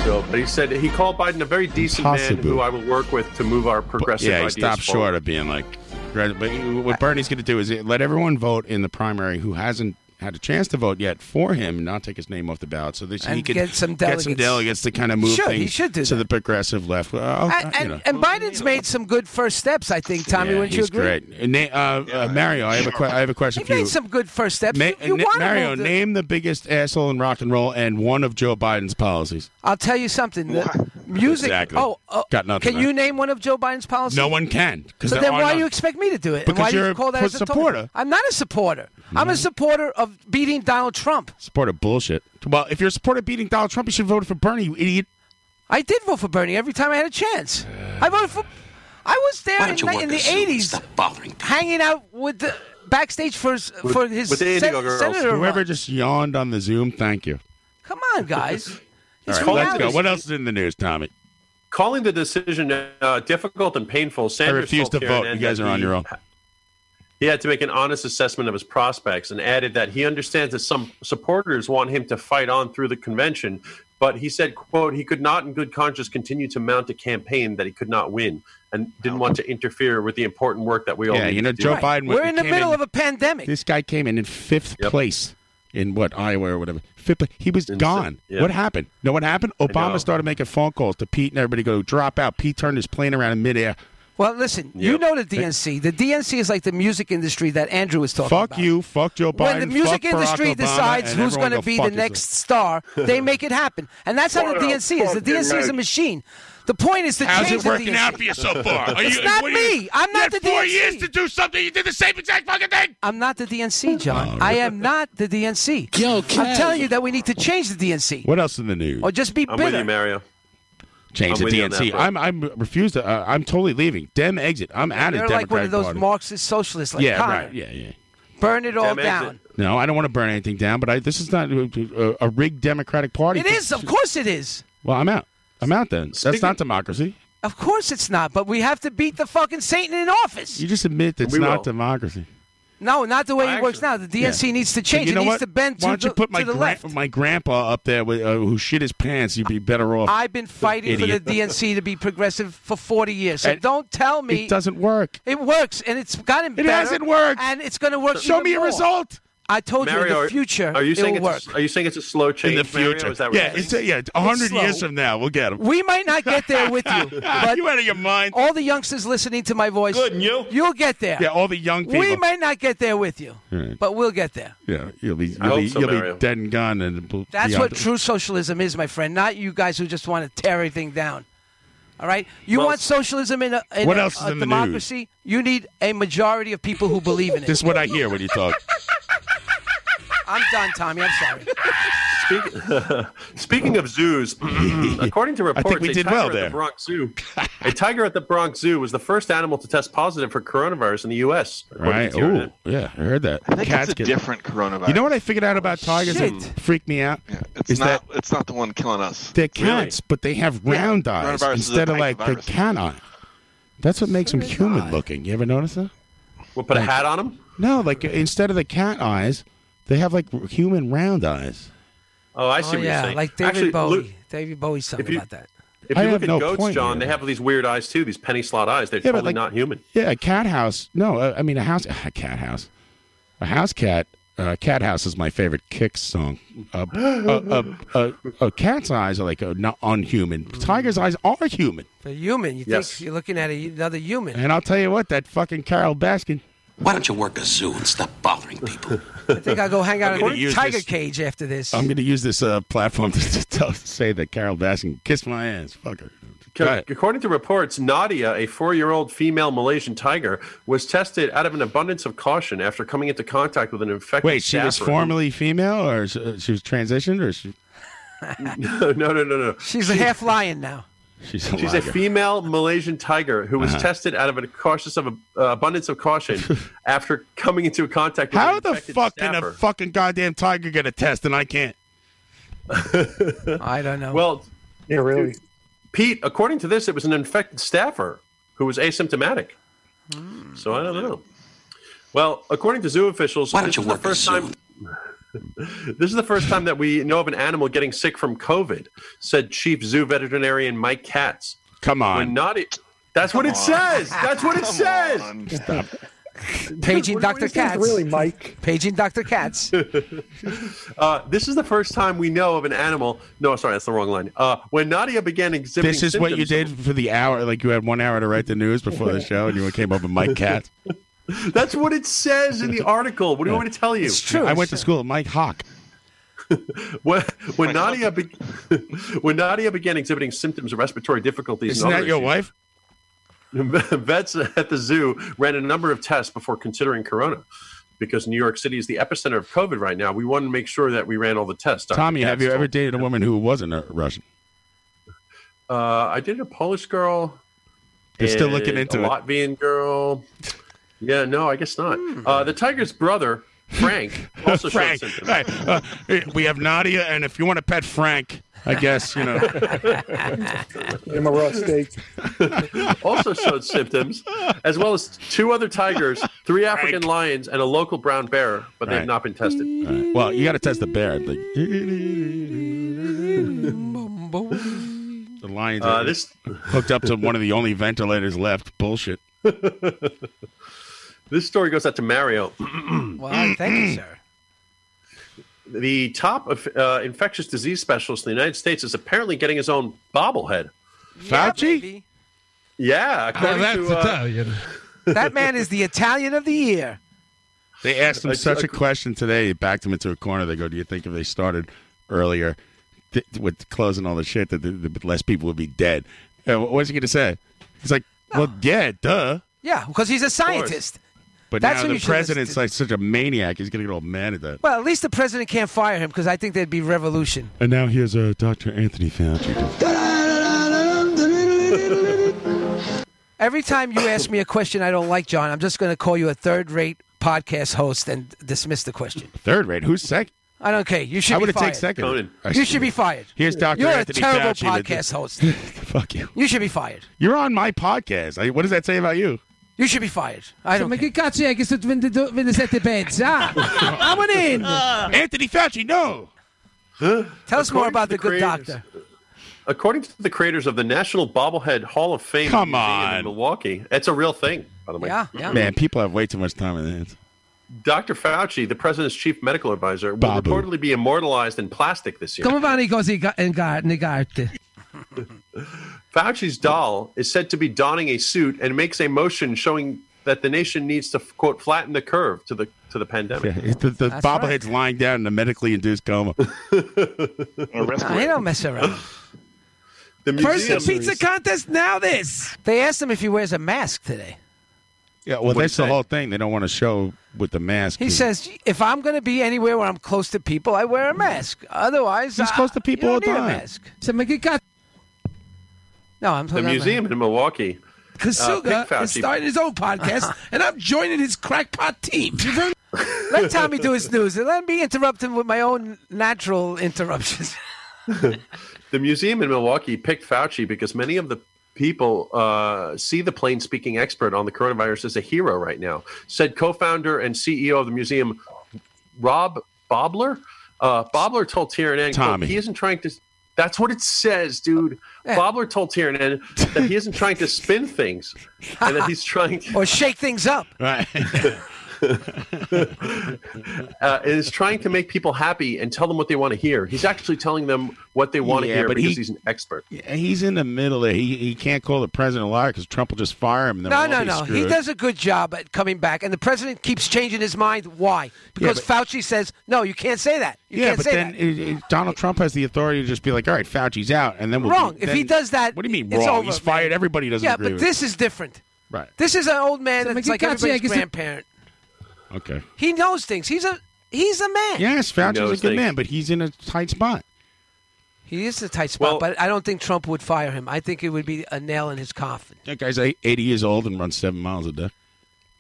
[SPEAKER 1] So, but he said he called Biden a very decent man
[SPEAKER 2] Impossible.
[SPEAKER 1] who I will work with to move our progressive
[SPEAKER 2] yeah, he
[SPEAKER 1] ideas
[SPEAKER 2] stopped
[SPEAKER 1] forward.
[SPEAKER 2] short of being like. right, But what Bernie's going to do is let everyone vote in the primary who hasn't had a chance to vote yet for him, and not take his name off the ballot, so that he
[SPEAKER 16] And
[SPEAKER 2] could
[SPEAKER 16] get some
[SPEAKER 2] get some
[SPEAKER 16] delegates.
[SPEAKER 2] delegates to kind of move
[SPEAKER 16] Sure, he
[SPEAKER 2] things
[SPEAKER 16] should do
[SPEAKER 2] to the progressive left. Well, I'll- Oh,
[SPEAKER 16] and,
[SPEAKER 2] uh, you know.
[SPEAKER 16] and, and Biden's made some good first steps, I think. Tommy,
[SPEAKER 2] Yeah,
[SPEAKER 16] wouldn't you
[SPEAKER 2] he's
[SPEAKER 16] agree?
[SPEAKER 2] Great. And na- uh, uh, Mario, I have a que- I have a question
[SPEAKER 16] He
[SPEAKER 2] for you.
[SPEAKER 16] made some good first steps.
[SPEAKER 2] Ma-
[SPEAKER 16] you you
[SPEAKER 2] na-
[SPEAKER 16] want
[SPEAKER 2] Mario,
[SPEAKER 16] him to-
[SPEAKER 2] name the biggest asshole in rock and roll and one of Joe Biden's policies.
[SPEAKER 16] I'll tell you something. The music.
[SPEAKER 2] Exactly.
[SPEAKER 16] Oh, oh,
[SPEAKER 2] Got nothing,
[SPEAKER 16] Can
[SPEAKER 2] right?
[SPEAKER 16] you name one of Joe Biden's policies?
[SPEAKER 2] No one can. 'cause
[SPEAKER 16] So
[SPEAKER 2] there
[SPEAKER 16] then,
[SPEAKER 2] are
[SPEAKER 16] why
[SPEAKER 2] none.
[SPEAKER 16] do you expect me to do it? and
[SPEAKER 2] Because
[SPEAKER 16] why do
[SPEAKER 2] you're
[SPEAKER 16] you
[SPEAKER 2] a
[SPEAKER 16] call that
[SPEAKER 2] p-
[SPEAKER 16] as a token?
[SPEAKER 2] supporter. Mm-hmm.
[SPEAKER 16] I'm not a supporter. I'm a supporter of beating Donald Trump.
[SPEAKER 2] Support of bullshit. Well, if you're a supporter of beating Donald Trump, you should vote for Bernie, you idiot.
[SPEAKER 16] I did vote for Bernie every time I had a chance. I voted for. I was there
[SPEAKER 2] Why
[SPEAKER 16] in,
[SPEAKER 2] don't you
[SPEAKER 16] ni-
[SPEAKER 2] work
[SPEAKER 16] in the
[SPEAKER 2] us in?
[SPEAKER 16] '80s, hanging out with the backstage for s- for his sen- senator.
[SPEAKER 2] Whoever
[SPEAKER 16] run.
[SPEAKER 2] just yawned on the Zoom, thank you.
[SPEAKER 16] Come on, guys.
[SPEAKER 2] All
[SPEAKER 16] It's
[SPEAKER 2] right,
[SPEAKER 1] called
[SPEAKER 2] let's go.
[SPEAKER 1] out.
[SPEAKER 2] What else is in the news, Tommy?
[SPEAKER 1] Calling the decision uh, difficult and painful. Sanders
[SPEAKER 2] refuse
[SPEAKER 1] told
[SPEAKER 2] to
[SPEAKER 1] Karen
[SPEAKER 2] vote. You
[SPEAKER 1] End
[SPEAKER 2] guys
[SPEAKER 1] that
[SPEAKER 2] are on
[SPEAKER 1] he-
[SPEAKER 2] your own.
[SPEAKER 1] He had to make an honest assessment of his prospects and added that he understands that some supporters want him to fight on through the convention, but he said, quote, he could not in good conscience continue to mount a campaign that he could not win and didn't want to interfere with the important work that we all
[SPEAKER 2] Yeah,
[SPEAKER 1] need
[SPEAKER 2] you know,
[SPEAKER 1] to do.
[SPEAKER 2] Joe Biden.
[SPEAKER 16] We're in the
[SPEAKER 2] came
[SPEAKER 16] middle of a pandemic.
[SPEAKER 2] This guy came in in fifth place in what Iowa or whatever. Fifth, pla- he was gone.
[SPEAKER 16] yeah.
[SPEAKER 2] What happened? Know what happened?
[SPEAKER 16] know.
[SPEAKER 2] Obama started making phone calls to Pete and everybody. Go drop out. Pete turned his plane around in midair.
[SPEAKER 16] Well, listen, you know the DNC. The DNC is like the music industry that Andrew was talking
[SPEAKER 2] Fuck
[SPEAKER 16] about.
[SPEAKER 2] you. Fuck Joe Biden.
[SPEAKER 16] When the music
[SPEAKER 2] fuck Barack
[SPEAKER 16] industry
[SPEAKER 2] Obama,
[SPEAKER 16] decides
[SPEAKER 2] and
[SPEAKER 16] who's
[SPEAKER 2] everyone
[SPEAKER 16] going
[SPEAKER 2] go
[SPEAKER 16] to be
[SPEAKER 2] fuck
[SPEAKER 16] the
[SPEAKER 2] yourself.
[SPEAKER 16] next star, they make it happen, and that's how
[SPEAKER 2] What
[SPEAKER 16] the
[SPEAKER 2] a
[SPEAKER 16] DNC is. The
[SPEAKER 2] fucking
[SPEAKER 16] DNC is a
[SPEAKER 2] mess.
[SPEAKER 16] machine. The point is to
[SPEAKER 2] How's
[SPEAKER 16] change
[SPEAKER 2] it
[SPEAKER 16] the
[SPEAKER 2] working
[SPEAKER 16] DNC.
[SPEAKER 2] out for you so far? Are
[SPEAKER 16] it's
[SPEAKER 2] you-
[SPEAKER 16] not
[SPEAKER 2] what do you-
[SPEAKER 16] me. I'm
[SPEAKER 2] you
[SPEAKER 16] not
[SPEAKER 2] had
[SPEAKER 16] the DNC.
[SPEAKER 2] four years to do something. You did the same exact fucking thing.
[SPEAKER 16] I'm not the DNC, John. I am not the DNC. I'm
[SPEAKER 2] Kev.
[SPEAKER 16] telling you that we need to change the DNC,
[SPEAKER 2] What else in the news?
[SPEAKER 16] or Oh, just be
[SPEAKER 1] I'm
[SPEAKER 16] bitter.
[SPEAKER 1] with you, Mario.
[SPEAKER 2] Change
[SPEAKER 1] I'm
[SPEAKER 2] the
[SPEAKER 1] with you on
[SPEAKER 2] DNC.
[SPEAKER 1] that, bro.
[SPEAKER 2] I'm I'm refused. To, uh, I'm totally leaving. Dem exit. I'm out
[SPEAKER 16] You're
[SPEAKER 2] of
[SPEAKER 16] like
[SPEAKER 2] Democratic
[SPEAKER 16] one of those
[SPEAKER 2] Party.
[SPEAKER 16] Marxist socialists, like
[SPEAKER 2] yeah,
[SPEAKER 16] Connor.
[SPEAKER 2] right. Yeah, yeah.
[SPEAKER 16] Burn it all
[SPEAKER 1] Dem exit.
[SPEAKER 16] down.
[SPEAKER 2] No, I don't want to burn anything down, but I, this is not uh, a, a, a rigged Democratic Party.
[SPEAKER 16] It is, of course, it is.
[SPEAKER 2] Well, I'm out. I'm out then. That's
[SPEAKER 16] Speaking-
[SPEAKER 2] not democracy.
[SPEAKER 16] Of course, it's not. But we have to beat the fucking Satan in office.
[SPEAKER 2] You just admit it's
[SPEAKER 16] We
[SPEAKER 2] not
[SPEAKER 16] will.
[SPEAKER 2] democracy.
[SPEAKER 16] No, not the way it works now. The DNC
[SPEAKER 2] Yeah.
[SPEAKER 16] needs to
[SPEAKER 2] But
[SPEAKER 16] change.
[SPEAKER 2] You know
[SPEAKER 16] it needs
[SPEAKER 2] what?
[SPEAKER 16] to bend to
[SPEAKER 2] Why don't
[SPEAKER 16] the,
[SPEAKER 2] you put my
[SPEAKER 16] to the
[SPEAKER 2] gran-
[SPEAKER 16] left.
[SPEAKER 2] my grandpa up there with, uh, who shit his pants? You'd be better off.
[SPEAKER 16] I've been fighting for the
[SPEAKER 2] Oh, Idiot.
[SPEAKER 16] DNC to be progressive for 40 years. So
[SPEAKER 2] And
[SPEAKER 16] don't tell me
[SPEAKER 2] It doesn't work.
[SPEAKER 16] It works, and it's gotten better.
[SPEAKER 2] hasn't worked.
[SPEAKER 16] and it's going to work.
[SPEAKER 2] Show
[SPEAKER 16] even
[SPEAKER 2] me a
[SPEAKER 16] more.
[SPEAKER 2] result.
[SPEAKER 16] I told you in
[SPEAKER 1] Mario,
[SPEAKER 16] the future
[SPEAKER 1] are you saying
[SPEAKER 16] it will work.
[SPEAKER 1] it's a, are you saying it's a slow change
[SPEAKER 2] In the
[SPEAKER 1] Mario?
[SPEAKER 2] future,
[SPEAKER 1] Is that what
[SPEAKER 2] yeah,
[SPEAKER 1] you're
[SPEAKER 2] it's,
[SPEAKER 1] saying?
[SPEAKER 2] yeah, hundred
[SPEAKER 16] slow.
[SPEAKER 2] years from now, we'll get him.
[SPEAKER 16] We might not get there with you. But
[SPEAKER 2] you out of your mind.
[SPEAKER 16] All the youngsters listening to my voice. Good, and you? You'll get there.
[SPEAKER 2] Yeah, all the young
[SPEAKER 16] We
[SPEAKER 2] people.
[SPEAKER 16] might not get there with you,
[SPEAKER 2] Right.
[SPEAKER 16] but we'll get there.
[SPEAKER 2] Yeah, you'll be
[SPEAKER 1] I
[SPEAKER 2] you'll, be,
[SPEAKER 1] hope so,
[SPEAKER 2] you'll
[SPEAKER 1] Mario.
[SPEAKER 2] be dead and gone, and b-
[SPEAKER 16] That's
[SPEAKER 2] beyond-
[SPEAKER 16] what true socialism is, my friend. Not you guys who just want to tear everything down. All right, you
[SPEAKER 2] Well-
[SPEAKER 16] want socialism in a, in
[SPEAKER 2] What
[SPEAKER 16] a-
[SPEAKER 2] else is
[SPEAKER 16] a
[SPEAKER 2] in the news?
[SPEAKER 16] democracy? You need a majority of people who believe in it.
[SPEAKER 2] This is what I hear when you talk.
[SPEAKER 16] I'm done, Tommy. I'm sorry.
[SPEAKER 1] Speak- Speaking of zoos, mm, according to reports,
[SPEAKER 2] we
[SPEAKER 1] a
[SPEAKER 2] did
[SPEAKER 1] tiger
[SPEAKER 2] well
[SPEAKER 1] at
[SPEAKER 2] there.
[SPEAKER 1] the Bronx Zoo, a tiger at the Bronx Zoo was the first animal to test positive for coronavirus in the U.S. according
[SPEAKER 2] Right?
[SPEAKER 1] to CNN.
[SPEAKER 2] Ooh, yeah, I heard that.
[SPEAKER 1] think
[SPEAKER 2] Cats
[SPEAKER 1] it's a
[SPEAKER 2] get-
[SPEAKER 1] different coronavirus.
[SPEAKER 2] You know what I figured out about tigers
[SPEAKER 1] shit.
[SPEAKER 2] that freaked me out?
[SPEAKER 3] It's
[SPEAKER 2] is
[SPEAKER 3] not.
[SPEAKER 2] that
[SPEAKER 3] it's not the one killing us.
[SPEAKER 2] they're cats, but they have
[SPEAKER 3] Yeah,
[SPEAKER 2] round eyes
[SPEAKER 3] coronavirus is a
[SPEAKER 2] instead of
[SPEAKER 3] type
[SPEAKER 2] like
[SPEAKER 3] of
[SPEAKER 2] the
[SPEAKER 3] virus.
[SPEAKER 2] canine. That's what makes them human looking. You ever notice that?
[SPEAKER 1] We'll put a
[SPEAKER 2] Like-
[SPEAKER 1] hat on him.
[SPEAKER 2] No, like instead of the cat eyes, they have like r- human round eyes.
[SPEAKER 1] Oh, I see
[SPEAKER 16] oh,
[SPEAKER 1] what
[SPEAKER 16] yeah,
[SPEAKER 1] you're saying.
[SPEAKER 16] like David
[SPEAKER 1] Actually,
[SPEAKER 16] Bowie.
[SPEAKER 1] look-
[SPEAKER 16] David Bowie's something
[SPEAKER 1] you-
[SPEAKER 16] about that.
[SPEAKER 1] if
[SPEAKER 2] I
[SPEAKER 1] you
[SPEAKER 2] have
[SPEAKER 1] look at
[SPEAKER 2] no
[SPEAKER 1] goats,
[SPEAKER 2] point
[SPEAKER 1] John, they have these weird eyes too. These penny slot eyes. They're
[SPEAKER 2] Yeah, but,
[SPEAKER 1] totally
[SPEAKER 2] like-
[SPEAKER 1] not human.
[SPEAKER 2] Yeah, a cat house. No, uh, I mean a house. A cat house. A house cat. Uh, cat house is my favorite Kix song. Uh, uh, uh, uh, uh, cat's eyes are like uh, not unhuman. Tiger's eyes are human.
[SPEAKER 16] The human. You
[SPEAKER 2] Yes.
[SPEAKER 16] think you're looking at a, another human?
[SPEAKER 2] And I'll tell you what, that fucking Carol Baskin.
[SPEAKER 18] Why don't you work a zoo and stop bothering people?
[SPEAKER 16] I think I'll go hang
[SPEAKER 2] I'm
[SPEAKER 16] out
[SPEAKER 2] gonna
[SPEAKER 16] in a
[SPEAKER 2] use
[SPEAKER 16] tiger
[SPEAKER 2] this-
[SPEAKER 16] cage after this.
[SPEAKER 2] I'm going to use this uh, platform to, to tell, say that Carol Baskin kissed my ass. Fuck her. Go ahead.
[SPEAKER 1] According to reports, Nadia, a four-year-old female Malaysian tiger, was tested out of an abundance of caution after coming into contact with an infected.
[SPEAKER 2] Wait, she was
[SPEAKER 1] staffer.
[SPEAKER 2] formerly female, or she, uh, she was transitioned, or she,
[SPEAKER 1] No, no, no, no, no.
[SPEAKER 16] She's a half lion now.
[SPEAKER 2] she's a
[SPEAKER 1] She's a
[SPEAKER 2] liar.
[SPEAKER 1] female Malaysian tiger who was
[SPEAKER 2] Uh-huh.
[SPEAKER 1] tested out of a cautious of uh, abundance of caution after coming into contact with
[SPEAKER 2] How
[SPEAKER 1] an
[SPEAKER 2] the
[SPEAKER 1] infected
[SPEAKER 2] fuck can a
[SPEAKER 1] staffer.
[SPEAKER 2] fucking goddamn tiger get a test and I can't?
[SPEAKER 16] I don't know.
[SPEAKER 1] Well,
[SPEAKER 12] yeah, really.
[SPEAKER 1] Pete, according to this, it was an infected staffer who was asymptomatic.
[SPEAKER 16] Hmm.
[SPEAKER 1] So I don't know. Well, according to zoo officials,
[SPEAKER 6] Why don't
[SPEAKER 1] this
[SPEAKER 6] you
[SPEAKER 1] is the
[SPEAKER 6] work at
[SPEAKER 1] first
[SPEAKER 6] zoo?
[SPEAKER 1] time. this is the first time that we know of an animal getting sick from COVID," said Chief Zoo Veterinarian Mike Katz.
[SPEAKER 2] Come on.
[SPEAKER 1] When not it, that's what it says. That's what it says.
[SPEAKER 2] Stop.
[SPEAKER 16] Ah, Paging
[SPEAKER 1] What- what
[SPEAKER 16] Dr.
[SPEAKER 1] is this
[SPEAKER 16] Katz.
[SPEAKER 1] really,
[SPEAKER 12] Mike?
[SPEAKER 16] Paging Dr. Katz.
[SPEAKER 1] Uh, this is the first time we know of an animal. No, sorry, that's the wrong line. Uh, when Nadia began exhibiting,
[SPEAKER 2] This is what you
[SPEAKER 1] symptoms-
[SPEAKER 2] did for the hour. Like you had one hour to write the news before the show, and you came up with Mike Katz.
[SPEAKER 1] That's what it says in the article. What do you want me to tell you?
[SPEAKER 2] I went to school at Mike Hawk.
[SPEAKER 1] when, when Nadia be- when Nadia began exhibiting symptoms of respiratory difficulties,
[SPEAKER 2] Isn't that your wife?
[SPEAKER 1] Vets at the zoo ran a number of tests before considering corona. Because New York City is the epicenter of COVID right now, we wanted to make sure that we ran all the tests. Dr.
[SPEAKER 2] Tommy,
[SPEAKER 1] Katz
[SPEAKER 2] have you
[SPEAKER 1] told-
[SPEAKER 2] ever dated a woman who wasn't a Russian?
[SPEAKER 1] Uh, I dated a Polish girl.
[SPEAKER 2] You're still looking
[SPEAKER 1] and
[SPEAKER 2] into
[SPEAKER 1] Uh, a
[SPEAKER 2] it.
[SPEAKER 1] Latvian girl. Yeah, no, I guess not. Uh, the tiger's brother, Frank, also
[SPEAKER 2] Hmm. Frank,
[SPEAKER 1] showed symptoms.
[SPEAKER 2] right. Uh, we have Nadia, and if you want to pet Frank, I guess you know.
[SPEAKER 12] Give him a raw steak.
[SPEAKER 1] also showed symptoms, as well as two other tigers, three African lions, and a local brown bear, but
[SPEAKER 2] Right.
[SPEAKER 1] they've not been tested.
[SPEAKER 2] Right. Well, you got to test the bear. Like, the lions
[SPEAKER 1] Uh,
[SPEAKER 2] are
[SPEAKER 1] this-
[SPEAKER 2] hooked up to one of the only ventilators left. Bullshit.
[SPEAKER 1] This story goes out to Mario.
[SPEAKER 16] well, thank you, sir.
[SPEAKER 1] The top of, uh, infectious disease specialist in the United States is apparently getting his own bobblehead.
[SPEAKER 16] Fauci?
[SPEAKER 1] Yeah, according to, uh,
[SPEAKER 16] that man is the Italian of the year.
[SPEAKER 2] They asked him
[SPEAKER 16] I-
[SPEAKER 2] such
[SPEAKER 16] I-
[SPEAKER 2] a question today. It backed him into a corner. They go, "Do you think if they started earlier th- with closing all the shit, that the, the less people would be dead?" Uh, what was he going to say? He's like, "Well, yeah, duh."
[SPEAKER 16] Yeah, because he's a scientist.
[SPEAKER 2] But
[SPEAKER 16] That's who
[SPEAKER 2] now
[SPEAKER 16] you
[SPEAKER 2] the
[SPEAKER 16] should listen
[SPEAKER 2] president's like such a maniac. He's going to get all mad at that.
[SPEAKER 16] Well, at least the president can't fire him because I think there'd be revolution.
[SPEAKER 2] And now here's uh, Dr. Anthony Fauci.
[SPEAKER 16] Every time you ask me a question I don't like, John, I'm just going to call you a third-rate podcast host and dismiss the question.
[SPEAKER 2] Third rate. Who's second?
[SPEAKER 16] I don't care. You should
[SPEAKER 2] I
[SPEAKER 16] be
[SPEAKER 2] would've
[SPEAKER 16] fired.
[SPEAKER 2] take second. Conan.
[SPEAKER 16] You should be fired.
[SPEAKER 2] Here's Dr.
[SPEAKER 16] You're
[SPEAKER 2] Anthony
[SPEAKER 16] a terrible
[SPEAKER 2] Fauci with the-
[SPEAKER 16] podcast host.
[SPEAKER 2] Fuck you.
[SPEAKER 16] You should be fired.
[SPEAKER 2] You're on my podcast. I, what does that say about you?
[SPEAKER 16] You should be fired. I don't
[SPEAKER 11] Ma che cazzo è che sono 22 27 pezzi? Ah, I'm in.
[SPEAKER 2] Anthony Fauci, no.
[SPEAKER 16] Tell us
[SPEAKER 1] According
[SPEAKER 16] more about
[SPEAKER 1] to
[SPEAKER 16] the, good
[SPEAKER 1] creators-
[SPEAKER 16] doctor.
[SPEAKER 1] According to the creators of the National Bobblehead Hall of Fame
[SPEAKER 2] Come
[SPEAKER 1] Museum
[SPEAKER 2] on.
[SPEAKER 1] in Milwaukee, it's a real thing, by the way.
[SPEAKER 16] Yeah, Ah, yeah.
[SPEAKER 2] Man, people have way too much time in their hands.
[SPEAKER 1] Dr. Fauci, the president's chief medical advisor, will reportedly be immortalized in plastic this year.
[SPEAKER 11] Come vanno i cosi ga- in gar- nei carte?
[SPEAKER 1] Fauci's doll is said to be donning a suit and makes a motion showing that the nation needs to quote flatten the curve to the to the pandemic.
[SPEAKER 2] Yeah, it- the the
[SPEAKER 1] That's
[SPEAKER 2] bobblehead's lying down in a medically induced coma.
[SPEAKER 16] I don't mess around.
[SPEAKER 1] The
[SPEAKER 11] First the pizza contest, now this.
[SPEAKER 16] They asked him if he wears a mask today.
[SPEAKER 2] yeah, well, that's the whole thing. They don't want to show with the mask.
[SPEAKER 16] He says, if I'm going to be anywhere where I'm close to people, I wear a mask. Otherwise,
[SPEAKER 2] Hmm. He's
[SPEAKER 16] I-
[SPEAKER 2] close to people
[SPEAKER 16] you
[SPEAKER 2] all
[SPEAKER 16] don't
[SPEAKER 2] the
[SPEAKER 16] need
[SPEAKER 2] time.
[SPEAKER 16] A mask. So ma che cazzo? No, I'm
[SPEAKER 1] The museum in Milwaukee. uh,
[SPEAKER 11] Kasuga is
[SPEAKER 1] picked Fauci-
[SPEAKER 11] starting his own podcast, and I'm joining his crackpot team. You feel me?
[SPEAKER 16] Let Tommy do his news. and Let me interrupt him with my own natural interruptions.
[SPEAKER 1] The museum in Milwaukee picked Fauci because many of the people uh, see the plain speaking expert on the coronavirus as a hero right now, said co founder and CEO of the museum, Rob Bobler. Uh, Bobler told TRN, quote,
[SPEAKER 2] Tommy.
[SPEAKER 1] he isn't trying to. That's what it says, dude. Bobler told TRN that he isn't trying to spin things and that he's trying to.
[SPEAKER 16] or shake things up.
[SPEAKER 2] Right.
[SPEAKER 1] uh, is trying to make people happy and tell them what they want to hear. He's actually telling them what they want to
[SPEAKER 2] Yeah,
[SPEAKER 1] hear
[SPEAKER 2] but
[SPEAKER 1] because
[SPEAKER 2] he-
[SPEAKER 1] he's an expert.
[SPEAKER 2] Yeah, he's in the middle there. He he can't call the president a liar because Trump will just fire him. And then
[SPEAKER 16] No,
[SPEAKER 2] we'll
[SPEAKER 16] no,
[SPEAKER 2] be
[SPEAKER 16] no. He
[SPEAKER 2] screwed.
[SPEAKER 16] does a good job at coming back, and the president keeps changing his mind. Why? Because Fauci says, no, you can't say that. You
[SPEAKER 2] yeah,
[SPEAKER 16] can't
[SPEAKER 2] but
[SPEAKER 16] say
[SPEAKER 2] then
[SPEAKER 16] that.
[SPEAKER 2] it- it- Donald Trump has the authority to just be like, "All right, Fauci's out," and then we'll
[SPEAKER 16] wrong.
[SPEAKER 2] Be,
[SPEAKER 16] if he
[SPEAKER 2] then-
[SPEAKER 16] does that,
[SPEAKER 2] what do you mean
[SPEAKER 16] it's
[SPEAKER 2] wrong?
[SPEAKER 16] over,
[SPEAKER 2] He's fired.
[SPEAKER 16] man.
[SPEAKER 2] Everybody doesn't
[SPEAKER 16] Yeah,
[SPEAKER 2] agree
[SPEAKER 16] but
[SPEAKER 2] with
[SPEAKER 16] this
[SPEAKER 2] it.
[SPEAKER 16] is different.
[SPEAKER 2] right.
[SPEAKER 16] This is an old man
[SPEAKER 11] So
[SPEAKER 16] that's
[SPEAKER 11] Mickey
[SPEAKER 16] like
[SPEAKER 11] Katz, yeah, I
[SPEAKER 16] everybody's
[SPEAKER 11] guess it-
[SPEAKER 16] grandparent.
[SPEAKER 2] Okay.
[SPEAKER 16] He knows things. He's a he's a man.
[SPEAKER 2] Yes, Fauci's a
[SPEAKER 1] knows
[SPEAKER 2] good
[SPEAKER 1] things.
[SPEAKER 2] man, but he's in a tight spot.
[SPEAKER 16] He is a tight spot, but I don't think Trump would fire him. I think it would be a nail in his coffin.
[SPEAKER 2] That guy's eight- eighty years old and runs seven miles a day.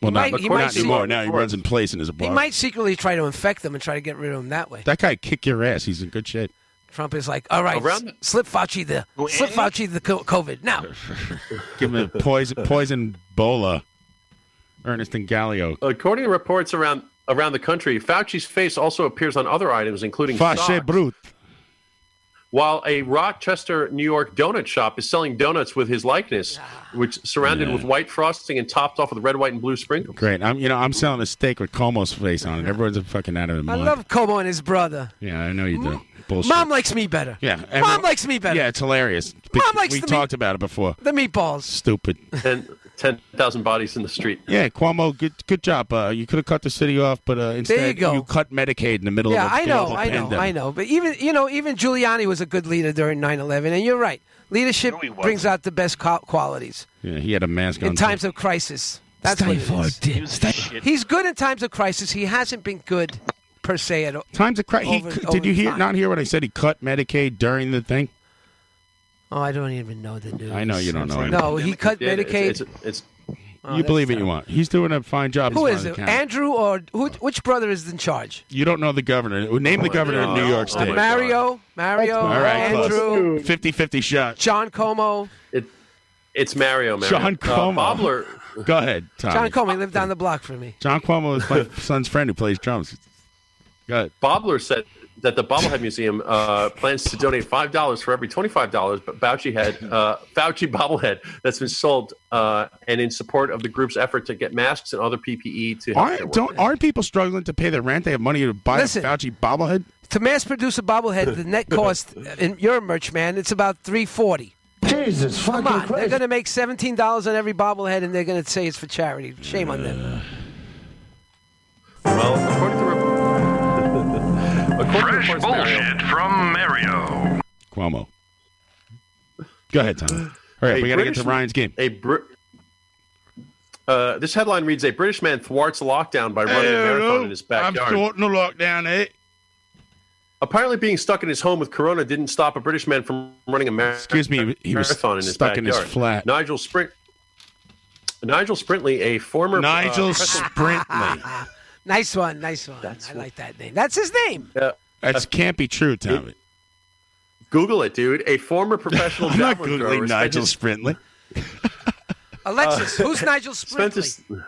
[SPEAKER 2] Well,
[SPEAKER 16] might-
[SPEAKER 2] not,
[SPEAKER 16] he
[SPEAKER 2] not
[SPEAKER 16] might see-
[SPEAKER 2] anymore. Now he runs in place and is a
[SPEAKER 16] He
[SPEAKER 2] bar.
[SPEAKER 16] might secretly try to infect them and try to get rid of them that way.
[SPEAKER 2] That guy kick your ass. He's in good shape.
[SPEAKER 16] Trump is like, all right,
[SPEAKER 2] Around-
[SPEAKER 16] s- slip Fauci the slip Fauci the co- COVID now.
[SPEAKER 2] Give him a poison poison bola. Ernest and Gallio.
[SPEAKER 1] According to reports around around the country, Fauci's face also appears on other items, including
[SPEAKER 2] Fache
[SPEAKER 1] socks.
[SPEAKER 2] brut.
[SPEAKER 1] While a Rochester, New York donut shop is selling donuts with his likeness, which surrounded with white frosting and topped off with red, white, and blue sprinkles.
[SPEAKER 2] Great. I'm you know I'm selling a steak with Como's face on it. Everyone's fucking out of their
[SPEAKER 16] I
[SPEAKER 2] mind.
[SPEAKER 16] love Como and his brother.
[SPEAKER 2] yeah, I know you do. Bullshit.
[SPEAKER 16] Mom likes me better.
[SPEAKER 2] yeah,
[SPEAKER 16] Mom likes me better.
[SPEAKER 2] Yeah, it's hilarious.
[SPEAKER 16] Mom likes
[SPEAKER 2] we
[SPEAKER 16] the meat-
[SPEAKER 2] talked about it before.
[SPEAKER 16] The meatballs.
[SPEAKER 2] Stupid.
[SPEAKER 1] Ten- 10,000 bodies in the street.
[SPEAKER 2] Yeah, Cuomo, good good job. Uh, you could have cut the city off, but uh, instead
[SPEAKER 16] you go.
[SPEAKER 2] cut Medicaid in the middle
[SPEAKER 16] yeah,
[SPEAKER 2] of a
[SPEAKER 16] I know,
[SPEAKER 2] global
[SPEAKER 16] I know,
[SPEAKER 2] pandemic.
[SPEAKER 16] I know. But even you know, even Giuliani was a good leader during 9/11, and you're right. Leadership brings out the best co- qualities
[SPEAKER 2] Yeah, he had a mask on.
[SPEAKER 16] in times of crisis. That's what it is. He's good in times of crisis. He hasn't been good per se at all.
[SPEAKER 2] times of crisis.
[SPEAKER 16] Over-
[SPEAKER 2] Did
[SPEAKER 16] over
[SPEAKER 2] you hear
[SPEAKER 16] time.
[SPEAKER 2] not hear what I said? He cut Medicaid during the thing.
[SPEAKER 16] Oh, I don't even know the news.
[SPEAKER 2] I know you don't know anything.
[SPEAKER 16] No, he cut
[SPEAKER 1] Yeah, it's-
[SPEAKER 16] Medicaid.
[SPEAKER 1] It's, it's,
[SPEAKER 16] Oh,
[SPEAKER 2] you
[SPEAKER 16] that's
[SPEAKER 2] believe it, you want. He's doing a fine job.
[SPEAKER 16] Who
[SPEAKER 2] as far
[SPEAKER 16] is
[SPEAKER 2] as
[SPEAKER 16] it?
[SPEAKER 2] counting.
[SPEAKER 16] Andrew or who, which brother is in charge?
[SPEAKER 2] You don't know the governor. Name the governor of New York
[SPEAKER 16] Uh,
[SPEAKER 2] State.
[SPEAKER 16] Mario, Mario,
[SPEAKER 2] All right,
[SPEAKER 16] Andrew,
[SPEAKER 2] 50 50 shot.
[SPEAKER 16] John Como.
[SPEAKER 1] it's Mario, Mario.
[SPEAKER 2] John Cuomo.
[SPEAKER 1] Uh, Bobler,
[SPEAKER 2] Go ahead, Tommy.
[SPEAKER 16] John Como he lived down the block from me.
[SPEAKER 2] John Cuomo is my son's friend who plays drums.
[SPEAKER 1] Bobler said that the Bobblehead Museum uh, plans to donate five dollars for every twenty-five dollars, but Fauci had uh, Fauci bobblehead that's been sold uh, and in support of the group's effort to get masks and other PPE to healthcare
[SPEAKER 2] Aren't, don't, aren't people struggling to pay their rent? They have money to buy
[SPEAKER 16] Listen.
[SPEAKER 2] a Fauci bobblehead?
[SPEAKER 16] To mass produce a bobblehead, the net cost uh, in your merch, man, it's about three forty.
[SPEAKER 2] Jesus
[SPEAKER 16] Come on, they're going to make seventeen dollars on every bobblehead, and they're going to say it's for charity. Shame on them.
[SPEAKER 1] Fresh
[SPEAKER 14] bullshit from Mario.
[SPEAKER 2] Cuomo. Go ahead, Tommy. All right,
[SPEAKER 1] A
[SPEAKER 2] we got to get to
[SPEAKER 1] British-
[SPEAKER 2] Ryan's game.
[SPEAKER 1] A Brit. Uh, this headline reads: A British man thwarts lockdown by running a marathon in his backyard.
[SPEAKER 2] the lockdown, eh?
[SPEAKER 1] Apparently, being stuck in his home with corona didn't stop a British man from running a marathon.
[SPEAKER 2] Excuse me, he was
[SPEAKER 1] marathon in his
[SPEAKER 2] stuck in his
[SPEAKER 1] backyard.
[SPEAKER 2] flat.
[SPEAKER 1] Nigel Sprint. Nigel Sprintley, a former
[SPEAKER 2] Nigel
[SPEAKER 1] Preston-
[SPEAKER 2] Sprintley.
[SPEAKER 16] nice one, nice one. I like that name. That's his name.
[SPEAKER 1] Yeah.
[SPEAKER 2] That can't be true, Tommy.
[SPEAKER 1] Google it, dude. A former professional
[SPEAKER 2] I'm not
[SPEAKER 1] javelin
[SPEAKER 2] Googling
[SPEAKER 1] thrower
[SPEAKER 2] Nigel
[SPEAKER 1] spent
[SPEAKER 2] Sprintley.
[SPEAKER 16] Alexis, who's Nigel
[SPEAKER 1] his- spent
[SPEAKER 16] Sprintley?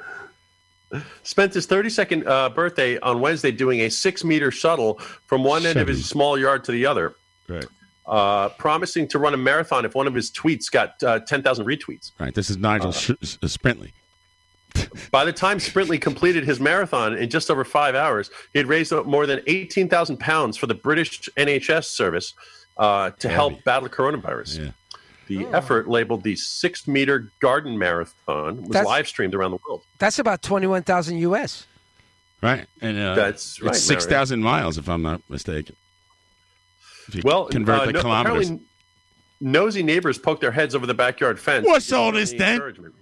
[SPEAKER 1] his, spent his 32nd uh, birthday on Wednesday doing a six meter shuttle from one end of his small yard to the other,
[SPEAKER 2] Right.
[SPEAKER 1] uh, promising to run a marathon if one of his tweets got uh, 10,000 retweets.
[SPEAKER 2] All right, this is
[SPEAKER 1] Uh,
[SPEAKER 2] Nigel Sh- S- Sprintley.
[SPEAKER 1] By the time Sprintley completed his marathon in just over five hours, he had raised more than 18,000 pounds for the British NHS service uh, to help battle coronavirus. The effort, labeled the six meter garden marathon, was
[SPEAKER 16] That's-
[SPEAKER 1] live streamed around the world.
[SPEAKER 16] That's about twenty-one thousand U.S.
[SPEAKER 2] Right, and uh,
[SPEAKER 1] That's right,
[SPEAKER 2] It's six thousand miles, if I'm not mistaken. If you
[SPEAKER 1] Well,
[SPEAKER 2] convert
[SPEAKER 1] uh,
[SPEAKER 2] the
[SPEAKER 1] no-
[SPEAKER 2] kilometers.
[SPEAKER 1] apparently Nosy neighbors poked their heads over the backyard fence.
[SPEAKER 2] What's all this then?
[SPEAKER 1] Encouragement.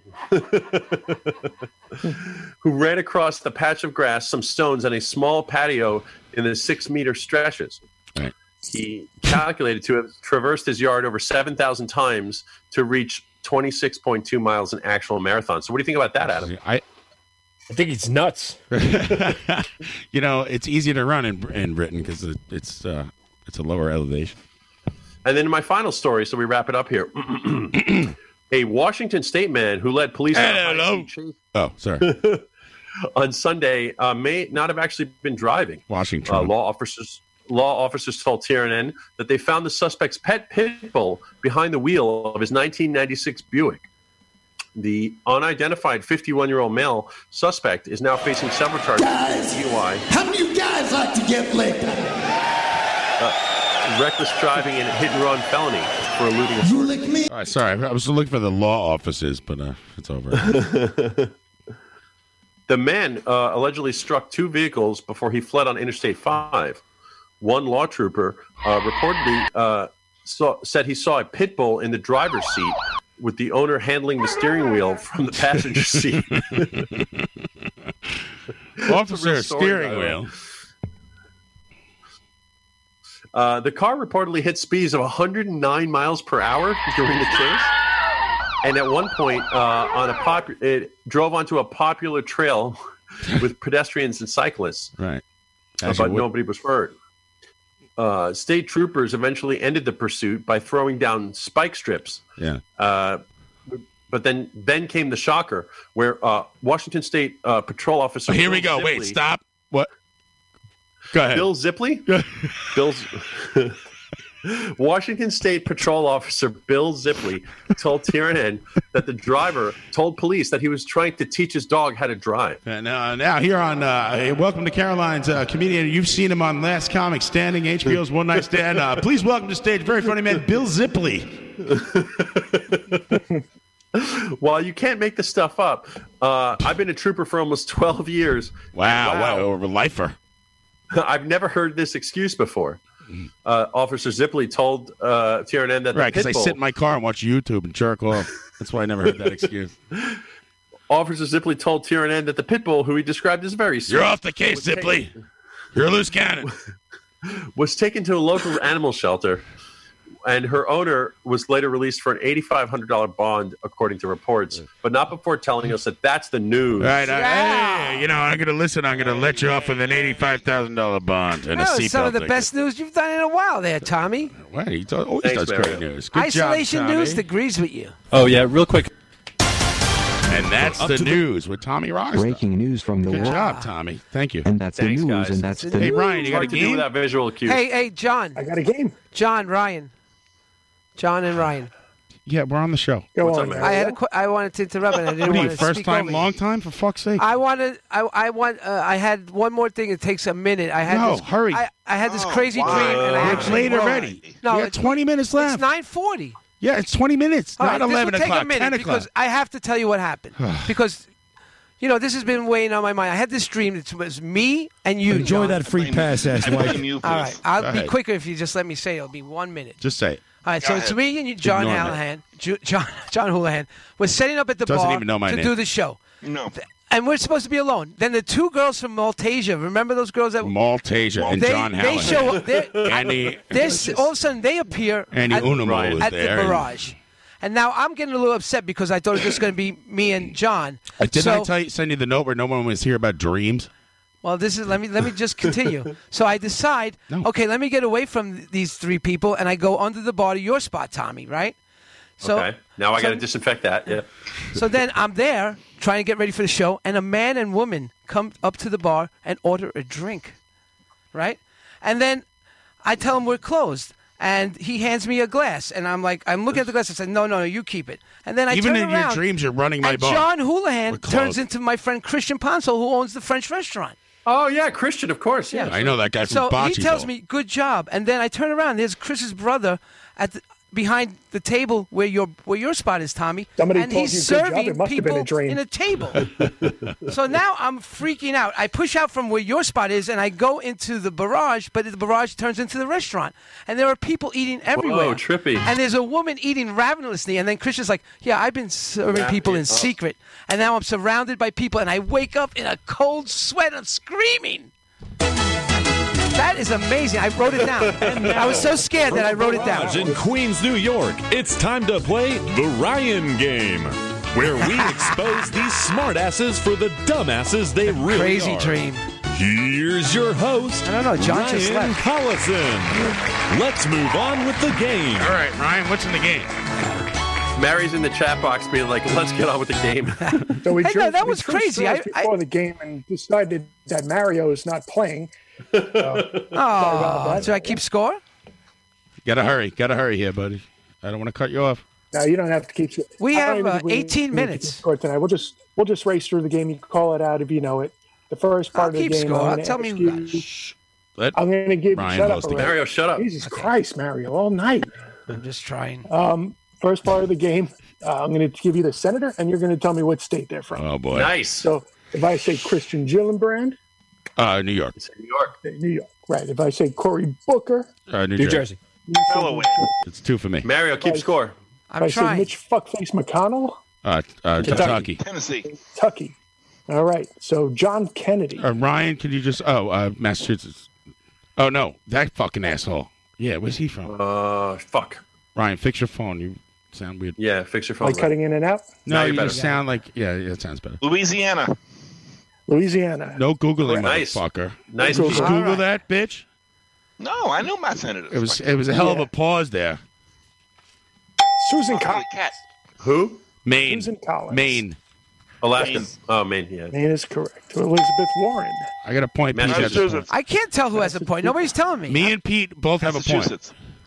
[SPEAKER 1] Who ran across the patch of grass, some stones, and a small patio in the six meter stretches.
[SPEAKER 2] Right.
[SPEAKER 1] He calculated to have traversed his yard over 7,000 times to reach 26.2 miles in actual marathon. So, what do you think about that, Adam?
[SPEAKER 2] I,
[SPEAKER 1] I think it's nuts.
[SPEAKER 2] you know, it's easier to run in, Br- in Britain because it, it's uh, it's a lower elevation.
[SPEAKER 1] And then my final story, so we wrap it up here. a Washington state man who led police on a high-speed chase
[SPEAKER 2] Oh, sorry,
[SPEAKER 1] on Sunday uh, may not have actually been driving.
[SPEAKER 2] Washington.
[SPEAKER 1] Uh, law officers law officers told TRN that they found the suspect's pet pit bull behind the wheel of his 1996 Buick. The unidentified 51 year old male suspect is now facing several charges of DUI,
[SPEAKER 18] How do you guys like to get licked?
[SPEAKER 1] uh, reckless driving, and hit and run felony for eluding a
[SPEAKER 18] You lick me.
[SPEAKER 2] All right, sorry, I was looking for the law offices, but uh, it's over.
[SPEAKER 1] the man uh, allegedly struck two vehicles before he fled on Interstate 5. One law trooper uh, reportedly uh, saw, said he saw a pit bull in the driver's seat with the owner handling the steering wheel from the passenger seat.
[SPEAKER 2] Officer,
[SPEAKER 1] real story, by
[SPEAKER 2] steering
[SPEAKER 1] the way.
[SPEAKER 2] wheel.
[SPEAKER 1] Uh, the car reportedly hit speeds of 109 miles per hour during the chase. And at one point, uh, on a pop, it drove onto a popular trail with pedestrians and cyclists,
[SPEAKER 2] Right. As you
[SPEAKER 1] but
[SPEAKER 2] would.
[SPEAKER 1] nobody was hurt. Uh, state troopers eventually ended the pursuit by throwing down spike strips
[SPEAKER 2] Yeah.
[SPEAKER 1] uh, But then, then came the shocker, where uh, Washington State uh, patrol officer.
[SPEAKER 2] Oh, Here we
[SPEAKER 1] Bill
[SPEAKER 2] go. Wait,
[SPEAKER 1] Zipley-
[SPEAKER 2] stop. What? Go ahead.
[SPEAKER 1] Bill Zipley? Bill's Washington State Patrol Officer Bill Zipley told TRN that the driver told police that he was trying to teach his dog how to drive.
[SPEAKER 2] And uh, now here on uh, hey, Welcome to Caroline's uh, comedian. You've seen him on Last Comic Standing, HBO's One Night Stand. Uh, please welcome to stage very funny man Bill Zipley.
[SPEAKER 1] While you can't make this stuff up, uh, I've been a trooper for almost 12 years.
[SPEAKER 2] Wow, wow, a lifer.
[SPEAKER 1] I've never heard this excuse before. Uh, Officer Zipley told uh, TRN that
[SPEAKER 2] Hmm. Right,
[SPEAKER 1] the
[SPEAKER 2] because
[SPEAKER 1] pit
[SPEAKER 2] I
[SPEAKER 1] bull-
[SPEAKER 2] sit in my car and watch YouTube and jerk off. That's why I never heard that excuse.
[SPEAKER 1] Officer Zipley told TRN that the pit bull, who he described as very
[SPEAKER 2] You're off the case, Zipley. You're a loose cannon.
[SPEAKER 1] was taken to a local animal shelter, and her owner was later released for an eighty-five hundred dollar bond, according to reports, but not before telling us that that's the news.
[SPEAKER 2] All right, I- hey, you know, I'm gonna listen. I'm gonna let you off with an eighty-five thousand dollar bond and a
[SPEAKER 16] That
[SPEAKER 2] seatbelt.
[SPEAKER 16] was some of the
[SPEAKER 2] ticket.
[SPEAKER 16] best news you've done in a while there, Tommy.
[SPEAKER 2] Wow, he does- always
[SPEAKER 16] Thanks,
[SPEAKER 2] does
[SPEAKER 16] Mario.
[SPEAKER 2] oh, great news. Good
[SPEAKER 16] Isolation
[SPEAKER 2] job, Tommy.
[SPEAKER 16] News agrees with you.
[SPEAKER 19] Oh yeah, real quick.
[SPEAKER 2] And that's
[SPEAKER 19] Up
[SPEAKER 2] the
[SPEAKER 19] to the-
[SPEAKER 2] news with Tommy Ross.
[SPEAKER 21] Breaking news from the
[SPEAKER 2] Good
[SPEAKER 21] world.
[SPEAKER 2] job, Tommy. Thank you.
[SPEAKER 21] And that's the news. And that's the
[SPEAKER 2] Hey, Ryan, you
[SPEAKER 1] It's
[SPEAKER 2] got a
[SPEAKER 1] hard to do
[SPEAKER 2] game?
[SPEAKER 1] without visual cues.
[SPEAKER 16] Hey, hey, John. I
[SPEAKER 12] got a game.
[SPEAKER 16] John, Ryan. John and Ryan.
[SPEAKER 2] Yeah, we're on the show.
[SPEAKER 16] I had a qu- I wanted to interrupt and I didn't
[SPEAKER 2] What are you,
[SPEAKER 16] want to
[SPEAKER 2] first
[SPEAKER 16] speak
[SPEAKER 2] time,
[SPEAKER 16] over you.
[SPEAKER 2] long time? For fuck's sake.
[SPEAKER 16] I wanted. I, I want. Uh, I had one more thing. It takes a minute. I had.
[SPEAKER 2] No,
[SPEAKER 16] this,
[SPEAKER 2] hurry.
[SPEAKER 16] I, I had this crazy dream. And I
[SPEAKER 2] We're
[SPEAKER 16] actually
[SPEAKER 2] late
[SPEAKER 16] woke.
[SPEAKER 2] already.
[SPEAKER 16] No,
[SPEAKER 2] we got
[SPEAKER 16] it's-
[SPEAKER 2] 20 minutes left.
[SPEAKER 16] It's nine forty.
[SPEAKER 2] yeah, it's 20 minutes, not 11
[SPEAKER 16] this will
[SPEAKER 2] o'clock,
[SPEAKER 16] Take a minute
[SPEAKER 2] 10 o'clock.
[SPEAKER 16] because I have to tell you what happened. because you know this has been weighing on my mind. I had this dream. It was me and you.
[SPEAKER 8] Enjoy
[SPEAKER 16] John.
[SPEAKER 8] that free pass, ass wife.
[SPEAKER 16] All right, I'll
[SPEAKER 8] Go
[SPEAKER 16] be
[SPEAKER 8] ahead.
[SPEAKER 16] quicker if you just let me say. It. It'll be one minute.
[SPEAKER 2] Just say it.
[SPEAKER 16] All right, so it's me and you, John
[SPEAKER 2] Ignore me.
[SPEAKER 16] Hallahan, Ju- John John Houlihan. We're setting up at the
[SPEAKER 2] Doesn't
[SPEAKER 16] bar
[SPEAKER 2] even know my
[SPEAKER 16] to
[SPEAKER 2] name.
[SPEAKER 16] do the show.
[SPEAKER 3] No.
[SPEAKER 16] And we're supposed to be alone. Then the two girls from Maltasia, remember those girls that
[SPEAKER 2] Maltasia and
[SPEAKER 16] they,
[SPEAKER 2] John
[SPEAKER 16] They
[SPEAKER 2] Howland.
[SPEAKER 16] show up. They're,
[SPEAKER 2] Andy,
[SPEAKER 16] they're s- all of a sudden they appear
[SPEAKER 2] Andy
[SPEAKER 16] at,
[SPEAKER 2] Unamo was
[SPEAKER 16] at
[SPEAKER 2] there
[SPEAKER 16] the
[SPEAKER 2] and-
[SPEAKER 16] barrage. And now I'm getting a little upset because I thought it was just going to be me and John.
[SPEAKER 2] Didn't
[SPEAKER 16] so,
[SPEAKER 2] I tell you, send you the note where no one was here about dreams?
[SPEAKER 16] well, this is let me let me just continue. so I decide, okay, let me get away from these three people, and I go under the bar to your spot, Tommy. Right? So
[SPEAKER 1] okay, now I
[SPEAKER 16] so-
[SPEAKER 1] got to disinfect that. Yeah.
[SPEAKER 16] So then I'm there trying to get ready for the show, and a man and woman come up to the bar and order a drink, right? And then I tell him we're closed, and he hands me a glass, and I'm like, I'm looking at the glass. I said, No, no, no, you keep it. And then I
[SPEAKER 2] Even
[SPEAKER 16] turn
[SPEAKER 2] in
[SPEAKER 16] around,
[SPEAKER 2] your dreams, you're running my
[SPEAKER 16] and
[SPEAKER 2] bar.
[SPEAKER 16] John Houlihan
[SPEAKER 2] We're
[SPEAKER 16] turns
[SPEAKER 2] closed.
[SPEAKER 16] into my friend Christian Ponsel, who owns the French restaurant.
[SPEAKER 1] Oh yeah, Christian, of course. Yeah.
[SPEAKER 2] I know that guy
[SPEAKER 16] So
[SPEAKER 2] from Bocce.
[SPEAKER 16] he tells me, "Good job," and then I turn around. There's Chris's brother at the, behind the table where your where your spot is, Tommy.
[SPEAKER 12] Somebody
[SPEAKER 16] and
[SPEAKER 12] told
[SPEAKER 16] he's
[SPEAKER 12] you, "Good job."
[SPEAKER 16] serving
[SPEAKER 12] It must have been
[SPEAKER 16] people
[SPEAKER 12] a dream.
[SPEAKER 16] in a table. so now I'm freaking out. I push out from where your spot is, and I go into the barrage. But the barrage turns into the restaurant, and there are people eating everywhere.
[SPEAKER 1] trippy.
[SPEAKER 16] And there's a woman eating ravenously, and then Christian's like, "Yeah, I've been serving
[SPEAKER 1] Wrap
[SPEAKER 16] people
[SPEAKER 1] it
[SPEAKER 16] in
[SPEAKER 1] up.
[SPEAKER 16] secret, and now I'm surrounded by people, and I wake up in a cold sweat. I'm screaming." That is amazing. I wrote it down. I was so scared that I wrote it down.
[SPEAKER 10] Garage in Queens, New York, it's time to play the Ryan game, where we expose these smartasses for the dumbasses they really
[SPEAKER 16] Crazy
[SPEAKER 10] are.
[SPEAKER 16] dream.
[SPEAKER 10] Here's your host. I don't know.
[SPEAKER 16] John
[SPEAKER 10] Ryan
[SPEAKER 16] just left.
[SPEAKER 10] Collison. Let's move on with the game. All
[SPEAKER 2] right, Ryan, what's in the game?
[SPEAKER 1] Mary's in the chat box being like, "Let's get on with the game."
[SPEAKER 12] So we
[SPEAKER 16] Hey, no,
[SPEAKER 12] drew-
[SPEAKER 16] that
[SPEAKER 12] we
[SPEAKER 16] was
[SPEAKER 12] drew
[SPEAKER 16] crazy.
[SPEAKER 12] straws
[SPEAKER 16] I-
[SPEAKER 12] before the game and decided that Mario is not playing. So,
[SPEAKER 16] Oh, do I keep score?
[SPEAKER 2] Gotta hurry. Gotta hurry here, buddy. I don't want to cut you off.
[SPEAKER 12] no, you don't have to keep.
[SPEAKER 16] We
[SPEAKER 12] I don't
[SPEAKER 16] have,
[SPEAKER 12] even
[SPEAKER 16] uh,
[SPEAKER 12] think we
[SPEAKER 16] 18
[SPEAKER 12] need to
[SPEAKER 16] minutes.
[SPEAKER 12] keep score tonight. We'll just we'll just race through the game. You can call it out if you know it. The first part
[SPEAKER 16] I'll
[SPEAKER 12] of the
[SPEAKER 16] keep
[SPEAKER 12] game.
[SPEAKER 16] score.
[SPEAKER 12] I'm
[SPEAKER 16] I'll
[SPEAKER 12] gonna
[SPEAKER 16] tell me
[SPEAKER 12] ask
[SPEAKER 16] who
[SPEAKER 12] you-
[SPEAKER 2] Let
[SPEAKER 12] I'm going to give
[SPEAKER 2] Ryan
[SPEAKER 12] you shut up.
[SPEAKER 2] host the game.
[SPEAKER 12] already.
[SPEAKER 1] Mario, shut up.
[SPEAKER 12] Jesus Christ, Mario, all night.
[SPEAKER 16] Oh, I'm just trying.
[SPEAKER 12] Um, first part of the game, uh, I'm going to give you the senator, and you're going to tell me what state they're from.
[SPEAKER 2] Oh boy.
[SPEAKER 12] So if I say Christian Gillibrand,
[SPEAKER 2] Uh, New York.
[SPEAKER 1] New York.
[SPEAKER 12] New York. Right. If I say Corey Booker,
[SPEAKER 2] Uh, New,
[SPEAKER 12] New
[SPEAKER 2] Jersey.
[SPEAKER 1] Callaway.
[SPEAKER 2] It's two for me.
[SPEAKER 1] Mario, keep score.
[SPEAKER 12] if I say Mitch Fuckface McConnell,
[SPEAKER 2] Uh, uh, Kentucky.
[SPEAKER 3] Tennessee.
[SPEAKER 12] Kentucky. All right. So John Kennedy.
[SPEAKER 2] Uh, Ryan, could you just? Oh, uh, Massachusetts. Oh no, that fucking asshole. Yeah, where's he from?
[SPEAKER 1] Uh, fuck.
[SPEAKER 2] Ryan, fix your phone. You sound weird.
[SPEAKER 1] Yeah, fix your phone.
[SPEAKER 12] Like
[SPEAKER 1] Ryan.
[SPEAKER 12] cutting in and out.
[SPEAKER 2] No,
[SPEAKER 1] Now you're
[SPEAKER 2] you
[SPEAKER 1] better.
[SPEAKER 2] just sound like yeah. yeah, It sounds better.
[SPEAKER 3] Louisiana.
[SPEAKER 12] Louisiana.
[SPEAKER 2] No googling,
[SPEAKER 1] Nice.
[SPEAKER 2] motherfucker.
[SPEAKER 1] Nice
[SPEAKER 2] Just
[SPEAKER 1] Google.
[SPEAKER 2] Google
[SPEAKER 1] All
[SPEAKER 2] that,
[SPEAKER 1] right.
[SPEAKER 2] bitch.
[SPEAKER 3] No, I knew my senators.
[SPEAKER 2] It was it was a hell of
[SPEAKER 3] Yeah.
[SPEAKER 2] a pause there.
[SPEAKER 12] Susan
[SPEAKER 3] Cotton. Cat.
[SPEAKER 1] Who?
[SPEAKER 2] Maine.
[SPEAKER 12] Who's in college?
[SPEAKER 2] Maine.
[SPEAKER 1] Alaska. Oh, Maine. Yeah.
[SPEAKER 12] Maine is correct. To Elizabeth Warren.
[SPEAKER 2] I got a point. Pete has a point.
[SPEAKER 16] I can't tell who has a point. Nobody's telling me.
[SPEAKER 2] Me and Pete both have a point.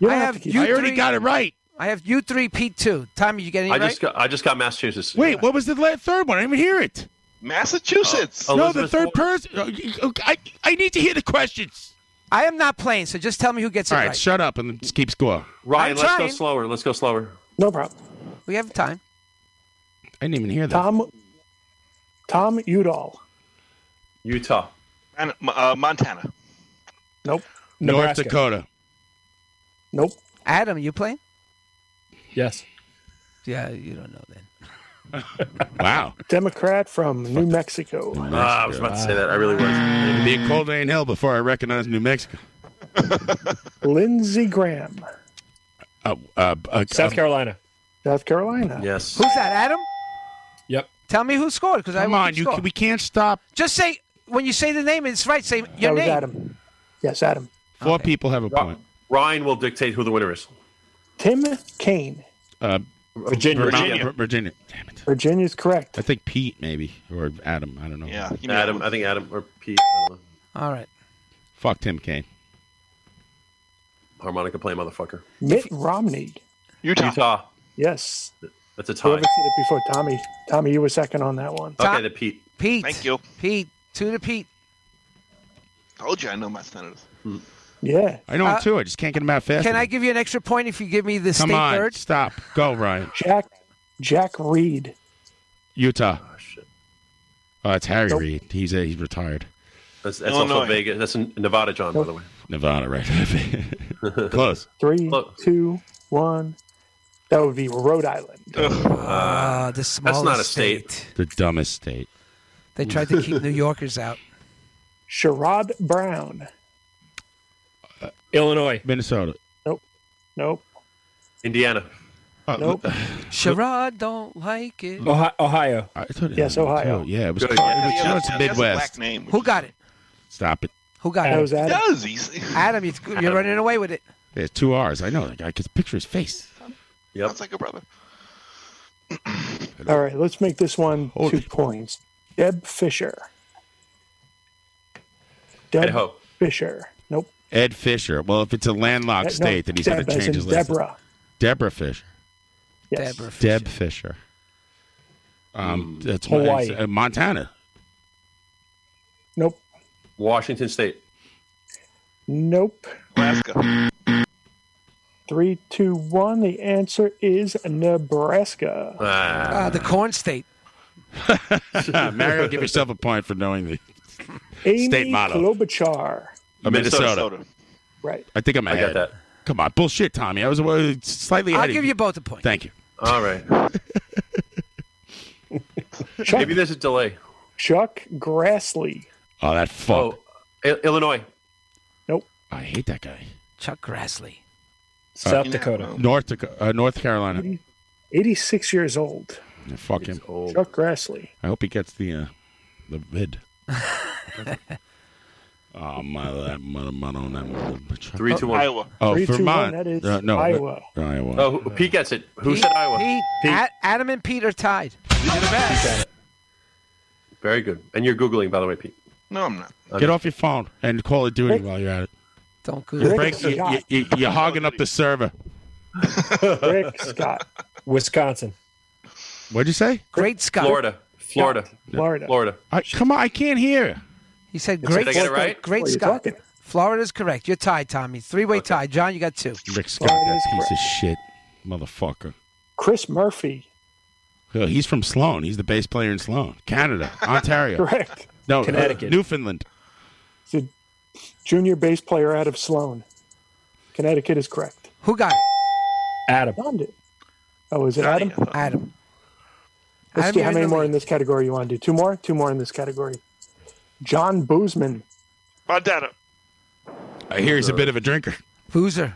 [SPEAKER 16] I have you.
[SPEAKER 2] I already
[SPEAKER 16] three-
[SPEAKER 2] got it right.
[SPEAKER 16] I have you three, Pete two. Tommy, you get any
[SPEAKER 1] I
[SPEAKER 16] right?
[SPEAKER 1] just got I just got Massachusetts.
[SPEAKER 2] Wait, what was the la- third one? I didn't even hear it.
[SPEAKER 3] Massachusetts.
[SPEAKER 2] no, the third person. oh, you- oh, I, I need to hear the questions.
[SPEAKER 16] I am not playing, so just tell me who gets
[SPEAKER 2] All
[SPEAKER 16] it
[SPEAKER 2] right,
[SPEAKER 16] right.
[SPEAKER 2] shut up and just keep score.
[SPEAKER 1] Ryan,
[SPEAKER 16] I'm
[SPEAKER 1] let's
[SPEAKER 16] trying.
[SPEAKER 1] go slower. Let's go slower.
[SPEAKER 12] No problem.
[SPEAKER 16] We have time.
[SPEAKER 2] I didn't even hear that.
[SPEAKER 12] Tom. Tom Udall.
[SPEAKER 1] Utah.
[SPEAKER 3] And, uh, Montana.
[SPEAKER 12] Nope.
[SPEAKER 2] North Dakota.
[SPEAKER 12] Nope.
[SPEAKER 16] Adam, you playing?
[SPEAKER 4] Yes.
[SPEAKER 16] Yeah, you don't know then.
[SPEAKER 2] Wow.
[SPEAKER 12] Democrat from New Mexico.
[SPEAKER 1] Ah, I was about to say that. I really was.
[SPEAKER 2] It'd be a cold day in hell before I recognize New Mexico.
[SPEAKER 12] Lindsey Graham.
[SPEAKER 2] Uh, uh, uh,
[SPEAKER 4] South
[SPEAKER 2] um,
[SPEAKER 4] Carolina.
[SPEAKER 12] South Carolina.
[SPEAKER 1] Yes.
[SPEAKER 16] Who's that, Adam?
[SPEAKER 4] Yep.
[SPEAKER 16] Tell me who scored because I
[SPEAKER 2] Come
[SPEAKER 16] won't
[SPEAKER 2] on,
[SPEAKER 16] keep
[SPEAKER 2] you
[SPEAKER 16] score.
[SPEAKER 2] can- we can't stop.
[SPEAKER 16] Just say when you say the name, it's right. Say your
[SPEAKER 12] that was
[SPEAKER 16] name.
[SPEAKER 12] Adam. Yes, Adam.
[SPEAKER 2] Four people have a point.
[SPEAKER 1] Ryan will dictate who the winner is.
[SPEAKER 12] Tim Kaine.
[SPEAKER 2] Uh,
[SPEAKER 1] Virginia.
[SPEAKER 2] Virginia. Virginia. Damn it.
[SPEAKER 12] Virginia's correct.
[SPEAKER 2] I think Pete maybe or Adam. I don't know.
[SPEAKER 1] Yeah. Adam. I think Adam or Pete. I don't know.
[SPEAKER 16] All right.
[SPEAKER 2] Fuck Tim Kaine.
[SPEAKER 1] Harmonica play motherfucker.
[SPEAKER 12] Mitt Romney.
[SPEAKER 1] Utah.
[SPEAKER 12] Yes.
[SPEAKER 1] That's a tie.
[SPEAKER 12] Whoever said it before, Tommy. Tommy, you were second on that one.
[SPEAKER 1] Okay, the Pete.
[SPEAKER 16] Pete.
[SPEAKER 3] Thank you.
[SPEAKER 16] Pete. Two to Pete.
[SPEAKER 3] Told you I know my senators.
[SPEAKER 12] Yeah.
[SPEAKER 2] I know him
[SPEAKER 16] Uh,
[SPEAKER 2] too. I just can't get him out fast.
[SPEAKER 16] Can I give you an extra point if you give me the
[SPEAKER 2] Come
[SPEAKER 16] state
[SPEAKER 2] on,
[SPEAKER 16] bird?
[SPEAKER 2] stop. Go Ryan.
[SPEAKER 12] Jack Jack Reed.
[SPEAKER 2] Utah. Oh, it's Harry Reid. He's a, he's retired.
[SPEAKER 1] That's, that's
[SPEAKER 3] Illinois.
[SPEAKER 1] also Vegas. That's in Nevada, John. By the way.
[SPEAKER 2] Nevada, right? Close.
[SPEAKER 12] Three, two, one. That would be Rhode Island.
[SPEAKER 16] Ah, the
[SPEAKER 1] That's
[SPEAKER 16] smallest
[SPEAKER 1] not a state.
[SPEAKER 2] The dumbest state.
[SPEAKER 16] They tried to keep New Yorkers out.
[SPEAKER 12] Sherrod Brown.
[SPEAKER 4] Illinois.
[SPEAKER 2] Minnesota.
[SPEAKER 12] Nope.
[SPEAKER 1] Indiana.
[SPEAKER 2] Uh,
[SPEAKER 12] Nope.
[SPEAKER 16] Sherrod don't like it.
[SPEAKER 4] Ohio. Ohio.
[SPEAKER 2] I thought it
[SPEAKER 12] Yes,
[SPEAKER 2] was
[SPEAKER 12] Ohio.
[SPEAKER 2] Ohio. Oh, Yeah, it was.
[SPEAKER 1] Good.
[SPEAKER 2] It was you know,
[SPEAKER 3] that's-
[SPEAKER 2] it's
[SPEAKER 3] that's a
[SPEAKER 2] Midwest.
[SPEAKER 3] black name.
[SPEAKER 16] Who got it?
[SPEAKER 2] Stop it.
[SPEAKER 16] Who got
[SPEAKER 12] That
[SPEAKER 16] it?
[SPEAKER 12] was Adam.
[SPEAKER 3] Does he?
[SPEAKER 16] Adam, you, you're running away with it.
[SPEAKER 2] There's two R's. I know. I can picture his face.
[SPEAKER 1] Yep.
[SPEAKER 3] Sounds like a brother.
[SPEAKER 12] All right, let's make this one two points. Deb Fisher. Deb
[SPEAKER 1] Idaho.
[SPEAKER 12] Fisher. Nope.
[SPEAKER 2] Ed Fisher. Well, if it's a landlocked
[SPEAKER 12] No,
[SPEAKER 2] state, then he's going
[SPEAKER 12] Deb
[SPEAKER 2] to
[SPEAKER 12] as
[SPEAKER 2] change
[SPEAKER 12] in
[SPEAKER 2] his last name.
[SPEAKER 12] Deborah.
[SPEAKER 2] Deborah Fisher.
[SPEAKER 12] Yes.
[SPEAKER 16] Deborah. Fisher.
[SPEAKER 2] Deb Fisher. Um, that's
[SPEAKER 12] Hawaii.
[SPEAKER 2] uh, Montana.
[SPEAKER 12] Nope.
[SPEAKER 1] Washington State.
[SPEAKER 12] Nope.
[SPEAKER 3] Alaska.
[SPEAKER 12] Three, two, one. The answer is Nebraska.
[SPEAKER 1] Ah,
[SPEAKER 16] Ah, the corn state.
[SPEAKER 2] Mario, give yourself a point for knowing the
[SPEAKER 12] Amy
[SPEAKER 2] State motto.
[SPEAKER 12] Klobuchar.
[SPEAKER 2] uh, Minnesota.
[SPEAKER 12] Right.
[SPEAKER 2] I think I'm
[SPEAKER 1] I
[SPEAKER 2] ahead.
[SPEAKER 1] got that.
[SPEAKER 2] Come on, bullshit, Tommy. I was uh, slightly
[SPEAKER 16] I'll
[SPEAKER 2] ahead. of
[SPEAKER 16] give you both a point.
[SPEAKER 2] Thank you.
[SPEAKER 1] All right.
[SPEAKER 12] Chuck,
[SPEAKER 1] Maybe there's a delay.
[SPEAKER 12] Chuck Grassley.
[SPEAKER 2] Oh, that fuck.
[SPEAKER 1] Oh, I- Illinois.
[SPEAKER 2] I hate that guy. Uh,
[SPEAKER 16] Chuck Grassley.
[SPEAKER 4] South
[SPEAKER 3] You know,
[SPEAKER 4] Dakota.
[SPEAKER 2] North Daco- uh, North Carolina.
[SPEAKER 12] 86 years old.
[SPEAKER 2] Yeah, fuck him.
[SPEAKER 1] Old.
[SPEAKER 12] Chuck Grassley.
[SPEAKER 2] I hope he gets the uh, the vid. oh my, that mother, mother on that one.
[SPEAKER 1] Three, two, one.
[SPEAKER 3] Iowa.
[SPEAKER 2] Oh,
[SPEAKER 12] Three, two, one,
[SPEAKER 2] Vermont.
[SPEAKER 12] that is
[SPEAKER 2] Uh, no,
[SPEAKER 12] Iowa.
[SPEAKER 2] uh, Iowa.
[SPEAKER 1] Oh, who- Pete gets it. Who said Iowa?
[SPEAKER 16] Pete, A- Adam and Pete are tied.
[SPEAKER 1] Very good. And you're googling, by the way, Pete.
[SPEAKER 3] No, I'm not.
[SPEAKER 2] Get off your phone and call it duty while you're at it.
[SPEAKER 16] Don't
[SPEAKER 12] Rick
[SPEAKER 16] Google.
[SPEAKER 2] Break, you,
[SPEAKER 12] Scott.
[SPEAKER 2] you, you're hogging up the server.
[SPEAKER 12] Rick Scott.
[SPEAKER 4] Wisconsin.
[SPEAKER 2] What'd you say?
[SPEAKER 16] Great Scott.
[SPEAKER 1] Florida. Florida.
[SPEAKER 12] Florida.
[SPEAKER 1] Florida.
[SPEAKER 2] I, come on, I can't hear.
[SPEAKER 16] He said
[SPEAKER 12] It's
[SPEAKER 16] great
[SPEAKER 1] Did I get it
[SPEAKER 16] Scott.
[SPEAKER 1] right?
[SPEAKER 16] Great
[SPEAKER 12] What are you
[SPEAKER 16] Scott.
[SPEAKER 12] talking?
[SPEAKER 16] Florida's correct. You're tied, Tommy. Three way tie. John, you got two.
[SPEAKER 2] Rick Scott, that
[SPEAKER 12] Florida's
[SPEAKER 2] piece of shit, motherfucker.
[SPEAKER 12] Chris Murphy.
[SPEAKER 2] Oh, he's from Sloan. He's the bass player in Sloan, Canada, Ontario.
[SPEAKER 12] Correct.
[SPEAKER 2] Oh, no, uh,
[SPEAKER 4] Connecticut.
[SPEAKER 2] Newfoundland.
[SPEAKER 12] He's a junior bass player out of Sloan. Connecticut is correct.
[SPEAKER 16] Who got it?
[SPEAKER 4] Adam.
[SPEAKER 12] Found it. Oh, is it Adam?
[SPEAKER 16] Adam.
[SPEAKER 12] Let's
[SPEAKER 16] Adam,
[SPEAKER 12] do how
[SPEAKER 16] you're
[SPEAKER 12] many
[SPEAKER 16] the
[SPEAKER 12] more
[SPEAKER 16] lead.
[SPEAKER 12] in this category you want to do. Two more? Two more in this category. John Boozman.
[SPEAKER 3] Montana.
[SPEAKER 2] I hear he's a bit of a drinker.
[SPEAKER 16] Boozer.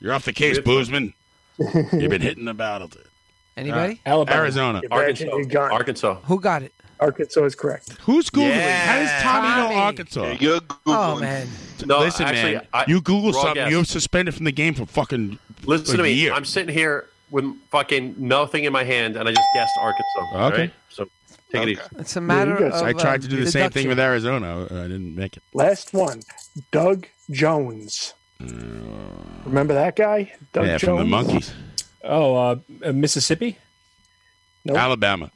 [SPEAKER 2] You're off the case, Boozman. You've been hitting the battle.
[SPEAKER 16] Anybody?
[SPEAKER 4] Alabama.
[SPEAKER 2] Arizona.
[SPEAKER 12] Imagine
[SPEAKER 1] Arkansas.
[SPEAKER 12] you got-
[SPEAKER 1] Arkansas.
[SPEAKER 16] Who got it?
[SPEAKER 12] Arkansas is correct.
[SPEAKER 2] Who's Googling?
[SPEAKER 1] Yeah.
[SPEAKER 2] How does Tommy,
[SPEAKER 16] Tommy.
[SPEAKER 2] know Arkansas?
[SPEAKER 3] You're Googling.
[SPEAKER 16] Oh man.
[SPEAKER 1] No,
[SPEAKER 2] Listen,
[SPEAKER 1] actually,
[SPEAKER 2] man,
[SPEAKER 1] I-
[SPEAKER 2] you Google
[SPEAKER 1] wrong
[SPEAKER 2] something,
[SPEAKER 1] guess.
[SPEAKER 2] you're suspended from the game for fucking
[SPEAKER 1] Listen
[SPEAKER 2] a
[SPEAKER 1] to me.
[SPEAKER 2] year.
[SPEAKER 1] I'm sitting here with fucking nothing in my hand, and I just guessed Arkansas. all
[SPEAKER 2] Okay.
[SPEAKER 1] right? So take it easy.
[SPEAKER 16] It's a
[SPEAKER 12] matter Yeah, you guys- of,
[SPEAKER 2] I tried to do the same thing
[SPEAKER 12] deduction.
[SPEAKER 2] with Arizona. I didn't make it.
[SPEAKER 12] Last one, Doug Jones. Remember that guy? Doug
[SPEAKER 2] yeah,
[SPEAKER 12] Jones.
[SPEAKER 2] from the monkeys.
[SPEAKER 4] Oh, uh, uh, Mississippi?
[SPEAKER 12] Nope.
[SPEAKER 2] Alabama.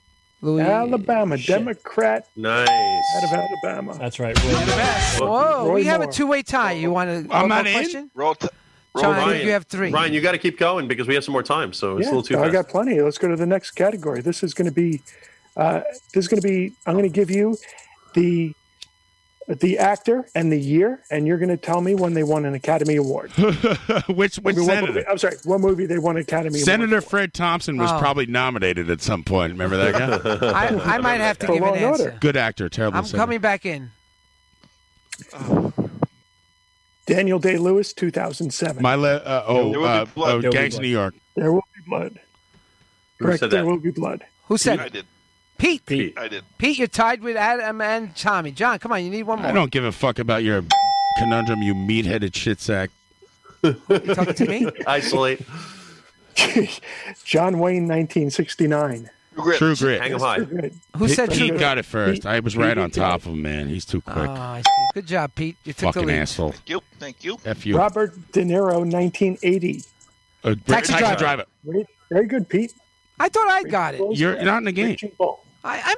[SPEAKER 12] Alabama, Democrat
[SPEAKER 1] Nice.
[SPEAKER 12] out of Alabama.
[SPEAKER 4] That's right.
[SPEAKER 1] Oh,
[SPEAKER 16] Whoa,
[SPEAKER 12] Roy
[SPEAKER 16] we have a
[SPEAKER 12] Moore.
[SPEAKER 16] two-way tie. You want to? Question?
[SPEAKER 1] Roll
[SPEAKER 16] roll John, I think Ryan. you have three.
[SPEAKER 1] Ryan, you got to keep going because we have some more time,
[SPEAKER 2] Oh,
[SPEAKER 1] so it's a little too
[SPEAKER 12] I
[SPEAKER 1] fast.
[SPEAKER 12] got plenty. Let's go to the next category. This is going to be, uh, this is going to be. I'm going to give you the the actor and the year, and you're going to tell me when they won an Academy Award.
[SPEAKER 2] which
[SPEAKER 12] I
[SPEAKER 2] which
[SPEAKER 12] mean, what
[SPEAKER 2] senator?
[SPEAKER 12] movie- I'm sorry, what movie they won an Academy Award?
[SPEAKER 2] Senator Fred Thompson was
[SPEAKER 12] Oh.
[SPEAKER 2] probably nominated at some point. Remember that guy?
[SPEAKER 16] I- I might have to For give an Law and answer. Order.
[SPEAKER 2] Good actor, terrible
[SPEAKER 16] I'm
[SPEAKER 2] singer.
[SPEAKER 16] coming back in.
[SPEAKER 12] Uh, Daniel Day Lewis, 2007.
[SPEAKER 2] My le- uh, oh,
[SPEAKER 12] There Will Be
[SPEAKER 2] uh,
[SPEAKER 12] Blood.
[SPEAKER 2] oh,
[SPEAKER 12] There Will Be
[SPEAKER 2] Gangs of
[SPEAKER 12] Blood.
[SPEAKER 2] New York.
[SPEAKER 12] There will be blood.
[SPEAKER 2] Who
[SPEAKER 12] Correct.
[SPEAKER 2] said
[SPEAKER 12] There
[SPEAKER 2] that?
[SPEAKER 12] will be blood.
[SPEAKER 16] Who said? it? Pete.
[SPEAKER 2] Pete.
[SPEAKER 3] I did.
[SPEAKER 16] Pete, you're tied with Adam and Tommy. John, come on, you need one more.
[SPEAKER 2] I don't give a fuck about your conundrum, you meat-headed shit sack.
[SPEAKER 16] You talking to me?
[SPEAKER 1] Isolate.
[SPEAKER 12] John Wayne, 1969.
[SPEAKER 2] True grit.
[SPEAKER 1] Hang 'em high.
[SPEAKER 16] Who
[SPEAKER 2] Pete-
[SPEAKER 16] said
[SPEAKER 2] Pete
[SPEAKER 16] True Grit?
[SPEAKER 2] got it first?
[SPEAKER 16] Pete-
[SPEAKER 2] I was
[SPEAKER 16] Pete
[SPEAKER 2] right on
[SPEAKER 16] did.
[SPEAKER 2] top of him, man. He's too quick.
[SPEAKER 16] Oh, I see. Good job, Pete. You took the
[SPEAKER 2] Fucking
[SPEAKER 16] lead.
[SPEAKER 2] asshole.
[SPEAKER 3] Thank you. Thank you.
[SPEAKER 2] F you.
[SPEAKER 12] Robert De Niro, 1980.
[SPEAKER 2] Uh,
[SPEAKER 16] Taxi
[SPEAKER 2] taxi
[SPEAKER 16] driver.
[SPEAKER 2] driver.
[SPEAKER 12] Very- Very good, Pete.
[SPEAKER 16] I thought I got it.
[SPEAKER 2] You're not in the game.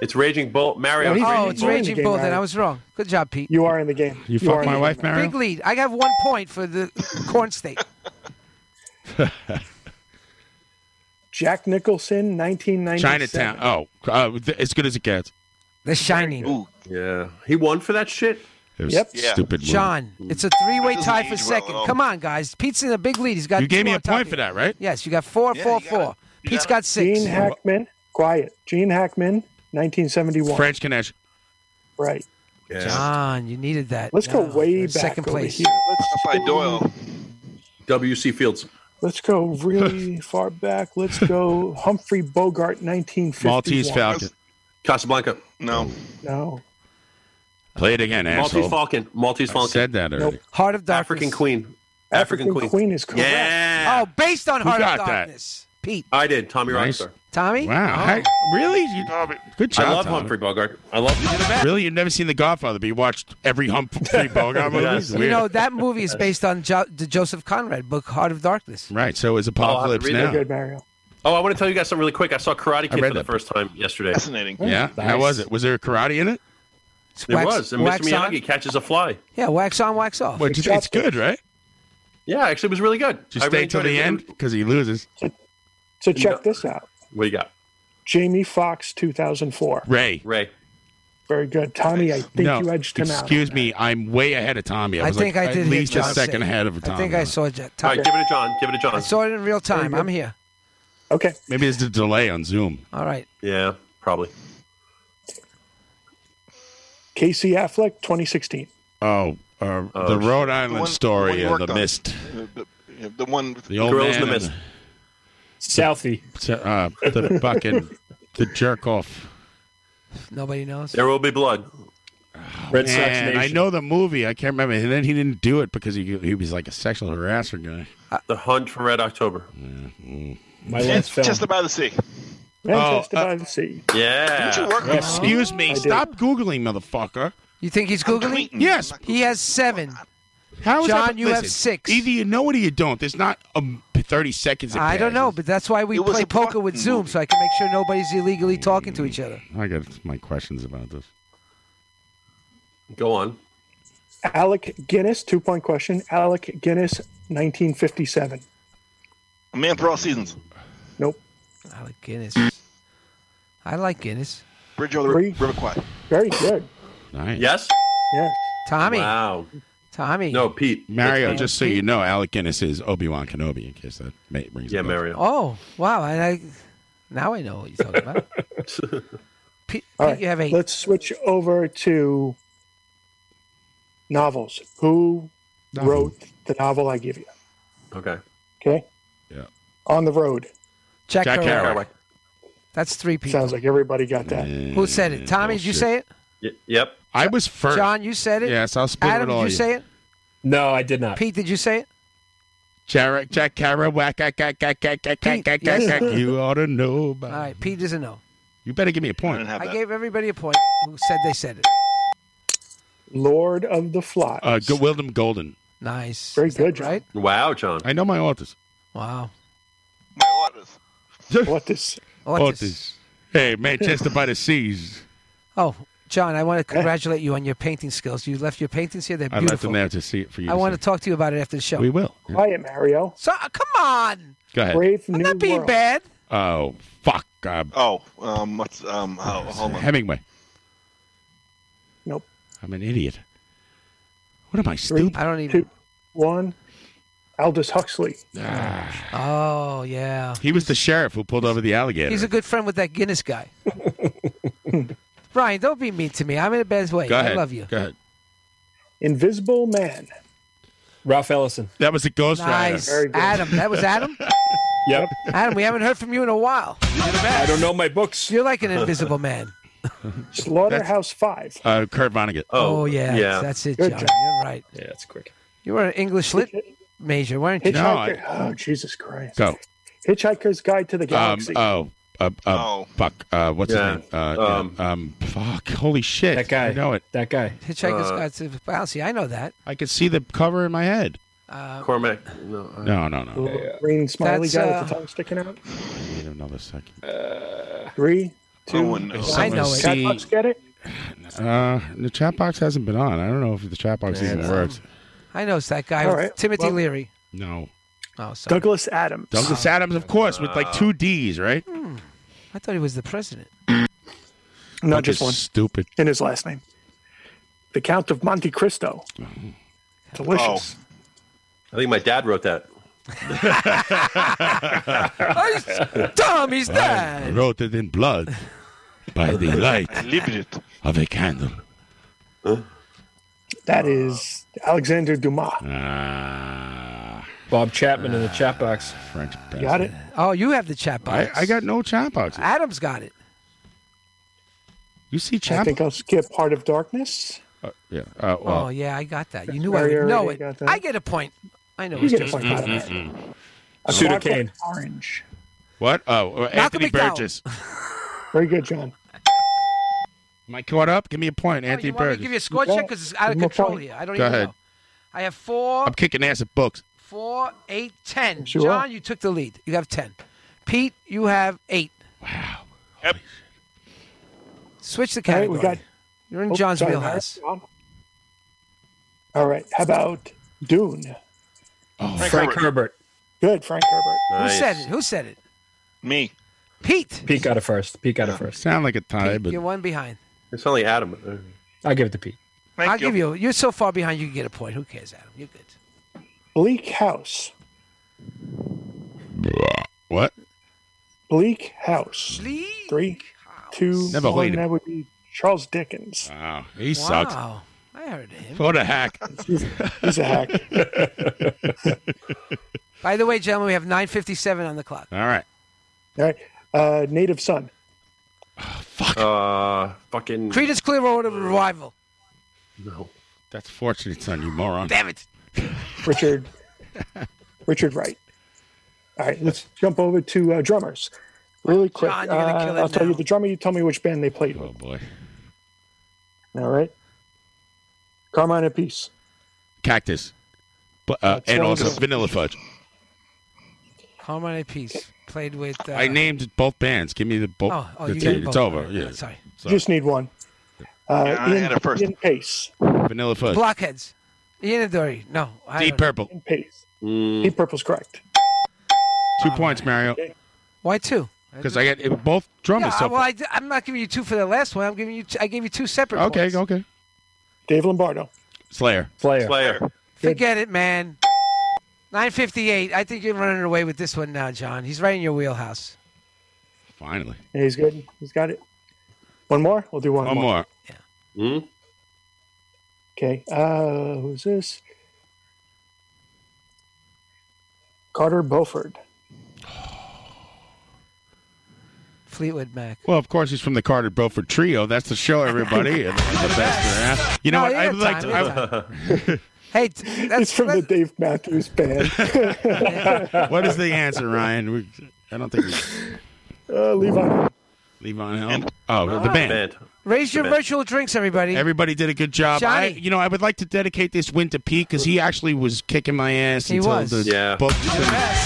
[SPEAKER 1] It's Raging Bull. Mario.
[SPEAKER 16] oh, it's Raging Bull. Then I was wrong. Good job, Pete.
[SPEAKER 12] You are in the game.
[SPEAKER 2] You fucked
[SPEAKER 12] are in
[SPEAKER 2] my
[SPEAKER 12] the game,
[SPEAKER 2] wife, Mario?
[SPEAKER 16] Big lead. I have one point for the corn state.
[SPEAKER 12] Jack Nicholson, 1997.
[SPEAKER 2] Chinatown. Oh, uh, th- as good as it gets.
[SPEAKER 16] The Shining.
[SPEAKER 1] Yeah. He won for that shit?
[SPEAKER 2] It was
[SPEAKER 1] Yep. Yeah.
[SPEAKER 2] Stupid. movie.
[SPEAKER 16] John, it's a three-way
[SPEAKER 1] That doesn't
[SPEAKER 16] tie
[SPEAKER 1] age
[SPEAKER 16] for
[SPEAKER 1] well
[SPEAKER 16] second.
[SPEAKER 1] at all.
[SPEAKER 16] Come on, guys. Pete's in a big lead. He's got.
[SPEAKER 2] You gave
[SPEAKER 16] two
[SPEAKER 2] me
[SPEAKER 16] on
[SPEAKER 2] a
[SPEAKER 16] top
[SPEAKER 2] point
[SPEAKER 16] of
[SPEAKER 2] for
[SPEAKER 16] you.
[SPEAKER 2] that, right?
[SPEAKER 16] Yes, you got four,
[SPEAKER 12] Yeah,
[SPEAKER 16] four,
[SPEAKER 12] you
[SPEAKER 16] four. Pete's got six.
[SPEAKER 12] Gene Hackman, quiet. Gene Hackman, 1971.
[SPEAKER 2] French Connection.
[SPEAKER 12] Right.
[SPEAKER 16] John, you needed that.
[SPEAKER 12] Let's go
[SPEAKER 16] No,
[SPEAKER 12] way back.
[SPEAKER 16] Second
[SPEAKER 12] over
[SPEAKER 16] place.
[SPEAKER 12] here. Let's
[SPEAKER 3] by Doyle.
[SPEAKER 1] W.C. Fields.
[SPEAKER 12] Let's go really far back. Let's go Humphrey Bogart, 1951.
[SPEAKER 2] Maltese Falcon.
[SPEAKER 1] Casablanca.
[SPEAKER 3] No.
[SPEAKER 12] No.
[SPEAKER 2] Play it again, asshole.
[SPEAKER 1] Maltese Falcon. Maltese
[SPEAKER 2] I
[SPEAKER 1] Falcon.
[SPEAKER 2] said that already. Nope.
[SPEAKER 16] Heart of Darkness.
[SPEAKER 1] African Queen.
[SPEAKER 12] African,
[SPEAKER 1] Queen.
[SPEAKER 12] Queen is correct.
[SPEAKER 1] Yeah.
[SPEAKER 16] Oh, based on
[SPEAKER 1] Who
[SPEAKER 16] Heart
[SPEAKER 1] got
[SPEAKER 16] of
[SPEAKER 1] that?
[SPEAKER 16] Darkness. Pete.
[SPEAKER 1] I did. Tommy
[SPEAKER 2] Nice.
[SPEAKER 1] Rockstar.
[SPEAKER 16] Tommy?
[SPEAKER 2] Wow.
[SPEAKER 16] Oh.
[SPEAKER 2] Hey, really? You- good job.
[SPEAKER 1] I love
[SPEAKER 2] Tom.
[SPEAKER 1] Humphrey Bogart. I love
[SPEAKER 2] Really? You've never seen The Godfather, but you watched every Humphrey Bogart movie?
[SPEAKER 1] Yes.
[SPEAKER 2] It's
[SPEAKER 16] You
[SPEAKER 2] weird.
[SPEAKER 16] know, that movie is based on jo- the Joseph Conrad book, Heart of Darkness.
[SPEAKER 2] right. So is Apocalypse
[SPEAKER 1] read
[SPEAKER 2] Now.
[SPEAKER 1] that.
[SPEAKER 12] Good, Mario.
[SPEAKER 1] Oh, I want to tell you guys something really quick. I saw Karate Kid
[SPEAKER 2] read
[SPEAKER 1] for the
[SPEAKER 2] that
[SPEAKER 1] first time yesterday.
[SPEAKER 3] Fascinating.
[SPEAKER 2] Yeah. How
[SPEAKER 16] Oh, Nice.
[SPEAKER 2] was it? Was there karate in it?
[SPEAKER 1] There
[SPEAKER 16] Wax-
[SPEAKER 1] was. And Mr.
[SPEAKER 16] wax on?
[SPEAKER 1] Miyagi catches a fly.
[SPEAKER 16] Yeah, wax on, wax off.
[SPEAKER 2] Well, it's, it's good, right?
[SPEAKER 1] Yeah, actually, it was really good.
[SPEAKER 2] Did
[SPEAKER 1] I
[SPEAKER 2] you
[SPEAKER 1] really
[SPEAKER 2] stay till
[SPEAKER 1] enjoyed
[SPEAKER 2] the
[SPEAKER 1] it.
[SPEAKER 2] end? Because he loses.
[SPEAKER 12] So check this out.
[SPEAKER 1] What do you got?
[SPEAKER 12] Jamie Foxx, 2004.
[SPEAKER 2] Ray.
[SPEAKER 1] Ray.
[SPEAKER 12] Very good. Tommy, I think
[SPEAKER 2] no,
[SPEAKER 12] you edged him out.
[SPEAKER 2] excuse me. I'm way ahead of Tommy. I,
[SPEAKER 16] I
[SPEAKER 2] was
[SPEAKER 16] think
[SPEAKER 2] like
[SPEAKER 16] I did
[SPEAKER 2] at
[SPEAKER 16] hear
[SPEAKER 2] least a
[SPEAKER 16] John
[SPEAKER 2] second
[SPEAKER 16] say-
[SPEAKER 2] ahead of Tommy.
[SPEAKER 16] I think I saw that.
[SPEAKER 1] All right, give it a John. Give it a John.
[SPEAKER 16] I saw it in real time. I'm here.
[SPEAKER 12] Okay.
[SPEAKER 2] Maybe there's a delay on Zoom.
[SPEAKER 16] All right.
[SPEAKER 1] Yeah, probably.
[SPEAKER 12] Casey Affleck, 2016.
[SPEAKER 2] Oh, uh, the Rhode Island story of the mist.
[SPEAKER 3] The, the one.
[SPEAKER 2] The old
[SPEAKER 1] Girls
[SPEAKER 2] man
[SPEAKER 1] in the
[SPEAKER 2] and
[SPEAKER 1] Mist.
[SPEAKER 4] Southie.
[SPEAKER 2] the- Uh, the fucking the jerk off.
[SPEAKER 16] Nobody knows.
[SPEAKER 1] There will be blood.
[SPEAKER 4] Red Sox
[SPEAKER 2] Man, I
[SPEAKER 4] Nation.
[SPEAKER 2] know the movie. I can't remember. And then he didn't do it because he he was like a sexual harasser guy.
[SPEAKER 16] Uh,
[SPEAKER 1] The Hunt for Red October.
[SPEAKER 2] Mm-hmm.
[SPEAKER 4] My
[SPEAKER 3] It's just about the sea.
[SPEAKER 2] Oh,
[SPEAKER 12] Manchester
[SPEAKER 2] uh,
[SPEAKER 12] by the Sea.
[SPEAKER 1] Oh, uh, Yeah.
[SPEAKER 3] Didn't you work with
[SPEAKER 2] Excuse me. Stop googling, motherfucker.
[SPEAKER 16] You think he's Googling?
[SPEAKER 2] Yes.
[SPEAKER 16] He has seven.
[SPEAKER 2] How is
[SPEAKER 16] John,
[SPEAKER 2] that?
[SPEAKER 16] you have
[SPEAKER 2] Listen,
[SPEAKER 16] six.
[SPEAKER 2] Either you know it or you don't. There's not um, 30 seconds. Of
[SPEAKER 16] I don't know, but that's why we
[SPEAKER 3] It was
[SPEAKER 16] play
[SPEAKER 3] a
[SPEAKER 16] poker with
[SPEAKER 3] fucking
[SPEAKER 16] Zoom
[SPEAKER 3] movie.
[SPEAKER 16] so I can make sure nobody's illegally talking to each other.
[SPEAKER 2] I got my questions about this.
[SPEAKER 1] Go on.
[SPEAKER 12] Alec Guinness, two point question. Alec Guinness, 1957.
[SPEAKER 3] A man for all seasons.
[SPEAKER 12] Nope.
[SPEAKER 16] I like Guinness. I like Guinness.
[SPEAKER 3] Bridge over the
[SPEAKER 12] Three.
[SPEAKER 3] River Kwai.
[SPEAKER 12] Very good.
[SPEAKER 2] Nice.
[SPEAKER 1] Yes?
[SPEAKER 12] Yes.
[SPEAKER 16] Tommy.
[SPEAKER 1] Wow.
[SPEAKER 16] Tommy.
[SPEAKER 1] No, Pete.
[SPEAKER 2] Mario, just so you know, Alec Guinness is Obi Wan Kenobi, in case that may, rings.
[SPEAKER 1] Yeah,
[SPEAKER 2] a bell.
[SPEAKER 1] Mario.
[SPEAKER 16] Oh, wow. And I, now I know what you're talking about. Pete,
[SPEAKER 12] All
[SPEAKER 16] Pete,
[SPEAKER 12] right,
[SPEAKER 16] you have eight.
[SPEAKER 12] Let's switch over to novels. Who
[SPEAKER 2] Novel.
[SPEAKER 12] wrote the novel I give you?
[SPEAKER 1] Okay.
[SPEAKER 12] Okay.
[SPEAKER 2] Yeah.
[SPEAKER 12] On the Road.
[SPEAKER 16] Jack,
[SPEAKER 2] Jack
[SPEAKER 16] Kerouac.
[SPEAKER 2] Kerouac.
[SPEAKER 16] That's three people.
[SPEAKER 12] Sounds like everybody got that.
[SPEAKER 16] Who said it? Tommy,
[SPEAKER 2] Mm,
[SPEAKER 16] did you say it?
[SPEAKER 1] Y- yep.
[SPEAKER 2] I was first.
[SPEAKER 16] John, you said it?
[SPEAKER 2] yes, I'll split
[SPEAKER 16] Adam,
[SPEAKER 2] it
[SPEAKER 16] did
[SPEAKER 2] all.
[SPEAKER 16] you say it?
[SPEAKER 4] No, I did not.
[SPEAKER 16] Pete, did you say it?
[SPEAKER 2] Chara, chakara, whack, whack, whack, whack, whack, whack, whack, whack, whack. You ought to know
[SPEAKER 16] All
[SPEAKER 2] about.
[SPEAKER 16] right, Pete doesn't know.
[SPEAKER 2] You better give me a point.
[SPEAKER 16] I gave everybody a point who said they said it.
[SPEAKER 12] Lord of the Flies.
[SPEAKER 2] Uh, Go- Wildem Golden.
[SPEAKER 16] Nice.
[SPEAKER 12] Very good, John.
[SPEAKER 16] right?
[SPEAKER 1] Wow, John.
[SPEAKER 2] I know my authors.
[SPEAKER 16] Wow.
[SPEAKER 12] What this?
[SPEAKER 2] Authors. Hey, Manchester by the Seas.
[SPEAKER 16] Oh, John, I want to congratulate you on your painting skills. You left your paintings here. They're
[SPEAKER 2] I left
[SPEAKER 16] beautiful.
[SPEAKER 2] them there to see it for you.
[SPEAKER 16] I
[SPEAKER 2] to
[SPEAKER 16] want to
[SPEAKER 2] see.
[SPEAKER 16] talk to you about it after the show.
[SPEAKER 2] We will.
[SPEAKER 12] Quiet, Mario.
[SPEAKER 16] So, uh, come on.
[SPEAKER 2] Go ahead.
[SPEAKER 12] Brave
[SPEAKER 16] I'm not being bad.
[SPEAKER 2] Oh fuck! Uh,
[SPEAKER 3] Oh, um, what's um? Oh, hold on.
[SPEAKER 2] Hemingway.
[SPEAKER 12] Nope.
[SPEAKER 2] I'm an idiot. What am I
[SPEAKER 12] Three,
[SPEAKER 2] stupid?
[SPEAKER 16] I don't
[SPEAKER 12] even. Two, one. Aldous Huxley.
[SPEAKER 16] Oh yeah.
[SPEAKER 2] He was the sheriff who pulled over the alligator.
[SPEAKER 16] He's a good friend with that Guinness guy. Brian, don't be mean to me. I'm in a bad way.
[SPEAKER 2] Go ahead.
[SPEAKER 16] I love you.
[SPEAKER 2] Go ahead.
[SPEAKER 12] Invisible Man.
[SPEAKER 4] Ralph Ellison.
[SPEAKER 2] That was a Ghost
[SPEAKER 16] Nice. Adam. That was Adam?
[SPEAKER 4] Yep.
[SPEAKER 16] Adam, we haven't heard from you in a while. I
[SPEAKER 4] don't know my books.
[SPEAKER 16] You're like an invisible man.
[SPEAKER 12] Slaughterhouse Five.
[SPEAKER 2] Uh, Kurt Vonnegut.
[SPEAKER 16] Oh, yeah. That's it, John.
[SPEAKER 12] Good job.
[SPEAKER 16] You're right.
[SPEAKER 4] Yeah, that's quick.
[SPEAKER 16] You were an English lit major, weren't you?
[SPEAKER 12] Hitchhiker. Oh, Jesus Christ.
[SPEAKER 2] Go.
[SPEAKER 12] Hitchhiker's Guide to the
[SPEAKER 2] Um,
[SPEAKER 12] Galaxy.
[SPEAKER 2] oh, uh, uh, fuck. Uh, what's
[SPEAKER 1] Yeah.
[SPEAKER 2] his name? Uh,
[SPEAKER 1] Um,
[SPEAKER 2] yeah, um, fuck. Holy shit. That guy. I know it.
[SPEAKER 4] That guy.
[SPEAKER 16] Hitchhiker's
[SPEAKER 2] Uh,
[SPEAKER 16] Guide to the Galaxy. I know that.
[SPEAKER 2] I could see the cover in my head.
[SPEAKER 16] Uh,
[SPEAKER 1] Cormac. No, I-
[SPEAKER 2] No, no, no.
[SPEAKER 12] Little green smiley
[SPEAKER 16] That's,
[SPEAKER 12] guy
[SPEAKER 16] uh,
[SPEAKER 12] with the tongue sticking out.
[SPEAKER 2] I need another second.
[SPEAKER 12] Three, two.
[SPEAKER 3] Oh,
[SPEAKER 2] If
[SPEAKER 3] uh,
[SPEAKER 2] someone see-
[SPEAKER 12] Chatbots get it?
[SPEAKER 2] Uh, the chat box hasn't been on. I don't know if the chat box even
[SPEAKER 16] it's-
[SPEAKER 2] works.
[SPEAKER 16] I know it's that guy.
[SPEAKER 12] All right.
[SPEAKER 16] Timothy
[SPEAKER 12] Well-
[SPEAKER 16] Leary.
[SPEAKER 2] No.
[SPEAKER 16] Oh, sorry. Oh,
[SPEAKER 12] Douglas Adams.
[SPEAKER 2] Douglas Adams, of course, with like two D's, right?
[SPEAKER 16] I thought he was the president.
[SPEAKER 12] Not
[SPEAKER 2] Bunch
[SPEAKER 12] just
[SPEAKER 2] of
[SPEAKER 12] one.
[SPEAKER 2] Stupid.
[SPEAKER 12] In his last name. The Count of Monte Cristo.
[SPEAKER 16] Oh.
[SPEAKER 12] Delicious.
[SPEAKER 1] I think my dad wrote that.
[SPEAKER 16] Dumb, he's dead.
[SPEAKER 2] I wrote it in blood by the light of a candle.
[SPEAKER 12] That is Alexander Dumas.
[SPEAKER 2] Ah,
[SPEAKER 4] Bob Chapman in the chat box.
[SPEAKER 2] French bastard.
[SPEAKER 12] Got it?
[SPEAKER 16] Oh, you have the chat box.
[SPEAKER 2] I, I got no chat boxes.
[SPEAKER 16] Adam's got it.
[SPEAKER 2] You see
[SPEAKER 12] I
[SPEAKER 2] chat?
[SPEAKER 12] think I'll skip Heart of Darkness.
[SPEAKER 2] uh, yeah. Uh, well,
[SPEAKER 16] oh, yeah, I got that. You knew I
[SPEAKER 12] Mary
[SPEAKER 16] would know
[SPEAKER 12] already
[SPEAKER 16] it.
[SPEAKER 12] got that.
[SPEAKER 16] I get a point. I know
[SPEAKER 12] You
[SPEAKER 16] it's Mm-hmm.
[SPEAKER 12] get a
[SPEAKER 16] James
[SPEAKER 12] point. Mm-mm.
[SPEAKER 16] Bond.
[SPEAKER 12] A
[SPEAKER 4] Pseudocane.
[SPEAKER 12] Clockwork Orange.
[SPEAKER 2] What? Oh, uh,
[SPEAKER 16] Malcolm
[SPEAKER 2] Anthony
[SPEAKER 16] McDowell.
[SPEAKER 2] Burgess.
[SPEAKER 12] Very good, John.
[SPEAKER 2] Am I caught up? Give me a point,
[SPEAKER 16] Oh,
[SPEAKER 2] Anthony
[SPEAKER 16] you want me to
[SPEAKER 2] Burgess.
[SPEAKER 16] give you a score
[SPEAKER 12] Yeah.
[SPEAKER 16] check because it's out of
[SPEAKER 12] Give him a
[SPEAKER 16] control
[SPEAKER 12] point.
[SPEAKER 16] here. I don't
[SPEAKER 2] Go
[SPEAKER 16] even
[SPEAKER 2] ahead.
[SPEAKER 16] know. I have four,
[SPEAKER 2] I'm kicking ass at books.
[SPEAKER 16] four, eight, ten.
[SPEAKER 12] Sure.
[SPEAKER 16] John, you took the lead. You have ten. Pete, you have eight.
[SPEAKER 2] Wow.
[SPEAKER 16] Switch the
[SPEAKER 12] All right, we
[SPEAKER 16] category.
[SPEAKER 12] got.
[SPEAKER 16] You're in
[SPEAKER 12] oh,
[SPEAKER 16] John's
[SPEAKER 12] sorry,
[SPEAKER 16] wheelhouse.
[SPEAKER 12] John. All right. How about Dune?
[SPEAKER 2] Oh,
[SPEAKER 4] Frank, Herbert.
[SPEAKER 12] Good, Frank Herbert.
[SPEAKER 16] Who said it? Who said it?
[SPEAKER 3] Me.
[SPEAKER 16] Pete.
[SPEAKER 4] Pete got it first. Pete got it first.
[SPEAKER 2] Oh, Sound like a tie,
[SPEAKER 16] Pete
[SPEAKER 2] but
[SPEAKER 16] you're one behind.
[SPEAKER 1] It's only Adam. Uh,
[SPEAKER 4] I give it to Pete.
[SPEAKER 3] Thank
[SPEAKER 16] I'll
[SPEAKER 3] you.
[SPEAKER 16] give you. You're so far behind, you can get a point. Who cares, Adam? You're good.
[SPEAKER 12] Bleak House.
[SPEAKER 2] what?
[SPEAKER 12] Bleak House.
[SPEAKER 16] Bleak
[SPEAKER 12] Three, two,
[SPEAKER 2] Never
[SPEAKER 12] one.
[SPEAKER 2] heard of-
[SPEAKER 12] That would be Charles Dickens.
[SPEAKER 2] Wow, he sucks.
[SPEAKER 16] Wow. Oh, I heard him.
[SPEAKER 2] What a hack.
[SPEAKER 12] He's a hack.
[SPEAKER 16] By the way, gentlemen, we have 9:57 on the clock.
[SPEAKER 2] All right.
[SPEAKER 12] All right. Uh, Native Son.
[SPEAKER 1] uh, fucking.
[SPEAKER 16] Creedence Clearwater Revival.
[SPEAKER 1] No.
[SPEAKER 2] That's fortunate, son, you moron.
[SPEAKER 16] Damn it.
[SPEAKER 12] Richard. Richard Wright. All right. Let's jump over to uh, drummers. Really quick.
[SPEAKER 16] John, you're gonna
[SPEAKER 12] Uh,
[SPEAKER 16] kill it
[SPEAKER 12] I'll tell
[SPEAKER 16] now.
[SPEAKER 12] you the drummer. You tell me which band they played
[SPEAKER 2] Oh,
[SPEAKER 12] with.
[SPEAKER 2] boy.
[SPEAKER 12] All right. Carmine and Peace.
[SPEAKER 2] Cactus. But, uh, and also Vanilla Fudge.
[SPEAKER 16] Carmine and Peace played with. Uh,
[SPEAKER 2] I named both bands. Give me the both.
[SPEAKER 16] Oh, oh,
[SPEAKER 2] the
[SPEAKER 16] you
[SPEAKER 2] two.
[SPEAKER 16] got
[SPEAKER 2] it's
[SPEAKER 16] both.
[SPEAKER 2] over.
[SPEAKER 16] All right,
[SPEAKER 2] Yeah.
[SPEAKER 16] Sorry.
[SPEAKER 2] So,
[SPEAKER 12] Just need one. Uh,
[SPEAKER 3] Yeah, I
[SPEAKER 12] Ian,
[SPEAKER 3] had it first.
[SPEAKER 12] Ian Pace.
[SPEAKER 2] Vanilla Fudge.
[SPEAKER 16] Blockheads. Ian and Dory. No. I
[SPEAKER 2] Deep
[SPEAKER 16] don't know.
[SPEAKER 2] Purple.
[SPEAKER 12] Ian Pace.
[SPEAKER 16] Hmm.
[SPEAKER 12] Deep Purple's correct.
[SPEAKER 2] Two points, Mario.
[SPEAKER 16] Why two?
[SPEAKER 2] Because I got it, both drummers.
[SPEAKER 16] Yeah,
[SPEAKER 2] so
[SPEAKER 16] well, I, am not giving you two for the last one. I'm giving you. Two, I gave you two separate.
[SPEAKER 2] okay,
[SPEAKER 16] points.
[SPEAKER 2] okay.
[SPEAKER 12] Dave Lombardo.
[SPEAKER 2] Slayer.
[SPEAKER 4] Player.
[SPEAKER 1] Slayer.
[SPEAKER 16] Forget it, man. 9:58. I think you're running away with this one now, John. He's right in your wheelhouse.
[SPEAKER 2] Finally.
[SPEAKER 12] Yeah, he's good. He's got it. One more. We'll do one,
[SPEAKER 2] One
[SPEAKER 12] more. Hmm?
[SPEAKER 2] more.
[SPEAKER 1] Mm?
[SPEAKER 12] Okay. Uh, who's this? Carter Beauford.
[SPEAKER 16] Fleetwood Mac.
[SPEAKER 2] Well, of course, he's from the Carter Beauford Trio. That's the show, everybody. and the best. around. You know what?
[SPEAKER 16] No, you
[SPEAKER 2] I
[SPEAKER 16] got
[SPEAKER 2] would like
[SPEAKER 16] time,
[SPEAKER 2] to.
[SPEAKER 16] you got
[SPEAKER 2] I,
[SPEAKER 16] Hey, t- that's
[SPEAKER 12] from the Dave Matthews Band.
[SPEAKER 2] what is the answer, Ryan? We, I don't think. We,
[SPEAKER 12] uh, Levon.
[SPEAKER 2] Levon Helm. Oh, the
[SPEAKER 16] Ah.
[SPEAKER 2] band.
[SPEAKER 16] Raise your
[SPEAKER 2] The band.
[SPEAKER 16] virtual drinks, everybody.
[SPEAKER 2] Everybody did a good job. I,
[SPEAKER 16] Johnny.
[SPEAKER 2] you know, I would like to dedicate this win to Pete because he actually was kicking my ass
[SPEAKER 16] He
[SPEAKER 2] until
[SPEAKER 16] was.
[SPEAKER 2] the
[SPEAKER 16] Yeah.
[SPEAKER 2] book.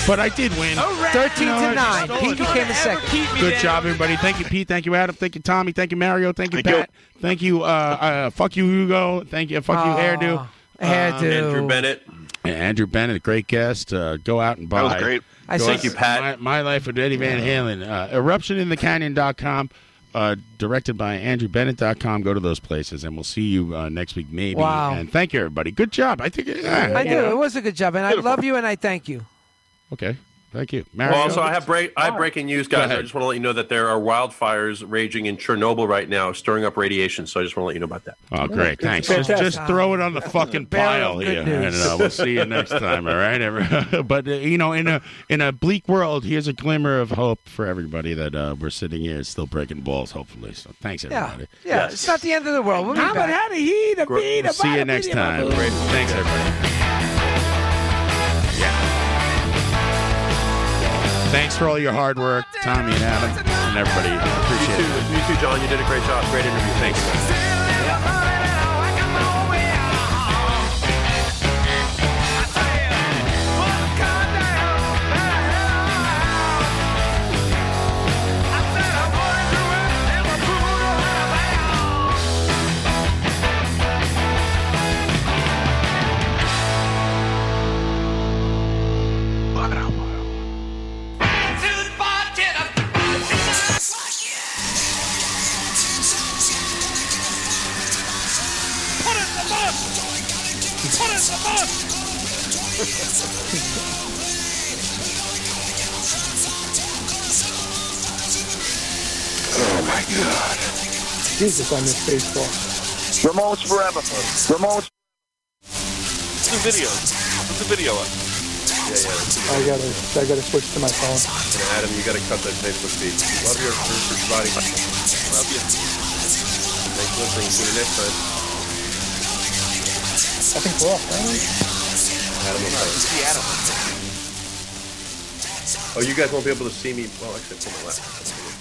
[SPEAKER 2] But I did win.
[SPEAKER 16] Thirteen
[SPEAKER 2] You know,
[SPEAKER 16] to
[SPEAKER 2] I
[SPEAKER 16] nine.
[SPEAKER 2] stole
[SPEAKER 16] Pete
[SPEAKER 2] it.
[SPEAKER 16] came in second.
[SPEAKER 2] Good job, everybody. Thank you, Pete. Thank you, Adam. Thank you, Tommy. Thank you, Mario. Thank you, Pat. Thank you, uh, uh, fuck you, Hugo. Thank you, fuck
[SPEAKER 16] Aw,
[SPEAKER 2] you, Hairdo.
[SPEAKER 16] Hairdo. Andrew
[SPEAKER 1] Um, Bennett.
[SPEAKER 2] Andrew Bennett, a great guest. Uh, go out and buy.
[SPEAKER 1] That was great. I
[SPEAKER 2] Go out-
[SPEAKER 1] saw- Thank you, Pat.
[SPEAKER 2] My, My Life with Eddie Van Halen. Uh, eruptioninthecanyon.com, uh, directed by andrewbennett.com. Go to those places, and we'll see you uh, next week, maybe.
[SPEAKER 16] Wow.
[SPEAKER 2] And thank you, everybody. Good job. I think. yeah.
[SPEAKER 16] I do. It was a good job, and I love you, and I thank you.
[SPEAKER 2] Okay. Thank you, Mario.
[SPEAKER 1] Well, also, I have break. I have breaking news, guys. I
[SPEAKER 2] ahead.
[SPEAKER 1] just want to let you know that there are wildfires raging in Chernobyl right now, stirring up radiation. So I just want to let you know about that.
[SPEAKER 2] Oh, great. Thanks. Just, just throw it on the fucking pile here. And, uh, we'll see you next time. All right. Every- but uh, you know, in a in a bleak world, here's a glimmer of hope for everybody that uh, we're sitting here still breaking balls. Hopefully. So thanks
[SPEAKER 16] Yeah,
[SPEAKER 2] everybody.
[SPEAKER 16] yeah. It's not the end of the world. We'll be back.
[SPEAKER 2] a heat,
[SPEAKER 16] a
[SPEAKER 2] We'll see you next time. Great. Thanks everybody. Yeah. Thanks for all your hard work, Tommy and Adam, and everybody. Appreciate
[SPEAKER 1] You
[SPEAKER 2] it.
[SPEAKER 1] too, you too, John. You did a great job. Great interview. Thanks.
[SPEAKER 6] Put it in the mud! Put it in the mud!
[SPEAKER 12] Oh my God. Jesus, I miss baseball.
[SPEAKER 18] Ramones forever. Ramones. The video. Put the video up.
[SPEAKER 1] Yeah,
[SPEAKER 12] I
[SPEAKER 1] yeah.
[SPEAKER 12] gotta, I gotta switch to my phone.
[SPEAKER 1] Adam, you got to cut that Facebook feed. Love your for providing. Love you. Thanks for listening. See you next time.
[SPEAKER 12] I think we're off, right?
[SPEAKER 1] Adam, will play. Oh, you guys won't be able to see me. Well, except for my left.